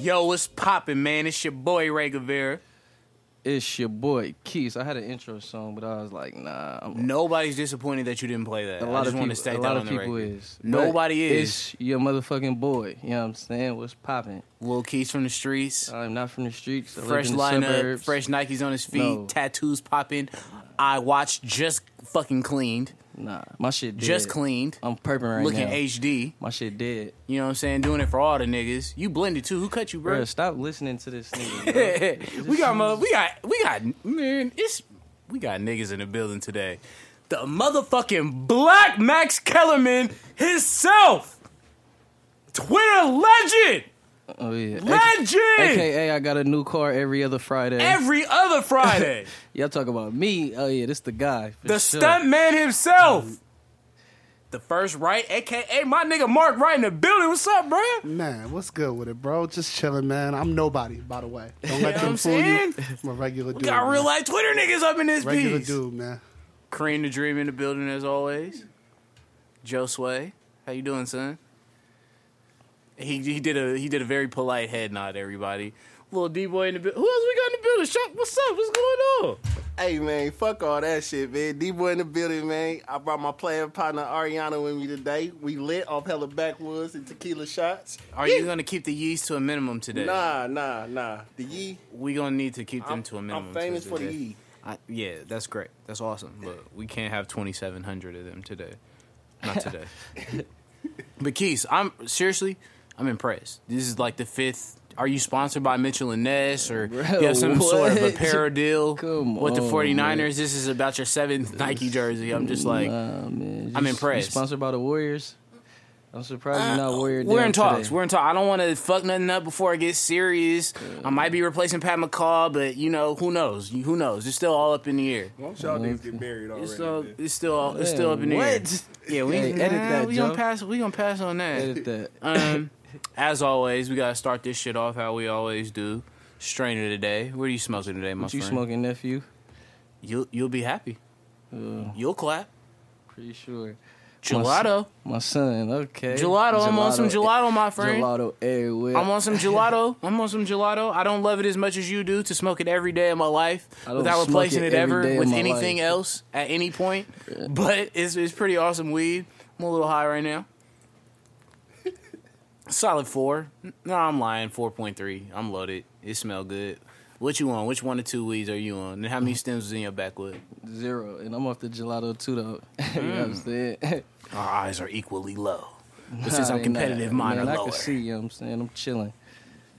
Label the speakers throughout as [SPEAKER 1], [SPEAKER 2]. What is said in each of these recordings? [SPEAKER 1] Yo, what's poppin', man? It's your boy Ray Guevara.
[SPEAKER 2] It's your boy Keys. I had an intro song, but I was like, nah. I'm,
[SPEAKER 1] Nobody's disappointed that you didn't play that.
[SPEAKER 2] a
[SPEAKER 1] I
[SPEAKER 2] lot
[SPEAKER 1] just
[SPEAKER 2] of
[SPEAKER 1] want
[SPEAKER 2] people,
[SPEAKER 1] to state that
[SPEAKER 2] a lot
[SPEAKER 1] on
[SPEAKER 2] of
[SPEAKER 1] the
[SPEAKER 2] people
[SPEAKER 1] record.
[SPEAKER 2] is.
[SPEAKER 1] Nobody
[SPEAKER 2] But
[SPEAKER 1] is.
[SPEAKER 2] It's your motherfucking boy. You know what I'm saying? What's popping?
[SPEAKER 1] Lil Keys from the streets,
[SPEAKER 2] I'm not from the streets. I live
[SPEAKER 1] fresh
[SPEAKER 2] in Uh, the
[SPEAKER 1] lineup,
[SPEAKER 2] suburbs.
[SPEAKER 1] fresh Nikes on his feet,
[SPEAKER 2] No.
[SPEAKER 1] tattoos popping. I watched just fucking cleaned,
[SPEAKER 2] Nah, my shit dead.
[SPEAKER 1] just cleaned,
[SPEAKER 2] I'm perping right
[SPEAKER 1] looking
[SPEAKER 2] now.
[SPEAKER 1] HD.
[SPEAKER 2] my shit dead.
[SPEAKER 1] You know what I'm saying? Doing it for all the niggas. You blended too. Who cut you, bro?
[SPEAKER 2] Bro, stop listening to this nigga. bro.
[SPEAKER 1] we got mother, we got we got man, it's we got niggas in the building today. The motherfucking Black Max Kellerman himself, Twitter legend,
[SPEAKER 2] Oh yeah.
[SPEAKER 1] legend.
[SPEAKER 2] AKA, I got a new car every other Friday.
[SPEAKER 1] Every other Friday,
[SPEAKER 2] Y'all talk about me. Oh yeah, this the guy. for
[SPEAKER 1] the
[SPEAKER 2] sure.
[SPEAKER 1] stunt man himself, the first right, aka my nigga Mark right in the building. What's up, bro?
[SPEAKER 3] Man, what's good with it, bro? Just chilling, man. I'm nobody, by the way. Don't let
[SPEAKER 1] know what I'm
[SPEAKER 3] them fool
[SPEAKER 1] saying?
[SPEAKER 3] you. I'm a regular dude.
[SPEAKER 1] Got
[SPEAKER 3] man.
[SPEAKER 1] real life Twitter niggas up in this
[SPEAKER 3] regular
[SPEAKER 1] piece.
[SPEAKER 3] dude, man.
[SPEAKER 1] Kareem the Dream in the building as always. Joe Sway, how you doing, son? He he did a he did a very polite head nod. Everybody, little D boy in the building. Who else we got in the building? Shop, what's up? What's going on?
[SPEAKER 4] Hey man, fuck all that shit, man. D boy in the building, man. I brought my playing partner Ariana with me today. We lit off hella backwoods and tequila shots.
[SPEAKER 1] Are you gonna keep the yeast to a minimum today?
[SPEAKER 4] Nah, nah, nah. The ye,
[SPEAKER 1] we gonna need to keep them
[SPEAKER 4] I'm,
[SPEAKER 1] to a minimum.
[SPEAKER 4] I'm famous for the
[SPEAKER 1] today.
[SPEAKER 4] ye.
[SPEAKER 1] I, yeah, that's great. That's awesome. But we can't have 2,700 of them today. Not today. but Keith, I'm seriously, I'm impressed. This is like the fifth. Are you sponsored by Mitchell and Ness or
[SPEAKER 2] Bro,
[SPEAKER 1] you have some sort of
[SPEAKER 2] what?
[SPEAKER 1] apparel deal
[SPEAKER 2] Come
[SPEAKER 1] with the
[SPEAKER 2] on,
[SPEAKER 1] 49ers? This is about your seventh Nike jersey. I'm just like,
[SPEAKER 2] Nah, man.
[SPEAKER 1] I'm
[SPEAKER 2] You-
[SPEAKER 1] impressed. Uh,
[SPEAKER 2] You sponsored by the Warriors. I'm surprised you're not Warrior.
[SPEAKER 1] we're
[SPEAKER 2] down
[SPEAKER 1] in talks.
[SPEAKER 2] today.
[SPEAKER 1] We're in talks. I don't want to fuck nothing up before it gets serious. I might be replacing Pat McCall, but you know who knows? You- Who knows? It's still all up in the air.
[SPEAKER 5] Once y'all niggas get married already.
[SPEAKER 1] It's uh, still,
[SPEAKER 5] man.
[SPEAKER 1] it's still, it's
[SPEAKER 2] Man,
[SPEAKER 1] still up in the air.
[SPEAKER 2] what?
[SPEAKER 1] Yeah, we
[SPEAKER 2] Hey,
[SPEAKER 1] nah,
[SPEAKER 2] edit that,
[SPEAKER 1] We
[SPEAKER 2] Joe.
[SPEAKER 1] gonna pass. We gonna pass on that.
[SPEAKER 2] Edit that.
[SPEAKER 1] Um, as always, we gotta start this shit off how we always do. Strainer today. What are you smoking today, my
[SPEAKER 2] What you
[SPEAKER 1] friend?
[SPEAKER 2] smoking, nephew?
[SPEAKER 1] You'll you'll be happy.
[SPEAKER 2] Uh,
[SPEAKER 1] You'll clap.
[SPEAKER 2] pretty sure.
[SPEAKER 1] Gelato,
[SPEAKER 2] My son. Okay.
[SPEAKER 1] gelato. I'm on some gelato, my friend.
[SPEAKER 2] Gelato eh, everywhere.
[SPEAKER 1] I'm on some gelato. I'm on some gelato. I don't love it as much as you do to smoke it every day of my life
[SPEAKER 2] I don't
[SPEAKER 1] without
[SPEAKER 2] smoke
[SPEAKER 1] replacing
[SPEAKER 2] it
[SPEAKER 1] it,
[SPEAKER 2] every
[SPEAKER 1] ever
[SPEAKER 2] day of
[SPEAKER 1] with
[SPEAKER 2] my
[SPEAKER 1] anything
[SPEAKER 2] life.
[SPEAKER 1] else at any point. But it's it's pretty awesome weed. I'm a little high right now. Solid four. No, I'm lying. Four point three. I'm loaded. It smell good. What you on? Which one of two weeds are you on? And how many stems is in your backwood?
[SPEAKER 2] Zero. And I'm off the gelato too, though. you know what I'm
[SPEAKER 1] Mm.
[SPEAKER 2] saying?
[SPEAKER 1] Our eyes are equally low. But since
[SPEAKER 2] Nah,
[SPEAKER 1] I'm
[SPEAKER 2] nah,
[SPEAKER 1] competitive, mine
[SPEAKER 2] man,
[SPEAKER 1] are
[SPEAKER 2] I
[SPEAKER 1] lower.
[SPEAKER 2] can see, you know what I'm saying? I'm chilling.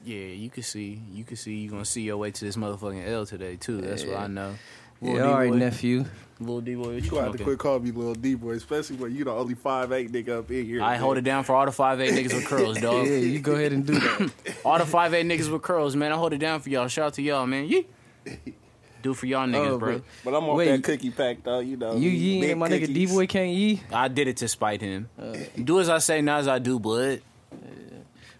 [SPEAKER 1] Yeah, you can see. You can see. You're gonna see your way to this motherfucking L today too. That's what I know.
[SPEAKER 2] Yeah, all right, nephew.
[SPEAKER 1] Little D boy, what you,
[SPEAKER 5] You gonna have to
[SPEAKER 1] smoking?
[SPEAKER 5] quit calling me little D boy, especially when you the only five eight nigga up in here.
[SPEAKER 1] I hold it down for all the five eight niggas with curls,
[SPEAKER 2] Yeah,
[SPEAKER 1] dog.
[SPEAKER 2] you go ahead and do that.
[SPEAKER 1] All the five eight niggas with curls, man. I hold it down for y'all. Shout out to y'all, man. Yee. Do it for y'all niggas,
[SPEAKER 2] Oh,
[SPEAKER 1] bro.
[SPEAKER 5] But I'm off
[SPEAKER 2] Wait.
[SPEAKER 5] that cookie pack though, you know.
[SPEAKER 2] You yee
[SPEAKER 5] big
[SPEAKER 2] and my nigga D
[SPEAKER 5] cookies.
[SPEAKER 2] boy can't yee.
[SPEAKER 1] I did it to spite him.
[SPEAKER 2] Uh.
[SPEAKER 1] Do as I say, not as I do, blood.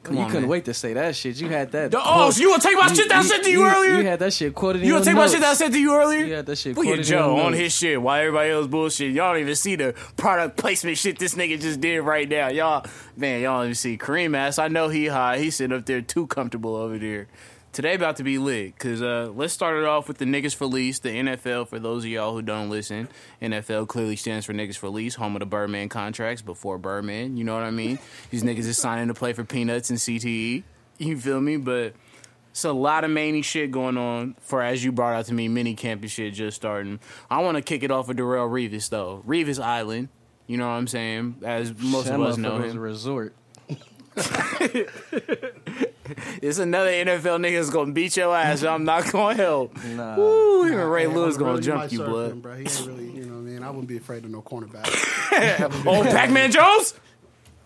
[SPEAKER 1] Come
[SPEAKER 2] you
[SPEAKER 1] on,
[SPEAKER 2] couldn't
[SPEAKER 1] man.
[SPEAKER 2] wait to say that shit. You had that.
[SPEAKER 1] The- oh,
[SPEAKER 2] quote-
[SPEAKER 1] so you gonna take my shit that I said to you earlier?
[SPEAKER 2] You had that shit quoted. in
[SPEAKER 1] You gonna
[SPEAKER 2] your
[SPEAKER 1] take my
[SPEAKER 2] notes.
[SPEAKER 1] shit that I said to you earlier?
[SPEAKER 2] You had that shit
[SPEAKER 1] Look at
[SPEAKER 2] quoted in your
[SPEAKER 1] Joe on
[SPEAKER 2] notes.
[SPEAKER 1] his shit. Why everybody else bullshit? Y'all don't even see the product placement shit this nigga just did right now. Y'all, man, y'all don't even see Kareem ass. I know he high. He sitting up there too comfortable over there. Today about to be lit. Cause uh, let's start it off with the niggas for lease. The NFL for those of y'all who don't listen. NFL clearly stands for niggas for lease, home of the Birdman contracts before Birdman. You know what I mean? These niggas is signing to play for peanuts and CTE. You feel me? But it's a lot of many shit going on for as you brought out to me, mini campus shit just starting. I want to kick it off with Darrell Revis though. Revis Island, you know what I'm saying? As most of
[SPEAKER 2] That
[SPEAKER 1] us
[SPEAKER 2] motherfucker
[SPEAKER 1] know
[SPEAKER 2] was a
[SPEAKER 1] him,
[SPEAKER 2] resort.
[SPEAKER 1] it's another NFL nigga that's gonna beat your ass. and I'm not gonna help.
[SPEAKER 2] Nah.
[SPEAKER 1] Ooh, even Ray
[SPEAKER 3] Hey,
[SPEAKER 1] Lewis
[SPEAKER 3] I'm
[SPEAKER 1] gonna
[SPEAKER 3] really
[SPEAKER 1] jump
[SPEAKER 3] might
[SPEAKER 1] you,
[SPEAKER 3] serve
[SPEAKER 1] blood.
[SPEAKER 3] him, bro. He ain't really, you know what I mean? I wouldn't be afraid of no cornerback.
[SPEAKER 1] Oh, Pac-Man Jones,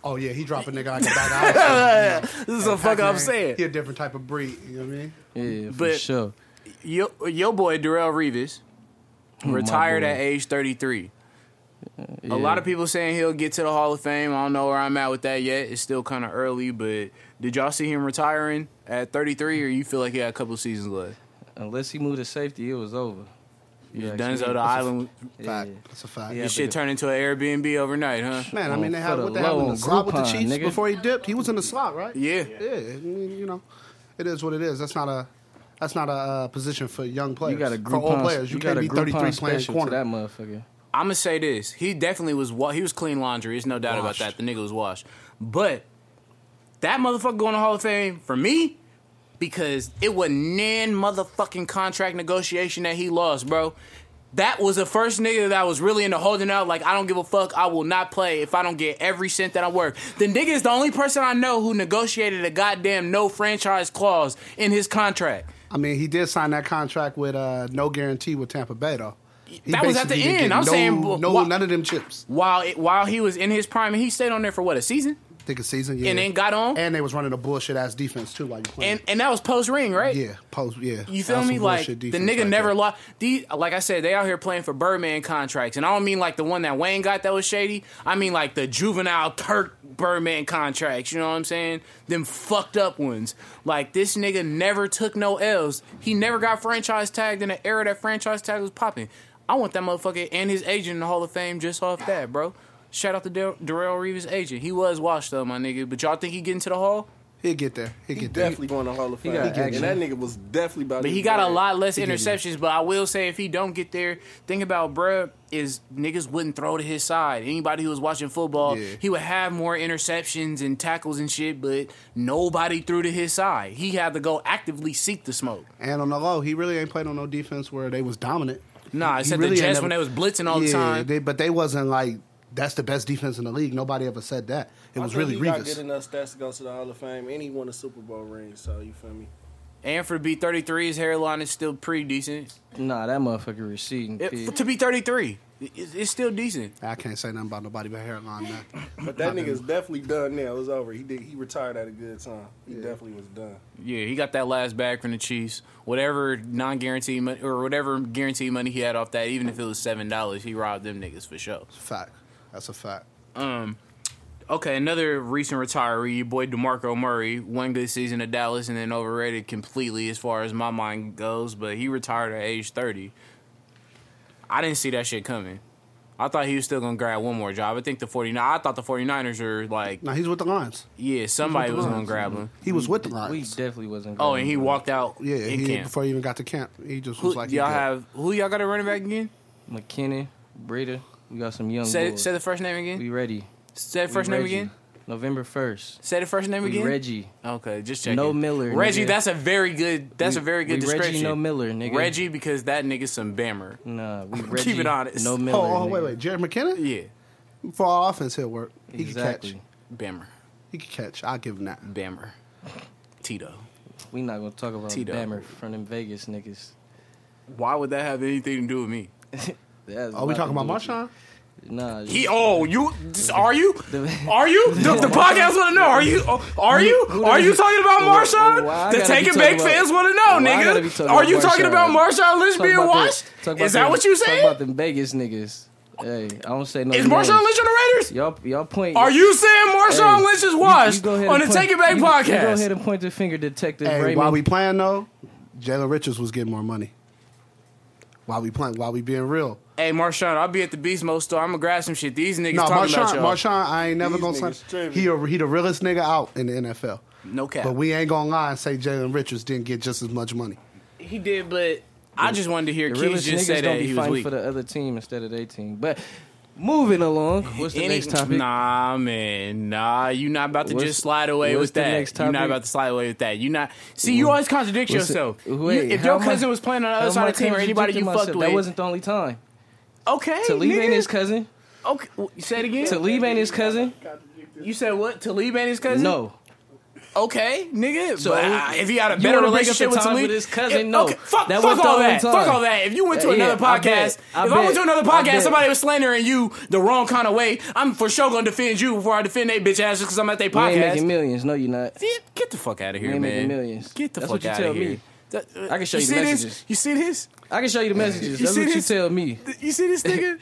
[SPEAKER 3] oh, yeah, he dropped a nigga like a bag of
[SPEAKER 1] this is the fuck I'm saying.
[SPEAKER 3] He a different type of breed, you know what I mean?
[SPEAKER 2] Yeah, for
[SPEAKER 1] But-
[SPEAKER 2] sure.
[SPEAKER 1] Yo, yo boy Darrell Revis retired
[SPEAKER 2] boy.
[SPEAKER 1] at age 33.
[SPEAKER 2] Yeah.
[SPEAKER 1] A lot of people saying he'll get to the Hall of Fame. I don't know where I'm at with that yet. It's still kind of early, but did y'all see him retiring at 33, or you feel like he had a couple seasons left?
[SPEAKER 2] unless he moved to safety, it was over. Yeah,
[SPEAKER 1] Dunzo the Island,
[SPEAKER 3] Fact.
[SPEAKER 2] Yeah.
[SPEAKER 3] That's a fact.
[SPEAKER 2] Yeah.
[SPEAKER 1] this shit turned into an Airbnb overnight, huh?
[SPEAKER 3] Man, I mean, they
[SPEAKER 2] Oh,
[SPEAKER 3] had
[SPEAKER 2] for
[SPEAKER 3] what
[SPEAKER 2] the
[SPEAKER 3] they had
[SPEAKER 2] low
[SPEAKER 3] in
[SPEAKER 2] on
[SPEAKER 3] the slot with the
[SPEAKER 2] Groupon,
[SPEAKER 3] Chiefs
[SPEAKER 2] nigga.
[SPEAKER 3] before he dipped. He was in the slot, right?
[SPEAKER 1] Yeah.
[SPEAKER 3] Yeah, I mean, you know. it is what it is. That's not a that's not a uh, position for young players.
[SPEAKER 2] You got a
[SPEAKER 3] for
[SPEAKER 2] group
[SPEAKER 3] old players. You, can't be thirty three playing
[SPEAKER 2] special to
[SPEAKER 3] corner.
[SPEAKER 2] that motherfucker.
[SPEAKER 1] I'm gonna say this: he definitely was. Wa- he was clean laundry. There's no doubt
[SPEAKER 3] Washed.
[SPEAKER 1] about that. The nigga was washed. But that motherfucker going to Hall of Fame for me because it was nan motherfucking contract negotiation that he lost, bro. That was the first nigga that was really into holding out. Like I don't give a fuck. I will not play if I don't get every cent that I work. The nigga is the only person I know who negotiated a goddamn no franchise clause in his contract.
[SPEAKER 3] I mean, he did sign that contract with uh, no guarantee with Tampa Bay though. He
[SPEAKER 1] That was at the
[SPEAKER 3] basically didn't
[SPEAKER 1] end.
[SPEAKER 3] get
[SPEAKER 1] I'm
[SPEAKER 3] no,
[SPEAKER 1] saying, but
[SPEAKER 3] no,
[SPEAKER 1] why-
[SPEAKER 3] none of them chips.
[SPEAKER 1] While it, while he was in his prime, and he stayed on there for what a season,
[SPEAKER 3] Think of season, yeah.
[SPEAKER 1] and then got on.
[SPEAKER 3] and they was running a bullshit ass defense too while you playing.
[SPEAKER 1] and and that was post ring, right?
[SPEAKER 3] yeah, post, yeah.
[SPEAKER 1] You feel
[SPEAKER 3] That's
[SPEAKER 1] me?
[SPEAKER 3] some
[SPEAKER 1] Like the
[SPEAKER 3] bullshit defense
[SPEAKER 1] nigga
[SPEAKER 3] right
[SPEAKER 1] never
[SPEAKER 3] there.
[SPEAKER 1] lost. These, like I said, they out here playing for Birdman contracts, and I don't mean like the one that Wayne got that was shady. I mean like the juvenile Turk Birdman contracts. You know what I'm saying? Them fucked up ones. Like this nigga never took no L's. He never got franchise tagged in an era that franchise tag was popping. I want that motherfucker and his agent in the Hall of Fame just off that, bro. Shout out to Dar- Darrell Reeves' agent. He was washed up, my nigga. But y'all think he get into the Hall?
[SPEAKER 3] He'll get there. He'll
[SPEAKER 5] He
[SPEAKER 3] get there.
[SPEAKER 5] definitely going to Hall of Fame.
[SPEAKER 2] got
[SPEAKER 5] And
[SPEAKER 2] action.
[SPEAKER 5] that nigga was definitely about.
[SPEAKER 1] But
[SPEAKER 5] his
[SPEAKER 1] he got a
[SPEAKER 5] bread.
[SPEAKER 1] lot less interceptions. But I will say, if he don't get there, thing about bruh is niggas wouldn't throw to his side. Anybody who was watching football,
[SPEAKER 3] Yeah.
[SPEAKER 1] he would have more interceptions and tackles and shit. But nobody threw to his side. He had to go actively seek the smoke.
[SPEAKER 3] And on the low, he really ain't played on no defense where they was dominant.
[SPEAKER 1] Nah,
[SPEAKER 3] He
[SPEAKER 1] except
[SPEAKER 3] really
[SPEAKER 1] the
[SPEAKER 3] ain't
[SPEAKER 1] Jets
[SPEAKER 3] never-
[SPEAKER 1] when they was blitzing all the
[SPEAKER 3] Yeah,
[SPEAKER 1] time.
[SPEAKER 3] They, but they wasn't like that's the best defense in the league. Nobody ever said that. It
[SPEAKER 5] I
[SPEAKER 3] was
[SPEAKER 5] think
[SPEAKER 3] really
[SPEAKER 5] he got good
[SPEAKER 3] Revis.
[SPEAKER 5] enough stats to go to the Hall of Fame, and he won a Super Bowl ring. So you feel me?
[SPEAKER 1] and for B thirty three, his hairline is still pretty decent.
[SPEAKER 2] Nah, that motherfucker receding.
[SPEAKER 1] It-
[SPEAKER 2] kid.
[SPEAKER 1] to be thirty three, it's, it's still decent.
[SPEAKER 3] I can't say nothing about nobody but hairline. Man.
[SPEAKER 5] But that nigga's definitely done now. It was over. He did. He retired at a good time. He definitely was done.
[SPEAKER 1] Yeah, he got that last bag from the Chiefs. Whatever non-guaranteed money or whatever guaranteed money he had off that, even if it was seven dollars, he robbed them niggas for sure.
[SPEAKER 3] Fact. That's a fact.
[SPEAKER 1] Okay, another recent retiree, your boy Demarco Murray. One good season at Dallas and then overrated completely as far as my mind goes. But he retired at age thirty. I didn't see that shit coming. I thought he was still gonna grab one more job. I think the 49 I thought the 49ers are like,
[SPEAKER 3] Now he's with the Lions.
[SPEAKER 1] yeah, somebody was gonna grab him.
[SPEAKER 3] He was with the
[SPEAKER 2] we
[SPEAKER 3] Lions.
[SPEAKER 2] definitely wasn't.
[SPEAKER 1] Oh,
[SPEAKER 2] going
[SPEAKER 1] and he
[SPEAKER 2] to
[SPEAKER 1] walked out
[SPEAKER 3] yeah,
[SPEAKER 1] in
[SPEAKER 3] he,
[SPEAKER 1] camp.
[SPEAKER 3] before he even got to camp, he just was
[SPEAKER 1] Who,
[SPEAKER 3] like, he
[SPEAKER 1] y'all
[SPEAKER 3] good.
[SPEAKER 1] have who y'all got a running back again?
[SPEAKER 2] McKinnon, Breeder. We got some young
[SPEAKER 1] Say,
[SPEAKER 2] boys.
[SPEAKER 1] say the first name again.
[SPEAKER 2] Oh, we ready.
[SPEAKER 1] Say the
[SPEAKER 2] We
[SPEAKER 1] first name
[SPEAKER 2] Reggie.
[SPEAKER 1] again.
[SPEAKER 2] November first.
[SPEAKER 1] Say the first name
[SPEAKER 2] We
[SPEAKER 1] again.
[SPEAKER 2] Reggie.
[SPEAKER 1] Okay, just checking.
[SPEAKER 2] No Miller,
[SPEAKER 1] Reggie,
[SPEAKER 2] nigga.
[SPEAKER 1] that's a very good. That's
[SPEAKER 2] We-
[SPEAKER 1] a very good
[SPEAKER 2] we
[SPEAKER 1] description.
[SPEAKER 2] Reggie, no Miller, nigga.
[SPEAKER 1] Reggie, because that nigga's some bammer.
[SPEAKER 2] Nah, we
[SPEAKER 1] Keep
[SPEAKER 2] Reggie.
[SPEAKER 1] it honest.
[SPEAKER 2] No
[SPEAKER 1] Oh,
[SPEAKER 2] Miller.
[SPEAKER 3] Oh, oh,
[SPEAKER 2] nigga.
[SPEAKER 3] wait, wait. Jared McKinnon?
[SPEAKER 1] Yeah,
[SPEAKER 3] For our offense, he'll work. He
[SPEAKER 2] Exactly.
[SPEAKER 3] can catch.
[SPEAKER 1] bammer,
[SPEAKER 3] He can catch. I'll give him that.
[SPEAKER 1] bammer. Tito.
[SPEAKER 2] We not gonna talk about
[SPEAKER 1] T-Dub.
[SPEAKER 2] Bammer from them Vegas niggas.
[SPEAKER 1] Why would that have anything to do with me?
[SPEAKER 2] That's
[SPEAKER 3] Are we
[SPEAKER 2] nothing
[SPEAKER 3] talking about
[SPEAKER 2] to do
[SPEAKER 3] Marshawn?
[SPEAKER 2] with it. Nah,
[SPEAKER 1] He. Oh, you. Are you?
[SPEAKER 2] The-
[SPEAKER 1] Are you? The, the podcast want to know. Are you? oh, Are you?
[SPEAKER 2] who
[SPEAKER 1] Are
[SPEAKER 2] does- Oh,
[SPEAKER 1] you talking about
[SPEAKER 2] Why-
[SPEAKER 1] Marshawn?
[SPEAKER 2] why I
[SPEAKER 1] the
[SPEAKER 2] gotta
[SPEAKER 1] Take
[SPEAKER 2] be
[SPEAKER 1] and Bake
[SPEAKER 2] talking about-
[SPEAKER 1] fans want to know,
[SPEAKER 2] why I gotta be
[SPEAKER 1] nigga.
[SPEAKER 2] talking
[SPEAKER 1] Are
[SPEAKER 2] about
[SPEAKER 1] you talking about Marshawn Lynch
[SPEAKER 2] Talk
[SPEAKER 1] being
[SPEAKER 2] about the-
[SPEAKER 1] washed?
[SPEAKER 2] talk about
[SPEAKER 1] Is that
[SPEAKER 2] the-
[SPEAKER 1] what you
[SPEAKER 2] Talk
[SPEAKER 1] saying?
[SPEAKER 2] about them Vegas niggas. Hey, I don't say no.
[SPEAKER 1] Is
[SPEAKER 2] names.
[SPEAKER 1] Marshawn Lynch on the Raiders?
[SPEAKER 2] Y'all, y'all point.
[SPEAKER 1] Are you saying Marshawn
[SPEAKER 2] Hey,
[SPEAKER 1] Lynch is
[SPEAKER 2] you- you
[SPEAKER 1] washed
[SPEAKER 2] go ahead
[SPEAKER 1] on the
[SPEAKER 2] and point-
[SPEAKER 1] Take It Back
[SPEAKER 2] you-
[SPEAKER 1] podcast?
[SPEAKER 2] You go ahead and point the finger, Detective
[SPEAKER 3] Hey,
[SPEAKER 2] Raymond.
[SPEAKER 3] while we playing though, Jalen Richards was getting more money. While we playing, while we being real.
[SPEAKER 1] hey, Marshawn, I'll be at the Beast Mode store. I'm gonna grab some shit. These niggas
[SPEAKER 3] no,
[SPEAKER 1] talking
[SPEAKER 3] Marshawn,
[SPEAKER 1] about y'all.
[SPEAKER 3] Marshawn, I ain't never
[SPEAKER 5] These
[SPEAKER 3] gonna
[SPEAKER 5] niggas
[SPEAKER 3] say
[SPEAKER 5] tripping.
[SPEAKER 3] he a, he the realest nigga out in the NFL.
[SPEAKER 1] No cap.
[SPEAKER 3] But we ain't gonna lie and say Jalen Richards didn't get just as much money.
[SPEAKER 1] he did, but I just wanted to hear
[SPEAKER 2] the
[SPEAKER 1] Keys
[SPEAKER 2] realest
[SPEAKER 1] just
[SPEAKER 2] niggas
[SPEAKER 1] say
[SPEAKER 2] don't
[SPEAKER 1] that
[SPEAKER 2] be
[SPEAKER 1] he was
[SPEAKER 2] fighting
[SPEAKER 1] weak.
[SPEAKER 2] for the other team instead of their team. But moving along, what's the
[SPEAKER 1] Any-
[SPEAKER 2] next topic?
[SPEAKER 1] Nah, man, nah. You not about to
[SPEAKER 2] What's-
[SPEAKER 1] just slide away
[SPEAKER 2] what's
[SPEAKER 1] with
[SPEAKER 2] the
[SPEAKER 1] that.
[SPEAKER 2] next
[SPEAKER 1] You not
[SPEAKER 2] topic?
[SPEAKER 1] about to slide away with that. You not. See, you always contradict
[SPEAKER 2] What's the-
[SPEAKER 1] yourself. You-
[SPEAKER 2] wait,
[SPEAKER 1] if
[SPEAKER 2] how
[SPEAKER 1] your
[SPEAKER 2] am I-
[SPEAKER 1] cousin was playing on the other
[SPEAKER 2] Tell
[SPEAKER 1] side
[SPEAKER 2] my
[SPEAKER 1] of the team or
[SPEAKER 2] cousin
[SPEAKER 1] anybody you
[SPEAKER 2] Jujutsu
[SPEAKER 1] fucked
[SPEAKER 2] myself.
[SPEAKER 1] with,
[SPEAKER 2] That wasn't the only time.
[SPEAKER 1] okay.
[SPEAKER 2] Talib
[SPEAKER 1] nigga.
[SPEAKER 2] ain't his cousin.
[SPEAKER 1] Okay, w- say it again.
[SPEAKER 2] Talib ain't his cousin.
[SPEAKER 1] you said what? Talib ain't his cousin?
[SPEAKER 2] No,
[SPEAKER 1] Okay, nigga.
[SPEAKER 2] So,
[SPEAKER 1] but uh, if he had a better
[SPEAKER 2] you wanna bring up the
[SPEAKER 1] relationship with
[SPEAKER 2] time
[SPEAKER 1] Talib,
[SPEAKER 2] with his cousin?
[SPEAKER 1] if-
[SPEAKER 2] No.
[SPEAKER 1] fuck,
[SPEAKER 2] That
[SPEAKER 1] fuck
[SPEAKER 2] was the
[SPEAKER 1] all
[SPEAKER 2] only
[SPEAKER 1] that.
[SPEAKER 2] time.
[SPEAKER 1] Fuck all that. If you went to
[SPEAKER 2] Yeah,
[SPEAKER 1] another
[SPEAKER 2] I
[SPEAKER 1] podcast,
[SPEAKER 2] bet. I
[SPEAKER 1] if I went to
[SPEAKER 2] bet.
[SPEAKER 1] another
[SPEAKER 2] I
[SPEAKER 1] podcast,
[SPEAKER 2] bet.
[SPEAKER 1] somebody was slandering you the wrong kind of way. I'm for sure gonna defend you before I defend they bitch asses because I'm at their
[SPEAKER 2] you ain't making
[SPEAKER 1] podcast.
[SPEAKER 2] millions. No, you're not.
[SPEAKER 1] Get- Get the fuck out of here,
[SPEAKER 2] ain't
[SPEAKER 1] man.
[SPEAKER 2] making millions.
[SPEAKER 1] Get the
[SPEAKER 2] That's
[SPEAKER 1] fuck
[SPEAKER 2] what you
[SPEAKER 1] out of
[SPEAKER 2] tell me.
[SPEAKER 1] here. That- uh,
[SPEAKER 2] I can show you
[SPEAKER 1] see
[SPEAKER 2] the
[SPEAKER 1] this?
[SPEAKER 2] messages.
[SPEAKER 1] You see this?
[SPEAKER 2] I can show you the messages.
[SPEAKER 1] You
[SPEAKER 2] That's
[SPEAKER 1] see
[SPEAKER 2] what you
[SPEAKER 1] this?
[SPEAKER 2] tell me.
[SPEAKER 1] Th- You see this nigga?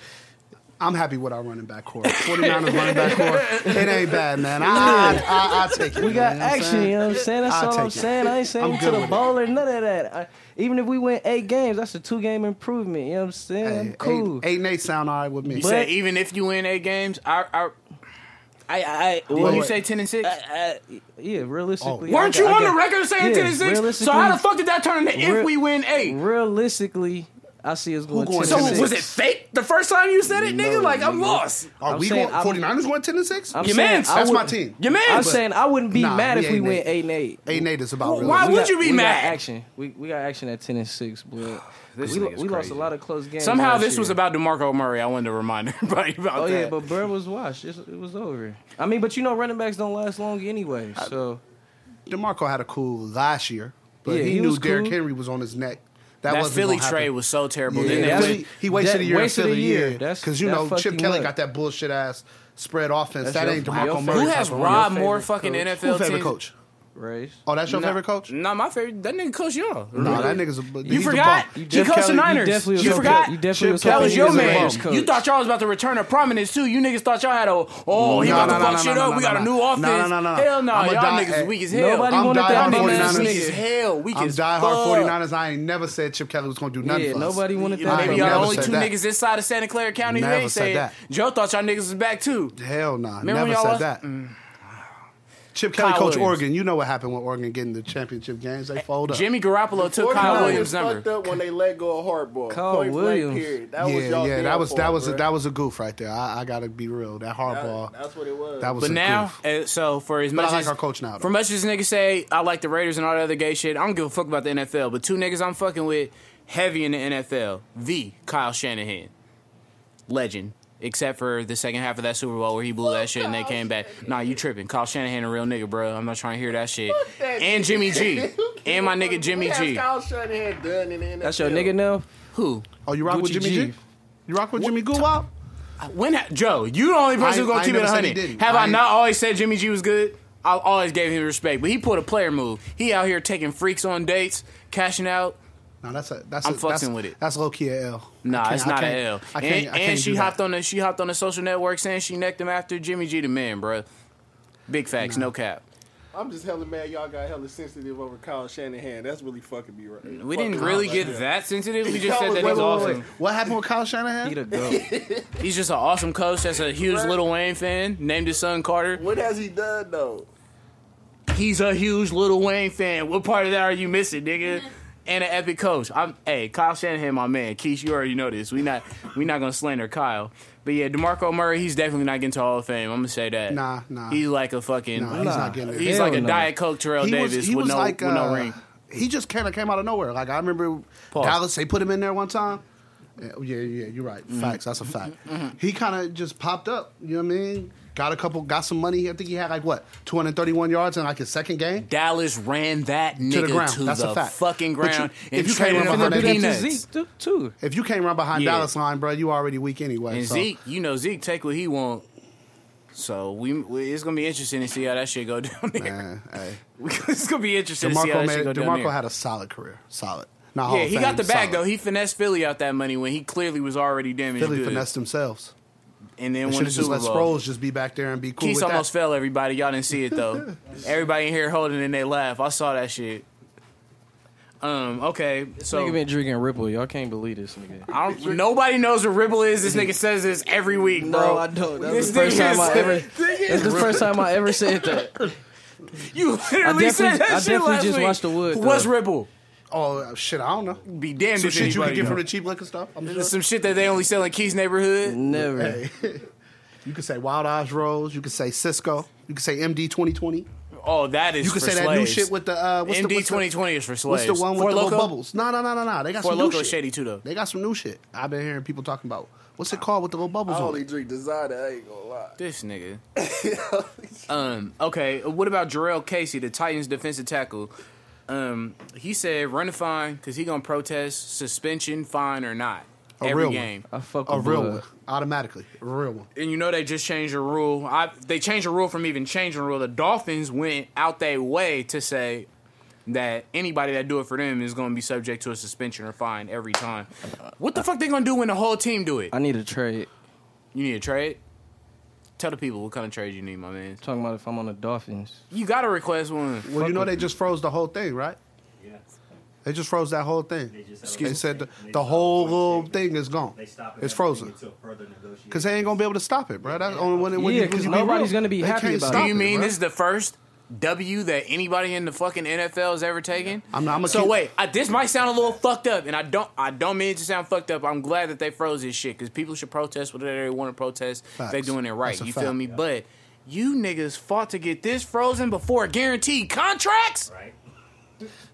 [SPEAKER 3] I'm happy with our running back core. 49ers running back core. It ain't bad, man. I, I, I, I take it.
[SPEAKER 2] We got action, you know what I'm saying? That's
[SPEAKER 3] I'll
[SPEAKER 2] all I'm
[SPEAKER 3] take it.
[SPEAKER 2] saying. I ain't saying
[SPEAKER 3] I'm
[SPEAKER 2] we
[SPEAKER 3] good
[SPEAKER 2] to the
[SPEAKER 3] with it.
[SPEAKER 2] bowl or none of that. I, even if we win eight games, that's a two game improvement. You know what I'm saying? I'm
[SPEAKER 3] Hey,
[SPEAKER 2] cool.
[SPEAKER 3] Eight, eight and eight sound all right with me.
[SPEAKER 1] You said even if you win eight games, I, I
[SPEAKER 6] I, I, I
[SPEAKER 1] When
[SPEAKER 6] well,
[SPEAKER 1] you say ten and six,
[SPEAKER 6] I, I,
[SPEAKER 2] Yeah, realistically.
[SPEAKER 1] Oh, weren't
[SPEAKER 2] I-
[SPEAKER 1] you
[SPEAKER 2] I
[SPEAKER 1] on
[SPEAKER 2] got-
[SPEAKER 1] the record saying
[SPEAKER 2] yeah,
[SPEAKER 1] ten and six? So
[SPEAKER 2] realistically-
[SPEAKER 1] how the fuck did that turn into
[SPEAKER 2] Real-
[SPEAKER 1] if we win eight?
[SPEAKER 2] Realistically, I see us going.
[SPEAKER 3] going
[SPEAKER 2] 10
[SPEAKER 1] So
[SPEAKER 2] and six.
[SPEAKER 1] was it fake the first time you said it, nigga? Like I'm lost.
[SPEAKER 3] Are
[SPEAKER 2] I'm
[SPEAKER 3] we
[SPEAKER 2] saying
[SPEAKER 3] going?
[SPEAKER 2] I'm-
[SPEAKER 3] 49ers going 10 and 6?
[SPEAKER 2] I'm
[SPEAKER 1] Your
[SPEAKER 2] saying
[SPEAKER 1] man's-
[SPEAKER 2] I
[SPEAKER 3] That's my
[SPEAKER 2] would-
[SPEAKER 3] team.
[SPEAKER 1] Your man.
[SPEAKER 2] I'm saying I wouldn't be
[SPEAKER 3] Nah,
[SPEAKER 2] mad
[SPEAKER 3] we
[SPEAKER 2] if we
[SPEAKER 3] ain't
[SPEAKER 2] went
[SPEAKER 3] that.
[SPEAKER 2] eight and eight.
[SPEAKER 3] Eight and 8 is about
[SPEAKER 1] Well,
[SPEAKER 3] real.
[SPEAKER 1] why
[SPEAKER 2] We
[SPEAKER 1] would
[SPEAKER 2] got-
[SPEAKER 1] you be
[SPEAKER 2] we got
[SPEAKER 1] mad?
[SPEAKER 2] action. We we got action at ten and six, but
[SPEAKER 1] This
[SPEAKER 2] we, lo-
[SPEAKER 1] nigga's
[SPEAKER 2] we lost
[SPEAKER 1] crazy.
[SPEAKER 2] a lot of close games.
[SPEAKER 1] Somehow
[SPEAKER 2] last
[SPEAKER 1] this was
[SPEAKER 2] year.
[SPEAKER 1] about Demarco Murray. I wanted to remind everybody about
[SPEAKER 2] Oh
[SPEAKER 1] that.
[SPEAKER 2] yeah, but Bird was washed. It's, it was over. I mean, but you know, running backs don't last long anyway. So
[SPEAKER 3] DeMarco had a cool last year, but
[SPEAKER 2] Yeah,
[SPEAKER 3] he,
[SPEAKER 2] he
[SPEAKER 3] knew
[SPEAKER 2] was
[SPEAKER 3] Derrick
[SPEAKER 2] cool.
[SPEAKER 3] Henry was on his neck. That,
[SPEAKER 1] that
[SPEAKER 3] wasn't
[SPEAKER 1] Philly
[SPEAKER 3] gonna happen.
[SPEAKER 1] trade was so terrible.
[SPEAKER 3] Yeah,
[SPEAKER 1] Then they
[SPEAKER 2] that's-
[SPEAKER 1] went-
[SPEAKER 3] he, he wasted
[SPEAKER 2] that
[SPEAKER 3] a year in
[SPEAKER 2] wasted a
[SPEAKER 3] Philly
[SPEAKER 2] year.
[SPEAKER 3] year
[SPEAKER 2] That's-
[SPEAKER 3] because you
[SPEAKER 2] that
[SPEAKER 3] know
[SPEAKER 2] fucked
[SPEAKER 3] Chip
[SPEAKER 2] you
[SPEAKER 3] Kelly
[SPEAKER 2] up.
[SPEAKER 3] got that bullshit ass spread offense.
[SPEAKER 2] That's
[SPEAKER 3] that
[SPEAKER 2] your-
[SPEAKER 3] ain't
[SPEAKER 2] your
[SPEAKER 3] DeMarco
[SPEAKER 2] favorite-
[SPEAKER 3] Murray.
[SPEAKER 1] who
[SPEAKER 2] Your
[SPEAKER 1] has
[SPEAKER 2] favorite
[SPEAKER 1] Rob Moore
[SPEAKER 2] coach.
[SPEAKER 1] fucking
[SPEAKER 2] Who
[SPEAKER 1] NFL
[SPEAKER 3] Who favorite
[SPEAKER 1] team?
[SPEAKER 3] coach?
[SPEAKER 2] race.
[SPEAKER 3] Oh, that's your
[SPEAKER 1] Nah.
[SPEAKER 3] favorite coach?
[SPEAKER 1] No, my favorite. That nigga coach y'all.
[SPEAKER 3] No, that nigga's a. he's
[SPEAKER 1] You
[SPEAKER 3] a
[SPEAKER 1] forgot?
[SPEAKER 3] bum.
[SPEAKER 1] You
[SPEAKER 2] Chip
[SPEAKER 1] coached
[SPEAKER 2] Kelly-
[SPEAKER 1] the Niners.
[SPEAKER 2] You, definitely was
[SPEAKER 1] You
[SPEAKER 2] hoping-
[SPEAKER 1] forgot?
[SPEAKER 2] You definitely was
[SPEAKER 3] Chip
[SPEAKER 1] That
[SPEAKER 2] hoping
[SPEAKER 1] was
[SPEAKER 2] he
[SPEAKER 1] your
[SPEAKER 2] was a
[SPEAKER 1] man.
[SPEAKER 2] Rams coach.
[SPEAKER 1] You thought y'all was about to return to prominence too. You niggas thought y'all had a oh he
[SPEAKER 3] No,
[SPEAKER 1] about
[SPEAKER 3] no,
[SPEAKER 1] to
[SPEAKER 3] no,
[SPEAKER 1] fuck
[SPEAKER 3] no,
[SPEAKER 1] shit
[SPEAKER 3] no,
[SPEAKER 1] up.
[SPEAKER 3] no,
[SPEAKER 1] we got a
[SPEAKER 3] no.
[SPEAKER 1] new offense.
[SPEAKER 3] No, no, no, no.
[SPEAKER 1] Hell no,
[SPEAKER 3] I'ma
[SPEAKER 1] y'all
[SPEAKER 3] die
[SPEAKER 1] niggas
[SPEAKER 3] at-
[SPEAKER 1] weak as hell.
[SPEAKER 2] Nobody
[SPEAKER 3] I'm
[SPEAKER 2] wanted that
[SPEAKER 3] diehard
[SPEAKER 2] big
[SPEAKER 1] niggas
[SPEAKER 2] ass
[SPEAKER 3] 49ers.
[SPEAKER 1] weak as
[SPEAKER 2] nigga.
[SPEAKER 1] hell. Weak
[SPEAKER 3] I'm
[SPEAKER 1] as
[SPEAKER 3] diehard
[SPEAKER 1] fuck.
[SPEAKER 3] 49ers. I ain't never said Chip Kelly was going to do nothing
[SPEAKER 2] Yeah,
[SPEAKER 3] for us.
[SPEAKER 2] nobody wanted that.
[SPEAKER 3] I
[SPEAKER 1] Maybe
[SPEAKER 3] ain't
[SPEAKER 1] y'all
[SPEAKER 3] never
[SPEAKER 1] the only
[SPEAKER 3] said
[SPEAKER 1] two
[SPEAKER 3] that.
[SPEAKER 1] niggas inside of Santa Clara County who
[SPEAKER 3] Never
[SPEAKER 1] ain't
[SPEAKER 3] said
[SPEAKER 1] said
[SPEAKER 3] that.
[SPEAKER 1] Joe thought y'all niggas was back too.
[SPEAKER 3] Hell nah.
[SPEAKER 1] Remember when
[SPEAKER 3] never
[SPEAKER 1] y'all
[SPEAKER 3] said
[SPEAKER 1] lost- Mm.
[SPEAKER 3] that. Chip Kelly
[SPEAKER 1] Kyle
[SPEAKER 3] coached
[SPEAKER 1] Williams.
[SPEAKER 3] Oregon. You know what happened when Oregon getting the championship games? They fold up.
[SPEAKER 1] Jimmy Garoppolo took
[SPEAKER 4] 49ers
[SPEAKER 1] Kyle Williams' number.
[SPEAKER 4] fucked up when they let go of Hardball.
[SPEAKER 2] Kyle
[SPEAKER 4] Point blank
[SPEAKER 2] Williams.
[SPEAKER 4] Period. That
[SPEAKER 3] yeah,
[SPEAKER 4] was y'all
[SPEAKER 3] yeah, that was that was a,
[SPEAKER 4] downfall,
[SPEAKER 3] that was a goof right there. I, I gotta be real. That
[SPEAKER 4] bruh.
[SPEAKER 3] hardball,
[SPEAKER 4] That's what it was.
[SPEAKER 3] that was.
[SPEAKER 1] But
[SPEAKER 3] a
[SPEAKER 1] now,
[SPEAKER 3] goof.
[SPEAKER 1] uh, so for as
[SPEAKER 3] But I
[SPEAKER 1] much
[SPEAKER 3] like
[SPEAKER 1] as
[SPEAKER 3] our coach now, though.
[SPEAKER 1] for much as niggas say I like the Raiders and all the other gay shit, I don't give a fuck about the NFL. But two niggas I'm fucking with heavy in the NFL, the Kyle Shanahan, legend. Except for the second half of that Super Bowl where he blew that shit and they came back. Nah, you tripping? Kyle Shanahan a real nigga, bro. I'm not trying to hear that shit.
[SPEAKER 4] that
[SPEAKER 1] and Jimmy G, and my nigga Jimmy
[SPEAKER 4] What has
[SPEAKER 1] G.
[SPEAKER 4] Kyle Shanahan done in the NFL?
[SPEAKER 2] That's your nigga now.
[SPEAKER 1] Who?
[SPEAKER 3] oh, you rock with
[SPEAKER 2] Gucci
[SPEAKER 3] Jimmy G?
[SPEAKER 2] G.
[SPEAKER 3] You rock with Jimmy Guwap?
[SPEAKER 1] When ha- Joe, you the only person
[SPEAKER 3] I-
[SPEAKER 1] who's gonna
[SPEAKER 3] I
[SPEAKER 1] keep it
[SPEAKER 3] never said he
[SPEAKER 1] 100.
[SPEAKER 3] didn't.
[SPEAKER 1] Have I,
[SPEAKER 3] I-
[SPEAKER 1] not always said Jimmy G was good? I always gave him respect, but he put a player move. He out here taking freaks on dates, cashing out.
[SPEAKER 3] No, that's a that's.
[SPEAKER 1] I'm
[SPEAKER 3] a, that's,
[SPEAKER 1] fucking with it.
[SPEAKER 3] That's low key a L. I
[SPEAKER 1] Nah,
[SPEAKER 3] can't-
[SPEAKER 1] it's
[SPEAKER 3] I
[SPEAKER 1] not
[SPEAKER 3] can't-
[SPEAKER 1] a L.
[SPEAKER 3] I
[SPEAKER 1] And,
[SPEAKER 3] can't. I can't
[SPEAKER 1] and she
[SPEAKER 3] do that.
[SPEAKER 1] hopped on the she hopped on the social network saying she necked him after Jimmy G the man, bruh. Big facts, no cap.
[SPEAKER 4] I'm just hella mad y'all got hella sensitive over Kyle Shanahan. That's really fucking me right.
[SPEAKER 1] We
[SPEAKER 4] Fucking
[SPEAKER 1] didn't really
[SPEAKER 4] right
[SPEAKER 1] get
[SPEAKER 4] there.
[SPEAKER 1] that sensitive. We
[SPEAKER 4] Y'all
[SPEAKER 1] just said
[SPEAKER 4] was
[SPEAKER 1] that
[SPEAKER 4] like,
[SPEAKER 1] he's
[SPEAKER 4] wait, wait,
[SPEAKER 1] awesome.
[SPEAKER 3] What happened with Kyle
[SPEAKER 2] He
[SPEAKER 3] Shanahan?
[SPEAKER 2] the goat.
[SPEAKER 1] He's just an awesome coach. That's a huge Little Wayne fan. Named his son Carter.
[SPEAKER 4] What has he done though?
[SPEAKER 1] He's a huge Little Wayne fan. What part of that are you missing, nigga? And an epic coach. I'm hey, Kyle Shanahan, my man. Keith, you already know this. We not we not gonna slander Kyle. But yeah, DeMarco Murray, he's definitely not getting to Hall of Fame. I'm gonna say that.
[SPEAKER 3] Nah, nah.
[SPEAKER 1] He's like a fucking
[SPEAKER 3] Nah, he's not getting it.
[SPEAKER 1] He's
[SPEAKER 2] Hell
[SPEAKER 1] like a
[SPEAKER 2] no.
[SPEAKER 1] Diet Coke Terrell Davis with no with no
[SPEAKER 3] uh,
[SPEAKER 1] ring.
[SPEAKER 3] He just kind of came out of nowhere. Like I remember
[SPEAKER 1] Pause.
[SPEAKER 3] Dallas, they put him in there one time. Yeah, yeah, yeah, you're right.
[SPEAKER 1] Mm-hmm.
[SPEAKER 3] Facts, that's a fact. He kind of just popped up. You know what I mean? Got a couple, got some money. I think he had like what 231 yards in like his second game.
[SPEAKER 1] Dallas ran that nigga to the,
[SPEAKER 3] ground. That's a fact.
[SPEAKER 1] fucking
[SPEAKER 3] But you-
[SPEAKER 1] ground
[SPEAKER 3] if
[SPEAKER 1] and
[SPEAKER 3] you can't
[SPEAKER 1] traded
[SPEAKER 3] run
[SPEAKER 1] him for
[SPEAKER 2] Finna
[SPEAKER 3] behind
[SPEAKER 2] do that to
[SPEAKER 1] peanuts.
[SPEAKER 2] Zeke too. too.
[SPEAKER 3] If you can't run behind
[SPEAKER 1] Yeah.
[SPEAKER 3] Dallas line, bro, you already weak anyway.
[SPEAKER 1] And
[SPEAKER 3] so-
[SPEAKER 1] Zeke, you know Zeke take what he want. So we, we it's gonna be interesting to see how that shit go down there.
[SPEAKER 3] Man, hey.
[SPEAKER 1] it's gonna be interesting to see how
[SPEAKER 3] Demarco,
[SPEAKER 1] that shit
[SPEAKER 3] made,
[SPEAKER 1] go down
[SPEAKER 3] DeMarco
[SPEAKER 1] there.
[SPEAKER 3] had a solid career, solid. Not Hall
[SPEAKER 1] yeah,
[SPEAKER 3] of
[SPEAKER 1] he
[SPEAKER 3] Fame,
[SPEAKER 1] got the bag
[SPEAKER 3] solid.
[SPEAKER 1] though. He finessed Philly out that money when he clearly was already damaged
[SPEAKER 3] Philly
[SPEAKER 1] good.
[SPEAKER 3] finessed themselves.
[SPEAKER 1] and then
[SPEAKER 3] They
[SPEAKER 1] won
[SPEAKER 3] should
[SPEAKER 1] the
[SPEAKER 3] have just
[SPEAKER 1] Super
[SPEAKER 3] let
[SPEAKER 1] Bowl.
[SPEAKER 3] Sproles just be back there and be cool
[SPEAKER 1] Keith
[SPEAKER 3] with
[SPEAKER 1] almost
[SPEAKER 3] that.
[SPEAKER 1] fell. Everybody, y'all didn't see it though. everybody in here holding in their laugh. I saw that shit. Um. Okay.
[SPEAKER 2] Nigga
[SPEAKER 1] So
[SPEAKER 2] been drinking Ripple. Y'all can't believe this nigga.
[SPEAKER 1] I don't, nobody knows what Ripple is. This nigga says this every week, bro.
[SPEAKER 2] No, I don't. That
[SPEAKER 1] This
[SPEAKER 2] was the first
[SPEAKER 1] nigga
[SPEAKER 2] time I
[SPEAKER 1] is-
[SPEAKER 2] ever. That's the first time I ever said that.
[SPEAKER 1] You literally
[SPEAKER 2] I
[SPEAKER 1] said
[SPEAKER 2] definitely-
[SPEAKER 1] that
[SPEAKER 2] I
[SPEAKER 1] shit
[SPEAKER 2] definitely
[SPEAKER 1] last
[SPEAKER 2] just
[SPEAKER 1] week.
[SPEAKER 2] watched The Wood,
[SPEAKER 1] Who was
[SPEAKER 2] though.
[SPEAKER 1] Ripple?
[SPEAKER 3] Oh shit, I don't know.
[SPEAKER 1] Be damned
[SPEAKER 3] Some
[SPEAKER 1] if
[SPEAKER 3] shit you
[SPEAKER 1] anybody
[SPEAKER 3] can get
[SPEAKER 1] know.
[SPEAKER 3] from the cheap liquor stuff. I'm sure.
[SPEAKER 1] some shit that they only sell in Keith's neighborhood.
[SPEAKER 2] Never.
[SPEAKER 3] You could say Wild Eyes Rose. You could say Cisco. You could say MD 2020.
[SPEAKER 1] Oh, that is
[SPEAKER 3] You could
[SPEAKER 1] for
[SPEAKER 3] say that
[SPEAKER 1] slaves.
[SPEAKER 3] new shit with the uh, what's the
[SPEAKER 1] MD
[SPEAKER 3] what's the-
[SPEAKER 1] twenty twenty is for
[SPEAKER 3] What's
[SPEAKER 1] slaves.
[SPEAKER 3] the one with
[SPEAKER 1] Four
[SPEAKER 3] the little
[SPEAKER 1] Loko?
[SPEAKER 3] bubbles? No, no, no, no, no. They got
[SPEAKER 1] Four
[SPEAKER 3] some new
[SPEAKER 1] Loko
[SPEAKER 3] shit.
[SPEAKER 1] shady too though.
[SPEAKER 3] They got some new shit. I've been hearing people talking about. What's it called with the little bubbles
[SPEAKER 4] I
[SPEAKER 3] on
[SPEAKER 4] only
[SPEAKER 3] it?
[SPEAKER 4] drink designer. I ain't gonna lie.
[SPEAKER 1] This nigga. um. Okay. What about Jarrell Casey, the Titans' defensive tackle? Um. He said run a fine because he gonna protest suspension, fine or not
[SPEAKER 3] A
[SPEAKER 1] every
[SPEAKER 3] real
[SPEAKER 1] game.
[SPEAKER 2] I fuck
[SPEAKER 3] A
[SPEAKER 2] with
[SPEAKER 3] real
[SPEAKER 2] Bud.
[SPEAKER 3] one, automatically. A real one.
[SPEAKER 1] And you know they just changed the rule. I they changed the rule from even changing the rule. The Dolphins went out their way to say that anybody that do it for them is gonna be subject to a suspension or fine every time. What the fuck they gonna do when the whole team do it?
[SPEAKER 2] I need a trade.
[SPEAKER 1] You need a trade? Tell the people what kind of trade you need, my man.
[SPEAKER 2] Talking about if I'm on the Dolphins.
[SPEAKER 1] You gotta request one.
[SPEAKER 3] Well, you know they just froze the whole thing, right? They just froze that whole thing.
[SPEAKER 6] They just
[SPEAKER 3] they
[SPEAKER 6] had a-
[SPEAKER 3] said the,
[SPEAKER 6] they stopped
[SPEAKER 3] the whole
[SPEAKER 6] one
[SPEAKER 3] little
[SPEAKER 6] segment.
[SPEAKER 3] thing is gone.
[SPEAKER 6] They stopped.
[SPEAKER 3] It's frozen. Because
[SPEAKER 6] Because
[SPEAKER 3] they ain't going to be able to stop it, bro. That's only when, it, when
[SPEAKER 2] Yeah,
[SPEAKER 3] you-
[SPEAKER 2] 'cause
[SPEAKER 3] you-
[SPEAKER 2] nobody's gonna be
[SPEAKER 3] they
[SPEAKER 2] happy
[SPEAKER 3] can't
[SPEAKER 2] about it.
[SPEAKER 3] stop
[SPEAKER 2] Do
[SPEAKER 1] you mean
[SPEAKER 3] bro.
[SPEAKER 1] this is the first W that anybody in the fucking NFL has ever taken?
[SPEAKER 3] I'm not- I'ma
[SPEAKER 1] so
[SPEAKER 3] keep-
[SPEAKER 1] wait, I, this might sound a little fucked up, and I don't, I don't mean it to sound fucked up. I'm glad that they froze this shit because people should protest whatever they want to protest. if They
[SPEAKER 3] Facts.
[SPEAKER 1] doing it right.
[SPEAKER 3] That's a
[SPEAKER 1] You
[SPEAKER 3] fact.
[SPEAKER 1] feel me? But you niggas fought to get this frozen before guaranteed contracts.
[SPEAKER 6] Right.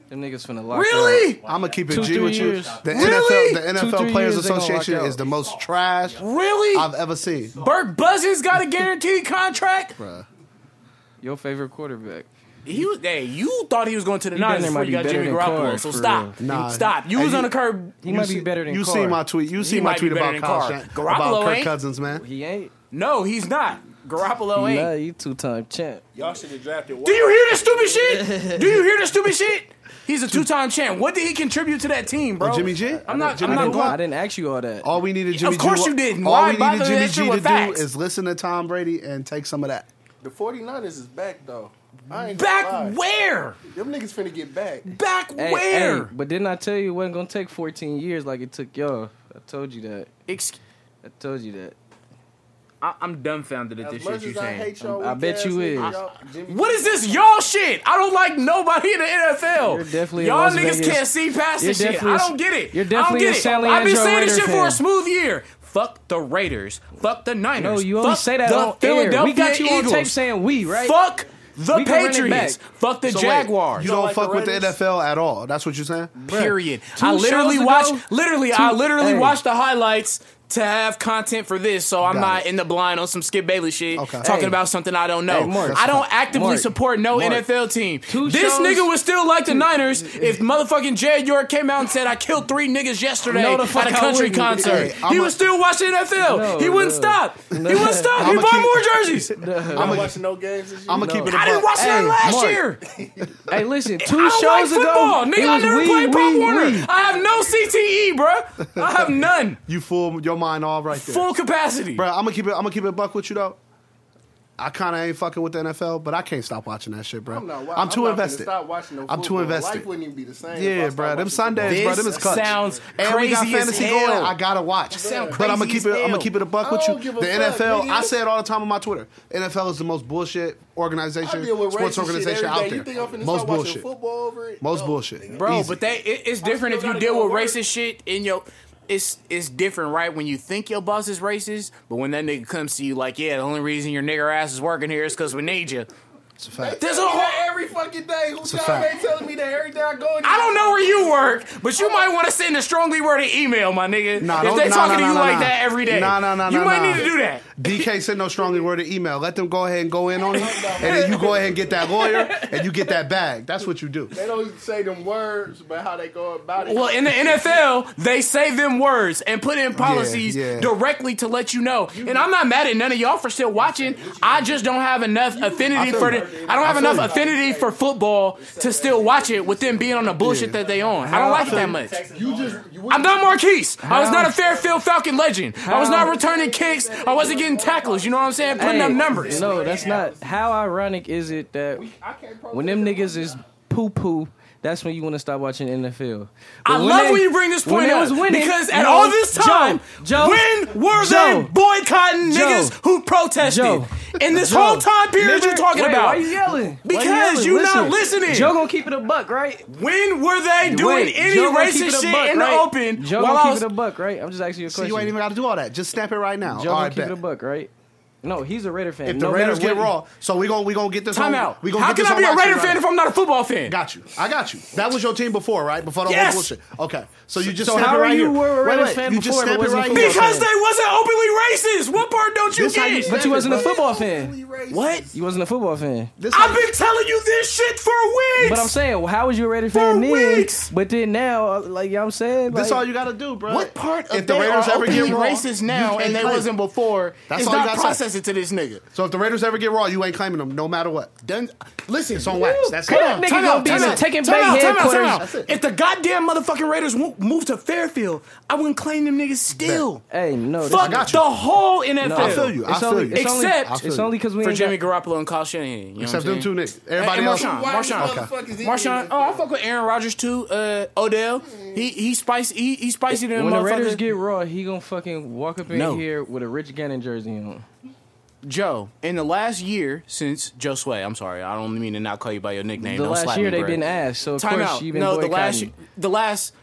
[SPEAKER 2] Them niggas finna lock
[SPEAKER 1] Really?
[SPEAKER 3] I'm gonna keep it
[SPEAKER 2] Two,
[SPEAKER 3] G
[SPEAKER 2] three
[SPEAKER 3] with you.
[SPEAKER 2] years.
[SPEAKER 3] The
[SPEAKER 1] Really?
[SPEAKER 3] NFL, the
[SPEAKER 2] Two,
[SPEAKER 3] NFL
[SPEAKER 2] three
[SPEAKER 3] Players
[SPEAKER 2] years, they gonna lock
[SPEAKER 3] Association
[SPEAKER 2] out.
[SPEAKER 3] is the most trash
[SPEAKER 1] Really?
[SPEAKER 3] I've ever seen.
[SPEAKER 1] Burke Buzzin's got a guaranteed contract.
[SPEAKER 3] Bruh.
[SPEAKER 2] Up. Your favorite quarterback.
[SPEAKER 1] He was, hey, you thought he was going to the
[SPEAKER 2] You damn
[SPEAKER 1] Niners
[SPEAKER 2] near
[SPEAKER 1] before you
[SPEAKER 2] might be
[SPEAKER 1] got
[SPEAKER 2] better
[SPEAKER 1] Jimmy
[SPEAKER 2] than
[SPEAKER 1] Garoppolo.
[SPEAKER 2] Carr,
[SPEAKER 1] So
[SPEAKER 2] for
[SPEAKER 1] stop,
[SPEAKER 2] real.
[SPEAKER 3] Nah.
[SPEAKER 1] stop. You
[SPEAKER 3] And
[SPEAKER 1] was on
[SPEAKER 3] you-
[SPEAKER 1] the curb.
[SPEAKER 2] He
[SPEAKER 3] You
[SPEAKER 2] might be
[SPEAKER 3] see-
[SPEAKER 2] better than
[SPEAKER 3] you.
[SPEAKER 2] Carr.
[SPEAKER 3] seen my tweet? You seen my
[SPEAKER 1] might be
[SPEAKER 3] tweet
[SPEAKER 1] better
[SPEAKER 3] about
[SPEAKER 1] than
[SPEAKER 3] Kyle
[SPEAKER 1] Carr.
[SPEAKER 3] Shan-
[SPEAKER 1] Garoppolo
[SPEAKER 3] about Kirk
[SPEAKER 1] ain't.
[SPEAKER 3] Cousins, man.
[SPEAKER 2] He ain't.
[SPEAKER 1] No, he's not. Garoppolo
[SPEAKER 2] He
[SPEAKER 1] ain't.
[SPEAKER 2] not. He two time champ.
[SPEAKER 5] Y'all should have drafted.
[SPEAKER 1] Do you hear this stupid shit? Do you hear this stupid shit? He's a two-time champ. What did he contribute to that team, bro?
[SPEAKER 3] Oh, Jimmy G?
[SPEAKER 1] I'm not.
[SPEAKER 3] Jimmy
[SPEAKER 1] I'm
[SPEAKER 2] I Oh,
[SPEAKER 1] not
[SPEAKER 2] didn't,
[SPEAKER 1] going.
[SPEAKER 2] I didn't ask you all that.
[SPEAKER 3] All we needed Jimmy
[SPEAKER 1] course
[SPEAKER 3] G.
[SPEAKER 1] you didn't.
[SPEAKER 3] All
[SPEAKER 1] Why
[SPEAKER 3] we
[SPEAKER 1] bother
[SPEAKER 3] needed Jimmy
[SPEAKER 1] that shit
[SPEAKER 3] G to
[SPEAKER 1] with facts?
[SPEAKER 3] do is listen to Tom Brady and take some of that.
[SPEAKER 5] The 49ers is back though. I ain't gonna lie.
[SPEAKER 1] Back where?
[SPEAKER 5] Them niggas finna get back.
[SPEAKER 1] Back
[SPEAKER 2] Hey,
[SPEAKER 1] where?
[SPEAKER 2] hey, but didn't I tell you it wasn't gonna take 14 years like it took y'all? I told you that.
[SPEAKER 1] Excuse-
[SPEAKER 2] I told you that.
[SPEAKER 1] I, I'm dumbfounded at
[SPEAKER 5] As
[SPEAKER 1] this
[SPEAKER 5] much
[SPEAKER 1] shit
[SPEAKER 5] as
[SPEAKER 1] you
[SPEAKER 5] I
[SPEAKER 1] saying.
[SPEAKER 5] hate y'all,
[SPEAKER 2] I
[SPEAKER 5] weak
[SPEAKER 2] bet
[SPEAKER 5] ass
[SPEAKER 2] you
[SPEAKER 5] niggas,
[SPEAKER 2] is.
[SPEAKER 5] y'all- Jimmy-
[SPEAKER 1] What is this y'all shit? I don't like nobody in the NFL.
[SPEAKER 2] You're definitely a
[SPEAKER 1] y'all
[SPEAKER 2] Las
[SPEAKER 1] niggas
[SPEAKER 2] Vegas-
[SPEAKER 1] can't see past
[SPEAKER 2] You're
[SPEAKER 1] this shit.
[SPEAKER 2] definitely
[SPEAKER 1] I
[SPEAKER 2] a-
[SPEAKER 1] don't get it.
[SPEAKER 2] you're
[SPEAKER 1] I don't
[SPEAKER 2] definitely
[SPEAKER 1] get
[SPEAKER 2] a
[SPEAKER 1] it.
[SPEAKER 2] San
[SPEAKER 1] I've been
[SPEAKER 2] Leandro
[SPEAKER 1] saying this shit
[SPEAKER 2] Raider
[SPEAKER 1] for a
[SPEAKER 2] fan.
[SPEAKER 1] smooth year. Fuck the Raiders. Fuck the Niners.
[SPEAKER 2] No, you only
[SPEAKER 1] Fuck
[SPEAKER 2] say that
[SPEAKER 1] the
[SPEAKER 2] on air. We got you
[SPEAKER 1] Philadelphia
[SPEAKER 2] on tape
[SPEAKER 1] Eagles.
[SPEAKER 2] saying we, right?
[SPEAKER 1] Fuck the
[SPEAKER 2] We can run it
[SPEAKER 1] Patriots.
[SPEAKER 2] back.
[SPEAKER 1] Fuck the
[SPEAKER 3] So wait,
[SPEAKER 1] Jaguars.
[SPEAKER 3] you don't
[SPEAKER 5] like
[SPEAKER 3] fuck
[SPEAKER 5] the
[SPEAKER 3] with the
[SPEAKER 5] Raiders?
[SPEAKER 3] NFL at all. That's what you're saying.
[SPEAKER 1] period.
[SPEAKER 2] Two
[SPEAKER 1] I literally
[SPEAKER 2] shows ago-
[SPEAKER 1] watched. Literally, I
[SPEAKER 2] two-
[SPEAKER 1] literally
[SPEAKER 2] Hey.
[SPEAKER 1] watched the highlights to have content for this, so I'm
[SPEAKER 3] Got
[SPEAKER 1] not
[SPEAKER 3] it.
[SPEAKER 1] in the blind on some Skip Bailey shit,
[SPEAKER 3] Okay.
[SPEAKER 1] talking
[SPEAKER 2] Hey.
[SPEAKER 1] about something I don't know.
[SPEAKER 2] Hey, Mark.
[SPEAKER 1] I don't actively
[SPEAKER 2] Mark.
[SPEAKER 1] support no
[SPEAKER 2] Mark.
[SPEAKER 1] NFL team.
[SPEAKER 2] Two
[SPEAKER 1] this
[SPEAKER 2] shows-
[SPEAKER 1] nigga would still like the Niners if motherfucking Jed York came out and said I killed three niggas yesterday
[SPEAKER 2] No, the
[SPEAKER 1] at
[SPEAKER 2] fuck
[SPEAKER 1] a
[SPEAKER 2] I
[SPEAKER 1] country
[SPEAKER 2] wouldn't.
[SPEAKER 1] concert.
[SPEAKER 3] Hey, I'm
[SPEAKER 1] he
[SPEAKER 3] a-
[SPEAKER 1] would still watch the NFL.
[SPEAKER 2] No,
[SPEAKER 1] he wouldn't
[SPEAKER 2] no.
[SPEAKER 1] stop. He wouldn't stop. He
[SPEAKER 3] I'ma
[SPEAKER 1] bought
[SPEAKER 3] keep-
[SPEAKER 1] more jerseys.
[SPEAKER 5] I'm watching no games this year.
[SPEAKER 3] I'm gonna keep it. a
[SPEAKER 1] I didn't
[SPEAKER 3] buck.
[SPEAKER 1] watch that
[SPEAKER 2] Hey,
[SPEAKER 1] last
[SPEAKER 2] Mark.
[SPEAKER 1] year.
[SPEAKER 2] Hey, listen, two
[SPEAKER 1] I don't like
[SPEAKER 2] shows
[SPEAKER 1] football,
[SPEAKER 2] ago,
[SPEAKER 1] nigga.
[SPEAKER 2] it
[SPEAKER 1] I
[SPEAKER 2] was
[SPEAKER 1] never
[SPEAKER 2] we,
[SPEAKER 1] played
[SPEAKER 2] we,
[SPEAKER 1] Pop Warner.
[SPEAKER 2] we.
[SPEAKER 1] I have no CTE, bruh. I have none.
[SPEAKER 3] You fool your mind all right there,
[SPEAKER 1] Full capacity.
[SPEAKER 3] bro. I'm gonna keep it. I'm gonna keep it a buck with you though. I kind of ain't fucking with the NFL, but I can't stop watching that shit, bro.
[SPEAKER 5] I'm, not, wa-
[SPEAKER 3] I'm too
[SPEAKER 5] not finna
[SPEAKER 3] invested.
[SPEAKER 5] Stop watching no
[SPEAKER 3] I'm too
[SPEAKER 5] football.
[SPEAKER 3] invested.
[SPEAKER 5] Life wouldn't even be the same. if I
[SPEAKER 3] Yeah,
[SPEAKER 5] stopped
[SPEAKER 3] bro. Them
[SPEAKER 5] watching
[SPEAKER 3] Sundays,
[SPEAKER 1] This
[SPEAKER 3] bro. Them is clutch.
[SPEAKER 1] sounds
[SPEAKER 3] and we got
[SPEAKER 1] crazy as
[SPEAKER 3] fantasy
[SPEAKER 1] hell.
[SPEAKER 3] going. I gotta watch.
[SPEAKER 1] sound
[SPEAKER 3] but
[SPEAKER 1] crazy
[SPEAKER 3] I'm gonna keep
[SPEAKER 1] as
[SPEAKER 3] it. I'm
[SPEAKER 1] hell.
[SPEAKER 3] gonna keep it a buck
[SPEAKER 5] I
[SPEAKER 3] with you.
[SPEAKER 5] don't
[SPEAKER 3] The
[SPEAKER 5] give a fuck,
[SPEAKER 3] NFL. I
[SPEAKER 5] nigga.
[SPEAKER 3] said it all the time on my Twitter. NFL is the most bullshit organization,
[SPEAKER 5] I deal with
[SPEAKER 3] sports
[SPEAKER 5] racist shit
[SPEAKER 3] organization
[SPEAKER 5] every
[SPEAKER 3] out
[SPEAKER 5] day.
[SPEAKER 3] there.
[SPEAKER 5] You think I'm finna
[SPEAKER 3] most
[SPEAKER 5] start watching
[SPEAKER 3] bullshit.
[SPEAKER 5] Football over it?
[SPEAKER 3] Most
[SPEAKER 5] No.
[SPEAKER 3] bullshit,
[SPEAKER 1] bro.
[SPEAKER 3] Easy.
[SPEAKER 1] But they, it, it's different
[SPEAKER 5] still
[SPEAKER 1] if you
[SPEAKER 5] gotta
[SPEAKER 1] deal
[SPEAKER 5] go
[SPEAKER 1] with
[SPEAKER 5] work.
[SPEAKER 1] racist shit in your. It's it's different, right? When you think your boss is racist, but when that nigga comes to you, like, yeah, the only reason your nigger ass is working here is because we need you.
[SPEAKER 3] it's a fact.
[SPEAKER 1] There's a
[SPEAKER 5] Tell me that
[SPEAKER 1] whole.
[SPEAKER 5] every fucking day. Who's
[SPEAKER 3] a
[SPEAKER 5] y'all
[SPEAKER 3] fact.
[SPEAKER 5] ain't telling me that every day I go? and
[SPEAKER 1] I don't know where you work, but you might want to send a strongly worded email, my nigga.
[SPEAKER 3] Nah,
[SPEAKER 1] if
[SPEAKER 3] don't-
[SPEAKER 1] they
[SPEAKER 3] nah,
[SPEAKER 1] talking
[SPEAKER 3] nah,
[SPEAKER 1] to you
[SPEAKER 3] nah,
[SPEAKER 1] like
[SPEAKER 3] nah.
[SPEAKER 1] that every day,
[SPEAKER 3] Nah, nah, nah,
[SPEAKER 1] you
[SPEAKER 3] nah,
[SPEAKER 1] might
[SPEAKER 3] nah.
[SPEAKER 1] need to do that.
[SPEAKER 3] DK sent no strongly worded email. Let them go ahead and go in on it, and then you go ahead and get that lawyer, and you get that bag. That's what you do.
[SPEAKER 5] They don't say them words, but how they go about it.
[SPEAKER 1] Well, in the NFL, they say them words and put in policies
[SPEAKER 3] yeah.
[SPEAKER 1] directly to let you know. And I'm not mad at none of y'all for still watching. I just don't have enough affinity
[SPEAKER 3] feel
[SPEAKER 1] for
[SPEAKER 3] you.
[SPEAKER 1] the, I don't have
[SPEAKER 3] I feel
[SPEAKER 1] enough
[SPEAKER 3] you.
[SPEAKER 1] affinity for football to still watch it with them being on the bullshit that they on. I don't like it that much.
[SPEAKER 5] you just you
[SPEAKER 1] I'm not Marquise. I was
[SPEAKER 2] How?
[SPEAKER 1] not a Fairfield Falcon legend. I was
[SPEAKER 2] How?
[SPEAKER 1] not returning kicks. I wasn't getting tackles. You know what I'm saying? Putting up
[SPEAKER 2] Hey,
[SPEAKER 1] numbers.
[SPEAKER 2] No, that's not. How ironic is it that when them niggas is poo poo, that's when you want to stop watching NFL. But
[SPEAKER 1] I love
[SPEAKER 2] they-
[SPEAKER 1] when you bring this
[SPEAKER 2] when
[SPEAKER 1] point
[SPEAKER 2] they
[SPEAKER 1] up
[SPEAKER 2] was winning-
[SPEAKER 1] because at
[SPEAKER 2] No,
[SPEAKER 1] all this time,
[SPEAKER 2] Joe, Joe,
[SPEAKER 1] when were
[SPEAKER 2] Joe,
[SPEAKER 1] they boycotting
[SPEAKER 2] Joe,
[SPEAKER 1] niggas who protested
[SPEAKER 2] Joe,
[SPEAKER 1] in this
[SPEAKER 2] Joe,
[SPEAKER 1] whole time period
[SPEAKER 2] remember-
[SPEAKER 1] you're talking
[SPEAKER 2] wait,
[SPEAKER 1] about?
[SPEAKER 2] Why you yelling? Why
[SPEAKER 1] Because
[SPEAKER 2] yelling?
[SPEAKER 1] you not listening.
[SPEAKER 2] Joe gonna keep it a buck, right?
[SPEAKER 1] when were they doing
[SPEAKER 2] Wait,
[SPEAKER 1] any
[SPEAKER 2] Joe gonna keep it
[SPEAKER 1] racist
[SPEAKER 2] a
[SPEAKER 1] shit
[SPEAKER 2] buck,
[SPEAKER 1] in the
[SPEAKER 2] right?
[SPEAKER 1] open?
[SPEAKER 2] Joe
[SPEAKER 1] while
[SPEAKER 2] gonna
[SPEAKER 1] I
[SPEAKER 2] keep
[SPEAKER 1] was,
[SPEAKER 2] it a buck, right? I'm just asking you a
[SPEAKER 3] So
[SPEAKER 2] question.
[SPEAKER 3] you ain't even got to do all that. Just snap it right now.
[SPEAKER 2] Joe gonna
[SPEAKER 3] all right,
[SPEAKER 2] keep
[SPEAKER 3] bet.
[SPEAKER 2] it a buck, right? No, he's a Raider fan.
[SPEAKER 3] If the
[SPEAKER 2] no matter
[SPEAKER 3] Raiders get
[SPEAKER 2] what-
[SPEAKER 3] raw, so we gonna we gonna get this.
[SPEAKER 1] time
[SPEAKER 3] on,
[SPEAKER 1] out.
[SPEAKER 3] We gonna
[SPEAKER 1] How can
[SPEAKER 3] get this
[SPEAKER 1] I
[SPEAKER 3] on
[SPEAKER 1] be a
[SPEAKER 3] lock
[SPEAKER 1] Raider
[SPEAKER 3] right
[SPEAKER 1] fan
[SPEAKER 3] now.
[SPEAKER 1] if I'm not a football fan?
[SPEAKER 3] Got you. I got you. That was your team before, right? Before the
[SPEAKER 1] Yes.
[SPEAKER 3] whole bullshit. Okay. So you just
[SPEAKER 2] So
[SPEAKER 3] snap
[SPEAKER 2] how
[SPEAKER 3] it
[SPEAKER 2] are
[SPEAKER 3] right
[SPEAKER 2] you
[SPEAKER 3] here.
[SPEAKER 2] were a
[SPEAKER 3] Wait,
[SPEAKER 2] Raiders
[SPEAKER 3] wait.
[SPEAKER 2] fan
[SPEAKER 3] You just
[SPEAKER 2] before, but
[SPEAKER 3] snap it
[SPEAKER 2] wasn't
[SPEAKER 3] right
[SPEAKER 2] a
[SPEAKER 3] here.
[SPEAKER 2] football
[SPEAKER 1] Because they wasn't openly racist. What part don't you
[SPEAKER 3] This how you
[SPEAKER 1] get?
[SPEAKER 3] snap
[SPEAKER 2] But you wasn't a
[SPEAKER 3] Bro.
[SPEAKER 2] football fan.
[SPEAKER 1] What?
[SPEAKER 2] You wasn't a football fan.
[SPEAKER 3] This
[SPEAKER 1] I've been telling you this shit for weeks.
[SPEAKER 2] But I'm saying, well, how was you a Raider fan then?
[SPEAKER 1] weeks.
[SPEAKER 2] But then now, uh, like you know what I'm saying,
[SPEAKER 3] This
[SPEAKER 2] like,
[SPEAKER 3] all you gotta do, bro.
[SPEAKER 1] What part of
[SPEAKER 3] if the Raiders ever get raw,
[SPEAKER 1] racist now
[SPEAKER 3] you
[SPEAKER 1] and
[SPEAKER 3] ain't
[SPEAKER 1] they
[SPEAKER 3] claiming
[SPEAKER 1] wasn't
[SPEAKER 3] them.
[SPEAKER 1] before?
[SPEAKER 3] That's
[SPEAKER 1] it's
[SPEAKER 3] all you
[SPEAKER 1] not
[SPEAKER 3] gotta say.
[SPEAKER 1] processing to this nigga.
[SPEAKER 3] So if the Raiders ever get raw, you ain't claiming them, no matter what.
[SPEAKER 1] Done, listen,
[SPEAKER 3] It's on wax. That's
[SPEAKER 2] Come
[SPEAKER 3] it.
[SPEAKER 2] on. Nigga gonna be in a Tekken Bay headquarters.
[SPEAKER 3] That's it.
[SPEAKER 1] If the goddamn motherfucking Raiders wo- moved to Fairfield, I wouldn't claim them niggas still.
[SPEAKER 2] hey, no, this
[SPEAKER 1] Fuck
[SPEAKER 3] got you.
[SPEAKER 1] the whole NFL.
[SPEAKER 2] No, I feel
[SPEAKER 3] feel you. I
[SPEAKER 2] It's
[SPEAKER 3] feel
[SPEAKER 2] only,
[SPEAKER 3] you.
[SPEAKER 2] It's
[SPEAKER 1] Except-
[SPEAKER 2] only,
[SPEAKER 3] I feel
[SPEAKER 2] it's
[SPEAKER 3] you.
[SPEAKER 2] only because we
[SPEAKER 1] for
[SPEAKER 2] ain't
[SPEAKER 1] Jimmy
[SPEAKER 2] got,
[SPEAKER 1] Garoppolo and Kyle Shanahan. You know
[SPEAKER 3] Except
[SPEAKER 1] what I'm
[SPEAKER 3] them
[SPEAKER 1] saying?
[SPEAKER 3] two niggas. Everybody
[SPEAKER 1] and
[SPEAKER 3] else.
[SPEAKER 1] Marshawn.
[SPEAKER 4] Why the
[SPEAKER 1] Marshawn.
[SPEAKER 4] motherfuckers he
[SPEAKER 1] Marshawn.
[SPEAKER 4] did
[SPEAKER 1] Oh, I fuck with Aaron Rodgers too. Uh, Odell. He he spicy. He, he spicy than
[SPEAKER 2] when the
[SPEAKER 1] motherfucker.
[SPEAKER 2] Raiders get raw, he gonna fucking walk up in
[SPEAKER 1] No.
[SPEAKER 2] here with a Rich Gannon jersey on.
[SPEAKER 1] Joe, in the last year since Joe Sway, I'm sorry, I don't mean to not call you by your nickname.
[SPEAKER 2] the
[SPEAKER 1] Don't slap
[SPEAKER 2] last year
[SPEAKER 1] me,
[SPEAKER 2] they
[SPEAKER 1] bro.
[SPEAKER 2] been asked, so of
[SPEAKER 1] Time
[SPEAKER 2] course
[SPEAKER 1] out.
[SPEAKER 2] you been
[SPEAKER 1] no, the
[SPEAKER 2] boycotting.
[SPEAKER 1] last the last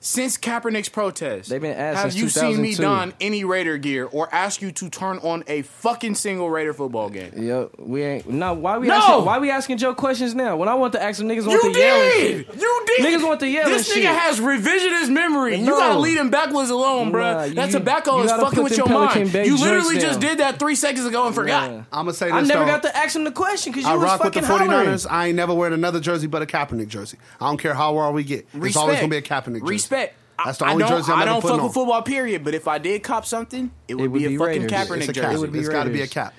[SPEAKER 1] since Kaepernick's protest,
[SPEAKER 2] They've been asked
[SPEAKER 1] Have
[SPEAKER 2] since
[SPEAKER 1] you seen me
[SPEAKER 2] 2002.
[SPEAKER 1] don any Raider gear or ask you to turn on a fucking single Raider football game?
[SPEAKER 2] Yep, we ain't. No, why we
[SPEAKER 1] No!
[SPEAKER 2] asking, why we asking Joe questions now? When I want to ask some niggas, want
[SPEAKER 1] You
[SPEAKER 2] to yell. and shit.
[SPEAKER 1] did. You did.
[SPEAKER 2] Niggas want the yelling
[SPEAKER 1] This nigga
[SPEAKER 2] shit.
[SPEAKER 1] has revisionist memory. You
[SPEAKER 2] No.
[SPEAKER 1] gotta lead him backwards alone, bruh.
[SPEAKER 2] Nah, you-
[SPEAKER 1] that tobacco
[SPEAKER 2] you
[SPEAKER 1] is
[SPEAKER 2] gotta
[SPEAKER 1] fucking
[SPEAKER 2] put
[SPEAKER 1] with your
[SPEAKER 2] them Pelican
[SPEAKER 1] mind.
[SPEAKER 2] Bay
[SPEAKER 1] You
[SPEAKER 2] joints
[SPEAKER 1] literally
[SPEAKER 2] down.
[SPEAKER 1] just did that three seconds ago and forgot.
[SPEAKER 2] Yeah.
[SPEAKER 3] I'm gonna say this.
[SPEAKER 2] I never
[SPEAKER 3] though.
[SPEAKER 2] got to ask him the question because you
[SPEAKER 3] I
[SPEAKER 2] was
[SPEAKER 3] rock with the
[SPEAKER 2] fucking hollering.
[SPEAKER 3] 49ers. I ain't never wearing another jersey but a Kaepernick jersey. I don't care how raw we get. It's always gonna be a Kaepernick
[SPEAKER 1] Respect.
[SPEAKER 3] jersey.
[SPEAKER 1] I-
[SPEAKER 3] That's the
[SPEAKER 1] I
[SPEAKER 3] only
[SPEAKER 1] don't-
[SPEAKER 3] jersey I'm
[SPEAKER 1] I
[SPEAKER 3] ever
[SPEAKER 1] don't
[SPEAKER 3] putting
[SPEAKER 1] fuck
[SPEAKER 3] on.
[SPEAKER 1] with football, period. But if I did cop something, it would,
[SPEAKER 2] would
[SPEAKER 1] be,
[SPEAKER 2] be
[SPEAKER 1] a fucking
[SPEAKER 2] Raiders.
[SPEAKER 1] Kaepernick
[SPEAKER 3] It's a cap.
[SPEAKER 1] jersey.
[SPEAKER 2] would be
[SPEAKER 3] it's gotta be a
[SPEAKER 2] Raiders.
[SPEAKER 3] cap.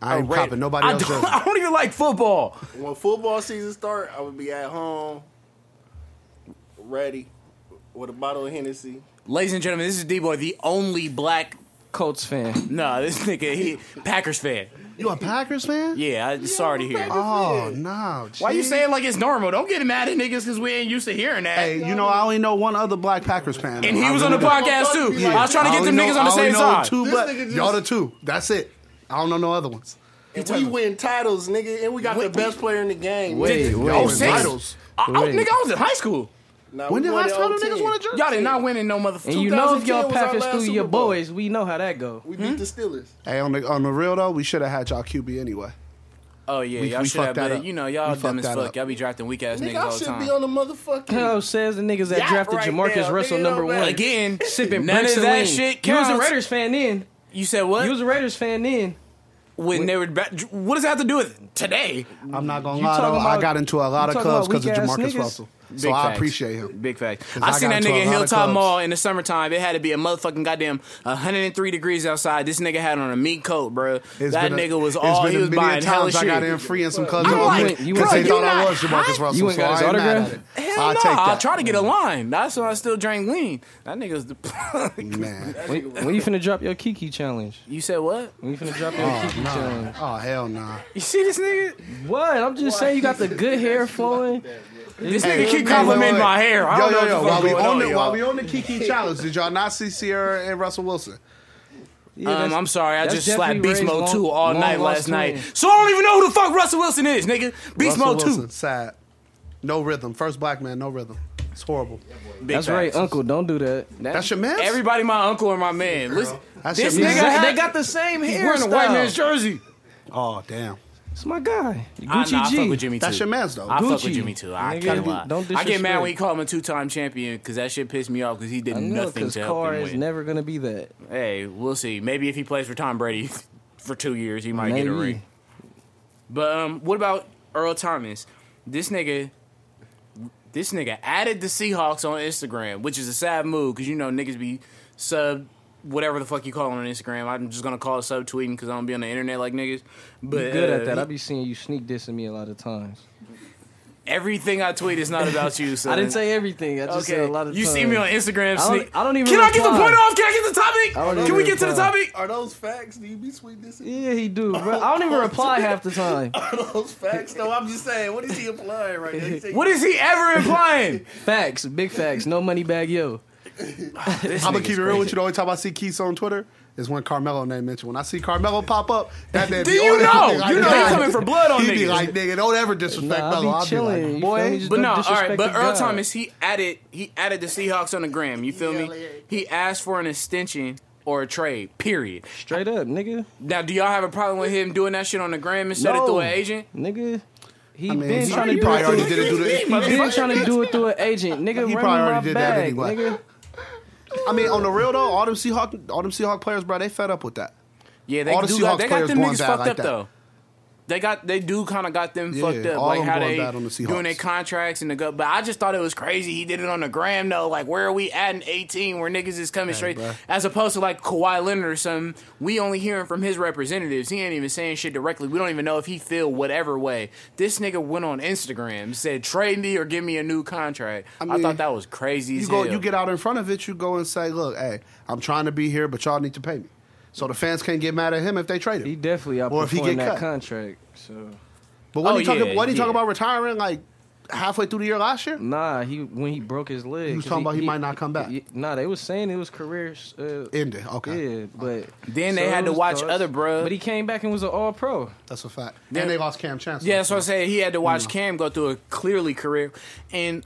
[SPEAKER 3] I ain't
[SPEAKER 1] Raider.
[SPEAKER 3] copping nobody
[SPEAKER 1] I
[SPEAKER 3] else.
[SPEAKER 1] don't,
[SPEAKER 3] jersey.
[SPEAKER 1] I don't even like football.
[SPEAKER 4] When football season start, I would be at home, ready, with a bottle of Hennessy.
[SPEAKER 1] Ladies and gentlemen, this is D Boy, the only black.
[SPEAKER 2] Colts fan.
[SPEAKER 1] Nah, this nigga, he Packers fan.
[SPEAKER 3] You a Packers fan?
[SPEAKER 1] Yeah, I, sorry to hear.
[SPEAKER 3] Oh no.
[SPEAKER 1] Why you
[SPEAKER 3] G.
[SPEAKER 1] saying like it's normal? Don't get mad at niggas because we ain't used to hearing that.
[SPEAKER 3] Hey, you know I only know one other black Packers fan.
[SPEAKER 1] and he
[SPEAKER 3] I
[SPEAKER 1] was on
[SPEAKER 3] really
[SPEAKER 1] the
[SPEAKER 3] do.
[SPEAKER 1] podcast too. I was trying to
[SPEAKER 3] I
[SPEAKER 1] get
[SPEAKER 3] only
[SPEAKER 1] them niggas
[SPEAKER 3] know-
[SPEAKER 1] on the
[SPEAKER 3] I only
[SPEAKER 1] same
[SPEAKER 3] know
[SPEAKER 1] side.
[SPEAKER 3] Two
[SPEAKER 4] This
[SPEAKER 3] black,
[SPEAKER 4] nigga just-
[SPEAKER 3] y'all the two. That's it. I don't know no other ones.
[SPEAKER 4] And we win titles, nigga, and we got the best player in the game.
[SPEAKER 2] Wait,
[SPEAKER 1] Did-
[SPEAKER 2] wait,
[SPEAKER 1] oh,
[SPEAKER 3] Y'all
[SPEAKER 1] six?
[SPEAKER 3] win titles.
[SPEAKER 1] I, I,
[SPEAKER 2] Wait.
[SPEAKER 1] nigga, I was in high school.
[SPEAKER 4] Nah,
[SPEAKER 3] When
[SPEAKER 4] we
[SPEAKER 3] did
[SPEAKER 4] won
[SPEAKER 3] last
[SPEAKER 4] in
[SPEAKER 3] time the
[SPEAKER 4] 010.
[SPEAKER 3] niggas won a jersey?
[SPEAKER 1] Y'all did not win in no motherfucker.
[SPEAKER 2] And you know if
[SPEAKER 4] 2010
[SPEAKER 2] y'all
[SPEAKER 4] was our
[SPEAKER 2] package
[SPEAKER 4] last
[SPEAKER 2] through
[SPEAKER 4] Super
[SPEAKER 2] your
[SPEAKER 4] Bowl.
[SPEAKER 2] boys, we know how that go.
[SPEAKER 4] We
[SPEAKER 3] Mm-hmm.
[SPEAKER 4] beat the Steelers.
[SPEAKER 3] Hey, on the on the real though, we should have had y'all QB anyway.
[SPEAKER 1] Oh yeah,
[SPEAKER 3] We-
[SPEAKER 1] y'all
[SPEAKER 3] we
[SPEAKER 1] should have
[SPEAKER 3] fucked that
[SPEAKER 1] been.
[SPEAKER 3] up.
[SPEAKER 1] You know, y'all
[SPEAKER 3] We
[SPEAKER 1] dumb
[SPEAKER 3] fucked
[SPEAKER 1] as
[SPEAKER 3] that
[SPEAKER 1] fuck.
[SPEAKER 3] up.
[SPEAKER 1] Y'all be drafting weak ass niggas
[SPEAKER 4] Nigga, I
[SPEAKER 1] all the
[SPEAKER 4] should
[SPEAKER 1] time.
[SPEAKER 4] be on the motherfucking.
[SPEAKER 2] Hell says the niggas that
[SPEAKER 4] Yacht
[SPEAKER 2] drafted
[SPEAKER 4] right
[SPEAKER 2] Jamarcus
[SPEAKER 4] now,
[SPEAKER 2] Russell
[SPEAKER 4] nigga,
[SPEAKER 2] number
[SPEAKER 4] no
[SPEAKER 2] one.
[SPEAKER 4] way.
[SPEAKER 1] Again,
[SPEAKER 2] Sipping
[SPEAKER 1] none
[SPEAKER 2] bricks
[SPEAKER 1] of
[SPEAKER 2] and
[SPEAKER 1] that
[SPEAKER 2] lean.
[SPEAKER 1] shit
[SPEAKER 2] You was
[SPEAKER 1] counts.
[SPEAKER 2] a Raiders fan then.
[SPEAKER 1] You said what?
[SPEAKER 2] You was a Raiders fan then.
[SPEAKER 1] when they were back, what does that have to do with today?
[SPEAKER 3] I'm not gonna
[SPEAKER 2] You
[SPEAKER 3] lie
[SPEAKER 2] talking
[SPEAKER 3] though, I
[SPEAKER 2] about-
[SPEAKER 3] got into a lot
[SPEAKER 2] you
[SPEAKER 3] of
[SPEAKER 2] talking
[SPEAKER 3] clubs
[SPEAKER 2] about
[SPEAKER 3] because of
[SPEAKER 2] weak-ass
[SPEAKER 3] Jamarcus
[SPEAKER 2] niggas?
[SPEAKER 3] Russell, so
[SPEAKER 1] Big
[SPEAKER 3] I
[SPEAKER 1] facts.
[SPEAKER 3] appreciate him.
[SPEAKER 1] Big fact.
[SPEAKER 3] 'Cause
[SPEAKER 1] I,
[SPEAKER 3] I
[SPEAKER 1] seen
[SPEAKER 3] got
[SPEAKER 1] that
[SPEAKER 3] into
[SPEAKER 1] nigga
[SPEAKER 3] a
[SPEAKER 1] in
[SPEAKER 3] lot of
[SPEAKER 1] Hilltop
[SPEAKER 3] clubs.
[SPEAKER 1] Mall in the summertime. It had to be a motherfucking goddamn 103 degrees outside. This nigga had on a meat coat, bro.
[SPEAKER 3] It's
[SPEAKER 1] that
[SPEAKER 3] been a-
[SPEAKER 1] nigga was
[SPEAKER 3] it's
[SPEAKER 1] all
[SPEAKER 3] been
[SPEAKER 1] he
[SPEAKER 3] a
[SPEAKER 1] was
[SPEAKER 3] million
[SPEAKER 1] buying hella
[SPEAKER 3] times I got in
[SPEAKER 1] shit.
[SPEAKER 3] free in some clubs
[SPEAKER 1] I'm
[SPEAKER 3] over
[SPEAKER 1] like,
[SPEAKER 2] bro,
[SPEAKER 3] here because they
[SPEAKER 2] you
[SPEAKER 3] thought I
[SPEAKER 1] not
[SPEAKER 3] was Jamarcus
[SPEAKER 1] hot?
[SPEAKER 3] Russell.
[SPEAKER 2] You ain't
[SPEAKER 3] so
[SPEAKER 2] got
[SPEAKER 3] I
[SPEAKER 2] his
[SPEAKER 3] ain't mad
[SPEAKER 2] autograph?
[SPEAKER 3] at it.
[SPEAKER 1] Hell
[SPEAKER 3] I'll
[SPEAKER 1] no!
[SPEAKER 3] take
[SPEAKER 1] I
[SPEAKER 3] that. Mm.
[SPEAKER 1] try to get a line. That's when I still drank lean. That nigga's the.
[SPEAKER 3] Man.
[SPEAKER 2] When, when you finna drop your Kiki challenge?
[SPEAKER 1] you said what?
[SPEAKER 2] When you finna drop your Kiki challenge?
[SPEAKER 3] Oh hell nah.
[SPEAKER 1] You see this nigga?
[SPEAKER 2] What? I'm just saying you got the good hair flowing.
[SPEAKER 1] This
[SPEAKER 2] Hey,
[SPEAKER 1] nigga keep
[SPEAKER 3] Hey, wait,
[SPEAKER 1] complimenting
[SPEAKER 3] wait.
[SPEAKER 1] my hair. I
[SPEAKER 3] Yo,
[SPEAKER 1] don't
[SPEAKER 3] yo,
[SPEAKER 1] know
[SPEAKER 3] yo!
[SPEAKER 1] what the
[SPEAKER 3] While
[SPEAKER 1] fuck
[SPEAKER 3] we
[SPEAKER 1] going
[SPEAKER 3] on
[SPEAKER 1] on,
[SPEAKER 3] the
[SPEAKER 1] y'all.
[SPEAKER 3] while we on the Kiki challenge, did y'all not see Sierra and Russell Wilson?
[SPEAKER 2] Yeah,
[SPEAKER 1] um,
[SPEAKER 2] that's-
[SPEAKER 1] I'm sorry, I
[SPEAKER 2] that's
[SPEAKER 1] just
[SPEAKER 2] Jeffrey
[SPEAKER 1] slapped Beast
[SPEAKER 2] Ray's
[SPEAKER 1] Mode
[SPEAKER 2] long-
[SPEAKER 1] 2 all
[SPEAKER 2] long
[SPEAKER 1] night
[SPEAKER 2] lost
[SPEAKER 1] last night.
[SPEAKER 2] twin.
[SPEAKER 1] So I don't even know who the fuck Russell Wilson is, nigga. Beast
[SPEAKER 3] Russell
[SPEAKER 1] Mode
[SPEAKER 3] Wilson, sad. No rhythm. First black man, no rhythm. It's horrible.
[SPEAKER 1] 2. Big
[SPEAKER 2] That's
[SPEAKER 1] facts.
[SPEAKER 2] right, Uncle. Don't do that.
[SPEAKER 3] That's your man.
[SPEAKER 1] Everybody, my uncle or my man. Listen,
[SPEAKER 3] That's
[SPEAKER 1] this
[SPEAKER 3] your
[SPEAKER 1] nigga,
[SPEAKER 3] man.
[SPEAKER 1] had-
[SPEAKER 2] Exact- they got the same
[SPEAKER 1] he's
[SPEAKER 2] hair.
[SPEAKER 1] wearing a white man's jersey.
[SPEAKER 3] Oh damn.
[SPEAKER 2] It's my guy, Gucci
[SPEAKER 1] I, Ah, nah, I
[SPEAKER 2] G.
[SPEAKER 1] fuck with Jimmy
[SPEAKER 3] That's
[SPEAKER 1] too.
[SPEAKER 3] your man's though.
[SPEAKER 1] I fuck
[SPEAKER 2] Gucci.
[SPEAKER 1] with Jimmy too. I
[SPEAKER 2] Nigga,
[SPEAKER 1] can't lie.
[SPEAKER 2] don't
[SPEAKER 1] I get mad
[SPEAKER 2] disrespect.
[SPEAKER 1] when he called him a two-time champion because that shit pissed me off because he did
[SPEAKER 2] I know,
[SPEAKER 1] nothing
[SPEAKER 2] because
[SPEAKER 1] to help
[SPEAKER 2] Carr
[SPEAKER 1] him
[SPEAKER 2] is
[SPEAKER 1] win.
[SPEAKER 2] never gonna be that.
[SPEAKER 1] hey, we'll see. Maybe if he plays for Tom Brady for two years, he might get a
[SPEAKER 2] Maybe.
[SPEAKER 1] ring. But um, what about Earl Thomas? This nigga, this nigga added the Seahawks on Instagram, which is a sad move because you know niggas be sub whatever the fuck you call it on Instagram. I'm just gonna call it sub tweeting because I don't be on the internet like niggas. But
[SPEAKER 2] Good
[SPEAKER 1] uh,
[SPEAKER 2] at that. I be seeing you sneak dissing me a lot of times.
[SPEAKER 1] everything I tweet is not about you. So
[SPEAKER 2] I didn't say everything. I just
[SPEAKER 1] Okay,
[SPEAKER 2] said a lot of
[SPEAKER 1] you
[SPEAKER 2] times.
[SPEAKER 1] see me on Instagram.
[SPEAKER 2] I don't-
[SPEAKER 1] sneak-
[SPEAKER 2] I don't even
[SPEAKER 1] Can I get the
[SPEAKER 2] reply.
[SPEAKER 1] point off? Can I get the topic?
[SPEAKER 2] I don't
[SPEAKER 1] Can
[SPEAKER 2] even
[SPEAKER 1] we get to the
[SPEAKER 2] reply.
[SPEAKER 1] topic?
[SPEAKER 4] Are those facts? Do you be sweet this?
[SPEAKER 2] Yeah, he do. Bro. I don't even reply half the time.
[SPEAKER 4] Are those facts? No, I'm just saying. What is he implying right now? He said-
[SPEAKER 1] What is he ever implying?
[SPEAKER 2] Facts, big facts. No money bag, yo.
[SPEAKER 3] I'm gonna keep it real with you. The only time I see Keith on Twitter is when Carmelo name mentioned. When I see Carmelo pop up, that name.
[SPEAKER 1] Do
[SPEAKER 3] be
[SPEAKER 1] you
[SPEAKER 3] on
[SPEAKER 1] know?
[SPEAKER 3] everything.
[SPEAKER 1] You
[SPEAKER 3] I
[SPEAKER 1] know
[SPEAKER 3] be
[SPEAKER 1] he
[SPEAKER 3] like-
[SPEAKER 1] coming for blood on
[SPEAKER 3] he be
[SPEAKER 1] niggas.
[SPEAKER 3] like, nigga, don't ever disrespect
[SPEAKER 2] Nah, I
[SPEAKER 3] Melo.
[SPEAKER 2] be
[SPEAKER 3] I'll
[SPEAKER 2] chilling, you
[SPEAKER 3] be like,
[SPEAKER 2] feel
[SPEAKER 3] boy.
[SPEAKER 2] me? Just
[SPEAKER 1] But
[SPEAKER 2] don't
[SPEAKER 1] no, all right.
[SPEAKER 2] disrespect
[SPEAKER 1] But
[SPEAKER 2] the
[SPEAKER 1] Earl
[SPEAKER 2] guy.
[SPEAKER 1] Thomas, he added he added the Seahawks on the gram. You feel me? He asked for an extension or a trade. Period.
[SPEAKER 2] Straight up, nigga.
[SPEAKER 1] Now, do y'all have a problem with him doing that shit on the gram instead of
[SPEAKER 2] No.
[SPEAKER 1] through an agent?
[SPEAKER 2] Nigga. He
[SPEAKER 3] I mean,
[SPEAKER 2] been
[SPEAKER 3] he
[SPEAKER 2] trying to do
[SPEAKER 3] probably
[SPEAKER 2] it
[SPEAKER 3] already
[SPEAKER 2] through,
[SPEAKER 3] didn't do
[SPEAKER 1] He
[SPEAKER 3] that.
[SPEAKER 1] must-
[SPEAKER 2] been trying to do it through an agent. Nigga, run
[SPEAKER 3] He probably
[SPEAKER 2] me my
[SPEAKER 3] already did that
[SPEAKER 2] bag,
[SPEAKER 3] anyway.
[SPEAKER 2] nigga.
[SPEAKER 3] I mean, on the real though, all them Seahawk, all them Seahawk players, bro, they fed up with that.
[SPEAKER 1] Yeah, they
[SPEAKER 3] All the
[SPEAKER 1] do. Got,
[SPEAKER 3] Seahawks
[SPEAKER 1] they got
[SPEAKER 3] players
[SPEAKER 1] them
[SPEAKER 3] going
[SPEAKER 1] niggas
[SPEAKER 3] bad
[SPEAKER 1] fucked
[SPEAKER 3] like
[SPEAKER 1] up
[SPEAKER 3] that.
[SPEAKER 1] though. They got they do kind of got them
[SPEAKER 3] Yeah,
[SPEAKER 1] fucked up,
[SPEAKER 3] all
[SPEAKER 1] like
[SPEAKER 3] them
[SPEAKER 1] how
[SPEAKER 3] going
[SPEAKER 1] they
[SPEAKER 3] bad on the Seahawks.
[SPEAKER 1] doing their contracts and the go. But I just thought it was crazy. He did it on the gram though. Like where are we at in eighteen? Where niggas is coming straight,
[SPEAKER 3] bruh.
[SPEAKER 1] as opposed to like Kawhi Leonard or something. We only hearing from his representatives. He ain't even saying shit directly. We don't even know if he feel whatever way. This nigga went on Instagram said trade me or give me a new contract. I,
[SPEAKER 3] mean,
[SPEAKER 1] thought that was crazy.
[SPEAKER 3] You
[SPEAKER 1] as
[SPEAKER 3] go,
[SPEAKER 1] hell.
[SPEAKER 3] you get out in front of it. You go and say, look, hey, I'm trying to be here, but y'all need to pay me. So the fans can't get mad at him if they trade
[SPEAKER 2] He
[SPEAKER 3] him.
[SPEAKER 2] definitely
[SPEAKER 3] Or if he
[SPEAKER 2] outperformed
[SPEAKER 3] get
[SPEAKER 2] that
[SPEAKER 3] cut.
[SPEAKER 2] contract. So
[SPEAKER 3] But when
[SPEAKER 1] Oh,
[SPEAKER 3] he talk,
[SPEAKER 1] yeah,
[SPEAKER 3] when he talk
[SPEAKER 1] yeah.
[SPEAKER 3] about retiring like halfway through the year last year,
[SPEAKER 2] nah, he when he broke his leg,
[SPEAKER 3] He was
[SPEAKER 2] 'cause
[SPEAKER 3] talking about he might not come back.
[SPEAKER 2] nah, they was saying it was career. Uh,
[SPEAKER 3] ended. Okay,
[SPEAKER 2] yeah, but
[SPEAKER 1] Then they
[SPEAKER 2] so
[SPEAKER 1] had
[SPEAKER 2] it
[SPEAKER 1] to
[SPEAKER 2] was
[SPEAKER 1] watch
[SPEAKER 2] thoughts.
[SPEAKER 1] other bruh.
[SPEAKER 2] But he came back and was an All Pro.
[SPEAKER 3] that's a fact. Then they lost Cam Chancellor.
[SPEAKER 1] Yeah, that's what I'm saying. He had to watch Cam go through a clearly career, and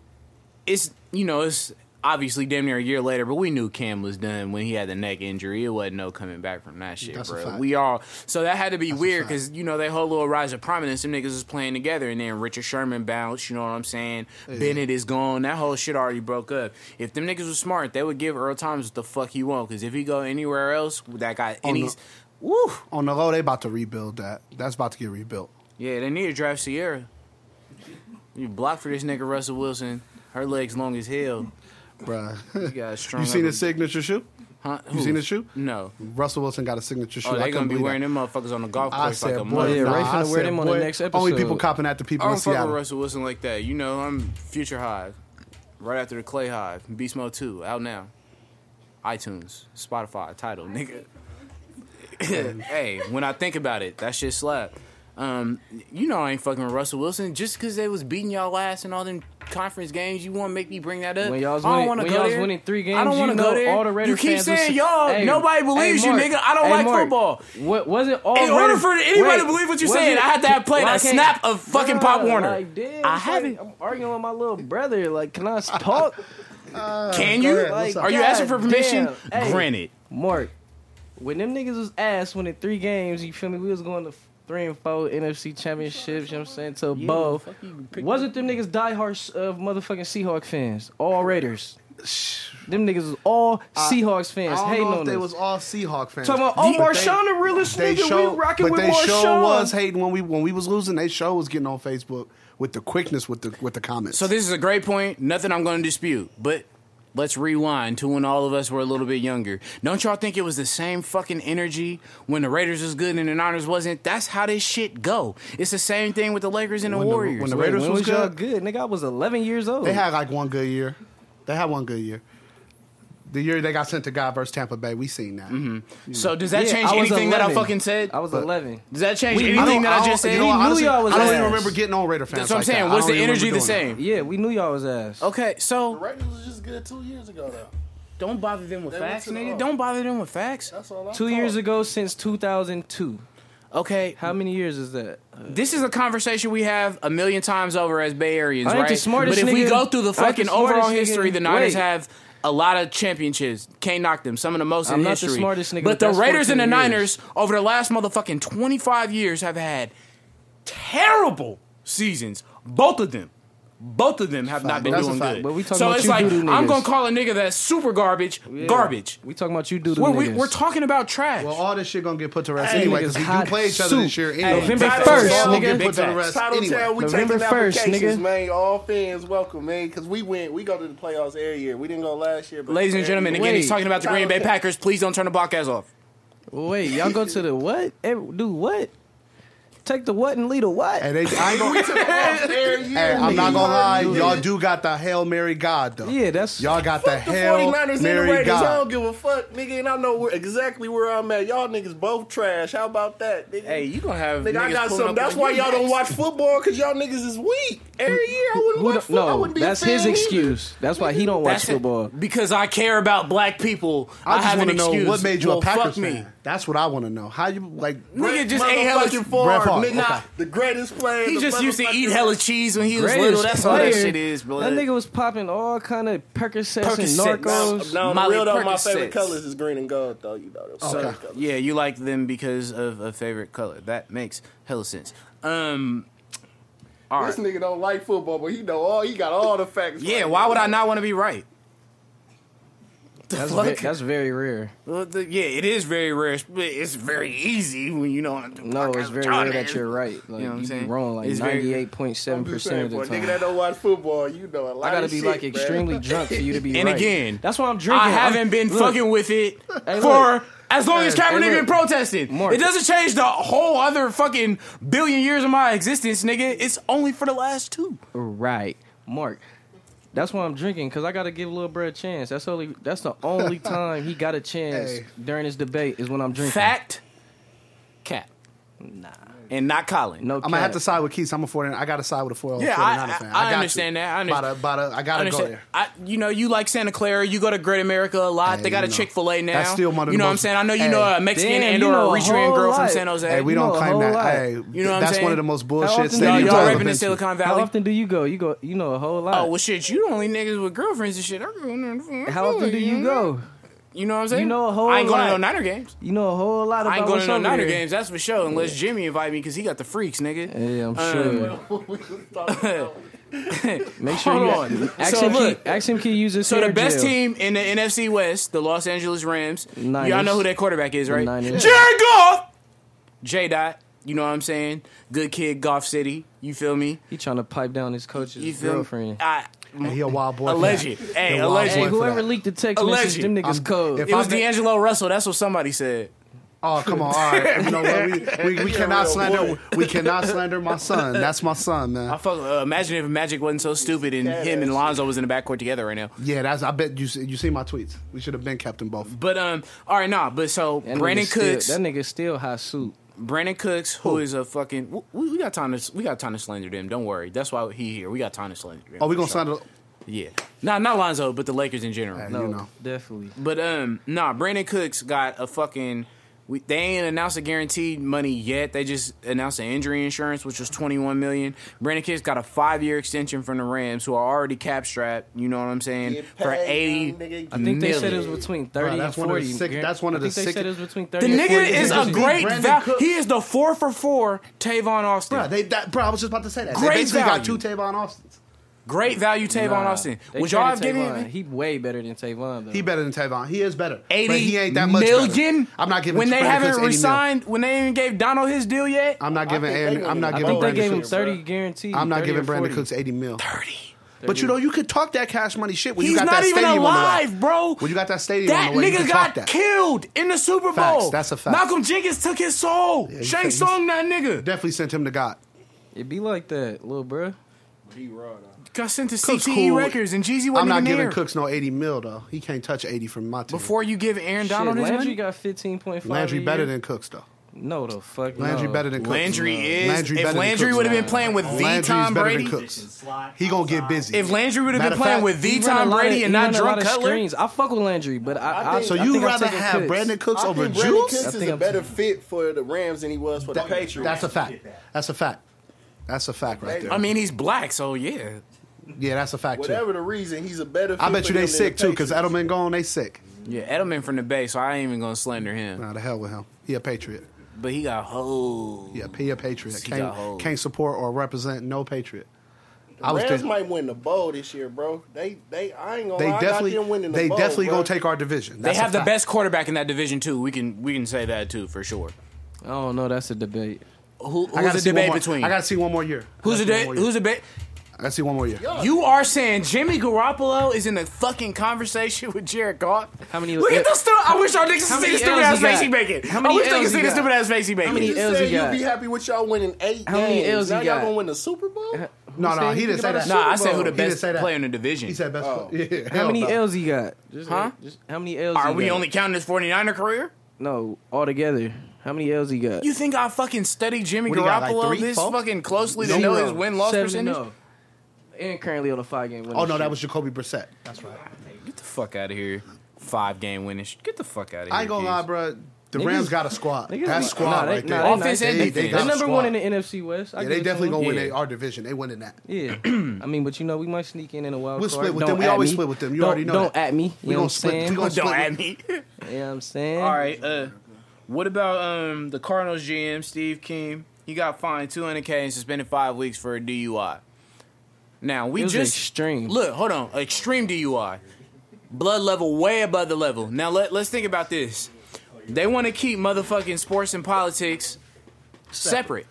[SPEAKER 1] it's you know it's obviously damn near a year later, but we knew Cam was done when he had the neck injury. It wasn't no coming back from that shit,
[SPEAKER 3] That's a
[SPEAKER 1] bro.
[SPEAKER 3] fact.
[SPEAKER 1] We all so that had to be
[SPEAKER 3] a
[SPEAKER 1] weird
[SPEAKER 3] fact.
[SPEAKER 1] because you know their whole little rise of prominence, them niggas was playing together, and then Richard Sherman bounced. You know what I'm saying? Bennett is gone. That whole shit already broke up. If them niggas was smart, they would give Earl Thomas what the fuck he want because if he go anywhere else that got any.
[SPEAKER 3] no.
[SPEAKER 1] Woo!
[SPEAKER 3] On the low, they about to rebuild that. That's about to get rebuilt.
[SPEAKER 1] Yeah, they need to draft Sierra. You block for this nigga Russell Wilson. Her legs long as hell.
[SPEAKER 3] Bruh.
[SPEAKER 1] You got a strong.
[SPEAKER 3] you seen
[SPEAKER 1] upper-
[SPEAKER 3] his signature shoe?
[SPEAKER 1] Huh?
[SPEAKER 3] you
[SPEAKER 1] Who?
[SPEAKER 3] seen his shoe?
[SPEAKER 1] No.
[SPEAKER 3] Russell Wilson got a signature shoe.
[SPEAKER 1] Oh,
[SPEAKER 3] I
[SPEAKER 1] they
[SPEAKER 3] couldn't
[SPEAKER 1] gonna be
[SPEAKER 3] believe
[SPEAKER 1] wearing
[SPEAKER 3] that.
[SPEAKER 1] them motherfuckers on the golf
[SPEAKER 3] I
[SPEAKER 1] course like
[SPEAKER 3] said,
[SPEAKER 1] a
[SPEAKER 3] boy,
[SPEAKER 2] mother- Yeah,
[SPEAKER 1] mother.
[SPEAKER 3] nah,
[SPEAKER 2] Ray finna
[SPEAKER 3] I
[SPEAKER 2] wear
[SPEAKER 3] said,
[SPEAKER 2] them on the
[SPEAKER 3] boy,
[SPEAKER 2] next
[SPEAKER 3] Only
[SPEAKER 2] episode.
[SPEAKER 3] people copping at the
[SPEAKER 1] I
[SPEAKER 3] people in
[SPEAKER 1] don't fuck with
[SPEAKER 3] Seattle.
[SPEAKER 1] Russell Wilson like that. You know, I'm Future Hive, right after the Clay Hive, Beast Mode Two, out now, iTunes, Spotify, title, nigga. hey, when I think about it, that shit slap. Um, you know I ain't fucking with Russell Wilson just because they was beating y'all ass in all them conference games. You want to make me bring that up?
[SPEAKER 2] When y'all was
[SPEAKER 1] I don't
[SPEAKER 2] winning-
[SPEAKER 1] wanna
[SPEAKER 2] when
[SPEAKER 1] go
[SPEAKER 2] y'all was
[SPEAKER 1] there.
[SPEAKER 2] winning three
[SPEAKER 1] I
[SPEAKER 2] games,
[SPEAKER 1] don't
[SPEAKER 2] you
[SPEAKER 1] wanna
[SPEAKER 2] know
[SPEAKER 1] go there.
[SPEAKER 2] all the Raider
[SPEAKER 1] You keep
[SPEAKER 2] fans was-
[SPEAKER 1] saying y'all.
[SPEAKER 2] Hey,
[SPEAKER 1] nobody believes
[SPEAKER 2] hey, Mark.
[SPEAKER 1] you, nigga. I don't
[SPEAKER 2] Hey,
[SPEAKER 1] like
[SPEAKER 2] Mark.
[SPEAKER 1] football.
[SPEAKER 2] What was it all?
[SPEAKER 1] In order
[SPEAKER 2] Raider-
[SPEAKER 1] for anybody to
[SPEAKER 2] Wait,
[SPEAKER 1] believe what you're
[SPEAKER 2] was
[SPEAKER 1] saying,
[SPEAKER 2] it-
[SPEAKER 1] I had to have played
[SPEAKER 2] Why
[SPEAKER 1] a
[SPEAKER 2] can't-
[SPEAKER 1] snap of fucking
[SPEAKER 2] Bruh,
[SPEAKER 1] Pop Warner.
[SPEAKER 2] like, damn,
[SPEAKER 1] I
[SPEAKER 2] it's
[SPEAKER 1] have
[SPEAKER 2] like,
[SPEAKER 1] it.
[SPEAKER 2] I'm arguing with my little brother. Like, can I s- talk?
[SPEAKER 1] Can you?
[SPEAKER 3] ahead. What's
[SPEAKER 1] Are
[SPEAKER 3] up?
[SPEAKER 1] you asking for
[SPEAKER 2] God
[SPEAKER 1] permission?
[SPEAKER 2] damn. Hey.
[SPEAKER 1] Granted.
[SPEAKER 2] Mark, when them niggas was ass winning three games, you feel me? We was going to three and four NFC championships, you know what I'm saying? To both. Wasn't them niggas diehards of motherfucking Seahawks fans? All Raiders. Them niggas was all Seahawks
[SPEAKER 3] I
[SPEAKER 2] fans.
[SPEAKER 3] don't
[SPEAKER 2] Hating
[SPEAKER 3] know if
[SPEAKER 2] on
[SPEAKER 3] they
[SPEAKER 2] us.
[SPEAKER 3] was all Seahawk fans.
[SPEAKER 2] Talking about,
[SPEAKER 3] But
[SPEAKER 2] oh,
[SPEAKER 3] they-
[SPEAKER 2] Marshawn the realest
[SPEAKER 3] They
[SPEAKER 2] nigga.
[SPEAKER 3] show,
[SPEAKER 2] we rocking
[SPEAKER 3] but
[SPEAKER 2] with
[SPEAKER 3] they
[SPEAKER 2] Marshawn.
[SPEAKER 3] show was hating when we when we was losing. They show was getting on Facebook with the quickness with the with the comments.
[SPEAKER 1] So this is a great point. Nothing I'm going to dispute, but let's rewind to when all of us were a little bit younger. Don't y'all think it was the same fucking energy when the Raiders was good and the Niners wasn't? That's how this shit go. It's the same thing with the Lakers and the
[SPEAKER 3] When the-
[SPEAKER 1] Warriors.
[SPEAKER 3] when the
[SPEAKER 2] Wait,
[SPEAKER 3] Raiders
[SPEAKER 2] when
[SPEAKER 3] was
[SPEAKER 2] was y'all
[SPEAKER 3] good?
[SPEAKER 2] good? Nigga, I was 11 years old.
[SPEAKER 3] They had like one good year. They had one good year. The year they got sent to God versus Tampa Bay, we seen that.
[SPEAKER 1] Mm-hmm. so does that
[SPEAKER 2] Yeah,
[SPEAKER 1] change
[SPEAKER 2] I was
[SPEAKER 1] anything that I
[SPEAKER 2] 11.
[SPEAKER 1] fucking said?
[SPEAKER 2] I was 11.
[SPEAKER 1] does that change
[SPEAKER 2] We- I
[SPEAKER 1] anything
[SPEAKER 2] don't-
[SPEAKER 1] that I,
[SPEAKER 3] don't-
[SPEAKER 1] just said?
[SPEAKER 3] You know, what,
[SPEAKER 2] We knew
[SPEAKER 3] honestly,
[SPEAKER 2] y'all was
[SPEAKER 3] I don't even
[SPEAKER 2] ass.
[SPEAKER 3] remember getting on Raider fans.
[SPEAKER 1] That's what I'm
[SPEAKER 3] like
[SPEAKER 1] saying.
[SPEAKER 3] that. I
[SPEAKER 1] What's
[SPEAKER 3] don't
[SPEAKER 1] the
[SPEAKER 3] even remember
[SPEAKER 1] energy the
[SPEAKER 3] doing that.
[SPEAKER 1] same?
[SPEAKER 2] Yeah, we knew y'all was ass.
[SPEAKER 1] Okay,
[SPEAKER 5] The
[SPEAKER 1] so
[SPEAKER 5] Raiders was just good two years ago, though.
[SPEAKER 1] don't bother them with
[SPEAKER 5] They went
[SPEAKER 1] facts,
[SPEAKER 5] to the
[SPEAKER 1] nigga.
[SPEAKER 5] up.
[SPEAKER 1] Don't bother them with facts.
[SPEAKER 5] That's all I
[SPEAKER 2] Two years ago since 2002.
[SPEAKER 1] Okay,
[SPEAKER 2] How many years is that?
[SPEAKER 1] This is a conversation we have a million times over as Bay Areans,
[SPEAKER 2] I ain't
[SPEAKER 1] right?
[SPEAKER 2] the smartest
[SPEAKER 1] but if we
[SPEAKER 2] nigga.
[SPEAKER 1] go through
[SPEAKER 2] I
[SPEAKER 1] the
[SPEAKER 2] ain't
[SPEAKER 1] fucking
[SPEAKER 2] the smartest
[SPEAKER 1] overall
[SPEAKER 2] nigga.
[SPEAKER 1] history, the Niners
[SPEAKER 2] Wait.
[SPEAKER 1] have a lot of championships. Can't knock them. Some of the most
[SPEAKER 2] I'm
[SPEAKER 1] in
[SPEAKER 2] not the
[SPEAKER 1] history.
[SPEAKER 2] smartest nigga,
[SPEAKER 1] but
[SPEAKER 2] but
[SPEAKER 1] the
[SPEAKER 2] that's
[SPEAKER 1] Raiders and the
[SPEAKER 2] 14
[SPEAKER 1] Niners over the last motherfucking 25 years have had terrible seasons. Both of them. Both of them have not
[SPEAKER 3] Fact.
[SPEAKER 1] been
[SPEAKER 3] That's a
[SPEAKER 1] doing
[SPEAKER 3] fact.
[SPEAKER 1] good.
[SPEAKER 2] But we talking
[SPEAKER 1] so
[SPEAKER 2] about
[SPEAKER 1] it's
[SPEAKER 2] you
[SPEAKER 1] like
[SPEAKER 2] doo-doo
[SPEAKER 1] I'm
[SPEAKER 2] niggas.
[SPEAKER 1] gonna call a nigga that's super garbage,
[SPEAKER 2] Yeah.
[SPEAKER 1] garbage.
[SPEAKER 2] We talking about you doodle
[SPEAKER 1] We're,
[SPEAKER 2] niggas.
[SPEAKER 1] we, we're talking about trash.
[SPEAKER 3] Well, all this shit gonna get put to rest
[SPEAKER 5] Hey,
[SPEAKER 3] anyway
[SPEAKER 2] niggas
[SPEAKER 3] because we do
[SPEAKER 2] hot
[SPEAKER 3] play each other this
[SPEAKER 2] soup.
[SPEAKER 3] year.
[SPEAKER 2] Hey,
[SPEAKER 3] anyway.
[SPEAKER 2] November
[SPEAKER 3] So
[SPEAKER 2] 1st,
[SPEAKER 3] it's gonna get
[SPEAKER 1] nigga.
[SPEAKER 3] put to the
[SPEAKER 1] Big
[SPEAKER 3] rest
[SPEAKER 5] Title Town,
[SPEAKER 3] anyway.
[SPEAKER 5] we
[SPEAKER 2] November
[SPEAKER 5] taking
[SPEAKER 2] 1st,
[SPEAKER 5] applications,
[SPEAKER 2] nigga.
[SPEAKER 5] man. All fans welcome, man, because we went, we go to the playoffs every year. We didn't go last year, but
[SPEAKER 1] Ladies and gentlemen, again, he's
[SPEAKER 2] Wait.
[SPEAKER 1] talking about the Green Bay
[SPEAKER 5] Tyler-
[SPEAKER 1] Packers. Please don't turn the podcast off.
[SPEAKER 2] Wait, y'all go to the what? Every, do what? Take the what and lead a what?
[SPEAKER 3] Hey, they, I ain't gonna,
[SPEAKER 5] every year.
[SPEAKER 3] hey, I'm not gonna lie,
[SPEAKER 5] Dude.
[SPEAKER 3] y'all do got the hail Mary God though.
[SPEAKER 2] yeah, that's
[SPEAKER 3] y'all got the
[SPEAKER 5] Fuck the
[SPEAKER 3] hail
[SPEAKER 5] 49ers and the
[SPEAKER 3] Mary
[SPEAKER 5] Raiders. I
[SPEAKER 3] God.
[SPEAKER 5] don't give a fuck, nigga, and I know where, exactly where I'm at. Y'all niggas both trash. How about that, nigga?
[SPEAKER 1] Hey, you gonna have
[SPEAKER 5] Nigga, I
[SPEAKER 1] niggas
[SPEAKER 5] got
[SPEAKER 1] pulling
[SPEAKER 5] some.
[SPEAKER 1] up
[SPEAKER 5] That's
[SPEAKER 1] on
[SPEAKER 5] why
[SPEAKER 1] you
[SPEAKER 5] y'all don't
[SPEAKER 1] next.
[SPEAKER 5] watch football because y'all niggas is weak. Every year I wouldn't
[SPEAKER 2] Who
[SPEAKER 5] watch
[SPEAKER 2] the-
[SPEAKER 5] football. I
[SPEAKER 2] no.
[SPEAKER 5] wouldn't be a
[SPEAKER 2] That's his
[SPEAKER 5] fan either.
[SPEAKER 2] excuse. That's why he don't watch
[SPEAKER 1] That's it.
[SPEAKER 2] football.
[SPEAKER 1] because I care about black people. I,
[SPEAKER 3] I just
[SPEAKER 1] have an
[SPEAKER 3] wanna know
[SPEAKER 1] excuse.
[SPEAKER 3] what made you
[SPEAKER 1] well,
[SPEAKER 3] a Packers
[SPEAKER 1] fuck me.
[SPEAKER 3] fan. That's what I want to know. How you like?
[SPEAKER 1] Nigga just
[SPEAKER 5] Brett
[SPEAKER 1] ate hella
[SPEAKER 5] motherfucking Favre,
[SPEAKER 3] Favre,
[SPEAKER 5] nigga.
[SPEAKER 3] okay.
[SPEAKER 5] The greatest player.
[SPEAKER 1] He
[SPEAKER 5] the
[SPEAKER 1] just used to
[SPEAKER 5] motherfucking-
[SPEAKER 1] eat hella cheese when he was
[SPEAKER 2] greatest
[SPEAKER 1] little. That's all that
[SPEAKER 2] player.
[SPEAKER 1] shit is, bro.
[SPEAKER 2] That nigga was popping all kind of Percocets,
[SPEAKER 1] Percocets.
[SPEAKER 2] and Narcos.
[SPEAKER 1] Molly
[SPEAKER 5] No, Molly real though, my
[SPEAKER 1] Percocets.
[SPEAKER 5] favorite colors is green and gold, though. You know, those
[SPEAKER 3] Okay.
[SPEAKER 5] okay. colors.
[SPEAKER 1] Yeah, you like them because of a favorite color. That makes hella sense. Um, all
[SPEAKER 5] This
[SPEAKER 1] right.
[SPEAKER 5] nigga don't like football, but he know all. He got all the facts.
[SPEAKER 1] Yeah,
[SPEAKER 5] right.
[SPEAKER 1] why would I not want to be right?
[SPEAKER 2] That's,
[SPEAKER 1] Fuck.
[SPEAKER 2] ve- that's very rare.
[SPEAKER 1] Well, the, yeah, it is very rare. but It's very easy when you know. how to do
[SPEAKER 2] No, it's
[SPEAKER 1] podcast
[SPEAKER 2] very
[SPEAKER 1] with y'all
[SPEAKER 2] rare that
[SPEAKER 1] niggas.
[SPEAKER 2] you're right. Like,
[SPEAKER 1] You know
[SPEAKER 2] you
[SPEAKER 1] what I'm
[SPEAKER 2] be
[SPEAKER 1] saying?
[SPEAKER 2] wrong like
[SPEAKER 1] It's very-
[SPEAKER 2] ninety eight point seven
[SPEAKER 5] I'm just
[SPEAKER 2] percent
[SPEAKER 5] saying,
[SPEAKER 2] of the
[SPEAKER 5] boy,
[SPEAKER 2] time.
[SPEAKER 5] nigga that don't watch football, you know a lot.
[SPEAKER 2] I gotta
[SPEAKER 5] of
[SPEAKER 2] be
[SPEAKER 5] shit,
[SPEAKER 2] like
[SPEAKER 5] bruh.
[SPEAKER 2] extremely drunk for you to be
[SPEAKER 1] And
[SPEAKER 2] right.
[SPEAKER 1] again,
[SPEAKER 2] that's why I'm drinking.
[SPEAKER 1] I haven't
[SPEAKER 2] I'm-
[SPEAKER 1] been
[SPEAKER 2] look,
[SPEAKER 1] fucking with it
[SPEAKER 2] Hey,
[SPEAKER 1] for
[SPEAKER 2] look.
[SPEAKER 1] as long as
[SPEAKER 2] Hey,
[SPEAKER 1] Kaepernick
[SPEAKER 2] look.
[SPEAKER 1] been protesting.
[SPEAKER 2] Mark.
[SPEAKER 1] It doesn't change the whole other fucking billion years of my existence, nigga. It's only for the last two.
[SPEAKER 2] Right, Mark. That's why I'm drinking because I gotta give Lil Bro a chance. That's only that's the only time he got a chance
[SPEAKER 3] Hey.
[SPEAKER 2] during this debate is when I'm drinking.
[SPEAKER 1] Fact, cap,
[SPEAKER 2] Nah,
[SPEAKER 1] and not Colin.
[SPEAKER 2] no.
[SPEAKER 3] I'm gonna have
[SPEAKER 2] cap.
[SPEAKER 3] to side with Keith. I'm a 49. I got to side with a 49er
[SPEAKER 1] Yeah, I-
[SPEAKER 3] fan.
[SPEAKER 1] I- I
[SPEAKER 3] got
[SPEAKER 1] understand
[SPEAKER 3] to.
[SPEAKER 1] that. I
[SPEAKER 3] Bada-
[SPEAKER 1] understand-
[SPEAKER 3] bada- I gotta go
[SPEAKER 1] Understand?
[SPEAKER 3] there.
[SPEAKER 1] I, you know, you like Santa Clara. You go to Great America a lot.
[SPEAKER 3] Hey,
[SPEAKER 1] they got
[SPEAKER 3] you
[SPEAKER 1] a
[SPEAKER 3] know.
[SPEAKER 1] Chick Fil A now.
[SPEAKER 3] That's still one of the
[SPEAKER 1] you know what I'm
[SPEAKER 3] most-
[SPEAKER 1] saying? I know you
[SPEAKER 3] Hey.
[SPEAKER 1] know a Mexican
[SPEAKER 2] Damn,
[SPEAKER 1] and
[SPEAKER 2] you
[SPEAKER 1] or
[SPEAKER 2] know
[SPEAKER 1] a
[SPEAKER 2] a
[SPEAKER 1] Eritrean
[SPEAKER 2] whole
[SPEAKER 1] girl from
[SPEAKER 2] lot.
[SPEAKER 1] San Jose.
[SPEAKER 3] Hey, we
[SPEAKER 2] You
[SPEAKER 3] don't
[SPEAKER 2] know a
[SPEAKER 3] claim
[SPEAKER 2] whole
[SPEAKER 3] that.
[SPEAKER 2] lot.
[SPEAKER 3] Hey,
[SPEAKER 1] You know what I'm
[SPEAKER 3] that's
[SPEAKER 1] saying?
[SPEAKER 3] one of the most
[SPEAKER 2] How
[SPEAKER 3] bullshit
[SPEAKER 2] often
[SPEAKER 1] y'all
[SPEAKER 2] do you
[SPEAKER 3] stadiums
[SPEAKER 2] go?
[SPEAKER 1] y'all
[SPEAKER 3] I've
[SPEAKER 2] Tyler
[SPEAKER 1] rapping
[SPEAKER 3] ever
[SPEAKER 1] in
[SPEAKER 3] been to.
[SPEAKER 1] Silicon
[SPEAKER 2] How
[SPEAKER 1] Valley.
[SPEAKER 2] often do you go? You go. You know a whole lot.
[SPEAKER 1] Oh well, shit! You the only niggas with girlfriends and shit. I don't know.
[SPEAKER 2] How often do
[SPEAKER 5] Mm-hmm.
[SPEAKER 2] you go?
[SPEAKER 1] You know what I'm saying?
[SPEAKER 2] You know a whole
[SPEAKER 1] I ain't going to no
[SPEAKER 2] lot.
[SPEAKER 1] Niner games.
[SPEAKER 2] You know a whole lot about
[SPEAKER 1] I ain't going
[SPEAKER 2] what's
[SPEAKER 1] to no
[SPEAKER 2] over
[SPEAKER 1] Niner
[SPEAKER 2] there.
[SPEAKER 1] games. That's for sure. Unless Jimmy invite me because he got the freaks, nigga.
[SPEAKER 2] Yeah, I'm
[SPEAKER 1] Um,
[SPEAKER 2] sure. Make sure you
[SPEAKER 1] Hold on.
[SPEAKER 2] Ask,
[SPEAKER 1] So
[SPEAKER 2] him
[SPEAKER 1] look.
[SPEAKER 2] Key, ask him Key uses
[SPEAKER 1] So the best
[SPEAKER 2] jail.
[SPEAKER 1] team in the NFC West, the Los Angeles Rams. Y'all
[SPEAKER 2] Niners.
[SPEAKER 1] know who their quarterback is, right?
[SPEAKER 2] Niners.
[SPEAKER 1] Jared Goff. J Dot. You know what I'm saying? Good kid, Goff City. You feel me?
[SPEAKER 2] He trying to pipe down his coach's
[SPEAKER 1] You feel me?
[SPEAKER 2] girlfriend.
[SPEAKER 1] I,
[SPEAKER 3] Hey, he a wild boy. for
[SPEAKER 1] a
[SPEAKER 3] that.
[SPEAKER 1] legend. Hey,
[SPEAKER 3] The
[SPEAKER 1] a
[SPEAKER 3] wild
[SPEAKER 2] Hey,
[SPEAKER 3] boy
[SPEAKER 1] legend.
[SPEAKER 3] for
[SPEAKER 2] whoever
[SPEAKER 3] that.
[SPEAKER 2] leaked the text
[SPEAKER 1] A
[SPEAKER 2] message, them
[SPEAKER 1] legend.
[SPEAKER 2] niggas
[SPEAKER 3] I'm-
[SPEAKER 2] cold.
[SPEAKER 3] if
[SPEAKER 1] It was
[SPEAKER 3] I'm-
[SPEAKER 1] D'Angelo Russell. That's what somebody said.
[SPEAKER 3] Oh come on! All right, you know what? We, we, we cannot slander. We cannot slander my son. That's my son,
[SPEAKER 1] I
[SPEAKER 3] man.
[SPEAKER 1] fuck, uh, imagine if Magic wasn't so stupid and him and Lonzo was in the backcourt together right now.
[SPEAKER 3] Yeah, that's. I bet you. see- You see my tweets. We should have been kept them both.
[SPEAKER 1] But um, all right, nah. But so
[SPEAKER 2] That nigga
[SPEAKER 1] Brandon
[SPEAKER 2] still-
[SPEAKER 1] Cooks,
[SPEAKER 2] That nigga still high suit.
[SPEAKER 1] Brandon Cooks, who is a fucking, we- we, we got time to we got time to slander them. Don't worry, that's why he here. We got time to slander. Them
[SPEAKER 3] Oh, we gonna
[SPEAKER 1] for sure.
[SPEAKER 3] slander?
[SPEAKER 1] Yeah, nah, not Lonzo, but the Lakers in general.
[SPEAKER 3] Hey,
[SPEAKER 2] No,
[SPEAKER 3] you know.
[SPEAKER 2] definitely.
[SPEAKER 1] But um, nah, Brandon Cooks got a fucking. We, they ain't announced a guaranteed money yet. They just announced an injury insurance, which was twenty one million. Brandon Cooks got a five year extension from the Rams, who are already cap strapped. You know what I'm saying?
[SPEAKER 4] Get
[SPEAKER 1] For
[SPEAKER 4] paid,
[SPEAKER 1] eighty.
[SPEAKER 4] young nigga.
[SPEAKER 2] I think they said it was
[SPEAKER 1] Million.
[SPEAKER 2] between thirty
[SPEAKER 3] Bro,
[SPEAKER 2] and
[SPEAKER 3] that's one of the
[SPEAKER 2] forty.
[SPEAKER 3] sick-
[SPEAKER 2] Gar-
[SPEAKER 3] that's one of
[SPEAKER 2] I
[SPEAKER 3] the
[SPEAKER 2] think they
[SPEAKER 3] sick-
[SPEAKER 2] said it was between
[SPEAKER 1] The
[SPEAKER 2] thirty. and
[SPEAKER 1] nigga
[SPEAKER 2] 40
[SPEAKER 1] is a
[SPEAKER 3] Brandon
[SPEAKER 1] great value.
[SPEAKER 3] Cooks.
[SPEAKER 1] He is the four for four Tavon Austin.
[SPEAKER 3] Bro, they, that, bro, I was just about to say that.
[SPEAKER 1] Great
[SPEAKER 3] they basically
[SPEAKER 1] value.
[SPEAKER 3] got two Tavon Austins.
[SPEAKER 1] Great value Tavon
[SPEAKER 2] Nah,
[SPEAKER 1] Austin.
[SPEAKER 2] they
[SPEAKER 1] Would y'all have
[SPEAKER 2] traded
[SPEAKER 1] given
[SPEAKER 2] Tavon.
[SPEAKER 1] him
[SPEAKER 2] He way better than Tavon though.
[SPEAKER 3] He better than Tavon. He is better. But
[SPEAKER 1] 80
[SPEAKER 3] he ain't that much better.
[SPEAKER 1] million?
[SPEAKER 3] I'm not giving.
[SPEAKER 1] when they
[SPEAKER 3] Brandon
[SPEAKER 1] haven't
[SPEAKER 3] Cooks 80 mil.
[SPEAKER 1] resigned, when they even gave Donald his deal yet?
[SPEAKER 3] I'm not giving.
[SPEAKER 4] think they
[SPEAKER 3] Aaron,
[SPEAKER 4] gonna
[SPEAKER 3] I'm not
[SPEAKER 4] give
[SPEAKER 2] I
[SPEAKER 3] giving.
[SPEAKER 2] think they
[SPEAKER 3] Brandon
[SPEAKER 2] gave him
[SPEAKER 3] Cooks.
[SPEAKER 2] thirty guaranteed.
[SPEAKER 3] I'm not
[SPEAKER 2] 30 or
[SPEAKER 3] giving Brandon
[SPEAKER 2] 40.
[SPEAKER 3] Cooks 80 mil.
[SPEAKER 1] 30.
[SPEAKER 3] But you know, you could talk that cash money shit when
[SPEAKER 1] He's
[SPEAKER 3] you got
[SPEAKER 1] not
[SPEAKER 3] that
[SPEAKER 1] even
[SPEAKER 3] stadium on the
[SPEAKER 1] alive,
[SPEAKER 3] way.
[SPEAKER 1] bro.
[SPEAKER 3] When you got that stadium
[SPEAKER 1] That
[SPEAKER 3] on the way, you
[SPEAKER 1] nigga
[SPEAKER 3] can talk
[SPEAKER 1] got
[SPEAKER 3] that.
[SPEAKER 1] killed in the Super
[SPEAKER 3] Facts.
[SPEAKER 1] Bowl.
[SPEAKER 3] That's a fact.
[SPEAKER 1] Malcolm Jenkins took his soul.
[SPEAKER 3] Yeah, you
[SPEAKER 1] Shang
[SPEAKER 3] can't-
[SPEAKER 1] Song that nigga.
[SPEAKER 3] Definitely sent him to God.
[SPEAKER 2] It be like that, little bruh.
[SPEAKER 1] Got sent to
[SPEAKER 3] Cook's
[SPEAKER 1] CTE
[SPEAKER 3] cool.
[SPEAKER 1] Records and Jeezy wasn't
[SPEAKER 3] I'm not
[SPEAKER 1] even
[SPEAKER 3] giving
[SPEAKER 1] there.
[SPEAKER 3] Cooks no 80 mil though. He can't touch 80 from my team.
[SPEAKER 1] Before you give Aaron
[SPEAKER 2] Shit,
[SPEAKER 1] Donald his
[SPEAKER 2] Landry
[SPEAKER 1] money?
[SPEAKER 2] got fifteen point five.
[SPEAKER 3] Landry better than Cooks though.
[SPEAKER 2] no the fuck.
[SPEAKER 3] Landry
[SPEAKER 2] no.
[SPEAKER 3] better than Cooks.
[SPEAKER 1] Landry is.
[SPEAKER 3] Landry better
[SPEAKER 1] if
[SPEAKER 3] than
[SPEAKER 1] Landry
[SPEAKER 3] Cooks,
[SPEAKER 1] would have
[SPEAKER 3] man.
[SPEAKER 1] been playing with the
[SPEAKER 3] Landry's
[SPEAKER 1] Tom
[SPEAKER 3] better
[SPEAKER 1] Brady,
[SPEAKER 3] than Cooks. He gonna get busy.
[SPEAKER 1] if Landry would have
[SPEAKER 3] Matter
[SPEAKER 1] been
[SPEAKER 3] of
[SPEAKER 1] playing
[SPEAKER 3] fact,
[SPEAKER 1] with the
[SPEAKER 2] He run a
[SPEAKER 1] Tom
[SPEAKER 2] lot of-
[SPEAKER 1] Brady and
[SPEAKER 2] he
[SPEAKER 1] not
[SPEAKER 2] run a lot
[SPEAKER 1] Drunk
[SPEAKER 2] of
[SPEAKER 1] Cutler,
[SPEAKER 2] screens. I fuck with Landry, but I, I,
[SPEAKER 4] think-
[SPEAKER 3] so
[SPEAKER 2] I
[SPEAKER 3] you
[SPEAKER 2] think I'm
[SPEAKER 3] rather
[SPEAKER 2] taking
[SPEAKER 3] have
[SPEAKER 2] Cooks.
[SPEAKER 3] Brandon Cooks
[SPEAKER 4] I
[SPEAKER 3] over
[SPEAKER 4] think Brandon
[SPEAKER 3] Juice?
[SPEAKER 4] Cooks is
[SPEAKER 2] I think
[SPEAKER 4] a
[SPEAKER 2] I'm-
[SPEAKER 4] better fit for the Rams than he was for the Patriots.
[SPEAKER 3] That's a fact. That's a fact. That's a fact right there.
[SPEAKER 1] I mean, he's black, so yeah.
[SPEAKER 3] yeah, that's a fact too.
[SPEAKER 4] Whatever the reason, he's a better. Fit
[SPEAKER 3] I bet
[SPEAKER 4] for
[SPEAKER 3] you they
[SPEAKER 4] them than
[SPEAKER 3] sick
[SPEAKER 4] the
[SPEAKER 3] too, because
[SPEAKER 4] Patriots.
[SPEAKER 3] Edelman gone, they sick.
[SPEAKER 1] Yeah, Edelman from the Bay, so I ain't even gonna slander him.
[SPEAKER 3] Nah, the hell with him. He a patriot.
[SPEAKER 1] But he got hoes.
[SPEAKER 3] Yeah, he a patriot.
[SPEAKER 1] He got
[SPEAKER 3] Can't,
[SPEAKER 1] hoes.
[SPEAKER 3] can't support or represent no patriot. I was
[SPEAKER 4] Rams
[SPEAKER 3] thinking-
[SPEAKER 4] might win the bowl this year, bro. They they I ain't gonna.
[SPEAKER 3] they
[SPEAKER 4] lie, I
[SPEAKER 3] definitely
[SPEAKER 4] got them winning the
[SPEAKER 3] they
[SPEAKER 4] bowl,
[SPEAKER 3] definitely
[SPEAKER 4] bro.
[SPEAKER 3] gonna take our division.
[SPEAKER 1] They
[SPEAKER 3] That's a
[SPEAKER 1] have the
[SPEAKER 3] fact.
[SPEAKER 1] best quarterback in that division too. We can we can say that too for sure.
[SPEAKER 2] I don't know. That's a debate.
[SPEAKER 1] Who,
[SPEAKER 3] I
[SPEAKER 1] who's
[SPEAKER 3] gotta
[SPEAKER 1] the
[SPEAKER 3] see one
[SPEAKER 1] debate
[SPEAKER 3] more-
[SPEAKER 1] between?
[SPEAKER 3] I gotta see one more year.
[SPEAKER 1] who's the
[SPEAKER 3] I gotta see
[SPEAKER 1] debate?
[SPEAKER 3] one more year.
[SPEAKER 1] Who's the debate?
[SPEAKER 3] I gotta see one more year.
[SPEAKER 1] You are saying Jimmy Garoppolo is in a fucking conversation with Jared Goff?
[SPEAKER 2] How many-
[SPEAKER 1] Look at the stu- I wish y'all niggas
[SPEAKER 2] How
[SPEAKER 1] could see
[SPEAKER 2] many
[SPEAKER 1] the stupid
[SPEAKER 2] L's
[SPEAKER 1] ass
[SPEAKER 2] he
[SPEAKER 1] face
[SPEAKER 2] got?
[SPEAKER 1] he making.
[SPEAKER 2] How
[SPEAKER 1] I
[SPEAKER 2] many
[SPEAKER 1] wish they
[SPEAKER 2] L's
[SPEAKER 1] could
[SPEAKER 2] he
[SPEAKER 1] see the
[SPEAKER 2] got?
[SPEAKER 1] stupid ass face he making.
[SPEAKER 2] many
[SPEAKER 4] You
[SPEAKER 2] L's he
[SPEAKER 4] said you'll
[SPEAKER 2] got?
[SPEAKER 4] be happy with y'all winning eight.
[SPEAKER 2] How many
[SPEAKER 4] games.
[SPEAKER 2] L's he
[SPEAKER 4] now
[SPEAKER 2] got?
[SPEAKER 4] Y'all gonna win the Super Bowl?
[SPEAKER 3] No, no, he didn't say that.
[SPEAKER 1] nah, I said who the
[SPEAKER 3] He
[SPEAKER 1] best
[SPEAKER 3] didn't say that.
[SPEAKER 1] player in the division.
[SPEAKER 3] He said best. Yeah,
[SPEAKER 2] How
[SPEAKER 3] hell
[SPEAKER 2] many
[SPEAKER 3] no.
[SPEAKER 2] L's he got? Just,
[SPEAKER 1] Huh?
[SPEAKER 2] Just, how many L's?
[SPEAKER 1] Are
[SPEAKER 2] he
[SPEAKER 1] we
[SPEAKER 2] got?
[SPEAKER 1] only counting his 49er career?
[SPEAKER 2] No, altogether. How many L's he got?
[SPEAKER 1] You think I fucking study Jimmy
[SPEAKER 3] What do you got, like
[SPEAKER 1] Garoppolo
[SPEAKER 3] three,
[SPEAKER 1] this
[SPEAKER 3] four?
[SPEAKER 1] fucking closely to know
[SPEAKER 3] Zero.
[SPEAKER 1] his win loss
[SPEAKER 2] Seven and
[SPEAKER 1] percentage?
[SPEAKER 2] oh. And currently on a five game win.
[SPEAKER 3] Oh no, that was Jacoby Brissett.
[SPEAKER 1] Get the fuck out of here. Five game winning. sh- Get the fuck out of here.
[SPEAKER 3] I ain't gonna
[SPEAKER 1] Keys.
[SPEAKER 3] lie, bro. The
[SPEAKER 2] Niggas-
[SPEAKER 3] Rams got a squad.
[SPEAKER 2] niggas
[SPEAKER 3] That
[SPEAKER 2] be-
[SPEAKER 3] squad
[SPEAKER 2] nah, they-
[SPEAKER 3] right there.
[SPEAKER 2] nah, they
[SPEAKER 1] Offense
[SPEAKER 2] nice.
[SPEAKER 1] and
[SPEAKER 3] They- they
[SPEAKER 1] defense.
[SPEAKER 3] got
[SPEAKER 2] They're
[SPEAKER 3] a
[SPEAKER 2] number
[SPEAKER 3] squad.
[SPEAKER 2] one in the NFC West. I
[SPEAKER 3] yeah,
[SPEAKER 2] give it
[SPEAKER 3] they
[SPEAKER 2] to
[SPEAKER 3] definitely
[SPEAKER 2] them.
[SPEAKER 3] gonna win
[SPEAKER 1] Yeah.
[SPEAKER 3] they- our division. They winning that.
[SPEAKER 2] Yeah, I mean, but you know, we might sneak in in a wild
[SPEAKER 3] We'll
[SPEAKER 2] card.
[SPEAKER 3] split with
[SPEAKER 2] Don't
[SPEAKER 3] them. We
[SPEAKER 2] at
[SPEAKER 3] always
[SPEAKER 2] me.
[SPEAKER 3] split with them. You
[SPEAKER 2] don't,
[SPEAKER 3] already know
[SPEAKER 2] Don't
[SPEAKER 3] that.
[SPEAKER 2] at me. You
[SPEAKER 3] We
[SPEAKER 2] know what
[SPEAKER 3] gonna
[SPEAKER 2] I'm
[SPEAKER 3] split. We
[SPEAKER 2] saying?
[SPEAKER 3] gonna
[SPEAKER 1] Don't
[SPEAKER 3] split.
[SPEAKER 1] at me.
[SPEAKER 2] You know what I'm saying?
[SPEAKER 1] All right. Uh, what about um the Cardinals GM Steve Keem? He got fined 200k and suspended five weeks for a DUI. Now we
[SPEAKER 2] It was
[SPEAKER 1] just
[SPEAKER 2] extreme.
[SPEAKER 1] Look, hold on, extreme DUI, blood level way above the level. Now let let's think about this. They want to keep motherfucking sports and politics separate.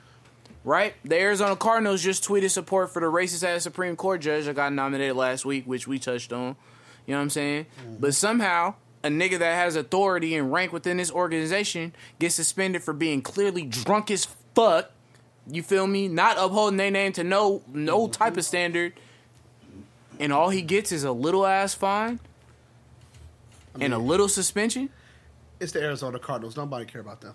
[SPEAKER 1] Right? The Arizona Cardinals just tweeted support for the racist ass Supreme Court judge that got nominated last week, which we touched on. You know what I'm saying? But somehow, a nigga that has authority and rank within this organization gets suspended for being clearly drunk as fuck. You feel me? Not upholding their name to no no type of standard. and all he gets is a little ass fine and a little suspension,
[SPEAKER 3] It's the Arizona Cardinals. Nobody care about them.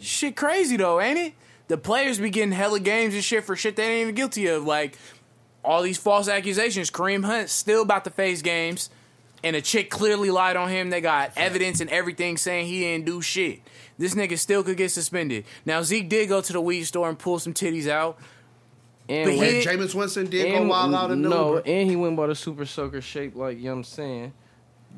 [SPEAKER 1] shit crazy though, ain't it? The players be getting hella games and shit for shit they ain't even guilty of. Like all these false accusations. Kareem Hunt still about to face games, and a chick clearly lied on him. They got evidence and everything saying he didn't do shit. This nigga still could get suspended. Now Zeke did go to the weed store and pull some titties out.
[SPEAKER 2] And
[SPEAKER 1] But
[SPEAKER 2] when-
[SPEAKER 1] he
[SPEAKER 3] And
[SPEAKER 1] Yeah.
[SPEAKER 3] Jameis Winston did go wild out in the
[SPEAKER 2] no,
[SPEAKER 3] Uber.
[SPEAKER 2] and he went and bought a super soaker shape, like you know what I'm saying.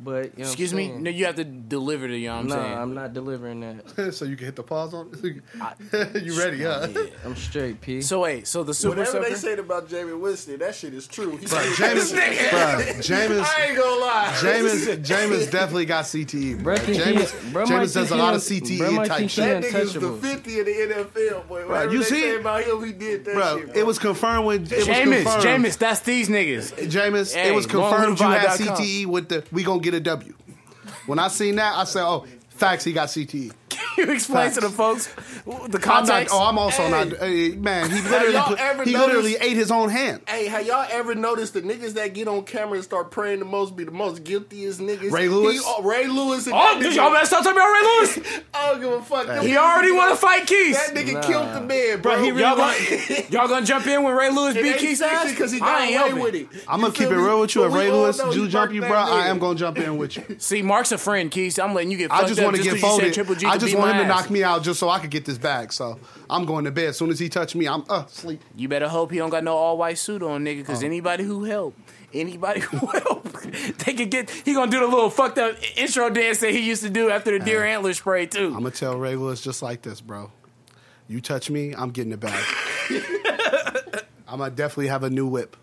[SPEAKER 2] But you know
[SPEAKER 1] Excuse
[SPEAKER 2] what I'm
[SPEAKER 1] me.
[SPEAKER 2] saying?
[SPEAKER 1] No, you have to deliver to you. know what I'm
[SPEAKER 2] nah,
[SPEAKER 1] saying.
[SPEAKER 2] I'm not delivering that.
[SPEAKER 3] so you can hit the pause on. you ready? Huh?
[SPEAKER 2] I'm straight, P.
[SPEAKER 1] so wait, so the super
[SPEAKER 5] Whatever they
[SPEAKER 1] soaker.
[SPEAKER 5] said about Jamie Winston, that shit is true. He
[SPEAKER 3] Bruh,
[SPEAKER 5] said-
[SPEAKER 3] Jameis, bruh, Jameis,
[SPEAKER 1] I ain't gonna lie.
[SPEAKER 3] Jameis, Jameis definitely got CTE. Bruh.
[SPEAKER 2] Bruh, think he-
[SPEAKER 3] Jameis,
[SPEAKER 2] bruh, might
[SPEAKER 3] Jameis does
[SPEAKER 2] think
[SPEAKER 3] a
[SPEAKER 2] he
[SPEAKER 3] lot
[SPEAKER 2] un-
[SPEAKER 3] of
[SPEAKER 2] bruh,
[SPEAKER 3] CTE
[SPEAKER 2] might
[SPEAKER 3] type
[SPEAKER 2] think he
[SPEAKER 3] shit.
[SPEAKER 2] un-
[SPEAKER 5] that nigga's the
[SPEAKER 2] untouchable.
[SPEAKER 5] 50 of the NFL, boy. Whatever
[SPEAKER 3] you
[SPEAKER 5] they
[SPEAKER 3] see
[SPEAKER 5] say
[SPEAKER 3] it?
[SPEAKER 5] about him, he did that
[SPEAKER 3] Bro,
[SPEAKER 5] shit.
[SPEAKER 3] it was confirmed when it was
[SPEAKER 1] Jameis,
[SPEAKER 3] confirmed.
[SPEAKER 1] Jameis, that's these niggas.
[SPEAKER 3] Jameis,
[SPEAKER 1] Hey,
[SPEAKER 3] it was confirmed you had
[SPEAKER 1] LongLiveLive.com.
[SPEAKER 3] CTE with the we gonna get a W. When I seen that, I said, "Oh, facts, he got CTE."
[SPEAKER 1] you explain to the folks the
[SPEAKER 3] I'm not.
[SPEAKER 1] context.
[SPEAKER 3] Oh, I'm also not. Hey, man, he literally
[SPEAKER 5] y'all
[SPEAKER 3] put-
[SPEAKER 5] ever
[SPEAKER 3] he
[SPEAKER 5] noticed-
[SPEAKER 3] literally ate his own hand.
[SPEAKER 5] Hey, have y'all ever noticed the niggas that get on camera and start praying the most be the most guiltiest niggas?
[SPEAKER 3] Ray Lewis?
[SPEAKER 5] He- oh, Ray Lewis. And
[SPEAKER 1] Oh,
[SPEAKER 5] that nigga-
[SPEAKER 1] y'all better stop talking about Ray Lewis.
[SPEAKER 5] I don't give a fuck. Them
[SPEAKER 1] He
[SPEAKER 5] niggas-
[SPEAKER 1] already want to fight Keith.
[SPEAKER 5] That nigga
[SPEAKER 2] Nah.
[SPEAKER 5] killed the man, bro.
[SPEAKER 1] Bro, he really
[SPEAKER 5] Y'all
[SPEAKER 1] wanna,
[SPEAKER 5] like-
[SPEAKER 1] y'all gonna jump in when Ray Lewis
[SPEAKER 5] It
[SPEAKER 1] beat
[SPEAKER 5] ain't
[SPEAKER 1] Keith's
[SPEAKER 5] sexy
[SPEAKER 1] ass?
[SPEAKER 5] Cause he
[SPEAKER 1] I ain't
[SPEAKER 5] got away
[SPEAKER 1] helping.
[SPEAKER 5] with it.
[SPEAKER 3] I'm
[SPEAKER 5] You
[SPEAKER 3] gonna keep
[SPEAKER 5] feel
[SPEAKER 3] it
[SPEAKER 5] me?
[SPEAKER 3] real with you.
[SPEAKER 5] But
[SPEAKER 3] If
[SPEAKER 5] we
[SPEAKER 3] Ray
[SPEAKER 5] all
[SPEAKER 3] Lewis
[SPEAKER 5] know
[SPEAKER 3] do
[SPEAKER 5] he
[SPEAKER 3] jump
[SPEAKER 5] burnt
[SPEAKER 3] you,
[SPEAKER 5] that
[SPEAKER 3] bro, I
[SPEAKER 5] nigga.
[SPEAKER 3] am gonna jump in with you.
[SPEAKER 1] See, Mark's a friend, Keith. I'm letting you get.
[SPEAKER 3] I
[SPEAKER 1] fucked
[SPEAKER 3] just
[SPEAKER 1] up
[SPEAKER 3] want to get
[SPEAKER 1] 'cause you said
[SPEAKER 3] folded.
[SPEAKER 1] Triple G
[SPEAKER 3] I
[SPEAKER 1] could
[SPEAKER 3] just
[SPEAKER 1] beat
[SPEAKER 3] want him
[SPEAKER 1] my
[SPEAKER 3] to
[SPEAKER 1] ass.
[SPEAKER 3] knock me out just so I could get this bag. So I'm going to bed. As soon as he touched me, I'm uh sleep.
[SPEAKER 1] You better hope he don't got no all white suit on, nigga. Because anybody who help, anybody who help, they could get. He gonna do the little fucked up intro dance that he used to do after the deer antler spray too.
[SPEAKER 3] I'm gonna tell Ray Lewis just like this, bro. You touch me, I'm getting the bag. I'm gonna definitely have a new whip.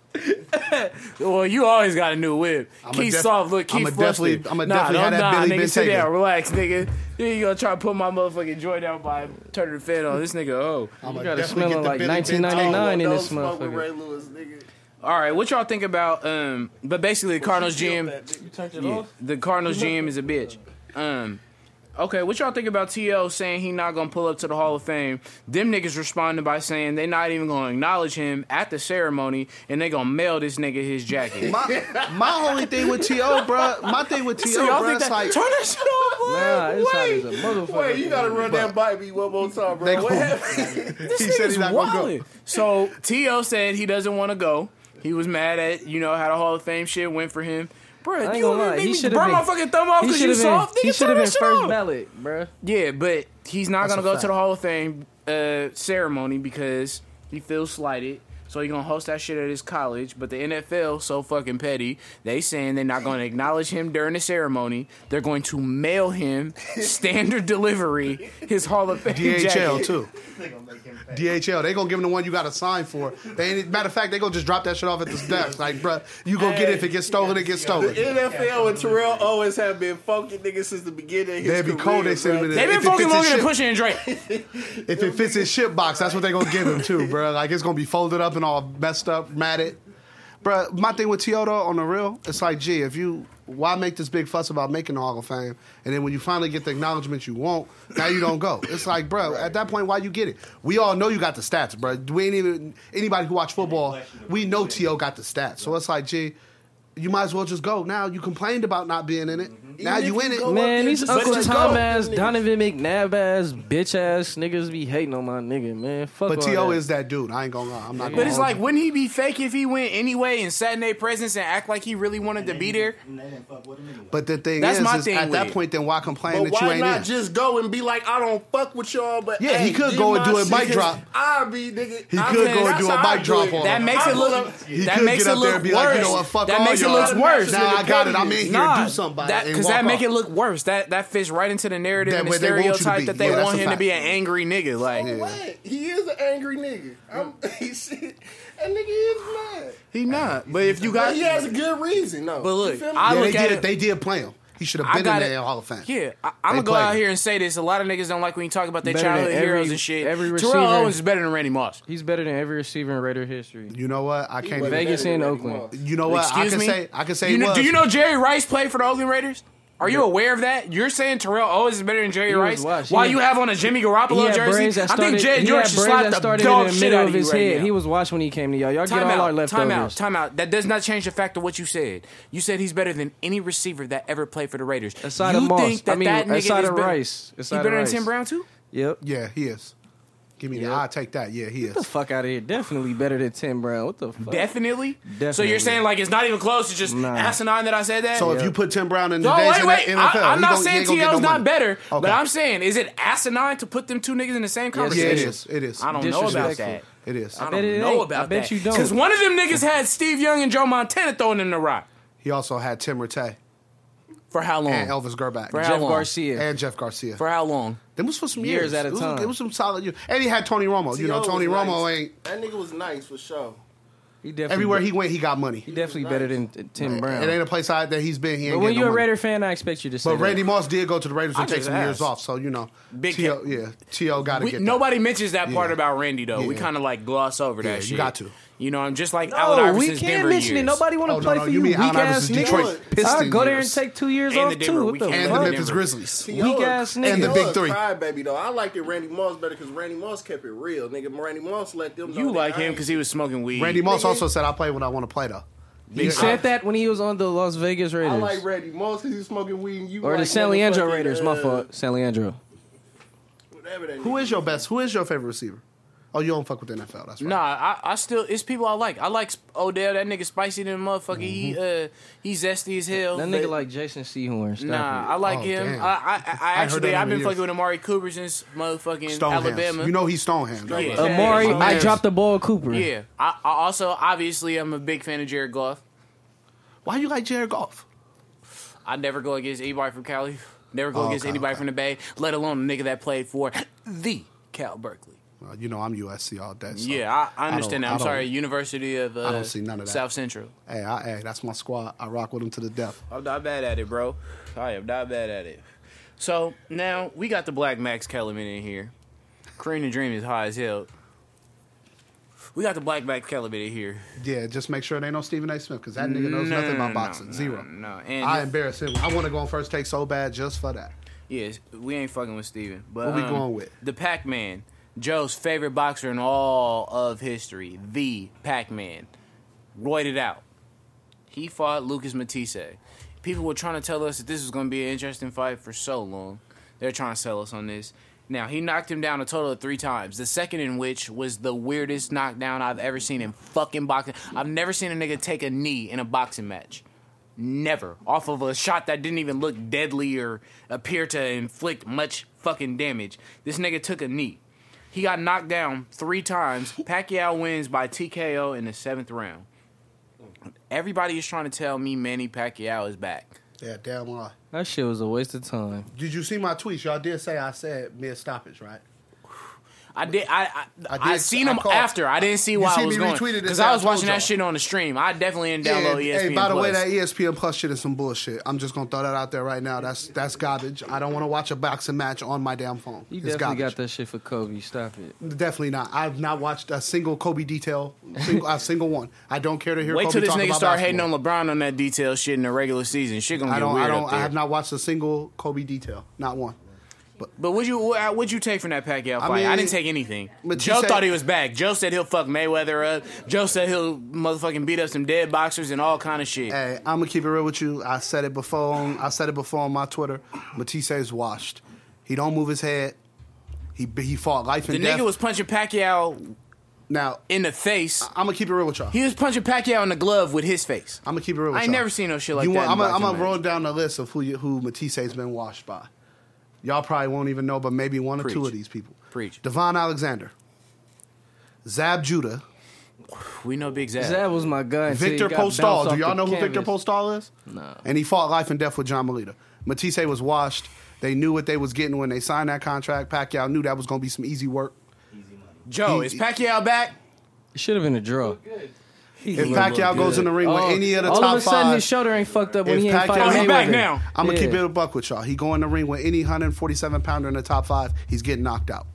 [SPEAKER 1] Well, you always got a new whip.
[SPEAKER 3] I'ma
[SPEAKER 1] Keith
[SPEAKER 3] def-
[SPEAKER 1] soft, look,
[SPEAKER 3] I'ma
[SPEAKER 1] Keith flustered.
[SPEAKER 3] definitely- I'ma
[SPEAKER 1] nah,
[SPEAKER 3] definitely
[SPEAKER 1] don't-
[SPEAKER 3] have that
[SPEAKER 1] nah,
[SPEAKER 3] Billy
[SPEAKER 1] nigga,
[SPEAKER 3] Ben
[SPEAKER 1] sit
[SPEAKER 3] Taylor.
[SPEAKER 1] down, relax, nigga. Then you gonna try to put my motherfucking joint out by turning the fan on this nigga. Oh,
[SPEAKER 3] I'm
[SPEAKER 2] You got it smelling like
[SPEAKER 5] I don't
[SPEAKER 2] 1999 in
[SPEAKER 5] want
[SPEAKER 2] this
[SPEAKER 5] no smoke with
[SPEAKER 2] motherfucker.
[SPEAKER 5] Ray Lewis, nigga.
[SPEAKER 1] all right. What y'all think about? Um, but basically, the Cardinals
[SPEAKER 5] Killed
[SPEAKER 1] GM,
[SPEAKER 5] that nigga.
[SPEAKER 2] turned it
[SPEAKER 1] yeah, the Cardinals GM is a bitch. Um, okay, what y'all think about To saying he not gonna pull up to the Hall of Fame? Them niggas responding by saying they not even gonna acknowledge him at the ceremony, and they gonna mail this nigga his jacket.
[SPEAKER 3] Oh, My, my only thing with To, bro. My thing with To,
[SPEAKER 1] so y'all
[SPEAKER 3] bro.
[SPEAKER 1] think
[SPEAKER 3] It's
[SPEAKER 1] that?
[SPEAKER 3] like
[SPEAKER 1] turn that shit off, boy.
[SPEAKER 2] Nah, it's hot as a motherfucker.
[SPEAKER 5] Wait, you gotta run that by me one more time, bro.
[SPEAKER 3] They
[SPEAKER 5] What
[SPEAKER 3] gonna-
[SPEAKER 5] happened?
[SPEAKER 3] he
[SPEAKER 1] This
[SPEAKER 3] said
[SPEAKER 1] nigga's
[SPEAKER 3] he's not gonna
[SPEAKER 1] wildin'.
[SPEAKER 3] go.
[SPEAKER 1] So T.O. said he doesn't want to go. He was mad at, you know, how the Hall of Fame shit went for him. Bro,
[SPEAKER 2] ain't
[SPEAKER 1] you
[SPEAKER 2] gonna lie,
[SPEAKER 1] make
[SPEAKER 2] he
[SPEAKER 1] me
[SPEAKER 2] should've
[SPEAKER 1] burn my
[SPEAKER 2] been-
[SPEAKER 1] fucking thumb off
[SPEAKER 2] He
[SPEAKER 1] because
[SPEAKER 2] should
[SPEAKER 1] Oh, you
[SPEAKER 2] have
[SPEAKER 1] soft.
[SPEAKER 2] been. He
[SPEAKER 1] Nigga, turn
[SPEAKER 2] should have
[SPEAKER 1] that
[SPEAKER 2] been
[SPEAKER 1] shit
[SPEAKER 2] first
[SPEAKER 1] off.
[SPEAKER 2] ballot, bruh.
[SPEAKER 1] Yeah, but he's not
[SPEAKER 3] That's
[SPEAKER 1] going to
[SPEAKER 3] a
[SPEAKER 1] go to
[SPEAKER 3] fact.
[SPEAKER 1] the Hall of Fame uh, ceremony because he feels slighted. So he gonna host that shit at his college, but the NFL so fucking petty. They saying they're not gonna acknowledge him during the ceremony. They're going to mail him standard delivery his Hall of Fame jacket.
[SPEAKER 3] DHL too. DHL, they gonna give him the one you got to sign for. They ain't, matter of fact, they gonna just drop that shit off at this desk. Like, bruh, you gonna get it if it gets stolen, it gets stolen.
[SPEAKER 5] NFL and Terrell Owens have been funky niggas since the beginning. Of his
[SPEAKER 3] They be
[SPEAKER 5] career,
[SPEAKER 3] cold, they send
[SPEAKER 5] bro.
[SPEAKER 3] him in
[SPEAKER 1] They've been
[SPEAKER 3] If it
[SPEAKER 1] fucking
[SPEAKER 3] fits
[SPEAKER 1] longer
[SPEAKER 3] his
[SPEAKER 1] than
[SPEAKER 3] shit.
[SPEAKER 1] Pushing and Drake.
[SPEAKER 3] If it fits his shit box, that's what they gonna give him too, bruh. Like it's gonna be folded up and all messed up, matted. Bruh, my thing with Toyota on the real, it's like, gee, if you why make this big fuss about making the Hall of Fame, and then when you finally get the acknowledgement you want, now you don't go. It's like, bruh, at that point, why you get it? We all know you got the stats, bruh. We ain't even anybody who watch football, we know To got the stats. So it's like, gee, you might as well just go. Now you complained about not being in it. Now
[SPEAKER 5] Mm-hmm. Even
[SPEAKER 3] you
[SPEAKER 5] if
[SPEAKER 3] in
[SPEAKER 5] you
[SPEAKER 3] it.
[SPEAKER 5] go up
[SPEAKER 2] Man,
[SPEAKER 5] there,
[SPEAKER 2] these
[SPEAKER 5] just-
[SPEAKER 2] Uncle
[SPEAKER 5] but just
[SPEAKER 2] Tom
[SPEAKER 5] go.
[SPEAKER 2] ass, Donovan McNabb ass, bitch ass niggas be hating on my nigga, man. Fuck
[SPEAKER 3] But
[SPEAKER 2] all
[SPEAKER 3] To
[SPEAKER 2] that.
[SPEAKER 3] is that dude. I ain't gonna lie. I'm not. Gonna
[SPEAKER 1] But it's
[SPEAKER 3] hold
[SPEAKER 1] like, wouldn't he be fake if he went anyway and sat in their presence and act like he really wanted to be there?
[SPEAKER 6] And they didn't fuck with him anyway.
[SPEAKER 3] But the thing
[SPEAKER 1] That's
[SPEAKER 3] is,
[SPEAKER 1] my
[SPEAKER 3] is
[SPEAKER 1] thing
[SPEAKER 3] at that
[SPEAKER 1] with it.
[SPEAKER 3] point, then why complain
[SPEAKER 5] But
[SPEAKER 3] that you
[SPEAKER 5] why
[SPEAKER 3] ain't
[SPEAKER 5] not
[SPEAKER 3] in?
[SPEAKER 5] just go and be like, I don't fuck with y'all, but
[SPEAKER 3] Yeah, he
[SPEAKER 5] hey,
[SPEAKER 3] could go and
[SPEAKER 5] my
[SPEAKER 3] do a
[SPEAKER 5] shit,
[SPEAKER 3] mic
[SPEAKER 5] 'cause
[SPEAKER 3] drop.
[SPEAKER 5] I be nigga.
[SPEAKER 3] He
[SPEAKER 5] I
[SPEAKER 3] could
[SPEAKER 5] mean,
[SPEAKER 3] go and
[SPEAKER 5] that's
[SPEAKER 3] do a
[SPEAKER 5] how I
[SPEAKER 3] mic drop
[SPEAKER 5] it.
[SPEAKER 3] on
[SPEAKER 1] That
[SPEAKER 3] him.
[SPEAKER 1] makes it
[SPEAKER 5] I'm
[SPEAKER 1] look.
[SPEAKER 5] gonna-
[SPEAKER 3] he
[SPEAKER 1] that
[SPEAKER 3] could
[SPEAKER 1] makes
[SPEAKER 3] get
[SPEAKER 1] it
[SPEAKER 3] up there
[SPEAKER 1] look
[SPEAKER 3] and be
[SPEAKER 1] worse.
[SPEAKER 3] like, you know what, fuck
[SPEAKER 1] that
[SPEAKER 3] all
[SPEAKER 1] makes
[SPEAKER 3] y'all.
[SPEAKER 1] it look worse.
[SPEAKER 3] Nah, I got it. I'm in here.
[SPEAKER 1] Nah,
[SPEAKER 3] do somebody.
[SPEAKER 1] that
[SPEAKER 3] and
[SPEAKER 1] because
[SPEAKER 3] walk
[SPEAKER 1] that make
[SPEAKER 3] off.
[SPEAKER 1] it look worse. That that fits right into the narrative
[SPEAKER 3] That
[SPEAKER 1] and the
[SPEAKER 3] way they want you to
[SPEAKER 1] stereotype
[SPEAKER 3] be.
[SPEAKER 1] that they
[SPEAKER 3] Yeah, that's
[SPEAKER 1] want
[SPEAKER 3] a
[SPEAKER 1] him to
[SPEAKER 3] fact.
[SPEAKER 1] be an angry nigga. Like
[SPEAKER 5] What? He is an angry nigga. I'm, he shit. That nigga is mad.
[SPEAKER 1] he not. But if you
[SPEAKER 5] But
[SPEAKER 1] got,
[SPEAKER 5] he has a good reason, though.
[SPEAKER 1] But look,
[SPEAKER 5] You feel me?
[SPEAKER 1] I
[SPEAKER 3] Yeah,
[SPEAKER 1] look
[SPEAKER 3] they
[SPEAKER 1] at
[SPEAKER 3] did
[SPEAKER 1] it-
[SPEAKER 3] it. They did play him. He should have
[SPEAKER 1] I
[SPEAKER 3] been in
[SPEAKER 1] got
[SPEAKER 3] the
[SPEAKER 1] it.
[SPEAKER 3] Hall of Fame.
[SPEAKER 1] Yeah, I, I'm
[SPEAKER 3] They
[SPEAKER 1] gonna go
[SPEAKER 3] played
[SPEAKER 1] out
[SPEAKER 3] him.
[SPEAKER 1] here and say this. A lot of niggas don't like when you talk about their
[SPEAKER 2] Better than
[SPEAKER 1] childhood
[SPEAKER 2] every-
[SPEAKER 1] heroes and shit.
[SPEAKER 2] every receiver.
[SPEAKER 1] Terrell Owens is better than Randy Moss.
[SPEAKER 2] He's better than every receiver in Raider history.
[SPEAKER 3] You know what? I can't.
[SPEAKER 5] But
[SPEAKER 3] Even,
[SPEAKER 2] Vegas
[SPEAKER 5] that nigga
[SPEAKER 2] and
[SPEAKER 5] really
[SPEAKER 2] Oakland.
[SPEAKER 5] was.
[SPEAKER 3] you know what? I
[SPEAKER 1] Excuse
[SPEAKER 3] can
[SPEAKER 1] me?
[SPEAKER 3] say. I can say.
[SPEAKER 1] You
[SPEAKER 3] he
[SPEAKER 1] know,
[SPEAKER 3] was.
[SPEAKER 1] do you know Jerry Rice played for the Oakland Raiders? Are you aware of that? You're saying Terrell Owens is better than Jerry
[SPEAKER 2] He was
[SPEAKER 1] Rice
[SPEAKER 2] washed.
[SPEAKER 1] while
[SPEAKER 2] He
[SPEAKER 1] you
[SPEAKER 2] had-
[SPEAKER 1] have on a Jimmy Garoppolo jersey.
[SPEAKER 2] braids that
[SPEAKER 1] I think
[SPEAKER 2] started-
[SPEAKER 1] Jay
[SPEAKER 2] he
[SPEAKER 1] George
[SPEAKER 2] had
[SPEAKER 1] should
[SPEAKER 2] braids
[SPEAKER 1] slap
[SPEAKER 2] that
[SPEAKER 1] the
[SPEAKER 2] started
[SPEAKER 1] dog
[SPEAKER 2] in the
[SPEAKER 1] shit
[SPEAKER 2] middle
[SPEAKER 1] out
[SPEAKER 2] of
[SPEAKER 1] of you
[SPEAKER 2] his
[SPEAKER 1] right
[SPEAKER 2] head.
[SPEAKER 1] now.
[SPEAKER 2] He was washed when he came to y'all. Y'all
[SPEAKER 1] Time
[SPEAKER 2] get all our
[SPEAKER 1] out, time
[SPEAKER 2] leftovers.
[SPEAKER 1] out, time out. That does not change the fact of what you said. You said he's better than any receiver that ever played for the Raiders.
[SPEAKER 2] Aside
[SPEAKER 1] you
[SPEAKER 2] of Moss.
[SPEAKER 1] think that
[SPEAKER 2] I mean,
[SPEAKER 1] that nigga
[SPEAKER 2] aside
[SPEAKER 1] is
[SPEAKER 2] of
[SPEAKER 1] better-
[SPEAKER 2] Rice. Aside
[SPEAKER 1] he
[SPEAKER 2] of
[SPEAKER 1] better
[SPEAKER 2] Rice.
[SPEAKER 1] than Tim Brown too?
[SPEAKER 2] Yep.
[SPEAKER 3] Yeah, he is. Give me
[SPEAKER 2] Yeah.
[SPEAKER 3] that. I take that. Yeah, he
[SPEAKER 2] Get the
[SPEAKER 3] is.
[SPEAKER 2] fuck out of here. Definitely better than Tim Brown. What the fuck?
[SPEAKER 1] Definitely. So
[SPEAKER 2] Definitely.
[SPEAKER 1] you're saying like it's not even close? It's just
[SPEAKER 2] Nah.
[SPEAKER 1] asinine that I said that.
[SPEAKER 3] So if you put Tim Brown in the
[SPEAKER 1] no,
[SPEAKER 3] days
[SPEAKER 1] wait,
[SPEAKER 3] in
[SPEAKER 1] wait.
[SPEAKER 3] the NFL,
[SPEAKER 1] I, am not
[SPEAKER 3] he gon- he
[SPEAKER 1] saying
[SPEAKER 3] ain't gonna get
[SPEAKER 1] T.O.'s
[SPEAKER 3] no
[SPEAKER 1] not
[SPEAKER 3] money.
[SPEAKER 1] better, but
[SPEAKER 3] Okay.
[SPEAKER 1] I'm saying is it asinine to put them two niggas in the same
[SPEAKER 2] Yes,
[SPEAKER 3] Yeah,
[SPEAKER 1] conversation?
[SPEAKER 3] it is. It is.
[SPEAKER 1] I don't know about
[SPEAKER 2] Disrespectful.
[SPEAKER 1] that.
[SPEAKER 3] It is.
[SPEAKER 1] I
[SPEAKER 2] bet
[SPEAKER 1] don't
[SPEAKER 2] it
[SPEAKER 1] know
[SPEAKER 2] ain't.
[SPEAKER 1] about
[SPEAKER 2] I bet
[SPEAKER 1] that.
[SPEAKER 2] you don't.
[SPEAKER 1] Because one of them niggas had Steve Young and Joe Montana throwing them the rock.
[SPEAKER 3] He also had Tim Rattay
[SPEAKER 1] For how long?
[SPEAKER 3] and Elvis Gerback
[SPEAKER 1] For how
[SPEAKER 2] Jeff
[SPEAKER 1] long?
[SPEAKER 2] Garcia.
[SPEAKER 3] and Jeff Garcia.
[SPEAKER 1] For how long?
[SPEAKER 3] Them was for some
[SPEAKER 2] Years
[SPEAKER 3] years,
[SPEAKER 2] at a
[SPEAKER 3] it was,
[SPEAKER 2] time.
[SPEAKER 3] It was some solid years, and he had Tony Romo.
[SPEAKER 1] oh,
[SPEAKER 3] You know,
[SPEAKER 4] T.O.
[SPEAKER 3] Tony
[SPEAKER 4] was
[SPEAKER 3] Romo
[SPEAKER 4] nice.
[SPEAKER 3] ain't
[SPEAKER 4] That nigga was nice for sure.
[SPEAKER 2] He definitely
[SPEAKER 3] everywhere he went. He got money.
[SPEAKER 2] He definitely better than uh, Tim Brown.
[SPEAKER 3] It ain't a place I, that he's been. He ain't
[SPEAKER 2] but when
[SPEAKER 3] getting
[SPEAKER 2] you're
[SPEAKER 3] no
[SPEAKER 2] a
[SPEAKER 3] money.
[SPEAKER 2] Raider fan, I expect you to say
[SPEAKER 3] But
[SPEAKER 2] that.
[SPEAKER 3] Randy Moss did go to the Raiders and take
[SPEAKER 1] just
[SPEAKER 3] some
[SPEAKER 1] asked.
[SPEAKER 3] years off, so you know,
[SPEAKER 1] Big
[SPEAKER 3] T.O.
[SPEAKER 1] cap.
[SPEAKER 3] Yeah, T.O. got to
[SPEAKER 1] We,
[SPEAKER 3] get that.
[SPEAKER 1] nobody mentions that part
[SPEAKER 3] Yeah.
[SPEAKER 1] about Randy though. We
[SPEAKER 3] Yeah.
[SPEAKER 1] kind of like gloss over that
[SPEAKER 3] Yeah, you
[SPEAKER 1] shit.
[SPEAKER 3] got to.
[SPEAKER 1] You know, I'm just like no,
[SPEAKER 2] No,
[SPEAKER 1] Allen
[SPEAKER 2] we
[SPEAKER 1] Iverson's
[SPEAKER 2] can't
[SPEAKER 1] Denver
[SPEAKER 2] mention
[SPEAKER 1] years.
[SPEAKER 2] it. Nobody want to
[SPEAKER 3] Oh, no,
[SPEAKER 2] play
[SPEAKER 3] no,
[SPEAKER 2] for
[SPEAKER 3] you
[SPEAKER 2] you,
[SPEAKER 3] mean
[SPEAKER 2] weak
[SPEAKER 3] Allen
[SPEAKER 2] ass
[SPEAKER 3] Iverson's
[SPEAKER 2] nigga.
[SPEAKER 3] Detroit
[SPEAKER 2] I'll
[SPEAKER 3] Piston
[SPEAKER 2] go there and
[SPEAKER 3] years.
[SPEAKER 2] take two years
[SPEAKER 1] And
[SPEAKER 2] off
[SPEAKER 1] the Denver-
[SPEAKER 2] too. What the
[SPEAKER 1] we can't let
[SPEAKER 3] and the
[SPEAKER 1] him
[SPEAKER 2] fuck?
[SPEAKER 1] in.
[SPEAKER 3] Memphis Grizzlies.
[SPEAKER 4] T.O.
[SPEAKER 2] Weak
[SPEAKER 4] a
[SPEAKER 2] ass nigga.
[SPEAKER 3] And the
[SPEAKER 4] T.O.
[SPEAKER 3] big
[SPEAKER 4] a
[SPEAKER 3] three.
[SPEAKER 4] Crybaby though. I liked it. Randy Moss better because Randy Moss kept it real, nigga. Randy Moss let them. know
[SPEAKER 1] You
[SPEAKER 4] that
[SPEAKER 1] like
[SPEAKER 4] I
[SPEAKER 1] him
[SPEAKER 4] ain't-
[SPEAKER 1] because he was smoking weed.
[SPEAKER 3] Randy Moss
[SPEAKER 4] Nigga.
[SPEAKER 3] also said, "I play when I want to play." Though
[SPEAKER 2] He said that when he was on the Las Vegas Raiders.
[SPEAKER 4] I like Randy Moss because he's smoking weed. And you
[SPEAKER 2] or the
[SPEAKER 4] like
[SPEAKER 2] San Leandro
[SPEAKER 4] motherfucking,
[SPEAKER 2] Raiders, my
[SPEAKER 4] uh,
[SPEAKER 2] fault. San Leandro.
[SPEAKER 4] Whatever that.
[SPEAKER 3] who
[SPEAKER 4] nigga
[SPEAKER 3] is your best? Who is your favorite receiver? Oh, you don't fuck with the NFL. That's right.
[SPEAKER 1] Nah, I, I still it's people I like. I like Sp- Odell. That nigga spicy than a motherfucker. He
[SPEAKER 3] Mm-hmm.
[SPEAKER 1] uh he zesty as hell.
[SPEAKER 2] That
[SPEAKER 1] They-
[SPEAKER 2] nigga like Jason Seahorn. Stop
[SPEAKER 1] Nah, I
[SPEAKER 2] it.
[SPEAKER 1] like
[SPEAKER 3] Oh,
[SPEAKER 1] him.
[SPEAKER 3] damn.
[SPEAKER 1] I, I, I, I
[SPEAKER 3] heard that
[SPEAKER 1] actually,
[SPEAKER 3] over
[SPEAKER 1] I've been
[SPEAKER 3] the
[SPEAKER 1] fucking with
[SPEAKER 3] years.
[SPEAKER 1] Amari Cooper since motherfucking Alabama.
[SPEAKER 3] Stoneham. You know he's Stoneham.
[SPEAKER 1] Yeah.
[SPEAKER 3] Yeah.
[SPEAKER 2] Amari,
[SPEAKER 1] Yeah,
[SPEAKER 2] I
[SPEAKER 1] yeah.
[SPEAKER 2] dropped the ball, Cooper.
[SPEAKER 1] yeah. I, I also obviously I'm a big fan of Jared Goff.
[SPEAKER 3] Why you like Jared Goff?
[SPEAKER 1] I never go against anybody from Cali. Never go
[SPEAKER 3] Oh,
[SPEAKER 1] against
[SPEAKER 3] okay,
[SPEAKER 1] anybody
[SPEAKER 3] okay.
[SPEAKER 1] from the Bay. Let alone a nigga that played for the Cal Berkeley.
[SPEAKER 3] Well, you know I'm USC all day. So.
[SPEAKER 1] yeah, I, I understand
[SPEAKER 3] I
[SPEAKER 1] that. I'm
[SPEAKER 3] don't-
[SPEAKER 1] sorry, University of uh,
[SPEAKER 3] don't see none of that.
[SPEAKER 1] South Central.
[SPEAKER 3] Hey, I, hey, that's my squad. I rock with him to the death.
[SPEAKER 1] I'm not bad at it, bro. I am not bad at it. So now we got the black Max Kellerman in here. Korean the Dream is high as hell. We got the black Max Kellerman in here.
[SPEAKER 3] Yeah, just make sure it ain't no Stephen A. Smith because that nigga knows nothing about boxing.
[SPEAKER 1] no,
[SPEAKER 3] Zero.
[SPEAKER 1] No, and
[SPEAKER 3] I embarrass him. I want to go on first take so bad just for that.
[SPEAKER 1] yes, we ain't fucking with Steven. But
[SPEAKER 3] What we
[SPEAKER 1] um,
[SPEAKER 3] going with?
[SPEAKER 1] The Pac Man, Joe's favorite boxer in all of history, the Pac Man, roided out. He fought Lucas Matisse. People were trying to tell us that this was going to be an interesting fight for so long. They're trying to sell us on this. Now, he knocked him down a total of three times. The second in which was the weirdest knockdown I've ever seen in fucking boxing. I've never seen a nigga take a knee in a boxing match. Never. Off of a shot that didn't even look deadly or appear to inflict much fucking damage. This nigga took a knee. He got knocked down three times. Pacquiao wins by TKO in the seventh round. Everybody is trying to tell me Manny Pacquiao is back.
[SPEAKER 3] Yeah, damn lie.
[SPEAKER 2] That shit was a waste of time.
[SPEAKER 3] Did you see my tweets? Y'all did say I said mid stoppage, right?
[SPEAKER 1] I did. I I, I,
[SPEAKER 3] I did-
[SPEAKER 1] seen
[SPEAKER 3] I
[SPEAKER 1] him
[SPEAKER 3] called.
[SPEAKER 1] after. I didn't see
[SPEAKER 3] You
[SPEAKER 1] why
[SPEAKER 3] see
[SPEAKER 1] I was
[SPEAKER 3] me
[SPEAKER 1] going
[SPEAKER 3] retweeted this
[SPEAKER 1] because
[SPEAKER 3] and
[SPEAKER 1] I
[SPEAKER 3] I
[SPEAKER 1] was watching
[SPEAKER 3] told
[SPEAKER 1] that
[SPEAKER 3] y'all.
[SPEAKER 1] shit on the stream. I definitely didn't download E
[SPEAKER 3] Yeah,
[SPEAKER 1] ESPN.
[SPEAKER 3] Hey, by the way,
[SPEAKER 1] Plus.
[SPEAKER 3] that E ESPN Plus shit is some bullshit. I'm just gonna throw that out there right now. That's that's garbage. I don't want to watch a boxing match on my damn phone.
[SPEAKER 2] You
[SPEAKER 3] it's
[SPEAKER 2] definitely got
[SPEAKER 3] garbage.
[SPEAKER 2] that shit for Kobe. Stop it.
[SPEAKER 3] Definitely not. I've not watched a single Kobe detail. Single, a single one. I don't care to hear.
[SPEAKER 1] Wait
[SPEAKER 3] Kobe
[SPEAKER 1] till this
[SPEAKER 3] talk
[SPEAKER 1] nigga
[SPEAKER 3] about
[SPEAKER 1] start
[SPEAKER 3] basketball.
[SPEAKER 1] hating on LeBron on that detail shit in the regular season. Shit gonna
[SPEAKER 3] I
[SPEAKER 1] get
[SPEAKER 3] don't.
[SPEAKER 1] weird
[SPEAKER 3] I don't.
[SPEAKER 1] up there.
[SPEAKER 3] I have not watched a single Kobe detail. Not one.
[SPEAKER 1] But would you what would you take from that Pacquiao fight? I,
[SPEAKER 3] mean,
[SPEAKER 1] didn't take anything.
[SPEAKER 3] but you
[SPEAKER 1] Joe
[SPEAKER 3] said-
[SPEAKER 1] thought he was back. Joe said he'll fuck Mayweather up. Joe said he'll motherfucking beat up some dead boxers and all kind of shit.
[SPEAKER 3] Hey, I'm gonna keep it real with you. I said it before. On, I said it before on my Twitter. Matisse is washed. He don't move his head. He he fought life and
[SPEAKER 1] the
[SPEAKER 3] death.
[SPEAKER 1] nigga was punching Pacquiao
[SPEAKER 3] now.
[SPEAKER 1] in the face.
[SPEAKER 3] I'm gonna keep it real with y'all.
[SPEAKER 1] He was punching Pacquiao in the glove with his face.
[SPEAKER 3] I'm gonna keep it real. With
[SPEAKER 1] I ain't
[SPEAKER 3] y'all.
[SPEAKER 1] never seen no shit like
[SPEAKER 3] you
[SPEAKER 1] that
[SPEAKER 3] want,
[SPEAKER 1] in
[SPEAKER 3] I'm
[SPEAKER 1] boxing
[SPEAKER 3] gonna
[SPEAKER 1] matches.
[SPEAKER 3] roll down the list of who you, who Matisse's been washed by. Y'all probably won't even know, but maybe one or two
[SPEAKER 1] Preach.
[SPEAKER 3] of these people.
[SPEAKER 1] Preach.
[SPEAKER 3] Devon Alexander, Zab Judah,
[SPEAKER 1] We know Big Zab.
[SPEAKER 2] That was my guy. until
[SPEAKER 3] Victor
[SPEAKER 2] he got bounced
[SPEAKER 3] Postal. Do
[SPEAKER 2] off
[SPEAKER 3] y'all
[SPEAKER 2] the
[SPEAKER 3] know who Victor
[SPEAKER 2] canvas.
[SPEAKER 3] Postal is?
[SPEAKER 2] No.
[SPEAKER 3] And he fought life and death with John Molita. Matisse was washed. They knew what they was getting when they signed that contract. Pacquiao knew that was gonna be some easy work.
[SPEAKER 1] Joe,
[SPEAKER 3] He-
[SPEAKER 1] is Pacquiao back?
[SPEAKER 2] It should have been a draw.
[SPEAKER 3] If Pacquiao goes in the ring
[SPEAKER 2] Oh,
[SPEAKER 3] with any of the
[SPEAKER 2] all
[SPEAKER 3] top
[SPEAKER 2] of a sudden
[SPEAKER 3] five,
[SPEAKER 2] his shoulder ain't fucked up when
[SPEAKER 3] If
[SPEAKER 2] he ain't
[SPEAKER 3] Pacquiao-
[SPEAKER 2] fighting
[SPEAKER 1] Oh, he back
[SPEAKER 2] Mayweather.
[SPEAKER 1] now.
[SPEAKER 3] I'm gonna
[SPEAKER 2] Yeah.
[SPEAKER 3] keep it a buck with y'all. He go in the ring with any 147 pounder in the top five. He's getting knocked out.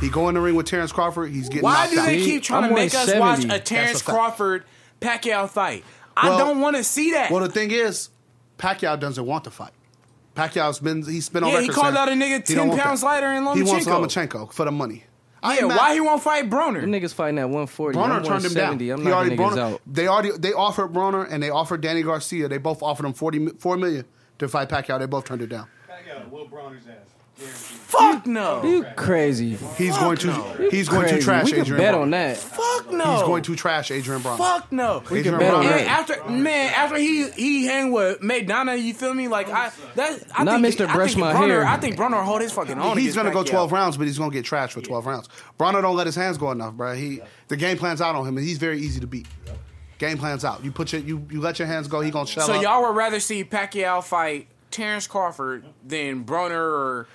[SPEAKER 3] He go in the ring with Terrence Crawford. He's getting
[SPEAKER 1] Why
[SPEAKER 3] knocked
[SPEAKER 1] do
[SPEAKER 3] out.
[SPEAKER 1] they
[SPEAKER 2] See,
[SPEAKER 1] keep trying
[SPEAKER 2] I'm
[SPEAKER 1] to make us watch
[SPEAKER 2] 170.
[SPEAKER 1] a Terrence
[SPEAKER 3] That's a fact.
[SPEAKER 1] Crawford Pacquiao fight? I
[SPEAKER 3] Well-
[SPEAKER 1] don't want to see that.
[SPEAKER 3] well, the thing is, Pacquiao doesn't want the fight. Pacquiao's been he's been on
[SPEAKER 1] Yeah,
[SPEAKER 3] record.
[SPEAKER 1] he called
[SPEAKER 3] saying
[SPEAKER 1] out a nigga
[SPEAKER 3] he don't
[SPEAKER 1] 10
[SPEAKER 3] want
[SPEAKER 1] pounds
[SPEAKER 3] that.
[SPEAKER 1] lighter in
[SPEAKER 3] He wants
[SPEAKER 1] Lomachenko.
[SPEAKER 3] Lomachenko for the money.
[SPEAKER 1] Yeah,
[SPEAKER 3] ain't mad-
[SPEAKER 1] why he won't fight
[SPEAKER 2] Them
[SPEAKER 1] Broner?
[SPEAKER 2] niggas fighting at 140.
[SPEAKER 3] Broner
[SPEAKER 2] I'm
[SPEAKER 3] turned him
[SPEAKER 2] 170.
[SPEAKER 3] down.
[SPEAKER 2] I'm
[SPEAKER 3] he
[SPEAKER 2] knocking
[SPEAKER 3] already
[SPEAKER 2] niggas
[SPEAKER 3] Broner,
[SPEAKER 2] out.
[SPEAKER 3] They already they offered Broner and they offered Danny Garcia. They both offered him 40, mi- 4 million to fight Pacquiao. They both turned it down.
[SPEAKER 6] Pacquiao, Will Bronner's ass. Guaranteed.
[SPEAKER 1] Fuck no.
[SPEAKER 2] You crazy.
[SPEAKER 3] He's going to he's going
[SPEAKER 2] Crazy.
[SPEAKER 3] to trash
[SPEAKER 2] We can
[SPEAKER 3] Adrian.
[SPEAKER 2] bet
[SPEAKER 3] Broner.
[SPEAKER 2] on that.
[SPEAKER 1] Fuck no.
[SPEAKER 3] He's going to trash Adrian Broner.
[SPEAKER 1] Fuck no.
[SPEAKER 3] Adrian
[SPEAKER 2] bet on
[SPEAKER 1] And
[SPEAKER 2] that.
[SPEAKER 3] Broner.
[SPEAKER 2] Right.
[SPEAKER 1] after man, after he he hang with Madonna, you feel me? Like I that I
[SPEAKER 2] Not
[SPEAKER 1] think,
[SPEAKER 2] Mr.
[SPEAKER 1] I think
[SPEAKER 2] Brush My
[SPEAKER 1] Broner,
[SPEAKER 2] Hair.
[SPEAKER 1] I think Broner hold his fucking own.
[SPEAKER 3] He's
[SPEAKER 1] going
[SPEAKER 3] gonna go twelve rounds, but he's gonna get trashed for twelve rounds. Broner don't let his hands go enough, bro. He the game plan's out on him, and he's very easy to beat. Game plan's out. You put your you, you let your hands go. He gonna shell
[SPEAKER 1] So
[SPEAKER 3] up.
[SPEAKER 1] y'all would rather see Pacquiao fight Terrence Crawford than Broner or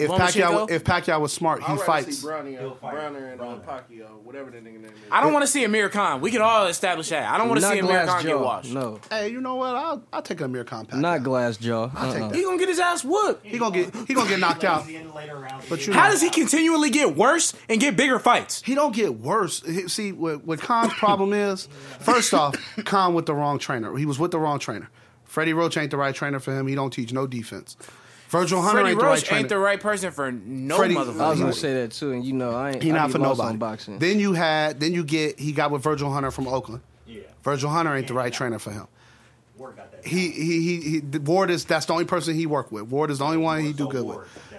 [SPEAKER 3] if
[SPEAKER 1] Lomachenko?
[SPEAKER 3] Pacquiao if Pacquiao was smart, he
[SPEAKER 4] I'd rather
[SPEAKER 3] fights.
[SPEAKER 4] see Brownie, uh, Browner and uh, Pacquiao, whatever that nigga name is.
[SPEAKER 1] I don't want to see Amir Khan. We can all establish that. I don't want to
[SPEAKER 2] Not
[SPEAKER 1] see Amir
[SPEAKER 2] glass
[SPEAKER 1] Khan get
[SPEAKER 2] jaw.
[SPEAKER 1] washed.
[SPEAKER 2] No,
[SPEAKER 3] Hey, you know what? I'll I'll take an Amir Khan Pacquiao.
[SPEAKER 2] not glass jaw.
[SPEAKER 3] I'll take
[SPEAKER 2] Uh-uh.
[SPEAKER 1] He gonna get his ass whooped.
[SPEAKER 3] He gonna get he gonna get knocked out.
[SPEAKER 6] Lazy in later rounds.
[SPEAKER 3] But you
[SPEAKER 1] How does he continually get worse and get bigger fights?
[SPEAKER 3] He don't get worse. He- See what what Khan's problem is. First off, Khan with the wrong trainer. He was with the wrong trainer. Freddie Roach ain't the right trainer for him. He don't teach no defense. Virgil Hunter
[SPEAKER 1] Freddie
[SPEAKER 3] ain't the right
[SPEAKER 1] Roach
[SPEAKER 3] trainer.
[SPEAKER 1] ain't the right person for no
[SPEAKER 3] Freddie-
[SPEAKER 2] I
[SPEAKER 1] motherfucker.
[SPEAKER 2] was
[SPEAKER 3] He
[SPEAKER 2] gonna
[SPEAKER 3] was-
[SPEAKER 2] say that too, and you know I ain't.
[SPEAKER 3] He
[SPEAKER 2] I
[SPEAKER 3] not
[SPEAKER 2] be
[SPEAKER 3] for
[SPEAKER 2] lost
[SPEAKER 3] nobody.
[SPEAKER 2] On boxing.
[SPEAKER 3] Then you had, then you get, he got with Virgil Hunter from Oakland.
[SPEAKER 6] Yeah.
[SPEAKER 3] Virgil Hunter ain't the right trainer for him.
[SPEAKER 6] Ward got that.
[SPEAKER 3] He, he, he, he the Ward is that's the only person he worked with. Ward is the only one he do good with.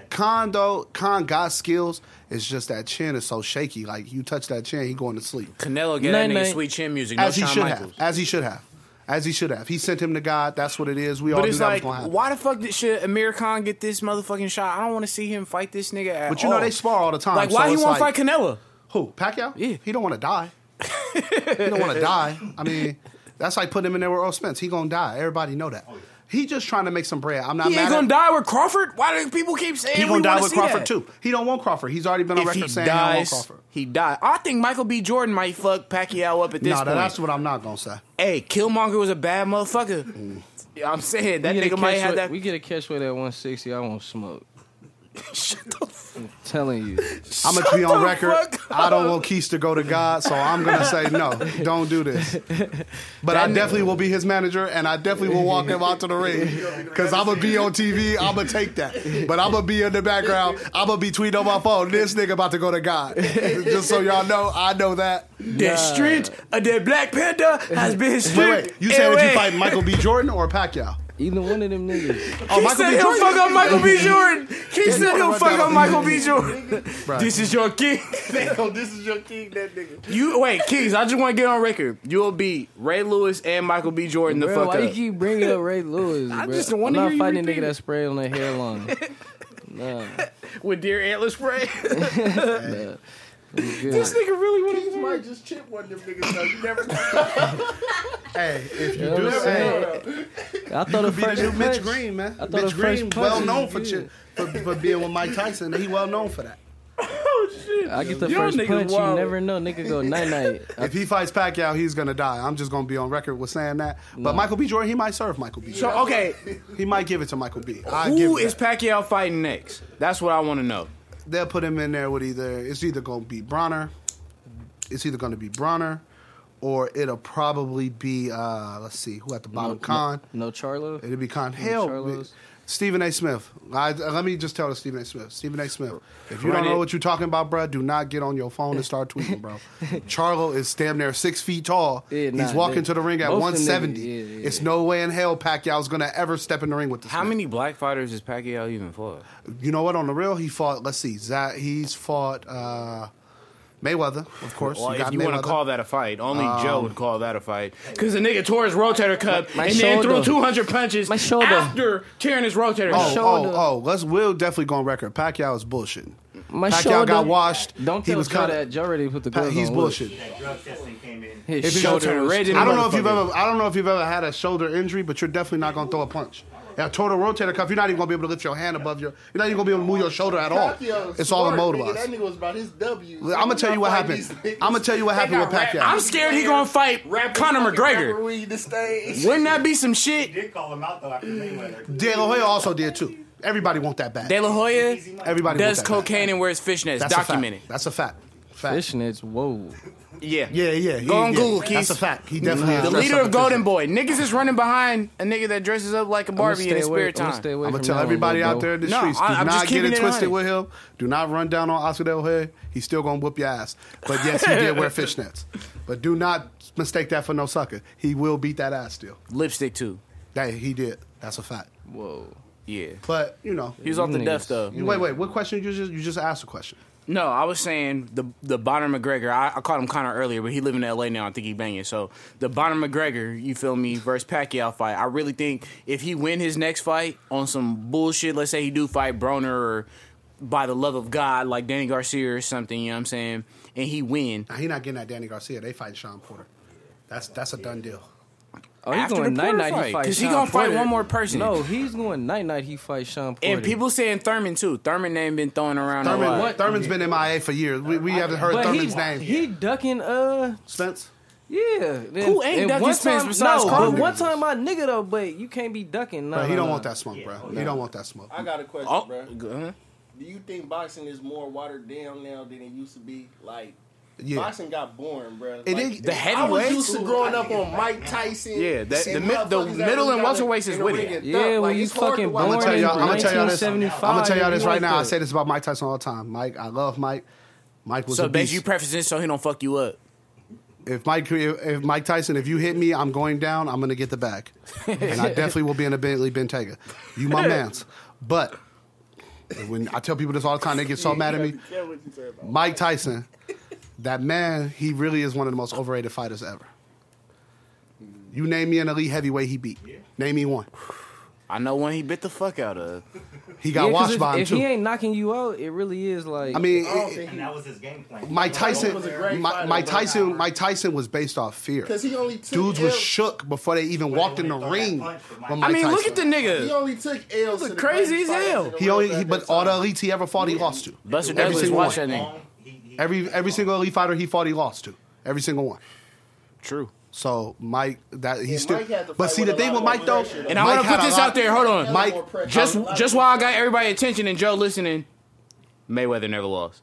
[SPEAKER 3] Khan though, Khan got skills. It's just that chin is so shaky. Like you touch that chin, he going to sleep.
[SPEAKER 1] Canelo get that
[SPEAKER 2] Night,
[SPEAKER 1] nigga
[SPEAKER 2] night.
[SPEAKER 1] sweet chin music. No
[SPEAKER 3] As he
[SPEAKER 1] Shawn
[SPEAKER 3] should
[SPEAKER 1] Michaels.
[SPEAKER 3] have. As he should have. As he should have. He sent him to God. That's what it is. We all
[SPEAKER 1] But
[SPEAKER 3] knew
[SPEAKER 1] it's
[SPEAKER 3] that
[SPEAKER 1] like,
[SPEAKER 3] was gonna happen.
[SPEAKER 1] why the fuck did, should Amir Khan get this motherfucking shot? I don't want to see him fight this nigga at
[SPEAKER 3] But you know
[SPEAKER 1] all.
[SPEAKER 3] they spar all the time,
[SPEAKER 1] Like, why
[SPEAKER 3] so
[SPEAKER 1] he
[SPEAKER 3] it's
[SPEAKER 1] want to
[SPEAKER 3] like-
[SPEAKER 1] fight Canelo?
[SPEAKER 3] Who? Pacquiao? Yeah. He don't want to die. he don't want to die. I mean, that's like putting him in there with Earl Spence. He gonna die. Everybody know that. He just trying to make some bread. I'm not
[SPEAKER 1] He
[SPEAKER 3] mad.
[SPEAKER 1] ain't
[SPEAKER 3] at-
[SPEAKER 1] gonna die with Crawford. Why do people keep saying
[SPEAKER 3] He
[SPEAKER 1] we
[SPEAKER 3] gonna die
[SPEAKER 1] wanna
[SPEAKER 3] with
[SPEAKER 1] see
[SPEAKER 3] Crawford
[SPEAKER 1] that?
[SPEAKER 3] too. He don't want Crawford. He's already been on
[SPEAKER 1] If he
[SPEAKER 3] record saying he don't want
[SPEAKER 1] dies,
[SPEAKER 3] Crawford.
[SPEAKER 1] he dies. I think Michael B. Jordan might fuck Pacquiao up at this
[SPEAKER 3] No,
[SPEAKER 1] point.
[SPEAKER 3] that's what I'm not gonna say.
[SPEAKER 1] hey, Killmonger was a bad
[SPEAKER 3] Mm.
[SPEAKER 1] motherfucker. Yeah, I'm saying that
[SPEAKER 2] We get a
[SPEAKER 1] nigga might
[SPEAKER 2] catch
[SPEAKER 1] have
[SPEAKER 2] weight-
[SPEAKER 1] that.
[SPEAKER 2] We get a catch weight at 160. I won't smoke. I'm telling you.
[SPEAKER 3] I'm gonna be
[SPEAKER 1] Shut
[SPEAKER 3] on
[SPEAKER 1] the
[SPEAKER 3] record.
[SPEAKER 1] fuck
[SPEAKER 3] I don't want Keith to go to God, so I'm gonna say no. Don't do this. But I definitely will be his manager, and I definitely will walk him out to the ring because I'm gonna be on TV. I'm gonna take that, but I'm gonna be in the background. I'm gonna be tweeting on my phone. This nigga about to go to God. Just so y'all know, I know that.
[SPEAKER 1] the strength of the Black Panther has been stripped.
[SPEAKER 3] Wait, wait. You said if you
[SPEAKER 1] away.
[SPEAKER 3] fight Michael B. Jordan or Pacquiao?
[SPEAKER 2] Either one of them niggas.
[SPEAKER 3] Oh,
[SPEAKER 1] He said he'll fuck up Michael B. Jordan. He said he'll
[SPEAKER 3] run
[SPEAKER 1] fuck
[SPEAKER 3] down
[SPEAKER 1] up
[SPEAKER 3] the-
[SPEAKER 1] Michael B. Jordan.
[SPEAKER 3] Right.
[SPEAKER 1] This is your king.
[SPEAKER 4] Yo, this is your king, that nigga.
[SPEAKER 1] You wait, Kings. I just want to get on record. You'll beat Ray Lewis and Michael B. Jordan the
[SPEAKER 2] Bro,
[SPEAKER 1] fuck
[SPEAKER 2] why you
[SPEAKER 1] up.
[SPEAKER 2] keep bringing up Ray Lewis?
[SPEAKER 1] I
[SPEAKER 2] bro?
[SPEAKER 1] just wanna
[SPEAKER 2] I'm not
[SPEAKER 1] hear you
[SPEAKER 2] fighting a
[SPEAKER 1] repeat
[SPEAKER 2] nigga
[SPEAKER 1] it.
[SPEAKER 2] that sprayed on their hairline. nah,
[SPEAKER 1] with deer antler spray.
[SPEAKER 2] we good.
[SPEAKER 1] this nigga really want to.
[SPEAKER 4] You might just chip one of them niggas, though. You never know.
[SPEAKER 3] Hey, if you
[SPEAKER 2] You know
[SPEAKER 3] do
[SPEAKER 2] what I'm
[SPEAKER 3] say.
[SPEAKER 2] saying? I thought a
[SPEAKER 3] Be the
[SPEAKER 2] first
[SPEAKER 3] new Mitch
[SPEAKER 2] punch-
[SPEAKER 3] Green, man.
[SPEAKER 2] I thought
[SPEAKER 3] Mitch
[SPEAKER 2] a
[SPEAKER 3] Green,
[SPEAKER 2] first punch
[SPEAKER 3] well
[SPEAKER 2] is
[SPEAKER 3] known for,
[SPEAKER 2] good.
[SPEAKER 3] chi- for for being with Mike Tyson. He well known for that.
[SPEAKER 2] I get the
[SPEAKER 1] Your
[SPEAKER 2] first
[SPEAKER 1] niggas
[SPEAKER 2] punch. You
[SPEAKER 1] wild.
[SPEAKER 2] never know. Nigga go night night.
[SPEAKER 3] If he fights Pacquiao, he's gonna die. I'm just gonna be on record with saying that. But Michael B. Jordan, he might serve Michael B.
[SPEAKER 1] So okay,
[SPEAKER 3] he might give it to Michael B. I give
[SPEAKER 1] who
[SPEAKER 3] it
[SPEAKER 1] is
[SPEAKER 3] that.
[SPEAKER 1] Pacquiao fighting next? That's what I want to know.
[SPEAKER 3] They'll put him in there with either it's either gonna be Bronner, it's either gonna be Bronner, or it'll probably be uh, let's see who at the bottom Khan.
[SPEAKER 2] No Charlo.
[SPEAKER 3] It'll be Khan. Hell, we-
[SPEAKER 2] Charlo's.
[SPEAKER 3] Stephen A. Smith. I, let me just tell the Stephen A. Smith. Stephen A. Smith. If you
[SPEAKER 1] Run
[SPEAKER 3] don't know
[SPEAKER 1] it.
[SPEAKER 3] what you're talking about, bruh, do not get on your phone and start tweeting, bro. Charlo is damn near six feet tall.
[SPEAKER 2] Yeah, nah,
[SPEAKER 3] He's
[SPEAKER 2] they-
[SPEAKER 3] walking to the ring at
[SPEAKER 2] both of them
[SPEAKER 3] 170.
[SPEAKER 2] niggas, yeah, yeah.
[SPEAKER 3] It's no way in hell Pacquiao's gonna ever step in the ring with this.
[SPEAKER 1] How
[SPEAKER 3] man.
[SPEAKER 1] many black fighters is Pacquiao even fought?
[SPEAKER 3] You know what? On the real, he fought. Let's see. Zach, he's fought uh, Mayweather, of course.
[SPEAKER 1] Well,
[SPEAKER 3] He
[SPEAKER 1] if
[SPEAKER 3] got
[SPEAKER 1] you want to
[SPEAKER 3] Mayweather.
[SPEAKER 1] call that a fight, only
[SPEAKER 2] Um,
[SPEAKER 1] Joe would call that a fight. Because the nigga tore his rotator cuff
[SPEAKER 2] my
[SPEAKER 1] and then threw
[SPEAKER 2] shoulder.
[SPEAKER 1] 200 punches
[SPEAKER 2] My shoulder.
[SPEAKER 1] after tearing his rotator
[SPEAKER 3] Oh,
[SPEAKER 1] cuff.
[SPEAKER 3] oh, oh! Let's. We'll definitely go on record. Pacquiao is bullshitting.
[SPEAKER 2] My
[SPEAKER 3] Pacquiao
[SPEAKER 2] shoulder
[SPEAKER 3] got washed.
[SPEAKER 2] Don't
[SPEAKER 3] he
[SPEAKER 2] tell
[SPEAKER 3] was
[SPEAKER 2] Joe
[SPEAKER 3] kinda-
[SPEAKER 2] that. Joe already put the
[SPEAKER 3] Pa-
[SPEAKER 2] gloves
[SPEAKER 3] he's
[SPEAKER 2] on. Look.
[SPEAKER 3] bullshit.
[SPEAKER 6] That drug testing came in.
[SPEAKER 2] His
[SPEAKER 1] His
[SPEAKER 2] shoulder.
[SPEAKER 1] shoulder
[SPEAKER 2] was-
[SPEAKER 1] red in the
[SPEAKER 3] I don't know if you've
[SPEAKER 1] motherfucker.
[SPEAKER 3] ever I don't know if you've ever had a shoulder injury, but you're definitely not gonna throw a punch. A total rotator cuff, you're not even gonna be able to lift your hand above your. You're not even gonna be able to move your shoulder at all.
[SPEAKER 4] Pacquiao,
[SPEAKER 3] It's all
[SPEAKER 4] uh, smart, nigga. That
[SPEAKER 3] immobilized.
[SPEAKER 4] nigga was about his W.
[SPEAKER 3] I'm gonna tell you what happened. I'm gonna tell you what happened with
[SPEAKER 1] I'm
[SPEAKER 3] Pacquiao.
[SPEAKER 1] scared he going to fight Conor McGregor.
[SPEAKER 4] This stage.
[SPEAKER 1] Wouldn't that be some
[SPEAKER 6] He
[SPEAKER 1] shit?
[SPEAKER 6] did call him out though after Mayweather.
[SPEAKER 3] De La Hoya also did too. Everybody want that bad.
[SPEAKER 1] De La Hoya
[SPEAKER 6] Easy money.
[SPEAKER 3] Everybody
[SPEAKER 1] does
[SPEAKER 3] want that bad.
[SPEAKER 1] cocaine and wears fishnets.
[SPEAKER 3] That's a fact.
[SPEAKER 1] Documented.
[SPEAKER 3] That's a fact. Fact.
[SPEAKER 2] Fishnets, whoa.
[SPEAKER 1] Yeah.
[SPEAKER 3] Yeah, yeah.
[SPEAKER 1] Go on
[SPEAKER 3] yeah.
[SPEAKER 1] Google,
[SPEAKER 3] That's
[SPEAKER 1] Keith.
[SPEAKER 3] a fact. He definitely
[SPEAKER 1] The leader of Golden Boy. Niggas is running behind a nigga that dresses up like a
[SPEAKER 2] I'ma
[SPEAKER 1] Barbie in his
[SPEAKER 2] away,
[SPEAKER 1] spare
[SPEAKER 2] I'ma
[SPEAKER 1] time.
[SPEAKER 2] stay away
[SPEAKER 3] I'm
[SPEAKER 2] from
[SPEAKER 3] gonna tell
[SPEAKER 2] that one,
[SPEAKER 3] everybody
[SPEAKER 2] little
[SPEAKER 3] out there
[SPEAKER 2] bro.
[SPEAKER 3] in the
[SPEAKER 1] No,
[SPEAKER 3] streets: do
[SPEAKER 1] I- I'm just
[SPEAKER 3] not get
[SPEAKER 1] keeping
[SPEAKER 3] it
[SPEAKER 1] it
[SPEAKER 3] twisted
[SPEAKER 1] 100.
[SPEAKER 3] with him. Do not run down on Oscar De La Hoya. He's still gonna whoop your ass. But yes, he did wear fishnets. But do not mistake that for no sucker. He will beat that ass still.
[SPEAKER 1] Lipstick too.
[SPEAKER 3] That he did. That's a fact.
[SPEAKER 2] Whoa.
[SPEAKER 1] Yeah.
[SPEAKER 3] But you know,
[SPEAKER 1] He was off the
[SPEAKER 2] Niggas.
[SPEAKER 1] death though.
[SPEAKER 3] you- wait, wait. What question you just you just asked a question?
[SPEAKER 1] No, I was saying the the Bonner McGregor. I, I called him Connor earlier, but he live in L.A. now. I think he banging. So the Bonner McGregor, you feel me, versus Pacquiao fight. I really think if he win his next fight on some bullshit, let's say he do fight Broner or by the love of God, like Danny Garcia or something. You know what I'm saying? And he win.
[SPEAKER 3] Now he not getting that Danny Garcia. They fighting Sean Porter. That's that's a done deal.
[SPEAKER 2] Oh, he's
[SPEAKER 1] After
[SPEAKER 2] going
[SPEAKER 1] the Porter
[SPEAKER 2] night night.
[SPEAKER 1] fight,
[SPEAKER 2] He fight
[SPEAKER 1] 'cause he
[SPEAKER 2] Sean
[SPEAKER 1] gonna fight
[SPEAKER 2] Porter.
[SPEAKER 1] one more person.
[SPEAKER 2] No, he's going night night. He fight Sean Porter.
[SPEAKER 1] And people saying Thurman too. Thurman name been thrown around a
[SPEAKER 3] Thurman,
[SPEAKER 1] lot.
[SPEAKER 2] what?
[SPEAKER 3] Thurman's been MIA for years. We, we haven't heard
[SPEAKER 2] but
[SPEAKER 3] Thurman's
[SPEAKER 2] he,
[SPEAKER 3] name.
[SPEAKER 2] He ducking. Uh,
[SPEAKER 3] Spence.
[SPEAKER 2] yeah. Then,
[SPEAKER 1] Who ain't
[SPEAKER 2] and
[SPEAKER 1] ducking
[SPEAKER 2] one
[SPEAKER 1] Spence
[SPEAKER 2] time-
[SPEAKER 1] besides
[SPEAKER 2] no,
[SPEAKER 1] Carter?
[SPEAKER 2] But one time my nigga though. But you can't be ducking. No,
[SPEAKER 3] But he
[SPEAKER 2] no,
[SPEAKER 3] don't
[SPEAKER 2] no.
[SPEAKER 3] want that smoke, bro. He don't want that smoke.
[SPEAKER 5] I got a question,
[SPEAKER 1] Oh,
[SPEAKER 5] bro.
[SPEAKER 1] uh-huh.
[SPEAKER 5] Do you think boxing is more watered down now than it used to be? Like,
[SPEAKER 3] Yeah.
[SPEAKER 5] boxing got boring, bro.
[SPEAKER 3] It
[SPEAKER 5] like,
[SPEAKER 3] is-
[SPEAKER 1] the
[SPEAKER 5] I was
[SPEAKER 1] heavyweights.
[SPEAKER 5] used to growing up on Mike Tyson.
[SPEAKER 1] Yeah, that-
[SPEAKER 5] and
[SPEAKER 1] the mid- the
[SPEAKER 5] motherfuckers that
[SPEAKER 1] middle
[SPEAKER 5] we
[SPEAKER 1] and
[SPEAKER 5] got in-
[SPEAKER 1] welterweights is
[SPEAKER 5] in the
[SPEAKER 1] with
[SPEAKER 5] ring
[SPEAKER 1] it.
[SPEAKER 5] and
[SPEAKER 2] Yeah,
[SPEAKER 5] thug.
[SPEAKER 2] when you
[SPEAKER 5] it's hard to
[SPEAKER 2] fucking
[SPEAKER 5] watch.
[SPEAKER 3] I'm gonna
[SPEAKER 2] born
[SPEAKER 3] tell
[SPEAKER 2] in
[SPEAKER 3] y'all. I'm gonna tell y'all this. I'm
[SPEAKER 2] 1975.
[SPEAKER 3] gonna tell y'all
[SPEAKER 2] you
[SPEAKER 3] this right
[SPEAKER 2] like
[SPEAKER 3] now. I
[SPEAKER 2] that.
[SPEAKER 3] say this about Mike Tyson all the time. Mike, I love Mike. Mike was
[SPEAKER 1] So
[SPEAKER 3] a
[SPEAKER 1] basically, you
[SPEAKER 3] beast.
[SPEAKER 1] preface this so he don't fuck you up.
[SPEAKER 3] if Mike, if Mike Tyson, if you hit me, I'm going down. I'm gonna get the bag, and I definitely will be in a Bentley Bentayga. You my man's. But when I tell people this all the time, they get so mad at me.
[SPEAKER 5] Yeah, what you say about it.
[SPEAKER 3] Mike Tyson, that man, he really is one of the most overrated fighters ever. You name me an elite heavyweight he beat. Name me one.
[SPEAKER 1] I know one he bit the fuck out of.
[SPEAKER 3] He
[SPEAKER 2] Yeah,
[SPEAKER 3] got
[SPEAKER 2] 'cause
[SPEAKER 3] washed
[SPEAKER 2] if,
[SPEAKER 3] by him
[SPEAKER 2] if
[SPEAKER 3] too.
[SPEAKER 2] he ain't Oh, knocking you out, it really is like.
[SPEAKER 3] I mean,
[SPEAKER 5] I don't
[SPEAKER 3] it-
[SPEAKER 5] think
[SPEAKER 6] And that was his game plan.
[SPEAKER 3] Mike
[SPEAKER 5] It was a
[SPEAKER 3] Tyson,
[SPEAKER 5] great
[SPEAKER 3] Mike,
[SPEAKER 5] fighter,
[SPEAKER 3] Mike
[SPEAKER 5] but-
[SPEAKER 3] Tyson, Mike Tyson was based off fear.
[SPEAKER 5] Because he only took
[SPEAKER 3] Dudes was
[SPEAKER 5] L-
[SPEAKER 3] shook before they even walked in the
[SPEAKER 6] when they throw that
[SPEAKER 3] ring.
[SPEAKER 6] punch
[SPEAKER 3] with
[SPEAKER 6] from Mike
[SPEAKER 3] Mike
[SPEAKER 1] I mean,
[SPEAKER 3] Tyson.
[SPEAKER 1] look at the
[SPEAKER 5] He
[SPEAKER 1] nigga.
[SPEAKER 5] only took L's. to the
[SPEAKER 1] crazy
[SPEAKER 5] greatest
[SPEAKER 1] as
[SPEAKER 5] fighters
[SPEAKER 1] hell.
[SPEAKER 5] in the
[SPEAKER 3] He
[SPEAKER 5] world
[SPEAKER 3] only, he,
[SPEAKER 5] at
[SPEAKER 3] but
[SPEAKER 5] that
[SPEAKER 3] all the
[SPEAKER 5] time.
[SPEAKER 3] elites he ever fought, he lost to.
[SPEAKER 1] Buster
[SPEAKER 3] Every
[SPEAKER 1] Douglas,
[SPEAKER 3] single
[SPEAKER 1] watch
[SPEAKER 3] one.
[SPEAKER 1] that nigga.
[SPEAKER 3] Every every single elite fighter he fought, he lost to. Every single one.
[SPEAKER 1] True.
[SPEAKER 3] So Mike, that he
[SPEAKER 5] And
[SPEAKER 3] still.
[SPEAKER 5] Mike had to
[SPEAKER 3] But
[SPEAKER 5] fight
[SPEAKER 3] see,
[SPEAKER 5] with
[SPEAKER 3] the
[SPEAKER 5] a
[SPEAKER 3] thing
[SPEAKER 5] lot
[SPEAKER 3] with
[SPEAKER 5] more
[SPEAKER 3] Mike though,
[SPEAKER 5] pressure, though.
[SPEAKER 1] And I want
[SPEAKER 3] Mike
[SPEAKER 1] to
[SPEAKER 3] had
[SPEAKER 1] put
[SPEAKER 3] a
[SPEAKER 1] this
[SPEAKER 3] lot-
[SPEAKER 1] out there. Hold on,
[SPEAKER 3] Mike,
[SPEAKER 5] More pressure.
[SPEAKER 1] Just
[SPEAKER 5] A lot
[SPEAKER 1] just
[SPEAKER 5] of-
[SPEAKER 1] while I got everybody attention and Joe listening, Mayweather never lost.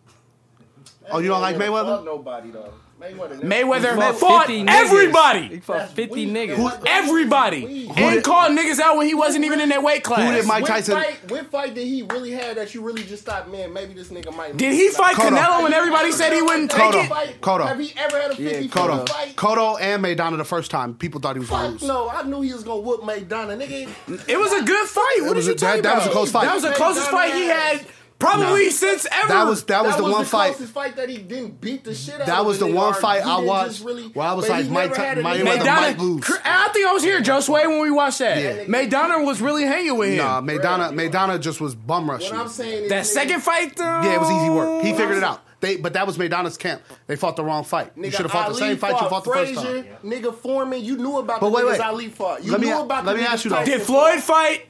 [SPEAKER 3] Oh, you don't like Mayweather?
[SPEAKER 5] Fought Nobody though. Mayweather. never-
[SPEAKER 1] Mayweather
[SPEAKER 2] He
[SPEAKER 1] fought
[SPEAKER 2] 50 niggas. He
[SPEAKER 1] everybody.
[SPEAKER 2] fought
[SPEAKER 5] That's
[SPEAKER 2] 50
[SPEAKER 5] weak.
[SPEAKER 2] niggas.
[SPEAKER 5] Who-
[SPEAKER 1] Everybody.
[SPEAKER 5] Who
[SPEAKER 1] And
[SPEAKER 3] did-
[SPEAKER 1] called niggas out when he wasn't even in their weight class.
[SPEAKER 3] Who did Mike
[SPEAKER 5] What
[SPEAKER 3] Tyson-
[SPEAKER 5] Fight, what fight did he really have that you really just thought, man? Maybe this nigga might.
[SPEAKER 1] Did he fight
[SPEAKER 3] Hold on.
[SPEAKER 1] Canelo when everybody said he wouldn't take
[SPEAKER 3] Hold on.
[SPEAKER 1] it?
[SPEAKER 5] Fight-
[SPEAKER 3] Hold on.
[SPEAKER 5] Have he ever had a fifty
[SPEAKER 3] Cotto,
[SPEAKER 5] foot fight?
[SPEAKER 3] Cotto and Maidana the first time, people thought he was going
[SPEAKER 5] Fuck
[SPEAKER 3] to lose.
[SPEAKER 5] no! I knew he was gonna whoop McDonough, nigga.
[SPEAKER 1] It was a good fight. What
[SPEAKER 3] was
[SPEAKER 1] did you
[SPEAKER 3] a-
[SPEAKER 1] talking
[SPEAKER 3] that- that
[SPEAKER 1] about?
[SPEAKER 3] was a close fight.
[SPEAKER 1] That was the closest fight he had probably since ever.
[SPEAKER 3] That was that was the one fight.
[SPEAKER 5] closest fight that he didn't beat the shit out.
[SPEAKER 3] That
[SPEAKER 5] of
[SPEAKER 3] was
[SPEAKER 5] a
[SPEAKER 3] the
[SPEAKER 5] nigga,
[SPEAKER 3] one
[SPEAKER 5] or
[SPEAKER 3] fight
[SPEAKER 5] he
[SPEAKER 3] I
[SPEAKER 5] didn't
[SPEAKER 3] watched
[SPEAKER 5] just really-
[SPEAKER 3] where I was
[SPEAKER 5] but
[SPEAKER 3] like,
[SPEAKER 5] he
[SPEAKER 3] Mike
[SPEAKER 5] never
[SPEAKER 3] Ty-
[SPEAKER 5] had a
[SPEAKER 3] Mike
[SPEAKER 5] nigga
[SPEAKER 3] Mayweather
[SPEAKER 5] that-
[SPEAKER 3] might
[SPEAKER 1] Maidana,
[SPEAKER 3] lose.
[SPEAKER 1] Cr- I think I was here, Joe Sway, when we watched that.
[SPEAKER 3] Yeah.
[SPEAKER 1] Maidana was really hanging with him.
[SPEAKER 3] Nah, Maidana Maidana just was bum rushing.
[SPEAKER 5] What I'm saying is
[SPEAKER 1] that
[SPEAKER 5] nigga,
[SPEAKER 1] second fight, though.
[SPEAKER 3] Yeah, it was easy work.
[SPEAKER 5] Oh,
[SPEAKER 3] He figured it out. They, but that was Maidana's camp. They fought the wrong fight. you
[SPEAKER 5] Nigga,
[SPEAKER 3] should have fought
[SPEAKER 5] Ali
[SPEAKER 3] the same fight you fought the first
[SPEAKER 5] Frazier,
[SPEAKER 3] time.
[SPEAKER 5] Nigga Foreman, you knew about
[SPEAKER 3] But
[SPEAKER 5] the
[SPEAKER 3] wait,
[SPEAKER 5] niggas
[SPEAKER 3] wait.
[SPEAKER 5] Ali fought. You
[SPEAKER 3] Let me-
[SPEAKER 5] knew about
[SPEAKER 3] let
[SPEAKER 5] the
[SPEAKER 3] me
[SPEAKER 5] niggas
[SPEAKER 3] ask you though.
[SPEAKER 5] Tyson
[SPEAKER 1] Did Floyd fight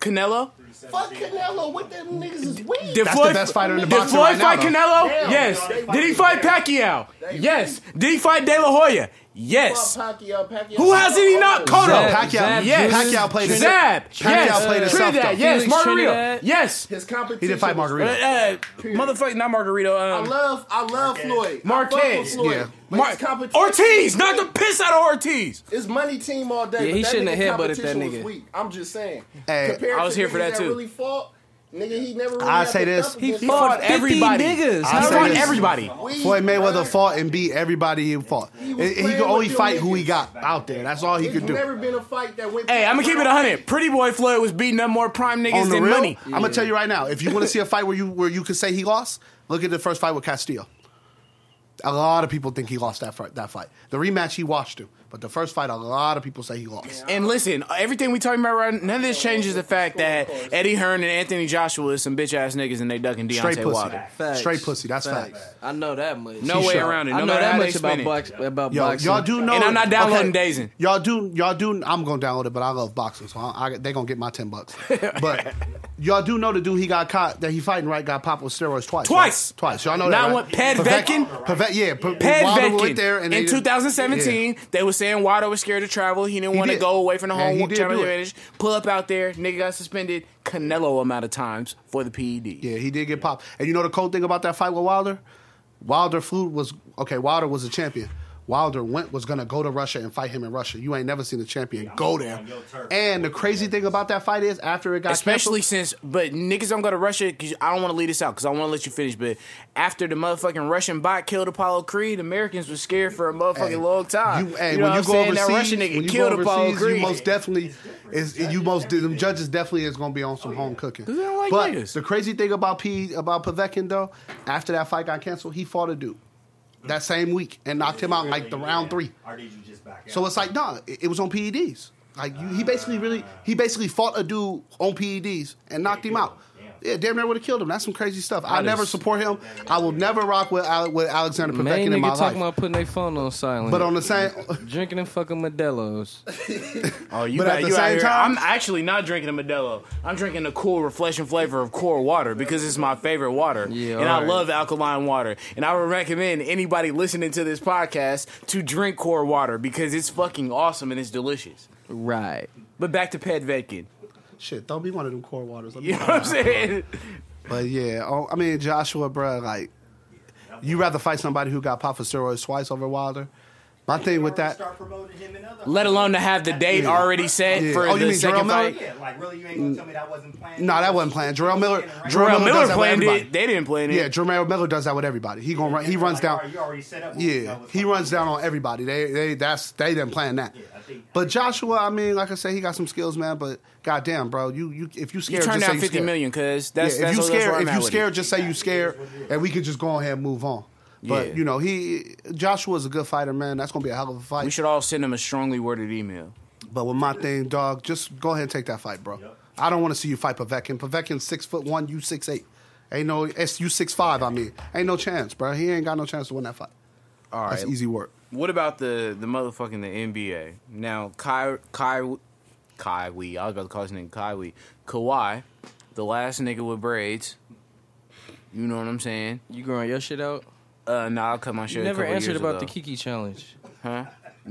[SPEAKER 1] Canelo?
[SPEAKER 5] Fuck Canelo, what them niggas is weak.
[SPEAKER 1] Did
[SPEAKER 3] That's
[SPEAKER 1] Floyd,
[SPEAKER 3] the best fighter in the
[SPEAKER 1] did
[SPEAKER 3] boxing
[SPEAKER 1] Floyd
[SPEAKER 3] right now,
[SPEAKER 1] fight
[SPEAKER 3] though.
[SPEAKER 1] Canelo?
[SPEAKER 5] Damn,
[SPEAKER 1] yes.
[SPEAKER 5] they
[SPEAKER 1] Did he fight
[SPEAKER 5] fight
[SPEAKER 1] Pacquiao? Yes. Did he fight De La Hoya? Yes.
[SPEAKER 5] Pacquiao, Pacquiao.
[SPEAKER 1] Who hasn't he knocked? Cotto.
[SPEAKER 3] Zab-
[SPEAKER 1] Pacquiao.
[SPEAKER 3] Zab-
[SPEAKER 1] yes.
[SPEAKER 3] Pacquiao played his-
[SPEAKER 1] Zab.
[SPEAKER 3] Pacquiao
[SPEAKER 1] yes.
[SPEAKER 3] played his
[SPEAKER 1] Trinidad.
[SPEAKER 3] self, though.
[SPEAKER 1] Yes.
[SPEAKER 2] Felix
[SPEAKER 1] Margarito.
[SPEAKER 2] Trinidad.
[SPEAKER 1] Yes.
[SPEAKER 5] His competition.
[SPEAKER 3] He didn't fight
[SPEAKER 1] Uh,
[SPEAKER 3] Margarita.
[SPEAKER 1] uh, motherfucker, not Margarito.
[SPEAKER 5] I
[SPEAKER 1] Um,
[SPEAKER 5] love, I love Floyd. I fuck with
[SPEAKER 1] Marquez.
[SPEAKER 5] Floyd.
[SPEAKER 3] Yeah.
[SPEAKER 5] But
[SPEAKER 1] Mar-
[SPEAKER 5] his competition-
[SPEAKER 1] Ortiz. Knocked the piss out of Ortiz.
[SPEAKER 5] It's money team all day.
[SPEAKER 2] Yeah,
[SPEAKER 5] but
[SPEAKER 2] he
[SPEAKER 5] that
[SPEAKER 2] shouldn't
[SPEAKER 5] nigga
[SPEAKER 2] have headbutted that
[SPEAKER 5] competition was
[SPEAKER 2] nigga.
[SPEAKER 5] Weak. I'm just saying.
[SPEAKER 3] Hey,
[SPEAKER 5] Compared
[SPEAKER 1] I was
[SPEAKER 5] to
[SPEAKER 1] here for
[SPEAKER 5] niggas
[SPEAKER 1] that, too.
[SPEAKER 5] Really fought, nigga, he never. Really
[SPEAKER 3] I
[SPEAKER 5] had
[SPEAKER 3] say
[SPEAKER 5] to
[SPEAKER 3] this.
[SPEAKER 5] up
[SPEAKER 2] He
[SPEAKER 5] against
[SPEAKER 1] He
[SPEAKER 2] Fought
[SPEAKER 1] fought,
[SPEAKER 2] 50
[SPEAKER 1] everybody.
[SPEAKER 2] niggas.
[SPEAKER 1] He
[SPEAKER 3] I say
[SPEAKER 1] fought
[SPEAKER 3] this.
[SPEAKER 1] everybody.
[SPEAKER 5] Weak,
[SPEAKER 3] Floyd Mayweather
[SPEAKER 5] bro.
[SPEAKER 3] fought and beat everybody he fought.
[SPEAKER 5] He was
[SPEAKER 3] And He,
[SPEAKER 5] playing
[SPEAKER 3] could only
[SPEAKER 5] with them
[SPEAKER 3] fight who he
[SPEAKER 5] niggas.
[SPEAKER 3] got out there. That's all he
[SPEAKER 5] It's
[SPEAKER 3] could do.
[SPEAKER 5] never been a fight that went.
[SPEAKER 1] Hey, I'm gonna keep it 100. Pretty boy Floyd was beating up more prime niggas than money.
[SPEAKER 3] I'm gonna tell you right now. If you want to see a fight where you where you could say he lost, look at the first fight with Castillo. A lot of people think he lost that fight. That fight, the rematch, he watched him. But the first fight, a lot of people say he lost.
[SPEAKER 1] And listen, everything we talking about right none of this changes the fact that Eddie Hearn and Anthony Joshua is some bitch ass niggas and they ducking
[SPEAKER 3] Straight
[SPEAKER 1] Deontay
[SPEAKER 3] pussy,
[SPEAKER 1] Wilder.
[SPEAKER 2] Facts.
[SPEAKER 3] straight pussy. That's
[SPEAKER 2] Facts.
[SPEAKER 3] facts.
[SPEAKER 2] I know that much.
[SPEAKER 1] No
[SPEAKER 3] She
[SPEAKER 1] way
[SPEAKER 3] shot.
[SPEAKER 1] around it. No
[SPEAKER 2] I know
[SPEAKER 1] matter
[SPEAKER 2] that
[SPEAKER 1] how
[SPEAKER 2] much
[SPEAKER 1] they
[SPEAKER 2] about,
[SPEAKER 1] spin it.
[SPEAKER 2] box, about
[SPEAKER 3] Yo,
[SPEAKER 2] boxing.
[SPEAKER 3] y'all do know,
[SPEAKER 1] And I'm not downloading Dazin.
[SPEAKER 3] Y'all do, y'all do. I'm gonna download it, but I love boxing, so I, I, they gonna get my ten bucks. But y'all do know the dude he got caught that he fighting right got popped with steroids twice. right?
[SPEAKER 1] Twice.
[SPEAKER 3] twice. Y'all know
[SPEAKER 1] Not
[SPEAKER 3] that.
[SPEAKER 1] one-
[SPEAKER 3] right?
[SPEAKER 1] Padvekin?
[SPEAKER 3] Pavek- Pavek- yeah, P-
[SPEAKER 1] Ped
[SPEAKER 3] Wilder
[SPEAKER 1] Vetkin
[SPEAKER 3] went there and
[SPEAKER 1] in
[SPEAKER 3] they-
[SPEAKER 1] 2017,
[SPEAKER 3] yeah.
[SPEAKER 1] they were saying Wilder was scared to travel. He didn't
[SPEAKER 3] He
[SPEAKER 1] want to
[SPEAKER 3] did.
[SPEAKER 1] go away from the
[SPEAKER 3] And
[SPEAKER 1] home
[SPEAKER 3] he did
[SPEAKER 1] channel
[SPEAKER 3] do it.
[SPEAKER 1] advantage. Pull up out there, nigga got suspended Canelo amount of times for the E PED.
[SPEAKER 3] Yeah, he did get popped. And you know the cold thing about that fight with Wilder? Wilder flew was okay. Wilder was a champion. Wilder went was gonna go to Russia and fight him in Russia. You ain't never seen a champion go there.
[SPEAKER 6] on your turf.
[SPEAKER 3] And the crazy thing about that fight is after it got
[SPEAKER 1] Especially since, but niggas don't go to Russia. 'cause I don't want to leave this out because I want to let you finish. But after the motherfucking Russian bot killed Apollo Creed, Americans were scared for a motherfucking
[SPEAKER 3] Hey,
[SPEAKER 1] long time.
[SPEAKER 3] You, hey,
[SPEAKER 1] know
[SPEAKER 3] when
[SPEAKER 1] what
[SPEAKER 3] you
[SPEAKER 1] I'm
[SPEAKER 3] go
[SPEAKER 1] saying?
[SPEAKER 3] overseas,
[SPEAKER 1] that Russian
[SPEAKER 3] when
[SPEAKER 1] nigga
[SPEAKER 3] you
[SPEAKER 1] killed
[SPEAKER 3] go
[SPEAKER 1] Apollo
[SPEAKER 3] overseas, you
[SPEAKER 1] Creed.
[SPEAKER 3] most definitely is you most them judges definitely is going to be on some home cooking.
[SPEAKER 1] 'Cause they don't like
[SPEAKER 3] but
[SPEAKER 1] niggas.
[SPEAKER 3] the crazy thing about P about Povetkin though, after that fight got canceled, he fought a dude that same week and knocked him out in, like the round three.
[SPEAKER 6] Or did you just back out?
[SPEAKER 3] So it's like, nah, it, it was on PEDs. Like you, he basically really he basically fought a dude on PEDs and knocked him out. Yeah, damn near would have killed him. That's some crazy stuff. I
[SPEAKER 1] That
[SPEAKER 3] never
[SPEAKER 1] is-
[SPEAKER 3] support him. I will never rock with Ale- with Alexander
[SPEAKER 2] Main
[SPEAKER 3] Povetkin in my
[SPEAKER 2] nigga
[SPEAKER 3] life.
[SPEAKER 2] talking about putting their phone on silent.
[SPEAKER 3] but on the same,
[SPEAKER 2] drinking and fucking Modelo's.
[SPEAKER 1] Oh, you
[SPEAKER 3] But
[SPEAKER 1] got
[SPEAKER 3] at the
[SPEAKER 1] you out
[SPEAKER 3] same
[SPEAKER 1] here.
[SPEAKER 3] time-
[SPEAKER 1] I'm actually not drinking a Modelo. I'm drinking the cool refreshing flavor of core water because it's my favorite water.
[SPEAKER 2] Yeah,
[SPEAKER 1] and I
[SPEAKER 2] alright.
[SPEAKER 1] love alkaline water. And I would recommend anybody listening to this podcast to drink core water because it's fucking awesome and it's delicious.
[SPEAKER 2] Right.
[SPEAKER 1] But back to Pedvetkin.
[SPEAKER 3] shit, don't be one of them core waters. Let me
[SPEAKER 1] You know what I'm saying?
[SPEAKER 3] But yeah, oh, I mean Joshua, bro, like you rather fight somebody who got popped for steroids twice over Wilder. My thing with that,
[SPEAKER 6] Start promoting him in other
[SPEAKER 1] Let alone to have the date already set
[SPEAKER 3] Yeah.
[SPEAKER 1] for
[SPEAKER 3] Oh, you
[SPEAKER 1] the
[SPEAKER 3] mean
[SPEAKER 1] second
[SPEAKER 3] Jarrell Miller?
[SPEAKER 1] fight.
[SPEAKER 6] Yeah, like really, you ain't gonna tell me that wasn't planned.
[SPEAKER 3] no, that wasn't planned. Jarrell Miller,
[SPEAKER 1] Jarrell
[SPEAKER 3] does
[SPEAKER 1] Miller
[SPEAKER 3] that with
[SPEAKER 1] planned
[SPEAKER 3] everybody.
[SPEAKER 1] it. They didn't plan it.
[SPEAKER 3] Yeah, Jarrell Miller does that with everybody. He gonna run, he runs
[SPEAKER 6] Like,
[SPEAKER 3] down.
[SPEAKER 6] alright, You already set up.
[SPEAKER 3] Yeah,
[SPEAKER 6] That was
[SPEAKER 3] he
[SPEAKER 6] fucking-
[SPEAKER 3] runs down on everybody. They they that's they didn't plan that.
[SPEAKER 6] I think-
[SPEAKER 3] But Joshua, I mean, like I said, he got some skills, man. But goddamn, bro, you you if you
[SPEAKER 1] You
[SPEAKER 3] scared,
[SPEAKER 1] turned
[SPEAKER 3] just say
[SPEAKER 1] down
[SPEAKER 3] you
[SPEAKER 1] fifty
[SPEAKER 3] scared.
[SPEAKER 1] million, cause that's
[SPEAKER 3] yeah,
[SPEAKER 1] that's
[SPEAKER 3] if you
[SPEAKER 1] that's where
[SPEAKER 3] scared,
[SPEAKER 1] I'm
[SPEAKER 3] if
[SPEAKER 1] at
[SPEAKER 3] you
[SPEAKER 1] with it.
[SPEAKER 3] scared, just say you scared, and we could just go ahead and move on. But
[SPEAKER 1] Yeah.
[SPEAKER 3] you know, he Joshua's a good fighter, man. That's gonna be a hell of a fight.
[SPEAKER 1] we should all send him a strongly worded email.
[SPEAKER 3] But with my thing, dog, just go ahead and take that fight, bro. I don't want to see you fight Povetkin. Povetkin's six foot one, you six eight. Ain't no it's you six five. I mean, ain't no chance, bro. He ain't got no chance to win that fight. All right, that's easy work.
[SPEAKER 1] What about the the motherfucking the NBA? Now Kai Kai Kyrie, I was about to call his name Kyrie. Kawhi, the last nigga with braids. You know what I'm saying?
[SPEAKER 2] You growing your shit out?
[SPEAKER 1] Uh, nah, I'll cut my shit.
[SPEAKER 2] You
[SPEAKER 1] a
[SPEAKER 2] never
[SPEAKER 1] couple
[SPEAKER 2] answered
[SPEAKER 1] years
[SPEAKER 2] about
[SPEAKER 1] ago.
[SPEAKER 2] the Kiki challenge.
[SPEAKER 1] Huh?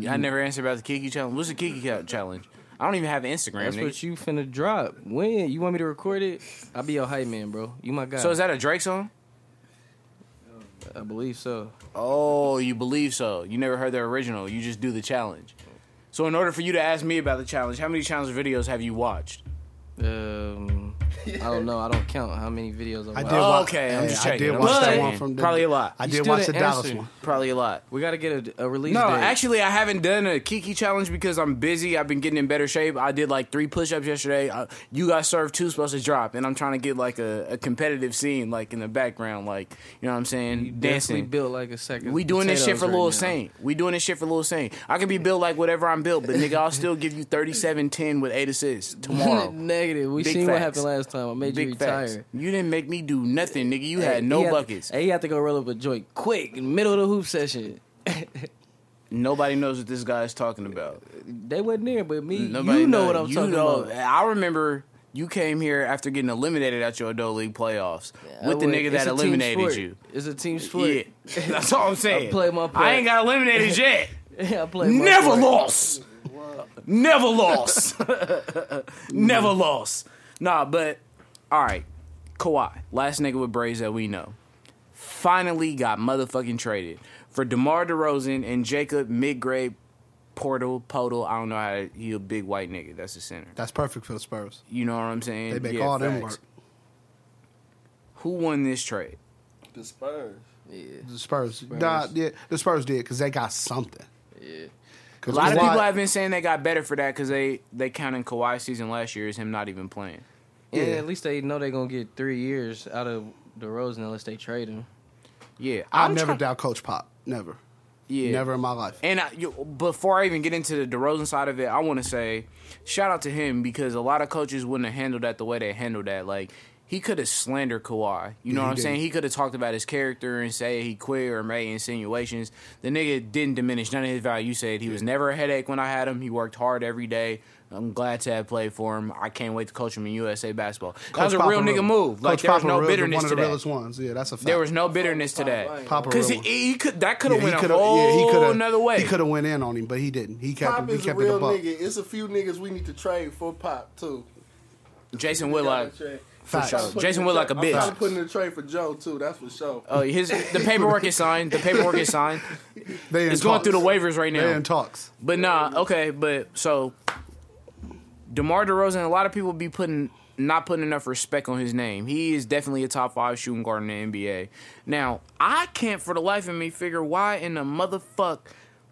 [SPEAKER 1] I never answered about the Kiki challenge. What's the Kiki ca- challenge? I don't even have Instagram.
[SPEAKER 2] That's
[SPEAKER 1] nigga.
[SPEAKER 2] what you finna drop. When you want me to record it? I'll be your hype man, bro. You my guy.
[SPEAKER 1] so is that a Drake song?
[SPEAKER 2] I believe so.
[SPEAKER 1] Oh, you believe so? You never heard the original. You just do the challenge. So in order for you to ask me about the challenge, how many challenge videos have you watched?
[SPEAKER 2] Um, I don't know. I don't count how many videos I watch.
[SPEAKER 3] I did.
[SPEAKER 1] Oh,
[SPEAKER 3] wa-
[SPEAKER 1] okay, I'm
[SPEAKER 3] hey,
[SPEAKER 1] just
[SPEAKER 3] I
[SPEAKER 1] checking.
[SPEAKER 3] did
[SPEAKER 1] I'm
[SPEAKER 3] watch
[SPEAKER 1] just
[SPEAKER 3] that
[SPEAKER 1] checking.
[SPEAKER 3] one from the,
[SPEAKER 1] Probably a lot.
[SPEAKER 3] I
[SPEAKER 2] You
[SPEAKER 3] did
[SPEAKER 2] still
[SPEAKER 3] watch the
[SPEAKER 2] didn't
[SPEAKER 3] Dallas
[SPEAKER 2] answer.
[SPEAKER 3] one.
[SPEAKER 1] Probably a lot.
[SPEAKER 2] We gotta get a, a release
[SPEAKER 1] No,
[SPEAKER 2] date.
[SPEAKER 1] actually, I haven't done a Kiki challenge because I'm busy. I've been getting in better shape. I did like three push ups yesterday. I, you got served two, supposed to drop, and I'm trying to get like a, a competitive scene, like in the background, like you know what I'm saying,
[SPEAKER 2] You definitely
[SPEAKER 1] dancing.
[SPEAKER 2] built like a second.
[SPEAKER 1] We doing this shit
[SPEAKER 2] potatoes
[SPEAKER 1] for
[SPEAKER 2] right
[SPEAKER 1] Lil
[SPEAKER 2] now.
[SPEAKER 1] Saint. We doing this shit for Lil Saint. I can be built like whatever I'm built, but nigga, I'll still give you 37-10 with eight assists tomorrow.
[SPEAKER 2] Negative. We
[SPEAKER 1] Big
[SPEAKER 2] seen what
[SPEAKER 1] facts.
[SPEAKER 2] happened last time. I made you
[SPEAKER 1] Big
[SPEAKER 2] retire.
[SPEAKER 1] facts. You didn't make me do nothing, nigga. You had
[SPEAKER 2] Hey,
[SPEAKER 1] no
[SPEAKER 2] he
[SPEAKER 1] buckets.
[SPEAKER 2] Hey, you have to go roll up a joint quick in the middle of the hoop session.
[SPEAKER 1] Nobody knows what this guy is talking about.
[SPEAKER 2] They wasn't there, but me,
[SPEAKER 1] Nobody
[SPEAKER 2] you know
[SPEAKER 1] knows.
[SPEAKER 2] what I'm
[SPEAKER 1] You
[SPEAKER 2] talking
[SPEAKER 1] know-
[SPEAKER 2] about.
[SPEAKER 1] I remember you came here after getting eliminated at your adult league playoffs with
[SPEAKER 2] I
[SPEAKER 1] the
[SPEAKER 2] would-
[SPEAKER 1] nigga
[SPEAKER 2] it's
[SPEAKER 1] that
[SPEAKER 2] a team
[SPEAKER 1] eliminated
[SPEAKER 2] sport.
[SPEAKER 1] you.
[SPEAKER 2] It's a team sport.
[SPEAKER 1] Yeah, that's all I'm saying.
[SPEAKER 2] I played my part.
[SPEAKER 1] I ain't got eliminated yet.
[SPEAKER 2] I played my
[SPEAKER 1] Never
[SPEAKER 2] part.
[SPEAKER 1] lost. Never lost. Never lost. Nah, but all right, Kawhi, last nigga with braids that we know, finally got motherfucking traded for DeMar DeRozan and Jacob Midgrade Portal Podal. I don't know how to, he a big white nigga. That's the center.
[SPEAKER 3] That's perfect for the Spurs.
[SPEAKER 1] You know what I'm saying?
[SPEAKER 3] They make
[SPEAKER 1] Yeah,
[SPEAKER 3] all them
[SPEAKER 1] facts.
[SPEAKER 3] work.
[SPEAKER 1] Who won this trade?
[SPEAKER 5] The Spurs.
[SPEAKER 3] The Spurs, Nah, yeah, the Spurs did because they got something. Yeah,
[SPEAKER 1] A lot of people have been saying they got better for that because they they counted Kawhi's season last year as him not even playing.
[SPEAKER 2] Yeah,
[SPEAKER 3] Yeah.
[SPEAKER 2] at least they know they're gonna get three years out of DeRozan unless they trade him.
[SPEAKER 1] Yeah,
[SPEAKER 3] I've
[SPEAKER 1] I'm
[SPEAKER 3] never
[SPEAKER 1] try-
[SPEAKER 3] doubt Coach Pop. Never,
[SPEAKER 1] Yeah,
[SPEAKER 3] never in my life.
[SPEAKER 1] And I, you, before I even get into the DeRozan side of it, I want to say shout out to him because a lot of coaches wouldn't have handled that the way they handled that. Like he could have slandered Kawhi. You know
[SPEAKER 3] Yeah,
[SPEAKER 1] what
[SPEAKER 3] he
[SPEAKER 1] I'm
[SPEAKER 3] did.
[SPEAKER 1] saying? He could have talked about his character and say he quit or made insinuations. The nigga didn't diminish none of his value. You said he was never a headache when I had him. He worked hard every day. I'm glad to have played for him. I can't wait to coach him in USA basketball. that was a
[SPEAKER 3] Coach Pop
[SPEAKER 1] real nigga
[SPEAKER 3] real-
[SPEAKER 1] move. Like
[SPEAKER 3] Coach
[SPEAKER 1] there was
[SPEAKER 3] Pop
[SPEAKER 1] no
[SPEAKER 3] real-
[SPEAKER 1] bitterness
[SPEAKER 3] One of
[SPEAKER 1] to
[SPEAKER 3] the
[SPEAKER 1] that.
[SPEAKER 3] realest ones. Yeah, that's a fact.
[SPEAKER 1] There was no bitterness to that.
[SPEAKER 3] Pop a
[SPEAKER 1] Because
[SPEAKER 3] real one.
[SPEAKER 1] he, he could that could have
[SPEAKER 3] Yeah, he
[SPEAKER 1] went
[SPEAKER 3] coulda-
[SPEAKER 1] a whole
[SPEAKER 3] he coulda-
[SPEAKER 1] nother way.
[SPEAKER 3] He could have went in on him, but he didn't. He kept
[SPEAKER 5] Pop
[SPEAKER 3] it. He
[SPEAKER 5] is a
[SPEAKER 3] kept it
[SPEAKER 5] real
[SPEAKER 3] above.
[SPEAKER 5] nigga. It's a few niggas we need to trade for Pop too.
[SPEAKER 1] Jason
[SPEAKER 5] We gotta
[SPEAKER 1] Whitlock.
[SPEAKER 5] trade.
[SPEAKER 3] Facts.
[SPEAKER 1] sure. Jason Wood like a bitch.
[SPEAKER 5] I'm trying to put in the trade for Joe too. That's for sure.
[SPEAKER 1] Uh, his the paperwork is signed. The paperwork is signed.
[SPEAKER 3] They in
[SPEAKER 1] It's going through the
[SPEAKER 3] talks.
[SPEAKER 1] waivers right
[SPEAKER 3] They
[SPEAKER 1] now.
[SPEAKER 3] in talks.
[SPEAKER 1] But nah, okay. But so, DeMar DeRozan. A lot of people be putting not putting enough respect on his name. He is definitely a top five shooting guard in the NBA. Now I can't for the life of me figure why in the motherfuck.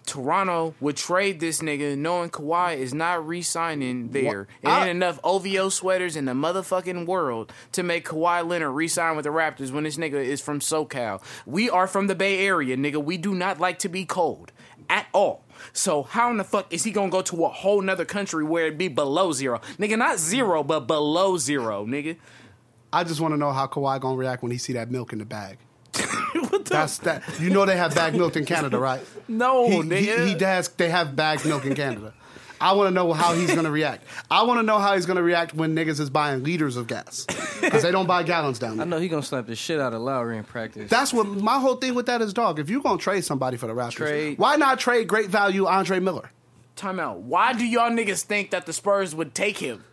[SPEAKER 1] Toronto would trade this nigga knowing Kawhi is not re-signing there. It ain't enough OVO sweaters in the motherfucking world to make Kawhi Leonard re-sign with the Raptors when this nigga is from SoCal. We are from the Bay Area, nigga. We do not like to be cold at all. So how in the fuck is he gonna go to a whole nother country where it be below zero? Nigga, not zero, but below zero, nigga.
[SPEAKER 3] I just want to know how Kawhi gonna react when he see that milk in the bag.
[SPEAKER 1] what the
[SPEAKER 3] That's that. You know they have bag milk in Canada, right?
[SPEAKER 1] No,
[SPEAKER 3] he,
[SPEAKER 1] nigga.
[SPEAKER 3] He, he does. They have bagged milk in Canada. I want to know how he's going to react. I want to know how he's going to react when niggas is buying liters of gas because they don't buy gallons
[SPEAKER 2] I
[SPEAKER 3] down there.
[SPEAKER 2] know he gonna slap the shit out of Lowry in practice.
[SPEAKER 3] That's what my whole thing with that is, dog. If you going to trade somebody for the Raptors,
[SPEAKER 2] Trade.
[SPEAKER 3] why not trade great value Andre Miller?
[SPEAKER 1] Time out. Why do y'all niggas think that the Spurs would take him?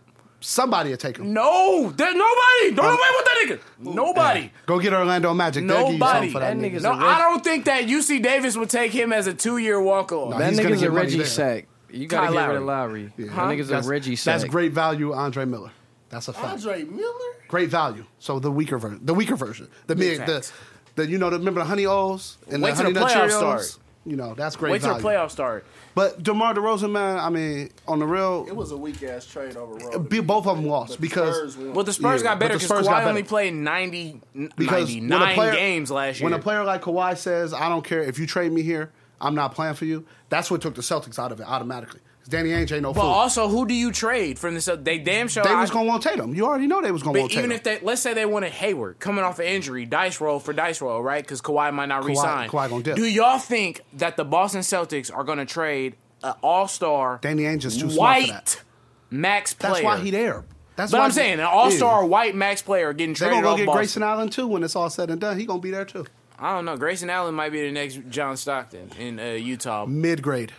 [SPEAKER 3] Somebody will take him.
[SPEAKER 1] No, there's nobody. Don't nobody want that nigga. Nobody.
[SPEAKER 3] Go get Orlando Magic. They'll give you something
[SPEAKER 1] Nobody.
[SPEAKER 3] for that,
[SPEAKER 2] That
[SPEAKER 3] nigga.
[SPEAKER 2] nigga's
[SPEAKER 1] No,
[SPEAKER 2] a reg-
[SPEAKER 1] I don't think that UC Davis would take him as a two year walk off.
[SPEAKER 3] Nah,
[SPEAKER 2] that
[SPEAKER 3] he's gonna
[SPEAKER 2] nigga's a
[SPEAKER 3] get money
[SPEAKER 2] Reggie
[SPEAKER 3] there.
[SPEAKER 2] Sack. You gotta
[SPEAKER 1] Kyle
[SPEAKER 2] get rid of Lowry.
[SPEAKER 1] Huh?
[SPEAKER 2] That nigga's
[SPEAKER 3] That's-
[SPEAKER 2] a Reggie Sack.
[SPEAKER 3] That's great value Andre Miller. That's a fact.
[SPEAKER 5] Andre Miller.
[SPEAKER 3] great value. So the weaker version, the weaker version, the mid, the,
[SPEAKER 1] Facts.
[SPEAKER 3] the you know, the, remember the honey O's and
[SPEAKER 1] Wait
[SPEAKER 3] the
[SPEAKER 1] till
[SPEAKER 3] honey
[SPEAKER 1] the
[SPEAKER 3] nut
[SPEAKER 1] playoffs
[SPEAKER 3] Cheerios?
[SPEAKER 1] start.
[SPEAKER 3] You know, that's great
[SPEAKER 1] Wait till the
[SPEAKER 3] value.
[SPEAKER 1] playoffs start.
[SPEAKER 3] But DeMar DeRozan, man, I mean, on the real,
[SPEAKER 5] It was a weak ass trade overall.
[SPEAKER 3] Be- both of them lost
[SPEAKER 5] But the
[SPEAKER 3] because-
[SPEAKER 5] Spurs won.
[SPEAKER 1] Well, the Spurs
[SPEAKER 3] Yeah,
[SPEAKER 1] got better
[SPEAKER 3] but the
[SPEAKER 1] because
[SPEAKER 3] Spurs got
[SPEAKER 1] Kawhi
[SPEAKER 3] better.
[SPEAKER 1] only played 90,
[SPEAKER 3] because when a
[SPEAKER 1] 99
[SPEAKER 3] player-
[SPEAKER 1] games last year.
[SPEAKER 3] when a player like Kawhi says, "I don't care if you trade me here, I'm not playing for you," that's what took the Celtics out of it automatically. 'Cause Danny Ainge ain't no
[SPEAKER 1] but
[SPEAKER 3] fool.
[SPEAKER 1] also, who do you trade from the Cel- They damn sure
[SPEAKER 3] they
[SPEAKER 1] I-
[SPEAKER 3] was gonna want Tatum. You already know they was gonna want
[SPEAKER 1] But
[SPEAKER 3] Tatum.
[SPEAKER 1] even if they let's say they wanted Hayward coming off an injury, dice roll for dice roll, right? Because Kawhi might not resign.
[SPEAKER 3] Kawhi gonna dip.
[SPEAKER 1] Do y'all think that the Boston Celtics are going to trade an All Star
[SPEAKER 3] Danny Ainge is too smart for that.
[SPEAKER 1] white max player?
[SPEAKER 3] That's why he there. That's
[SPEAKER 1] But
[SPEAKER 3] why
[SPEAKER 1] I'm
[SPEAKER 3] he-
[SPEAKER 1] saying an All Star
[SPEAKER 3] Yeah.
[SPEAKER 1] white max player getting
[SPEAKER 3] They're
[SPEAKER 1] traded
[SPEAKER 3] gonna go
[SPEAKER 1] off
[SPEAKER 3] get
[SPEAKER 1] Boston.
[SPEAKER 3] Grayson Allen too when it's all said and done. He gonna be there too.
[SPEAKER 1] I don't know. Grayson Allen might be the next John Stockton in uh, Utah.
[SPEAKER 3] Mid grade.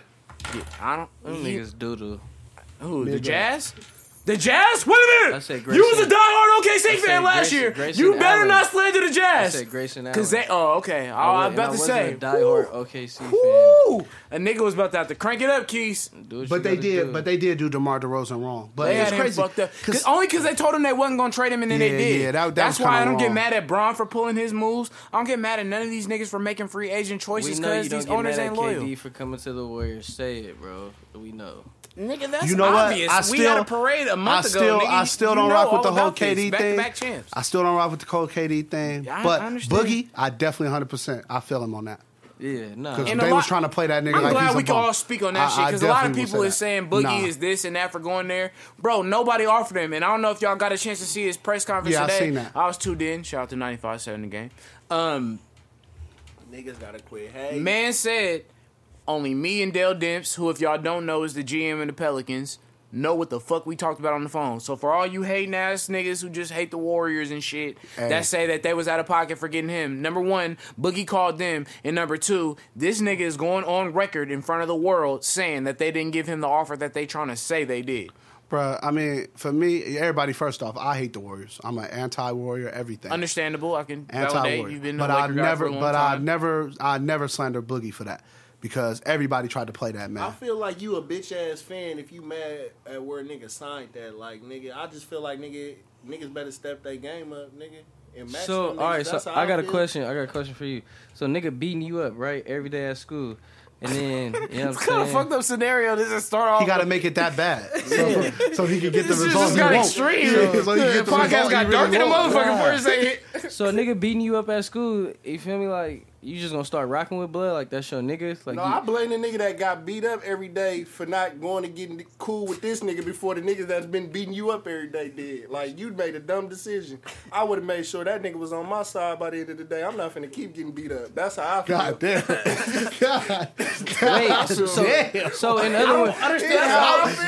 [SPEAKER 1] I don't.
[SPEAKER 2] Them
[SPEAKER 1] Who,
[SPEAKER 2] niggas doodle.
[SPEAKER 1] who the
[SPEAKER 3] Mid-range.
[SPEAKER 1] Jazz? The Jazz? Wait a minute!
[SPEAKER 2] I said
[SPEAKER 1] you was a
[SPEAKER 2] Grayson.
[SPEAKER 1] diehard OKC
[SPEAKER 2] said
[SPEAKER 1] fan last
[SPEAKER 2] Grayson-
[SPEAKER 1] year.
[SPEAKER 2] Grayson
[SPEAKER 1] you better
[SPEAKER 2] Allen.
[SPEAKER 1] not slander the
[SPEAKER 2] I
[SPEAKER 1] Jazz.
[SPEAKER 2] said Grayson Allen.
[SPEAKER 1] Cause they, oh okay, oh,
[SPEAKER 2] wa-
[SPEAKER 1] I, was
[SPEAKER 2] and
[SPEAKER 1] about to
[SPEAKER 2] wasn't
[SPEAKER 1] say,
[SPEAKER 2] a diehard
[SPEAKER 1] woo,
[SPEAKER 2] OKC fan.
[SPEAKER 1] woo. a nigga was about to have to crank it up, Keys.
[SPEAKER 2] Do what you
[SPEAKER 3] But they
[SPEAKER 2] gotta
[SPEAKER 3] did.
[SPEAKER 2] do.
[SPEAKER 3] But they did do Demar Derozan wrong. But
[SPEAKER 1] They
[SPEAKER 3] it's
[SPEAKER 1] had him
[SPEAKER 3] crazy.
[SPEAKER 1] fucked up
[SPEAKER 3] 'Cause-
[SPEAKER 1] Cause only because they told him they wasn't gonna trade him, and then
[SPEAKER 3] Yeah,
[SPEAKER 1] they did.
[SPEAKER 3] yeah, that- that
[SPEAKER 1] That's
[SPEAKER 3] was
[SPEAKER 1] why
[SPEAKER 3] kinda
[SPEAKER 1] I don't get
[SPEAKER 3] wrong.
[SPEAKER 1] mad at Braun for pulling his moves. I don't get mad at none of these niggas for making free agent
[SPEAKER 2] we
[SPEAKER 1] choices
[SPEAKER 2] know
[SPEAKER 1] because
[SPEAKER 2] you don't
[SPEAKER 1] these
[SPEAKER 2] get
[SPEAKER 1] owners
[SPEAKER 2] mad at
[SPEAKER 1] ain't loyal.
[SPEAKER 2] KD for coming to the Warriors. Say it, bro. We know.
[SPEAKER 1] Nigga, that's
[SPEAKER 3] you know what?
[SPEAKER 1] obvious.
[SPEAKER 3] I
[SPEAKER 1] we had
[SPEAKER 3] still-
[SPEAKER 1] a parade a
[SPEAKER 3] I
[SPEAKER 1] month
[SPEAKER 3] still,
[SPEAKER 1] ago. Nigga.
[SPEAKER 3] I
[SPEAKER 1] You-
[SPEAKER 3] still
[SPEAKER 1] you
[SPEAKER 3] don't
[SPEAKER 1] know
[SPEAKER 3] rock with
[SPEAKER 1] all
[SPEAKER 3] the whole
[SPEAKER 1] about this.
[SPEAKER 3] KD thing.
[SPEAKER 1] Back-to-back champs.
[SPEAKER 3] I still don't rock with the whole KD thing.
[SPEAKER 1] Yeah, I-
[SPEAKER 3] but
[SPEAKER 1] I understand.
[SPEAKER 3] Boogie, I definitely 100. percent I feel him on that
[SPEAKER 2] Yeah, nah.
[SPEAKER 3] because
[SPEAKER 1] And
[SPEAKER 3] they
[SPEAKER 1] a
[SPEAKER 3] was
[SPEAKER 1] lot-
[SPEAKER 3] trying to play that nigga.
[SPEAKER 1] I'm
[SPEAKER 3] like he's
[SPEAKER 1] glad
[SPEAKER 3] a
[SPEAKER 1] we can
[SPEAKER 3] bum.
[SPEAKER 1] all speak on that
[SPEAKER 3] I-
[SPEAKER 1] shit
[SPEAKER 3] I
[SPEAKER 1] because a lot of
[SPEAKER 3] definitely will
[SPEAKER 1] people
[SPEAKER 3] say
[SPEAKER 1] is
[SPEAKER 3] that.
[SPEAKER 1] saying Boogie
[SPEAKER 3] Nah.
[SPEAKER 1] is this and that for going there, bro. Nobody offered him, and I don't know if y'all got a chance to see his press conference
[SPEAKER 3] Yeah, I
[SPEAKER 1] today.
[SPEAKER 3] seen that.
[SPEAKER 1] I was tuned in. Shout out to 95.7 the game. Um,
[SPEAKER 4] Niggas gotta quit. Hey,
[SPEAKER 1] man said only me and Dale Demps, who if y'all don't know is the GM in the Pelicans, know what the fuck we talked about on the phone. So for all you hating ass niggas who just hate the Warriors and shit
[SPEAKER 3] Hey.
[SPEAKER 1] that say that they was out of pocket for getting him, number one, Boogie called them, and number two, this nigga is going on record in front of the world saying that they didn't give him the offer that they trying to say they did.
[SPEAKER 3] Bruh, I mean, for me, everybody. First off, I hate the Warriors. I'm an anti-warrior. Everything.
[SPEAKER 1] Understandable, I can validate. You've
[SPEAKER 3] anti-warrior.
[SPEAKER 1] been
[SPEAKER 3] But
[SPEAKER 1] a
[SPEAKER 3] I
[SPEAKER 1] Laker guy for
[SPEAKER 3] never,
[SPEAKER 1] a long
[SPEAKER 3] but I
[SPEAKER 1] time.
[SPEAKER 3] never, I never slander Boogie for that because everybody tried to play that man.
[SPEAKER 5] I feel like you a bitch ass fan if you mad at where nigga signed that. Like nigga, I just feel like nigga niggas better step their game up, nigga. And match
[SPEAKER 2] So all
[SPEAKER 5] them niggas.
[SPEAKER 2] right, so
[SPEAKER 5] That's how
[SPEAKER 2] I got a
[SPEAKER 5] feel.
[SPEAKER 2] question. I got a question for you. So nigga beating you up right every day at school, and then you know
[SPEAKER 1] It's
[SPEAKER 2] what
[SPEAKER 1] kind
[SPEAKER 2] I'm
[SPEAKER 1] of
[SPEAKER 2] saying.
[SPEAKER 1] fucked up scenario. This is start off.
[SPEAKER 3] he got to
[SPEAKER 1] with-
[SPEAKER 3] make it that bad so, so he can get the
[SPEAKER 1] This
[SPEAKER 3] result
[SPEAKER 1] just
[SPEAKER 3] he
[SPEAKER 1] got
[SPEAKER 3] wants.
[SPEAKER 1] extreme.
[SPEAKER 3] Yeah, so he
[SPEAKER 1] The
[SPEAKER 3] can get the result
[SPEAKER 1] podcast
[SPEAKER 3] he
[SPEAKER 1] got
[SPEAKER 3] really
[SPEAKER 1] dark in the
[SPEAKER 3] wants.
[SPEAKER 1] motherfucker for a
[SPEAKER 2] Nah.
[SPEAKER 1] second.
[SPEAKER 2] So a nigga beating you up at school, you feel me? Like you just gonna start rocking with blood? Like that's your nigga? Like
[SPEAKER 5] No,
[SPEAKER 2] you-
[SPEAKER 5] I blame the nigga that got beat up every day for not going to getting cool with this nigga before the niggas that's been beating you up every day did. Like you made a dumb decision. I would have made sure that nigga was on my side by the end of the day. I'm not finna keep getting beat up. That's how I feel.
[SPEAKER 3] God damn. God.
[SPEAKER 2] wait. So, so in other words,
[SPEAKER 3] He said,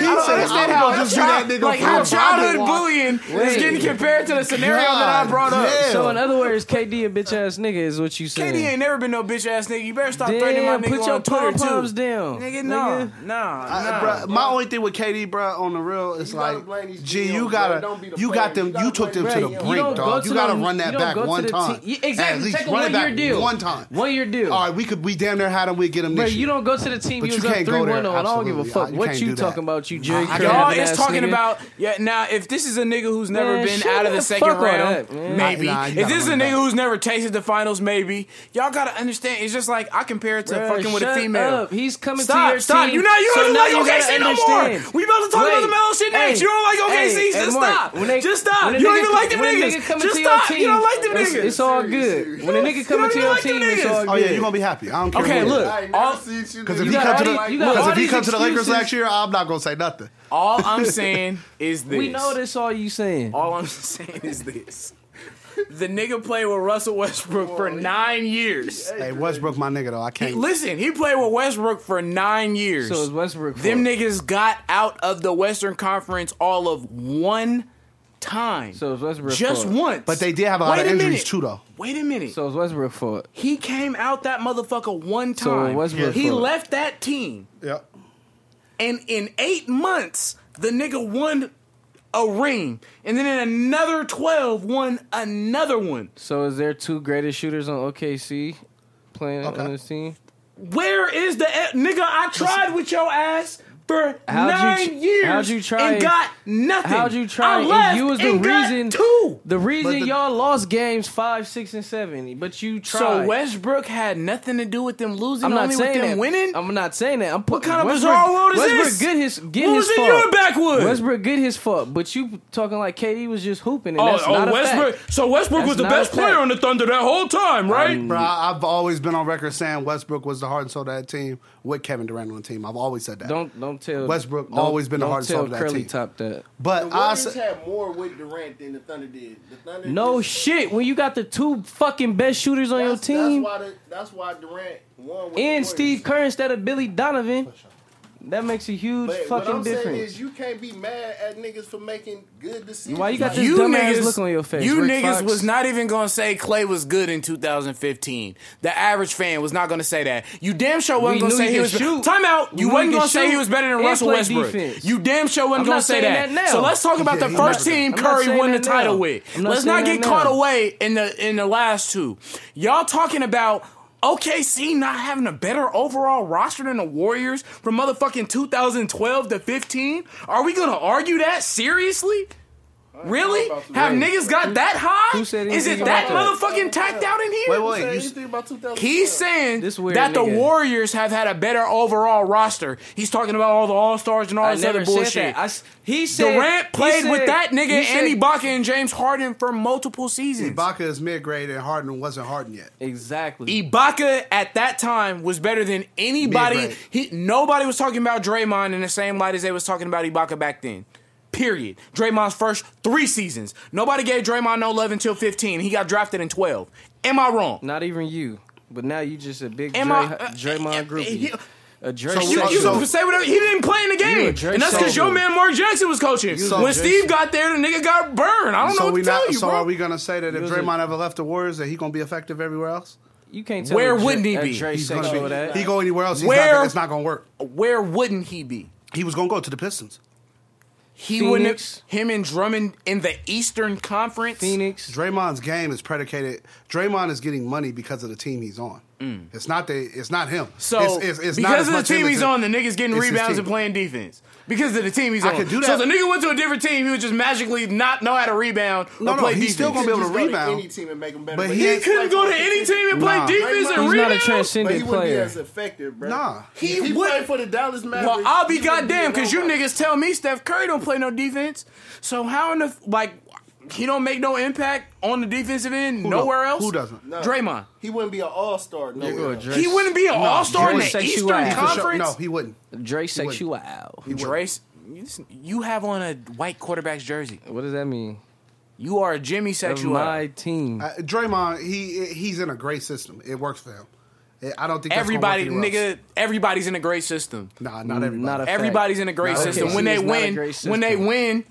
[SPEAKER 1] understand
[SPEAKER 3] I'm
[SPEAKER 1] how
[SPEAKER 3] gonna just do
[SPEAKER 1] child-
[SPEAKER 3] that nigga
[SPEAKER 1] like
[SPEAKER 3] for
[SPEAKER 1] how
[SPEAKER 3] a
[SPEAKER 1] childhood
[SPEAKER 3] Bible walk.
[SPEAKER 1] bullying is
[SPEAKER 2] Wait.
[SPEAKER 1] getting compared to the scenario that I brought up.
[SPEAKER 3] God
[SPEAKER 2] so
[SPEAKER 3] damn.
[SPEAKER 2] in other words, KD a bitch ass nigga is what you saying?
[SPEAKER 1] KD ain't never been no bitch ass nigga. You better stop threatening my
[SPEAKER 2] Damn,
[SPEAKER 1] nigga
[SPEAKER 2] put
[SPEAKER 1] on
[SPEAKER 2] your
[SPEAKER 1] Twitter
[SPEAKER 2] pom
[SPEAKER 1] too.
[SPEAKER 2] poms down.
[SPEAKER 1] Nigga, nah,
[SPEAKER 2] Nigga.
[SPEAKER 1] nah,
[SPEAKER 3] I-
[SPEAKER 1] nah.
[SPEAKER 3] bruh, my only thing with KD, bruh, on the real, is
[SPEAKER 5] You gotta blame
[SPEAKER 3] like,
[SPEAKER 5] these
[SPEAKER 3] gee,
[SPEAKER 5] GMs,
[SPEAKER 3] you
[SPEAKER 5] bruh.
[SPEAKER 3] gotta,
[SPEAKER 5] Don't be the
[SPEAKER 3] you got
[SPEAKER 5] players.
[SPEAKER 3] them,
[SPEAKER 5] You
[SPEAKER 3] you,
[SPEAKER 5] gotta
[SPEAKER 3] took them
[SPEAKER 5] blame
[SPEAKER 3] to the
[SPEAKER 5] the GMs.
[SPEAKER 2] You
[SPEAKER 3] brink,
[SPEAKER 2] don't go
[SPEAKER 3] dog.
[SPEAKER 2] to
[SPEAKER 3] You gotta
[SPEAKER 2] the-
[SPEAKER 3] run that
[SPEAKER 2] you don't
[SPEAKER 3] back
[SPEAKER 2] go to
[SPEAKER 3] one
[SPEAKER 2] the
[SPEAKER 3] time,
[SPEAKER 2] T- Yeah, exactly.
[SPEAKER 3] At least
[SPEAKER 2] Take a
[SPEAKER 3] run it
[SPEAKER 2] one year
[SPEAKER 3] back
[SPEAKER 2] deal.
[SPEAKER 3] one time.
[SPEAKER 2] One year deal.
[SPEAKER 3] All right, we could, we damn near had him. We'd get him
[SPEAKER 2] Bro,
[SPEAKER 3] this
[SPEAKER 2] you
[SPEAKER 3] year.
[SPEAKER 2] don't go to the team.
[SPEAKER 3] But
[SPEAKER 2] You
[SPEAKER 3] you
[SPEAKER 2] was up
[SPEAKER 3] can't go
[SPEAKER 2] three one
[SPEAKER 3] there.
[SPEAKER 2] on. I don't give a
[SPEAKER 3] Absolutely.
[SPEAKER 2] fuck
[SPEAKER 3] You
[SPEAKER 2] what
[SPEAKER 3] can't
[SPEAKER 2] you
[SPEAKER 3] do that.
[SPEAKER 2] talking about. You jerk.
[SPEAKER 3] I-
[SPEAKER 1] Y'all
[SPEAKER 2] ass
[SPEAKER 1] is talking
[SPEAKER 2] nigga.
[SPEAKER 1] about yeah. Now, if this is a nigga who's never
[SPEAKER 2] Man,
[SPEAKER 1] been
[SPEAKER 2] shut
[SPEAKER 1] out of the
[SPEAKER 2] the
[SPEAKER 1] second
[SPEAKER 2] fuck on
[SPEAKER 1] round,
[SPEAKER 2] up, man.
[SPEAKER 1] maybe.
[SPEAKER 3] Nah, nah, you
[SPEAKER 1] if
[SPEAKER 3] gotta
[SPEAKER 1] this is a
[SPEAKER 3] run it
[SPEAKER 1] nigga
[SPEAKER 3] back.
[SPEAKER 1] who's never tasted the finals, maybe. Y'all gotta understand. It's just like I compare it to
[SPEAKER 2] Bruh,
[SPEAKER 1] fucking with a
[SPEAKER 2] shut
[SPEAKER 1] female.
[SPEAKER 2] Up. He's coming to
[SPEAKER 1] Stop!
[SPEAKER 2] your
[SPEAKER 1] Stop!
[SPEAKER 2] team.
[SPEAKER 1] You're not. You
[SPEAKER 2] so
[SPEAKER 1] don't
[SPEAKER 2] now
[SPEAKER 1] like
[SPEAKER 2] you gotta
[SPEAKER 1] OKC no
[SPEAKER 2] understand.
[SPEAKER 1] more. We about to talk
[SPEAKER 2] Wait,
[SPEAKER 1] about the mellow shit next.
[SPEAKER 2] hey,
[SPEAKER 1] you don't like OKC.
[SPEAKER 2] hey, hey,
[SPEAKER 1] just
[SPEAKER 2] Mark,
[SPEAKER 1] stop.
[SPEAKER 2] when they-
[SPEAKER 1] just stop.
[SPEAKER 2] when a
[SPEAKER 1] You don't
[SPEAKER 2] nigga-
[SPEAKER 1] even like them
[SPEAKER 2] when a nigga
[SPEAKER 1] niggas.
[SPEAKER 2] coming
[SPEAKER 1] Just
[SPEAKER 2] to your
[SPEAKER 1] stop. you
[SPEAKER 2] team,
[SPEAKER 1] don't like them
[SPEAKER 2] it's,
[SPEAKER 1] niggas.
[SPEAKER 2] It's all good. When a nigga coming
[SPEAKER 1] don't
[SPEAKER 2] to
[SPEAKER 1] even
[SPEAKER 2] your
[SPEAKER 1] like them
[SPEAKER 2] team, it's
[SPEAKER 1] niggas.
[SPEAKER 2] all good.
[SPEAKER 3] Oh yeah, you gonna be happy. I don't care.
[SPEAKER 1] Okay,
[SPEAKER 3] what it
[SPEAKER 1] look.
[SPEAKER 5] I ain't
[SPEAKER 1] all-
[SPEAKER 5] never seen you.
[SPEAKER 3] Because
[SPEAKER 5] do
[SPEAKER 3] if
[SPEAKER 2] You
[SPEAKER 3] he
[SPEAKER 5] that.
[SPEAKER 2] got
[SPEAKER 3] comes to
[SPEAKER 2] all
[SPEAKER 3] the
[SPEAKER 2] these- you got all
[SPEAKER 3] because if he
[SPEAKER 2] these
[SPEAKER 3] comes to the Lakers
[SPEAKER 2] excuses.
[SPEAKER 3] next year, I'm not gonna say nothing.
[SPEAKER 1] All I'm saying is this.
[SPEAKER 2] We know this. All you saying.
[SPEAKER 1] All I'm saying is this. The nigga played with Russell Westbrook for nine years.
[SPEAKER 3] Hey, Westbrook, my nigga, though I can't.
[SPEAKER 1] Listen, he played with Westbrook for nine years.
[SPEAKER 2] So is Westbrook.
[SPEAKER 1] Them
[SPEAKER 2] fault.
[SPEAKER 1] niggas got out of the Western Conference all of one time.
[SPEAKER 2] So is Westbrook.
[SPEAKER 1] just
[SPEAKER 2] fault.
[SPEAKER 1] once.
[SPEAKER 3] But they did have a lot
[SPEAKER 1] Wait
[SPEAKER 3] of injuries
[SPEAKER 1] minute.
[SPEAKER 3] too, though.
[SPEAKER 1] Wait a minute.
[SPEAKER 2] So is Westbrook fault.
[SPEAKER 1] he came out that motherfucker one
[SPEAKER 2] So
[SPEAKER 1] time.
[SPEAKER 2] Westbrook
[SPEAKER 1] he
[SPEAKER 2] fault.
[SPEAKER 1] left that team,
[SPEAKER 3] Yeah.
[SPEAKER 1] and in eight months, the nigga won a ring, and then in another twelve, won another one.
[SPEAKER 2] So is there two greatest shooters on OKC playing on this team?
[SPEAKER 1] Where is the e- nigga? I tried with your ass for
[SPEAKER 2] How'd you
[SPEAKER 1] nine
[SPEAKER 2] tr-
[SPEAKER 1] years.
[SPEAKER 2] how'd you try
[SPEAKER 1] and
[SPEAKER 2] and-
[SPEAKER 1] got nothing?
[SPEAKER 2] How'd you try?
[SPEAKER 1] I
[SPEAKER 2] and
[SPEAKER 1] left
[SPEAKER 2] you was the
[SPEAKER 1] and got
[SPEAKER 2] reason.
[SPEAKER 1] two.
[SPEAKER 2] The reason
[SPEAKER 3] the-
[SPEAKER 2] y'all lost games five, six, and seven, but you tried.
[SPEAKER 1] So Westbrook had nothing to do with them losing.
[SPEAKER 2] I'm not
[SPEAKER 1] only
[SPEAKER 2] saying
[SPEAKER 1] with them
[SPEAKER 2] that.
[SPEAKER 1] winning.
[SPEAKER 2] I'm not saying that. I'm put, what
[SPEAKER 1] kind of bizarre world is
[SPEAKER 2] Westbrook
[SPEAKER 1] this?
[SPEAKER 2] Good his get
[SPEAKER 1] Who
[SPEAKER 2] his
[SPEAKER 1] was in
[SPEAKER 2] fault.
[SPEAKER 1] your backwood?
[SPEAKER 2] Westbrook get his fault, but you talking like KD was just hooping and that's
[SPEAKER 1] oh,
[SPEAKER 2] not
[SPEAKER 1] oh
[SPEAKER 2] a
[SPEAKER 1] Westbrook.
[SPEAKER 2] fact.
[SPEAKER 1] So Westbrook
[SPEAKER 2] That's
[SPEAKER 1] was the
[SPEAKER 2] not a
[SPEAKER 1] best player
[SPEAKER 2] fact.
[SPEAKER 1] on the Thunder that whole time, right?
[SPEAKER 3] Bro, I- I've always been on record saying Westbrook was the heart and soul of that team with Kevin Durant on the team. I've always said that.
[SPEAKER 2] Don't don't tell
[SPEAKER 3] Westbrook
[SPEAKER 2] don't-
[SPEAKER 3] always been the
[SPEAKER 2] don't
[SPEAKER 3] hardest
[SPEAKER 2] tell
[SPEAKER 3] soul of that
[SPEAKER 2] Curly
[SPEAKER 3] team.
[SPEAKER 2] top that.
[SPEAKER 3] but
[SPEAKER 5] The
[SPEAKER 3] I
[SPEAKER 5] Warriors
[SPEAKER 3] said,
[SPEAKER 5] had more with Durant than the Thunder did. The Thunder
[SPEAKER 2] No
[SPEAKER 5] just-
[SPEAKER 2] shit. When you got the two fucking best shooters on your
[SPEAKER 5] that's,
[SPEAKER 2] team
[SPEAKER 5] That's why, the, that's why Durant won. With the
[SPEAKER 2] and
[SPEAKER 5] Warriors.
[SPEAKER 2] Steve Kerr instead of Billy Donovan, that makes a huge
[SPEAKER 5] But what
[SPEAKER 2] fucking
[SPEAKER 5] I'm saying
[SPEAKER 2] difference.
[SPEAKER 5] is you can't be mad at niggas for making good decisions.
[SPEAKER 2] Why you got
[SPEAKER 5] Like,
[SPEAKER 2] this
[SPEAKER 1] you
[SPEAKER 2] dumbass
[SPEAKER 1] niggas,
[SPEAKER 2] look on your face?
[SPEAKER 1] You
[SPEAKER 2] Rick
[SPEAKER 1] niggas
[SPEAKER 2] Fox?
[SPEAKER 1] was not even gonna say Clay was good in 2015. The average fan was not gonna say that. You damn sure wasn't
[SPEAKER 2] We
[SPEAKER 1] gonna
[SPEAKER 2] knew
[SPEAKER 1] say
[SPEAKER 2] he
[SPEAKER 1] he
[SPEAKER 2] could
[SPEAKER 1] was.
[SPEAKER 2] shoot.
[SPEAKER 1] Time out.
[SPEAKER 2] We
[SPEAKER 1] You
[SPEAKER 2] knew
[SPEAKER 1] wasn't
[SPEAKER 2] he
[SPEAKER 1] gonna
[SPEAKER 2] could
[SPEAKER 1] say he
[SPEAKER 2] shoot
[SPEAKER 1] was better than
[SPEAKER 2] and
[SPEAKER 1] Russell
[SPEAKER 2] play
[SPEAKER 1] Westbrook.
[SPEAKER 2] defense.
[SPEAKER 1] You damn sure wasn't
[SPEAKER 2] I'm
[SPEAKER 1] gonna
[SPEAKER 2] not
[SPEAKER 1] say
[SPEAKER 2] saying
[SPEAKER 1] that.
[SPEAKER 2] that now.
[SPEAKER 1] So let's talk about
[SPEAKER 3] Yeah,
[SPEAKER 1] the
[SPEAKER 3] he
[SPEAKER 1] first
[SPEAKER 3] never-
[SPEAKER 1] team
[SPEAKER 2] I'm not
[SPEAKER 1] Curry
[SPEAKER 2] saying
[SPEAKER 1] won the
[SPEAKER 2] that now.
[SPEAKER 1] title with.
[SPEAKER 2] I'm not
[SPEAKER 1] Let's not
[SPEAKER 2] saying
[SPEAKER 1] get
[SPEAKER 2] that now.
[SPEAKER 1] caught away in the in the last two. Y'all talking about. OKC not having a better overall roster than the Warriors from motherfucking 2012 to 15? Are we gonna argue that seriously? Really?
[SPEAKER 5] about the
[SPEAKER 1] Have
[SPEAKER 5] Ravens.
[SPEAKER 1] niggas got that high?
[SPEAKER 2] who said
[SPEAKER 1] Is it
[SPEAKER 2] anything
[SPEAKER 1] that
[SPEAKER 2] about
[SPEAKER 1] motherfucking tacked out in here?
[SPEAKER 3] wait,
[SPEAKER 5] you said
[SPEAKER 3] wait. You,
[SPEAKER 5] anything about 2012.
[SPEAKER 1] He's saying
[SPEAKER 2] This weird
[SPEAKER 1] that the
[SPEAKER 2] nigga.
[SPEAKER 1] Warriors have had a better overall roster. He's talking about all the All Stars and all
[SPEAKER 2] I
[SPEAKER 1] this
[SPEAKER 2] never
[SPEAKER 1] other
[SPEAKER 2] said
[SPEAKER 1] bullshit.
[SPEAKER 2] that. I s- he said
[SPEAKER 1] Durant
[SPEAKER 2] he
[SPEAKER 1] played with
[SPEAKER 2] said-
[SPEAKER 1] that nigga
[SPEAKER 2] he said-
[SPEAKER 1] Andy Baca and James Harden for multiple seasons. Ibaka.
[SPEAKER 3] Ibaka is mid grade and Harden wasn't Harden yet.
[SPEAKER 2] Exactly.
[SPEAKER 1] at that time was better than anybody.
[SPEAKER 3] Mid-range.
[SPEAKER 1] He, nobody was talking about Draymond in the same light as they was talking about Ibaka back then. Period. Draymond's first three seasons. Nobody gave Draymond no love until 15. He got drafted in 12. Am I wrong?
[SPEAKER 2] Not even you. But now you just a big Dray,
[SPEAKER 1] Am I- uh,
[SPEAKER 2] Draymond
[SPEAKER 1] uh,
[SPEAKER 2] groupie.
[SPEAKER 1] he-
[SPEAKER 2] a Dray
[SPEAKER 3] So
[SPEAKER 1] You,
[SPEAKER 2] sexual.
[SPEAKER 1] you can say whatever. He didn't play in the
[SPEAKER 2] You a
[SPEAKER 1] game,
[SPEAKER 2] Drake
[SPEAKER 1] and that's because your
[SPEAKER 2] soldier.
[SPEAKER 1] man Mark Jackson was coaching.
[SPEAKER 3] So-
[SPEAKER 1] when Steve got there, the nigga got burned. I don't know
[SPEAKER 3] So
[SPEAKER 1] what
[SPEAKER 3] we
[SPEAKER 1] to tell
[SPEAKER 3] not.
[SPEAKER 1] you,
[SPEAKER 3] So
[SPEAKER 1] bro.
[SPEAKER 3] are we gonna say that if
[SPEAKER 2] was a-
[SPEAKER 3] Draymond ever left the Warriors, that he gonna be effective everywhere else?
[SPEAKER 2] You can't tell
[SPEAKER 1] Where
[SPEAKER 2] a Dray-
[SPEAKER 1] wouldn't he
[SPEAKER 2] a
[SPEAKER 1] be?
[SPEAKER 2] Dray
[SPEAKER 3] He's
[SPEAKER 2] sexual
[SPEAKER 3] gonna
[SPEAKER 2] that.
[SPEAKER 3] be. He go anywhere else. He's
[SPEAKER 1] Where-
[SPEAKER 3] Not, it's not gonna work.
[SPEAKER 1] Where wouldn't he be?
[SPEAKER 3] He was gonna go to the Pistons.
[SPEAKER 1] He
[SPEAKER 2] Phoenix.
[SPEAKER 1] wouldn't. have- Him and Drummond in the Eastern Conference.
[SPEAKER 2] Phoenix.
[SPEAKER 3] Draymond's game is predicated. Draymond is getting money because of the team he's on. It's not the. It's not him.
[SPEAKER 1] Mm. So
[SPEAKER 3] it's, it's, it's not
[SPEAKER 1] because
[SPEAKER 3] as
[SPEAKER 1] of the
[SPEAKER 3] much him
[SPEAKER 1] team
[SPEAKER 3] as
[SPEAKER 1] he's
[SPEAKER 3] him.
[SPEAKER 1] on, the niggas getting
[SPEAKER 3] It's his
[SPEAKER 1] rebounds
[SPEAKER 3] team.
[SPEAKER 1] and playing defense. Because of the team he's
[SPEAKER 3] I
[SPEAKER 1] on.
[SPEAKER 3] could do
[SPEAKER 1] So
[SPEAKER 3] that.
[SPEAKER 1] if the nigga went to a different team, he would just magically not know how to rebound
[SPEAKER 3] No,
[SPEAKER 1] or
[SPEAKER 3] no,
[SPEAKER 1] play defense.
[SPEAKER 3] he's still gonna be able to
[SPEAKER 5] Just go to
[SPEAKER 3] rebound.
[SPEAKER 5] any team and make 'em better,
[SPEAKER 3] But
[SPEAKER 5] but
[SPEAKER 3] he
[SPEAKER 5] he
[SPEAKER 1] he
[SPEAKER 3] ain't-
[SPEAKER 1] couldn't go to any team and play
[SPEAKER 3] Nah.
[SPEAKER 1] defense and
[SPEAKER 5] He's
[SPEAKER 2] He's
[SPEAKER 1] rebound.
[SPEAKER 2] not a
[SPEAKER 5] But he
[SPEAKER 2] transcendent
[SPEAKER 5] wouldn't be
[SPEAKER 2] player.
[SPEAKER 5] as effective, bro.
[SPEAKER 3] Nah.
[SPEAKER 5] He,
[SPEAKER 1] He
[SPEAKER 5] he
[SPEAKER 1] would-
[SPEAKER 5] played for the Dallas Mavericks.
[SPEAKER 1] Well, I'll be
[SPEAKER 5] he wouldn't
[SPEAKER 1] goddamn because you
[SPEAKER 5] nobody.
[SPEAKER 1] niggas tell me Steph Curry don't play no defense. So how in the f- like he don't make no impact on the defensive end
[SPEAKER 3] don't-
[SPEAKER 1] nowhere else?
[SPEAKER 3] who doesn't? No.
[SPEAKER 1] Draymond.
[SPEAKER 5] He wouldn't be an all star. No,
[SPEAKER 2] You're a Dray-
[SPEAKER 1] He wouldn't be an All Star in
[SPEAKER 2] Dray
[SPEAKER 1] the
[SPEAKER 2] sexual
[SPEAKER 1] Eastern
[SPEAKER 2] ass.
[SPEAKER 3] For sure.
[SPEAKER 1] Conference.
[SPEAKER 3] No, he wouldn't. Uh,
[SPEAKER 2] Dray
[SPEAKER 3] wouldn't.
[SPEAKER 2] sexual.
[SPEAKER 1] Drace, you- listen, you have on a white quarterback's jersey.
[SPEAKER 2] What does that mean?
[SPEAKER 1] You are a Jimmy
[SPEAKER 2] Of
[SPEAKER 1] sexual.
[SPEAKER 2] my team.
[SPEAKER 3] Uh, Draymond, he he's in a great system. It works for him. Eh, I don't think that's gonna work
[SPEAKER 1] Everybody,
[SPEAKER 3] anywhere else.
[SPEAKER 1] nigga, everybody's in a great system.
[SPEAKER 3] Nah, not everybody.
[SPEAKER 2] Not a
[SPEAKER 1] Everybody's in a great
[SPEAKER 3] No,
[SPEAKER 1] system.
[SPEAKER 3] OKC
[SPEAKER 1] When they
[SPEAKER 2] is not a
[SPEAKER 1] win,
[SPEAKER 2] great
[SPEAKER 1] when they
[SPEAKER 2] system.
[SPEAKER 1] win,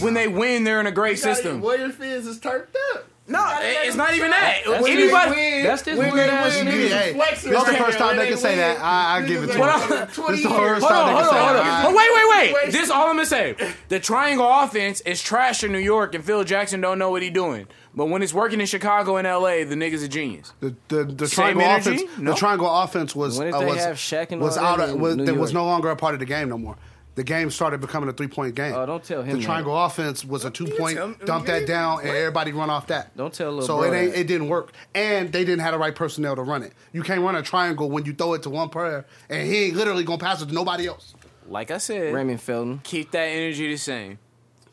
[SPEAKER 1] when they win, they're in a great
[SPEAKER 5] He got-
[SPEAKER 1] system.
[SPEAKER 5] Warrior fans is turned up.
[SPEAKER 1] No, it- it's not even that.
[SPEAKER 2] That's
[SPEAKER 1] Anybody,
[SPEAKER 2] That's this weird ass
[SPEAKER 3] Hey,
[SPEAKER 2] nigga.
[SPEAKER 3] hey, this is the
[SPEAKER 1] Okay,
[SPEAKER 3] first time they can say that. I, I give it to them. This is the first
[SPEAKER 1] Hold on,
[SPEAKER 3] time they
[SPEAKER 1] hold
[SPEAKER 3] can say
[SPEAKER 1] on, hold on.
[SPEAKER 3] that.
[SPEAKER 1] But wait, wait, wait. This is all I'm gonna say. The triangle offense is trash in New York, and Phil Jackson don't know what he doing. But when it's working in Chicago and L.A., the nigga's a genius.
[SPEAKER 3] The, the, the
[SPEAKER 1] Same
[SPEAKER 3] triangle
[SPEAKER 1] energy?
[SPEAKER 3] offense.
[SPEAKER 1] No.
[SPEAKER 3] The triangle offense was
[SPEAKER 2] When did
[SPEAKER 3] uh,
[SPEAKER 2] they
[SPEAKER 3] was,
[SPEAKER 2] have Shaq and
[SPEAKER 3] was
[SPEAKER 2] all
[SPEAKER 3] out.
[SPEAKER 2] that
[SPEAKER 3] Of,
[SPEAKER 2] in
[SPEAKER 3] was,
[SPEAKER 2] New
[SPEAKER 3] it was
[SPEAKER 2] York?
[SPEAKER 3] no longer a part of the game no more. The game started becoming a three point game.
[SPEAKER 2] Oh, don't tell him
[SPEAKER 3] The
[SPEAKER 2] that.
[SPEAKER 3] triangle offense was a two point
[SPEAKER 1] tell him-
[SPEAKER 3] dump that down and everybody run off that.
[SPEAKER 2] Don't tell little
[SPEAKER 3] So
[SPEAKER 2] bro
[SPEAKER 3] it ain't,
[SPEAKER 2] that.
[SPEAKER 3] it didn't work, and they didn't have the right personnel to run it. You can't run a triangle when you throw it to one player and he ain't literally gonna pass it to nobody else.
[SPEAKER 1] Like I said,
[SPEAKER 2] Raymond Felton.
[SPEAKER 1] keep that energy the same.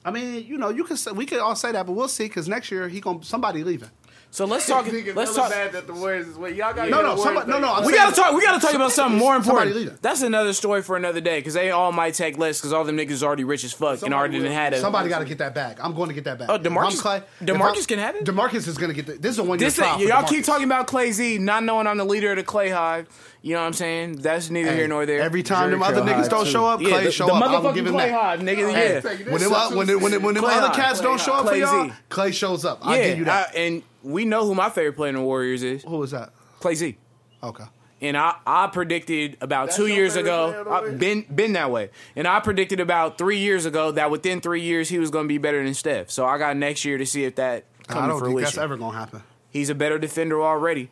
[SPEAKER 3] I mean, you know, you can say, we could all say that, but we'll see because next year he gonna somebody leaving.
[SPEAKER 1] So let's talk. let's talk.
[SPEAKER 5] bad that the Warriors is way. Y'all got
[SPEAKER 3] No, no, somebody, no, no. I'm
[SPEAKER 1] We
[SPEAKER 3] saying-
[SPEAKER 1] gotta talk. We gotta talk about something more
[SPEAKER 3] Somebody lead
[SPEAKER 1] important.
[SPEAKER 3] it.
[SPEAKER 1] That's another story for another day. Because they all might take less. Because all them niggas already rich as fuck and already didn't had it.
[SPEAKER 3] Somebody got to get that back. I'm going to get that back.
[SPEAKER 1] Oh,
[SPEAKER 3] If I'm
[SPEAKER 1] DeMarcus-
[SPEAKER 3] Clay- if
[SPEAKER 1] DeMarcus
[SPEAKER 3] I'm-
[SPEAKER 1] can have it?
[SPEAKER 3] DeMarcus is going to get the, this is a one year
[SPEAKER 1] This
[SPEAKER 3] trial.
[SPEAKER 1] thing,
[SPEAKER 3] for
[SPEAKER 1] y'all
[SPEAKER 3] DeMarcus.
[SPEAKER 1] keep talking about Clay Z not knowing I'm the leader of the Clay Hive. You know what I'm saying? That's neither
[SPEAKER 3] Hey,
[SPEAKER 1] here nor there.
[SPEAKER 3] Every time them other
[SPEAKER 2] Trail High,
[SPEAKER 3] niggas don't
[SPEAKER 2] too.
[SPEAKER 3] show up,
[SPEAKER 1] yeah,
[SPEAKER 3] Clay
[SPEAKER 1] the,
[SPEAKER 3] show
[SPEAKER 1] the
[SPEAKER 3] up.
[SPEAKER 1] motherfucking
[SPEAKER 3] I'm giving
[SPEAKER 1] Clay
[SPEAKER 3] that.
[SPEAKER 1] Hive, nigga.
[SPEAKER 3] Hey,
[SPEAKER 1] yeah,
[SPEAKER 3] When them when them- when them- when them
[SPEAKER 1] Clay
[SPEAKER 3] other
[SPEAKER 1] High,
[SPEAKER 3] cats
[SPEAKER 1] Clay
[SPEAKER 3] don't show up for
[SPEAKER 1] Clay
[SPEAKER 3] y'all,
[SPEAKER 1] Z.
[SPEAKER 3] Clay shows up. I
[SPEAKER 1] yeah.
[SPEAKER 3] give you that.
[SPEAKER 1] I- and we know who my favorite player in the Warriors is,
[SPEAKER 3] Who was that?
[SPEAKER 1] Clay Z.
[SPEAKER 3] Okay.
[SPEAKER 1] And I, I predicted about two
[SPEAKER 5] your
[SPEAKER 1] years
[SPEAKER 5] favorite player
[SPEAKER 1] ago.
[SPEAKER 5] of the
[SPEAKER 1] I've been been that way, and I predicted about three years ago that within three years he was going to be better than Steph. So I got next year to see if that
[SPEAKER 3] I
[SPEAKER 1] comes
[SPEAKER 3] don't
[SPEAKER 1] to
[SPEAKER 3] think that's
[SPEAKER 1] fruition.
[SPEAKER 3] ever gonna happen.
[SPEAKER 1] He's a better defender already.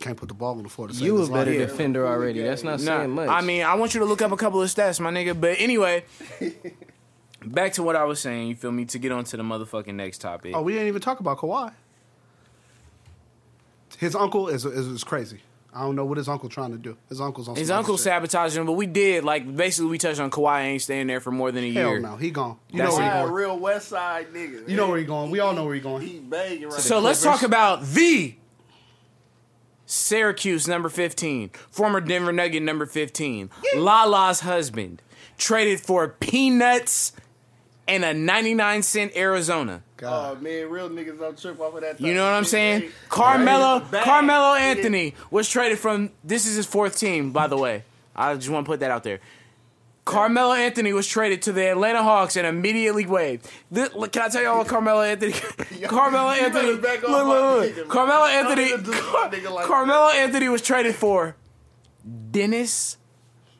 [SPEAKER 3] Can't put the ball on the floor. To save
[SPEAKER 2] You a
[SPEAKER 3] his life.
[SPEAKER 2] better defender already. That's not
[SPEAKER 1] Nah,
[SPEAKER 2] saying much.
[SPEAKER 1] I mean, I want you to look up a couple of stats, my nigga. But anyway, back to what I was saying. You feel me? To get on to the motherfucking next topic.
[SPEAKER 3] Oh, we didn't even talk about Kawhi. His uncle is is, is crazy. I don't know what his uncle trying to do. His uncle's on
[SPEAKER 1] His
[SPEAKER 3] some other
[SPEAKER 1] uncle
[SPEAKER 3] shit.
[SPEAKER 1] sabotaging him, but we did like basically we touched on Kawhi ain't staying there for more than a
[SPEAKER 3] Hell
[SPEAKER 1] year.
[SPEAKER 3] no, he gone. You
[SPEAKER 1] That's
[SPEAKER 3] know where
[SPEAKER 1] it.
[SPEAKER 3] he
[SPEAKER 5] a
[SPEAKER 3] going.
[SPEAKER 5] real West Side nigga.
[SPEAKER 3] You know where he going. We all know where he going.
[SPEAKER 5] He begging right
[SPEAKER 1] So
[SPEAKER 5] now.
[SPEAKER 1] let's talk about the Syracuse number 15, former Denver Nugget number 15, Lala's husband, traded for peanuts and a 99 cent Arizona.
[SPEAKER 5] Oh man, real niggas don't trip off of that.
[SPEAKER 1] You know what I'm saying?
[SPEAKER 5] Carmelo,
[SPEAKER 1] Carmelo Carmelo Anthony was traded from this is his fourth team, by the way. I just want to put that out there. Carmelo Anthony was traded to the Atlanta Hawks and immediately waived. This, look, can I tell y'all what Carmelo Anthony? Carmelo
[SPEAKER 5] you better
[SPEAKER 1] Anthony.
[SPEAKER 5] back
[SPEAKER 1] Look, look,
[SPEAKER 5] off my
[SPEAKER 1] look.
[SPEAKER 5] nigga, man.
[SPEAKER 1] Carmelo
[SPEAKER 5] Don't even
[SPEAKER 1] Anthony.
[SPEAKER 5] do my
[SPEAKER 1] Car-
[SPEAKER 5] nigga like
[SPEAKER 1] Carmelo Anthony was traded for Dennis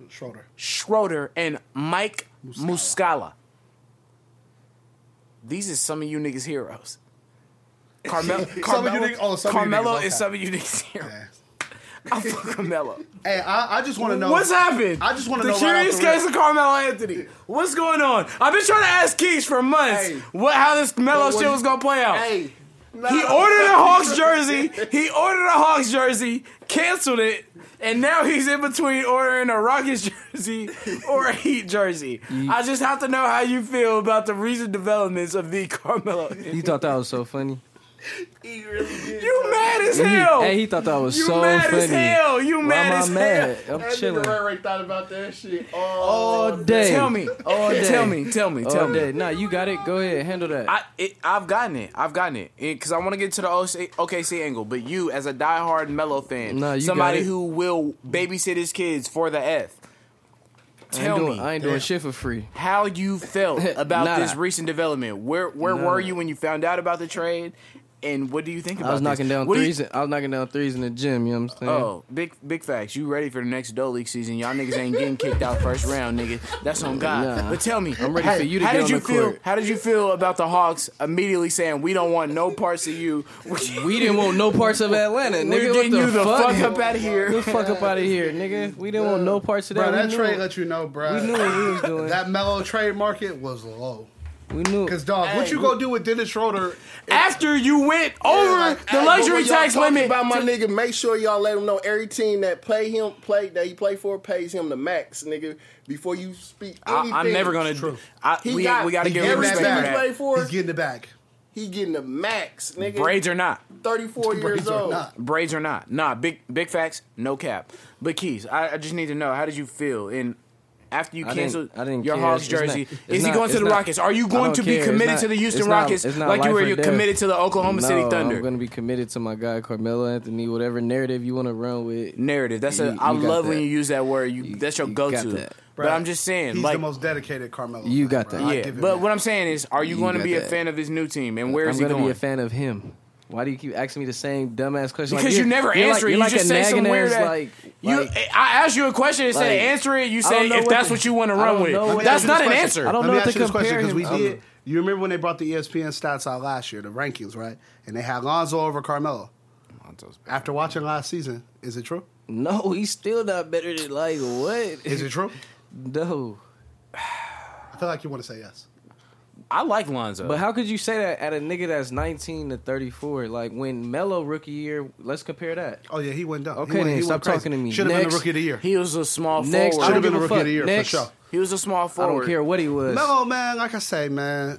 [SPEAKER 1] uh,
[SPEAKER 3] Schroeder.
[SPEAKER 1] Schroeder and Mike Muscala. These is some of you niggas' heroes. Carmelo, Carmelo,
[SPEAKER 3] niggas- oh, some of you
[SPEAKER 1] Carmelo
[SPEAKER 3] niggas,
[SPEAKER 1] is
[SPEAKER 3] okay.
[SPEAKER 1] some of you niggas' heroes.
[SPEAKER 3] Yeah.
[SPEAKER 1] I fuck Carmelo.
[SPEAKER 3] Hey, I, I just want to know
[SPEAKER 1] What's happened?
[SPEAKER 3] I just wanna
[SPEAKER 1] the
[SPEAKER 3] know right
[SPEAKER 1] curious
[SPEAKER 3] off the rip.
[SPEAKER 1] case of Carmelo Anthony. What's going on? I've been trying to ask Keish for months
[SPEAKER 5] Hey.
[SPEAKER 1] what how this Melo
[SPEAKER 5] But when-
[SPEAKER 1] shit was gonna play out.
[SPEAKER 5] Hey,
[SPEAKER 1] He ordered a Hawks jersey. He ordered a Hawks jersey, canceled it, and now he's in between ordering a Rockets jersey or a Heat jersey. I just have to know how you feel about the recent developments of the Carmelo.
[SPEAKER 2] you thought that was so funny.
[SPEAKER 5] He really did.
[SPEAKER 1] You mad as
[SPEAKER 2] And he-
[SPEAKER 1] hell.
[SPEAKER 2] Hey, he thought that was
[SPEAKER 1] you
[SPEAKER 2] so
[SPEAKER 1] mad
[SPEAKER 2] funny.
[SPEAKER 1] as hell. You
[SPEAKER 2] Why
[SPEAKER 1] mad
[SPEAKER 2] am I
[SPEAKER 1] as hell.
[SPEAKER 2] mad? I'm
[SPEAKER 5] That
[SPEAKER 2] chilling
[SPEAKER 5] nigga Ray Ray thought about that shit
[SPEAKER 2] all
[SPEAKER 5] all
[SPEAKER 2] day.
[SPEAKER 1] Tell me.
[SPEAKER 2] All day.
[SPEAKER 1] Tell me. Tell me. Tell
[SPEAKER 2] All
[SPEAKER 1] me.
[SPEAKER 2] day. Oh, Nah, you got it. Go ahead. Handle that.
[SPEAKER 1] I it, I've gotten it. I've gotten it because I want to get to the OC, OKC angle. But you, as a diehard Mellow fan,
[SPEAKER 2] Nah, you
[SPEAKER 1] somebody
[SPEAKER 2] got it.
[SPEAKER 1] who will babysit his kids for the F,
[SPEAKER 2] I ain't
[SPEAKER 1] tell
[SPEAKER 2] doing,
[SPEAKER 1] me
[SPEAKER 2] I ain't doing shit for free.
[SPEAKER 1] how you felt about
[SPEAKER 2] Nah.
[SPEAKER 1] this recent development. Where where
[SPEAKER 2] Nah.
[SPEAKER 1] were you when you found out about the trade, and what do you think about?
[SPEAKER 2] I was
[SPEAKER 1] this?
[SPEAKER 2] knocking down
[SPEAKER 1] What do you-
[SPEAKER 2] threes. in- I was knocking down threes in the gym. You know what I'm saying?
[SPEAKER 1] Oh, big big facts. You ready for the next Dole League season? Y'all niggas ain't getting kicked out first round, nigga. That's on God.
[SPEAKER 2] Nah.
[SPEAKER 1] But tell me,
[SPEAKER 2] I'm ready
[SPEAKER 1] how,
[SPEAKER 2] for you to
[SPEAKER 1] how
[SPEAKER 2] get
[SPEAKER 1] did
[SPEAKER 2] on
[SPEAKER 1] you
[SPEAKER 2] the
[SPEAKER 1] feel?
[SPEAKER 2] court.
[SPEAKER 1] How did you feel about the Hawks immediately saying we don't want no parts of you?
[SPEAKER 2] We didn't want no parts of Atlanta, nigga.
[SPEAKER 1] We're
[SPEAKER 2] What
[SPEAKER 1] getting
[SPEAKER 2] the
[SPEAKER 1] you the
[SPEAKER 2] fuck?
[SPEAKER 1] fuck, up out of here.
[SPEAKER 2] Get the fuck up out of here, nigga. We didn't want no parts of that.
[SPEAKER 3] Bro, that
[SPEAKER 2] we,
[SPEAKER 3] trade
[SPEAKER 2] knew,
[SPEAKER 3] let you know, bro.
[SPEAKER 2] we knew what we was doing.
[SPEAKER 3] that mellow trade market was low.
[SPEAKER 2] we knew.
[SPEAKER 3] Cause dog, what
[SPEAKER 5] Hey,
[SPEAKER 3] you gonna do with Dennis Schroeder?
[SPEAKER 1] After you went over
[SPEAKER 5] like,
[SPEAKER 1] the
[SPEAKER 5] hey, but
[SPEAKER 1] luxury
[SPEAKER 5] when y'all
[SPEAKER 1] tax
[SPEAKER 5] talking
[SPEAKER 1] limit,
[SPEAKER 5] About my nigga, make sure y'all let him know every team that play him, play that he play for, pays him the max, nigga. Before you speak
[SPEAKER 1] I,
[SPEAKER 5] anything,
[SPEAKER 1] I'm never gonna.
[SPEAKER 3] It's true.
[SPEAKER 1] I,
[SPEAKER 5] He
[SPEAKER 1] we
[SPEAKER 5] got-
[SPEAKER 1] we got to
[SPEAKER 5] he
[SPEAKER 1] give
[SPEAKER 5] got
[SPEAKER 1] him
[SPEAKER 3] Getting
[SPEAKER 1] respect
[SPEAKER 3] that
[SPEAKER 1] for
[SPEAKER 5] everything he
[SPEAKER 1] that.
[SPEAKER 5] played for.
[SPEAKER 3] He's getting it back.
[SPEAKER 5] He getting the max, nigga.
[SPEAKER 1] Braids or not.
[SPEAKER 5] 34 years
[SPEAKER 3] Braids or
[SPEAKER 5] old.
[SPEAKER 3] not.
[SPEAKER 1] braids or not. Nah, big big facts, no cap. But Keys, I, I just need to know how did you feel in after you
[SPEAKER 2] I didn't-
[SPEAKER 1] canceled
[SPEAKER 2] I didn't
[SPEAKER 1] your
[SPEAKER 2] care.
[SPEAKER 1] Hawks
[SPEAKER 2] It's
[SPEAKER 1] jersey?
[SPEAKER 2] not- it's
[SPEAKER 1] is he
[SPEAKER 2] not-
[SPEAKER 1] going to
[SPEAKER 2] it's
[SPEAKER 1] the
[SPEAKER 2] not-
[SPEAKER 1] Rockets? Are you
[SPEAKER 2] I
[SPEAKER 1] going
[SPEAKER 2] don't
[SPEAKER 1] to
[SPEAKER 2] care.
[SPEAKER 1] be
[SPEAKER 2] It's
[SPEAKER 1] committed
[SPEAKER 2] not-
[SPEAKER 1] to the
[SPEAKER 2] it's
[SPEAKER 1] Houston
[SPEAKER 2] not-
[SPEAKER 1] Rockets
[SPEAKER 2] it's not
[SPEAKER 1] like you
[SPEAKER 2] life
[SPEAKER 1] were
[SPEAKER 2] or
[SPEAKER 1] you're
[SPEAKER 2] death.
[SPEAKER 1] committed to the Oklahoma City
[SPEAKER 2] No,
[SPEAKER 1] Thunder?
[SPEAKER 2] I'm gonna be committed to my guy Carmelo Anthony. Whatever narrative you want to run with,
[SPEAKER 1] Narrative. That's
[SPEAKER 2] You-
[SPEAKER 1] a.
[SPEAKER 2] you
[SPEAKER 1] I
[SPEAKER 2] got
[SPEAKER 1] love when
[SPEAKER 2] that.
[SPEAKER 1] you use that word. You, that's your
[SPEAKER 2] you
[SPEAKER 1] go
[SPEAKER 2] got
[SPEAKER 1] to.
[SPEAKER 2] that.
[SPEAKER 1] But I'm just saying,
[SPEAKER 3] He's
[SPEAKER 1] like,
[SPEAKER 3] the most dedicated Carmelo.
[SPEAKER 2] You
[SPEAKER 3] fan,
[SPEAKER 2] got
[SPEAKER 3] bro.
[SPEAKER 2] that.
[SPEAKER 3] I
[SPEAKER 1] yeah.
[SPEAKER 3] give him
[SPEAKER 1] But
[SPEAKER 3] that.
[SPEAKER 1] what I'm saying is, are you,
[SPEAKER 2] You
[SPEAKER 1] going to
[SPEAKER 2] got
[SPEAKER 1] be a
[SPEAKER 2] that.
[SPEAKER 1] fan of his new team, and where is he
[SPEAKER 2] I'm gonna
[SPEAKER 1] going?
[SPEAKER 2] be a fan of him. Why do you keep asking me the same dumbass question?
[SPEAKER 1] Because you never answer it. You just say some weird ass-
[SPEAKER 2] like,
[SPEAKER 1] You,
[SPEAKER 2] like-
[SPEAKER 1] I asked you a question and said
[SPEAKER 2] like,
[SPEAKER 1] answer it. You
[SPEAKER 2] I don't
[SPEAKER 1] say
[SPEAKER 2] know
[SPEAKER 1] if
[SPEAKER 2] what
[SPEAKER 1] that's
[SPEAKER 2] the-
[SPEAKER 1] what you want to
[SPEAKER 2] I
[SPEAKER 1] run
[SPEAKER 2] don't
[SPEAKER 1] with.
[SPEAKER 2] know what
[SPEAKER 1] That's
[SPEAKER 2] the-
[SPEAKER 1] not an
[SPEAKER 3] question.
[SPEAKER 1] answer.
[SPEAKER 2] I don't
[SPEAKER 3] Let
[SPEAKER 2] know
[SPEAKER 3] me
[SPEAKER 2] if
[SPEAKER 3] ask
[SPEAKER 2] they
[SPEAKER 3] you this question
[SPEAKER 2] compare
[SPEAKER 3] because we
[SPEAKER 2] him to-
[SPEAKER 3] did. You remember when they brought the E ESPN stats out last year, the rankings, right? And they had Lonzo over Carmelo. After watching last season, is it true?
[SPEAKER 2] no, he's still not better than like what?
[SPEAKER 3] Is it true?
[SPEAKER 2] no?
[SPEAKER 3] I feel like you want to say yes.
[SPEAKER 1] I like Lonzo.
[SPEAKER 2] But how could you say that at a nigga that's 19 to 34? Like when Melo rookie year, let's compare that.
[SPEAKER 3] Oh yeah, he went down.
[SPEAKER 2] Okay, then, stop talking to me.
[SPEAKER 3] Should have been the
[SPEAKER 2] Next.
[SPEAKER 3] rookie of the year.
[SPEAKER 1] he was a small
[SPEAKER 2] Next, I
[SPEAKER 3] Should
[SPEAKER 1] forward.
[SPEAKER 3] have
[SPEAKER 2] don't
[SPEAKER 3] been
[SPEAKER 2] give
[SPEAKER 3] the
[SPEAKER 2] a
[SPEAKER 3] rookie
[SPEAKER 2] fuck.
[SPEAKER 3] of the year
[SPEAKER 2] Next.
[SPEAKER 3] for sure.
[SPEAKER 1] He was a small
[SPEAKER 2] I
[SPEAKER 1] forward.
[SPEAKER 2] don't care what he was.
[SPEAKER 3] Melo, man, like I say, man.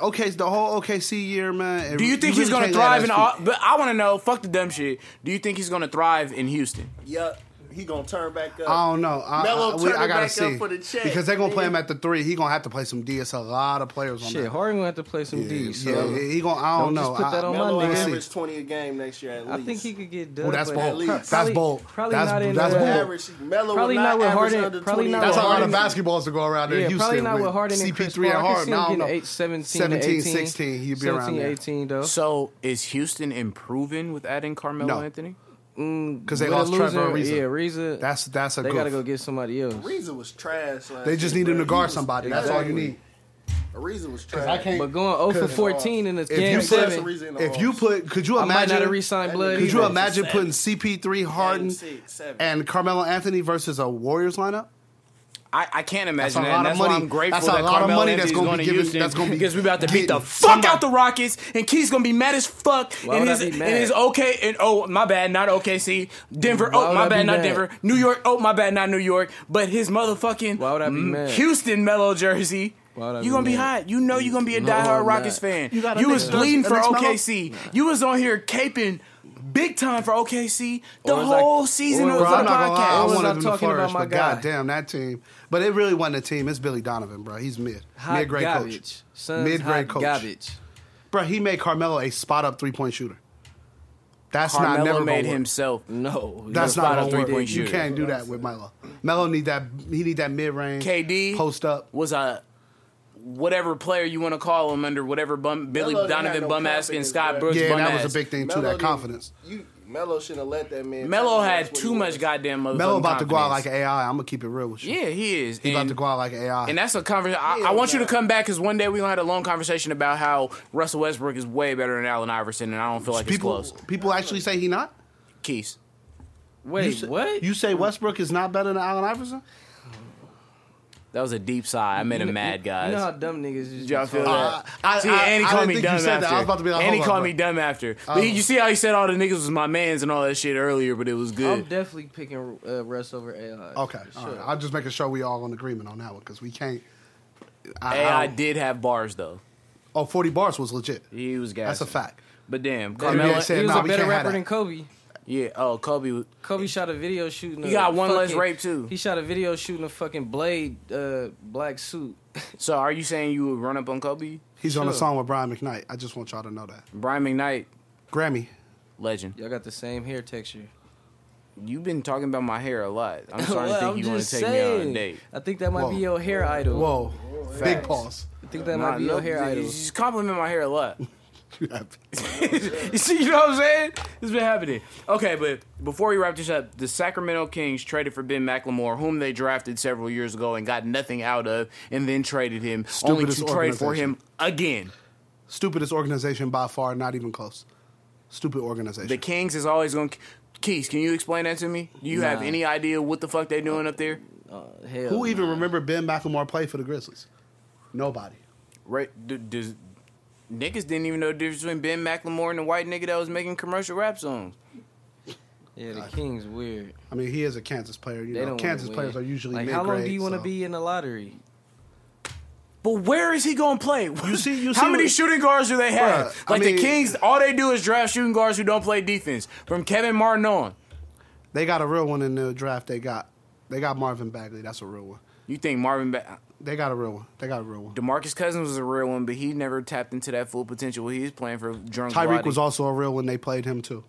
[SPEAKER 3] Okay, the whole OKC year, man. it-
[SPEAKER 1] Do you think
[SPEAKER 3] really
[SPEAKER 1] he's going to
[SPEAKER 3] can't let
[SPEAKER 1] thrive in?
[SPEAKER 3] us
[SPEAKER 1] All,
[SPEAKER 3] keep-
[SPEAKER 1] but I want to know. Fuck the dumb shit. Do you think he's going to thrive in Houston?
[SPEAKER 5] Yup. He gonna turn back up.
[SPEAKER 3] I don't know. I,
[SPEAKER 5] Melo
[SPEAKER 3] I, we,
[SPEAKER 5] turn
[SPEAKER 3] I
[SPEAKER 5] it
[SPEAKER 3] gotta
[SPEAKER 5] back
[SPEAKER 3] see
[SPEAKER 5] up for the check,
[SPEAKER 3] because they're gonna play him
[SPEAKER 5] nigga.
[SPEAKER 3] at the three. He gonna have to play some D. It's a lot of players on
[SPEAKER 2] Shit,
[SPEAKER 3] that.
[SPEAKER 2] Harden gonna have to play some D. So
[SPEAKER 3] yeah, he gonna. I don't,
[SPEAKER 2] Don't just
[SPEAKER 3] know.
[SPEAKER 2] put that
[SPEAKER 3] I-
[SPEAKER 2] on
[SPEAKER 5] Melo
[SPEAKER 2] my nigga.
[SPEAKER 5] average twenty a game next year at
[SPEAKER 2] I
[SPEAKER 5] least.
[SPEAKER 2] think he could get done.
[SPEAKER 3] Oh, that's
[SPEAKER 2] but
[SPEAKER 3] bold.
[SPEAKER 5] least.
[SPEAKER 3] That's
[SPEAKER 2] probably-
[SPEAKER 3] bold.
[SPEAKER 2] Probably
[SPEAKER 3] that's,
[SPEAKER 2] not in
[SPEAKER 3] that's
[SPEAKER 2] the-
[SPEAKER 3] bold.
[SPEAKER 5] average. Melo
[SPEAKER 2] Probably
[SPEAKER 5] will
[SPEAKER 2] not
[SPEAKER 5] not,
[SPEAKER 2] with
[SPEAKER 5] average
[SPEAKER 2] Harden-
[SPEAKER 5] under
[SPEAKER 2] probably
[SPEAKER 5] twenty.
[SPEAKER 2] not
[SPEAKER 3] That's a
[SPEAKER 2] with
[SPEAKER 3] lot of
[SPEAKER 2] Harden.
[SPEAKER 3] basketballs to go around there
[SPEAKER 2] Yeah,
[SPEAKER 3] in Houston.
[SPEAKER 2] probably not with
[SPEAKER 3] with
[SPEAKER 2] Harden and Chris
[SPEAKER 3] CP3
[SPEAKER 2] Paul.
[SPEAKER 3] and
[SPEAKER 2] I can see him
[SPEAKER 3] Harden. I don't
[SPEAKER 2] getting
[SPEAKER 3] know.
[SPEAKER 2] eight, 17, to 18.
[SPEAKER 3] 16, he'd be around
[SPEAKER 2] 17,
[SPEAKER 3] there.
[SPEAKER 2] 18, though.
[SPEAKER 1] So is Houston improving with adding Carmelo
[SPEAKER 3] No.
[SPEAKER 1] Anthony?
[SPEAKER 3] Because they
[SPEAKER 2] With a
[SPEAKER 3] lost Trevor
[SPEAKER 2] loser,
[SPEAKER 3] Ariza.
[SPEAKER 2] Yeah, Reza.
[SPEAKER 3] That's that's a
[SPEAKER 2] they gotta go
[SPEAKER 3] good.
[SPEAKER 2] get somebody else.
[SPEAKER 5] Ariza was trash. Last
[SPEAKER 3] They just
[SPEAKER 5] year,
[SPEAKER 3] need him to
[SPEAKER 5] bro. He
[SPEAKER 3] guard
[SPEAKER 5] was-
[SPEAKER 3] somebody. That's all you
[SPEAKER 5] Exactly.
[SPEAKER 3] need.
[SPEAKER 5] Ariza was trash.
[SPEAKER 3] I can't-
[SPEAKER 2] But going 0 for
[SPEAKER 3] Cause-
[SPEAKER 2] 14 in the
[SPEAKER 3] you
[SPEAKER 2] game
[SPEAKER 3] press
[SPEAKER 2] seven,
[SPEAKER 5] Ariza in the
[SPEAKER 3] If you
[SPEAKER 5] offs.
[SPEAKER 3] put, could you
[SPEAKER 2] I might not
[SPEAKER 3] imagine?
[SPEAKER 2] have re-signed
[SPEAKER 5] That
[SPEAKER 2] Blood.
[SPEAKER 5] nigga-
[SPEAKER 3] Could you
[SPEAKER 2] either.
[SPEAKER 5] Seven.
[SPEAKER 3] imagine putting CP3 Harden
[SPEAKER 5] Game six, seven.
[SPEAKER 3] and Carmelo Anthony versus a Warriors lineup?
[SPEAKER 1] I, I can't
[SPEAKER 3] That's a
[SPEAKER 1] imagine that.
[SPEAKER 3] lot
[SPEAKER 1] and
[SPEAKER 3] of
[SPEAKER 1] That's why
[SPEAKER 3] money.
[SPEAKER 1] I'm grateful
[SPEAKER 3] That's a
[SPEAKER 1] that
[SPEAKER 3] lot of
[SPEAKER 1] Carmelo
[SPEAKER 3] money that's
[SPEAKER 1] Anthony's
[SPEAKER 3] gonna
[SPEAKER 1] going
[SPEAKER 3] be
[SPEAKER 1] to
[SPEAKER 3] giving-
[SPEAKER 1] Houston
[SPEAKER 3] that's gonna be
[SPEAKER 1] because we about to beat
[SPEAKER 3] getting
[SPEAKER 1] the fuck
[SPEAKER 3] somebody.
[SPEAKER 1] out the Rockets, and Keith's going to be mad as fuck.
[SPEAKER 2] Why
[SPEAKER 1] and
[SPEAKER 2] would I
[SPEAKER 1] his
[SPEAKER 2] be mad?
[SPEAKER 1] and his okay and oh my bad, not OKC, Denver.
[SPEAKER 2] Why
[SPEAKER 1] oh
[SPEAKER 2] would
[SPEAKER 1] my
[SPEAKER 2] I be
[SPEAKER 1] bad, not
[SPEAKER 2] mad?
[SPEAKER 1] Denver. New York. Oh my bad, not New York. But his motherfucking
[SPEAKER 2] Why would I be
[SPEAKER 1] mm,
[SPEAKER 2] mad?
[SPEAKER 1] Houston mellow jersey.
[SPEAKER 2] Why would I
[SPEAKER 1] You're
[SPEAKER 2] be
[SPEAKER 1] gonna be
[SPEAKER 2] mad?
[SPEAKER 1] hot. You know you're gonna be a
[SPEAKER 2] No,
[SPEAKER 1] diehard
[SPEAKER 2] I'm
[SPEAKER 1] Rockets
[SPEAKER 2] not.
[SPEAKER 1] fan.
[SPEAKER 3] You
[SPEAKER 1] You,
[SPEAKER 3] got a
[SPEAKER 1] was
[SPEAKER 3] mixed-
[SPEAKER 1] bleeding
[SPEAKER 3] a
[SPEAKER 1] for
[SPEAKER 3] mixed mellow?
[SPEAKER 1] OKC. You was on here caping big time for OKC the
[SPEAKER 2] Or was I-
[SPEAKER 1] whole season
[SPEAKER 2] or
[SPEAKER 1] of
[SPEAKER 2] was
[SPEAKER 1] the
[SPEAKER 3] Bro,
[SPEAKER 2] I
[SPEAKER 3] I'm not gonna lie. I
[SPEAKER 1] podcast.
[SPEAKER 2] was
[SPEAKER 3] wanted
[SPEAKER 2] I
[SPEAKER 3] them to
[SPEAKER 2] talking about
[SPEAKER 3] flourish,
[SPEAKER 2] my
[SPEAKER 3] but
[SPEAKER 2] guy?
[SPEAKER 3] goddamn that team. But it really wasn't a team. It's Billy Donovan, bro. He's mid,
[SPEAKER 2] hot
[SPEAKER 3] mid grade coach,
[SPEAKER 2] garbage. Sons
[SPEAKER 3] mid grade
[SPEAKER 2] hot
[SPEAKER 3] coach,
[SPEAKER 2] garbage.
[SPEAKER 3] bro. He made Carmelo a spot up three point shooter. That's not
[SPEAKER 1] Carmelo
[SPEAKER 3] never
[SPEAKER 1] made
[SPEAKER 3] gonna work.
[SPEAKER 1] himself.
[SPEAKER 2] No,
[SPEAKER 3] That's
[SPEAKER 1] He's a
[SPEAKER 3] not
[SPEAKER 1] spot-up
[SPEAKER 3] gonna work.
[SPEAKER 1] three-point
[SPEAKER 3] You
[SPEAKER 1] shooter.
[SPEAKER 3] can't do that with Melo. Melo need that. He need that mid range.
[SPEAKER 1] KD
[SPEAKER 3] post up.
[SPEAKER 1] was a whatever player you want to call him under whatever bum, Billy
[SPEAKER 5] Melo didn't
[SPEAKER 1] Donovan
[SPEAKER 5] have no
[SPEAKER 1] bum ass and
[SPEAKER 5] confidence,
[SPEAKER 1] Scott
[SPEAKER 5] bro.
[SPEAKER 1] Brooks
[SPEAKER 3] Yeah,
[SPEAKER 1] bum
[SPEAKER 3] that
[SPEAKER 1] ass.
[SPEAKER 3] was a big thing too.
[SPEAKER 5] Melo
[SPEAKER 3] That
[SPEAKER 5] didn't-
[SPEAKER 3] confidence.
[SPEAKER 5] You Melo shouldn't have let that man.
[SPEAKER 1] Melo
[SPEAKER 5] turn it
[SPEAKER 1] had
[SPEAKER 5] back
[SPEAKER 1] too
[SPEAKER 5] what he
[SPEAKER 1] much
[SPEAKER 5] was.
[SPEAKER 1] goddamn motherfucking
[SPEAKER 3] Melo about to go out
[SPEAKER 1] confidence.
[SPEAKER 3] like an AI. I'm gonna keep it real with you.
[SPEAKER 1] Yeah, he is.
[SPEAKER 3] he
[SPEAKER 1] and,
[SPEAKER 3] about to go out like an AI.
[SPEAKER 1] and that's a conversation. I, I want you to come back because one day we're gonna have a long conversation about how Russell Westbrook is way better than Allen Iverson, and I don't feel like
[SPEAKER 3] people,
[SPEAKER 1] it's close.
[SPEAKER 3] people actually say he not.
[SPEAKER 1] Keys.
[SPEAKER 3] You
[SPEAKER 2] Wait,
[SPEAKER 3] say-
[SPEAKER 2] what?
[SPEAKER 3] You say Westbrook is not better than Allen Iverson?
[SPEAKER 1] That was a deep sigh. I made him mad, guys.
[SPEAKER 2] You know how dumb niggas just
[SPEAKER 1] Did y'all feel
[SPEAKER 2] talk.
[SPEAKER 1] that?
[SPEAKER 3] I-
[SPEAKER 1] see,
[SPEAKER 3] I-
[SPEAKER 1] and he
[SPEAKER 3] I
[SPEAKER 1] called
[SPEAKER 3] didn't
[SPEAKER 1] me
[SPEAKER 3] think you
[SPEAKER 1] dumb
[SPEAKER 3] said
[SPEAKER 1] after.
[SPEAKER 3] that. I was about to be like,
[SPEAKER 1] and he
[SPEAKER 3] hold on,
[SPEAKER 1] called
[SPEAKER 3] bro.
[SPEAKER 1] me dumb after. But he- you see how he said all the niggas was my mans and all that shit earlier, but it was
[SPEAKER 2] I'm
[SPEAKER 1] good.
[SPEAKER 2] definitely picking uh, Russ over AI.
[SPEAKER 3] Okay,
[SPEAKER 2] sure.
[SPEAKER 3] all right. I'm just making sure we all in agreement on that one because we can't. I,
[SPEAKER 1] AI
[SPEAKER 3] I don't-
[SPEAKER 1] did have bars though.
[SPEAKER 3] oh, 40 bars was legit.
[SPEAKER 1] He was gas.
[SPEAKER 3] That's a fact.
[SPEAKER 1] But damn,
[SPEAKER 2] He
[SPEAKER 1] Carmelo.
[SPEAKER 3] NBA
[SPEAKER 2] was,
[SPEAKER 3] said,
[SPEAKER 2] he was
[SPEAKER 3] nah,
[SPEAKER 2] a
[SPEAKER 3] we
[SPEAKER 2] better
[SPEAKER 3] can't have
[SPEAKER 2] rapper
[SPEAKER 3] that.
[SPEAKER 2] than Kobe.
[SPEAKER 1] Yeah. Oh, Kobe. was-
[SPEAKER 2] Kobe shot a video shooting.
[SPEAKER 1] He
[SPEAKER 2] a
[SPEAKER 1] got one less
[SPEAKER 2] fucking-
[SPEAKER 1] rape, too.
[SPEAKER 2] He shot a video shooting a fucking blade uh, black suit.
[SPEAKER 1] So are you saying you would run up on Kobe?
[SPEAKER 3] He's on a
[SPEAKER 2] Sure.
[SPEAKER 3] song with Brian McKnight. I just want y'all to know that.
[SPEAKER 1] Brian McKnight,
[SPEAKER 3] Grammy.
[SPEAKER 1] legend.
[SPEAKER 2] Y'all got the same hair texture.
[SPEAKER 1] You've been talking about my hair a lot. I'm starting
[SPEAKER 2] Well,
[SPEAKER 1] to think
[SPEAKER 2] I'm
[SPEAKER 1] you want to
[SPEAKER 2] just
[SPEAKER 1] take me on a
[SPEAKER 2] saying.
[SPEAKER 1] date.
[SPEAKER 2] I think that might
[SPEAKER 3] Whoa.
[SPEAKER 2] be your hair idol.
[SPEAKER 3] Whoa. Big pause.
[SPEAKER 2] I think that
[SPEAKER 1] Nah,
[SPEAKER 2] might be
[SPEAKER 1] no,
[SPEAKER 2] your hair
[SPEAKER 1] you
[SPEAKER 2] idol.
[SPEAKER 1] Just compliment my hair a lot.
[SPEAKER 3] Wait,
[SPEAKER 1] you see, you know what I'm saying? It's been happening. Okay, but before we wrap this up, the Sacramento Kings traded for Ben McLemore, whom they drafted several years ago and got nothing out of, and then traded him, only to
[SPEAKER 3] Stupidest
[SPEAKER 1] trade for him
[SPEAKER 3] organization.
[SPEAKER 1] again.
[SPEAKER 3] Stupidest organization by far, not even close. Stupid organization.
[SPEAKER 1] The Kings is always going. to... Keys, can you explain that to me? Do you have
[SPEAKER 2] Nah.
[SPEAKER 1] any idea what the fuck they doing up there?
[SPEAKER 2] Uh, hell
[SPEAKER 3] Who even
[SPEAKER 2] nah.
[SPEAKER 3] remember Ben McLemore played for the Grizzlies? Nobody.
[SPEAKER 1] Right? D- does, niggas didn't even know the difference between Ben McLemore and the white nigga that was making commercial rap songs.
[SPEAKER 2] Yeah, the King's weird.
[SPEAKER 3] I mean, he is a Kansas player. You
[SPEAKER 2] They
[SPEAKER 3] know,
[SPEAKER 2] don't.
[SPEAKER 3] Kansas
[SPEAKER 2] win.
[SPEAKER 3] players are usually
[SPEAKER 2] like.
[SPEAKER 3] mid-grade,
[SPEAKER 2] How long do you want to
[SPEAKER 3] so-
[SPEAKER 2] be in the lottery?
[SPEAKER 1] But where is he going to play?
[SPEAKER 3] You see- you
[SPEAKER 1] how
[SPEAKER 3] see
[SPEAKER 1] many
[SPEAKER 3] what-
[SPEAKER 1] shooting guards do they have?
[SPEAKER 3] Bruh, I
[SPEAKER 1] like
[SPEAKER 3] mean-
[SPEAKER 1] the Kings, all they do is draft shooting guards who don't play defense. From Kevin Martin on,
[SPEAKER 3] They got a real one in the draft. They got they got Marvin Bagley. That's a real one.
[SPEAKER 1] you think Marvin, ba-
[SPEAKER 3] They got a real one. They got a real one.
[SPEAKER 1] Demarcus Cousins was a real one, but he never tapped into that full potential. He's playing for drunk.
[SPEAKER 3] Tyreek
[SPEAKER 1] Lottie.
[SPEAKER 3] was also a real one. They played him too.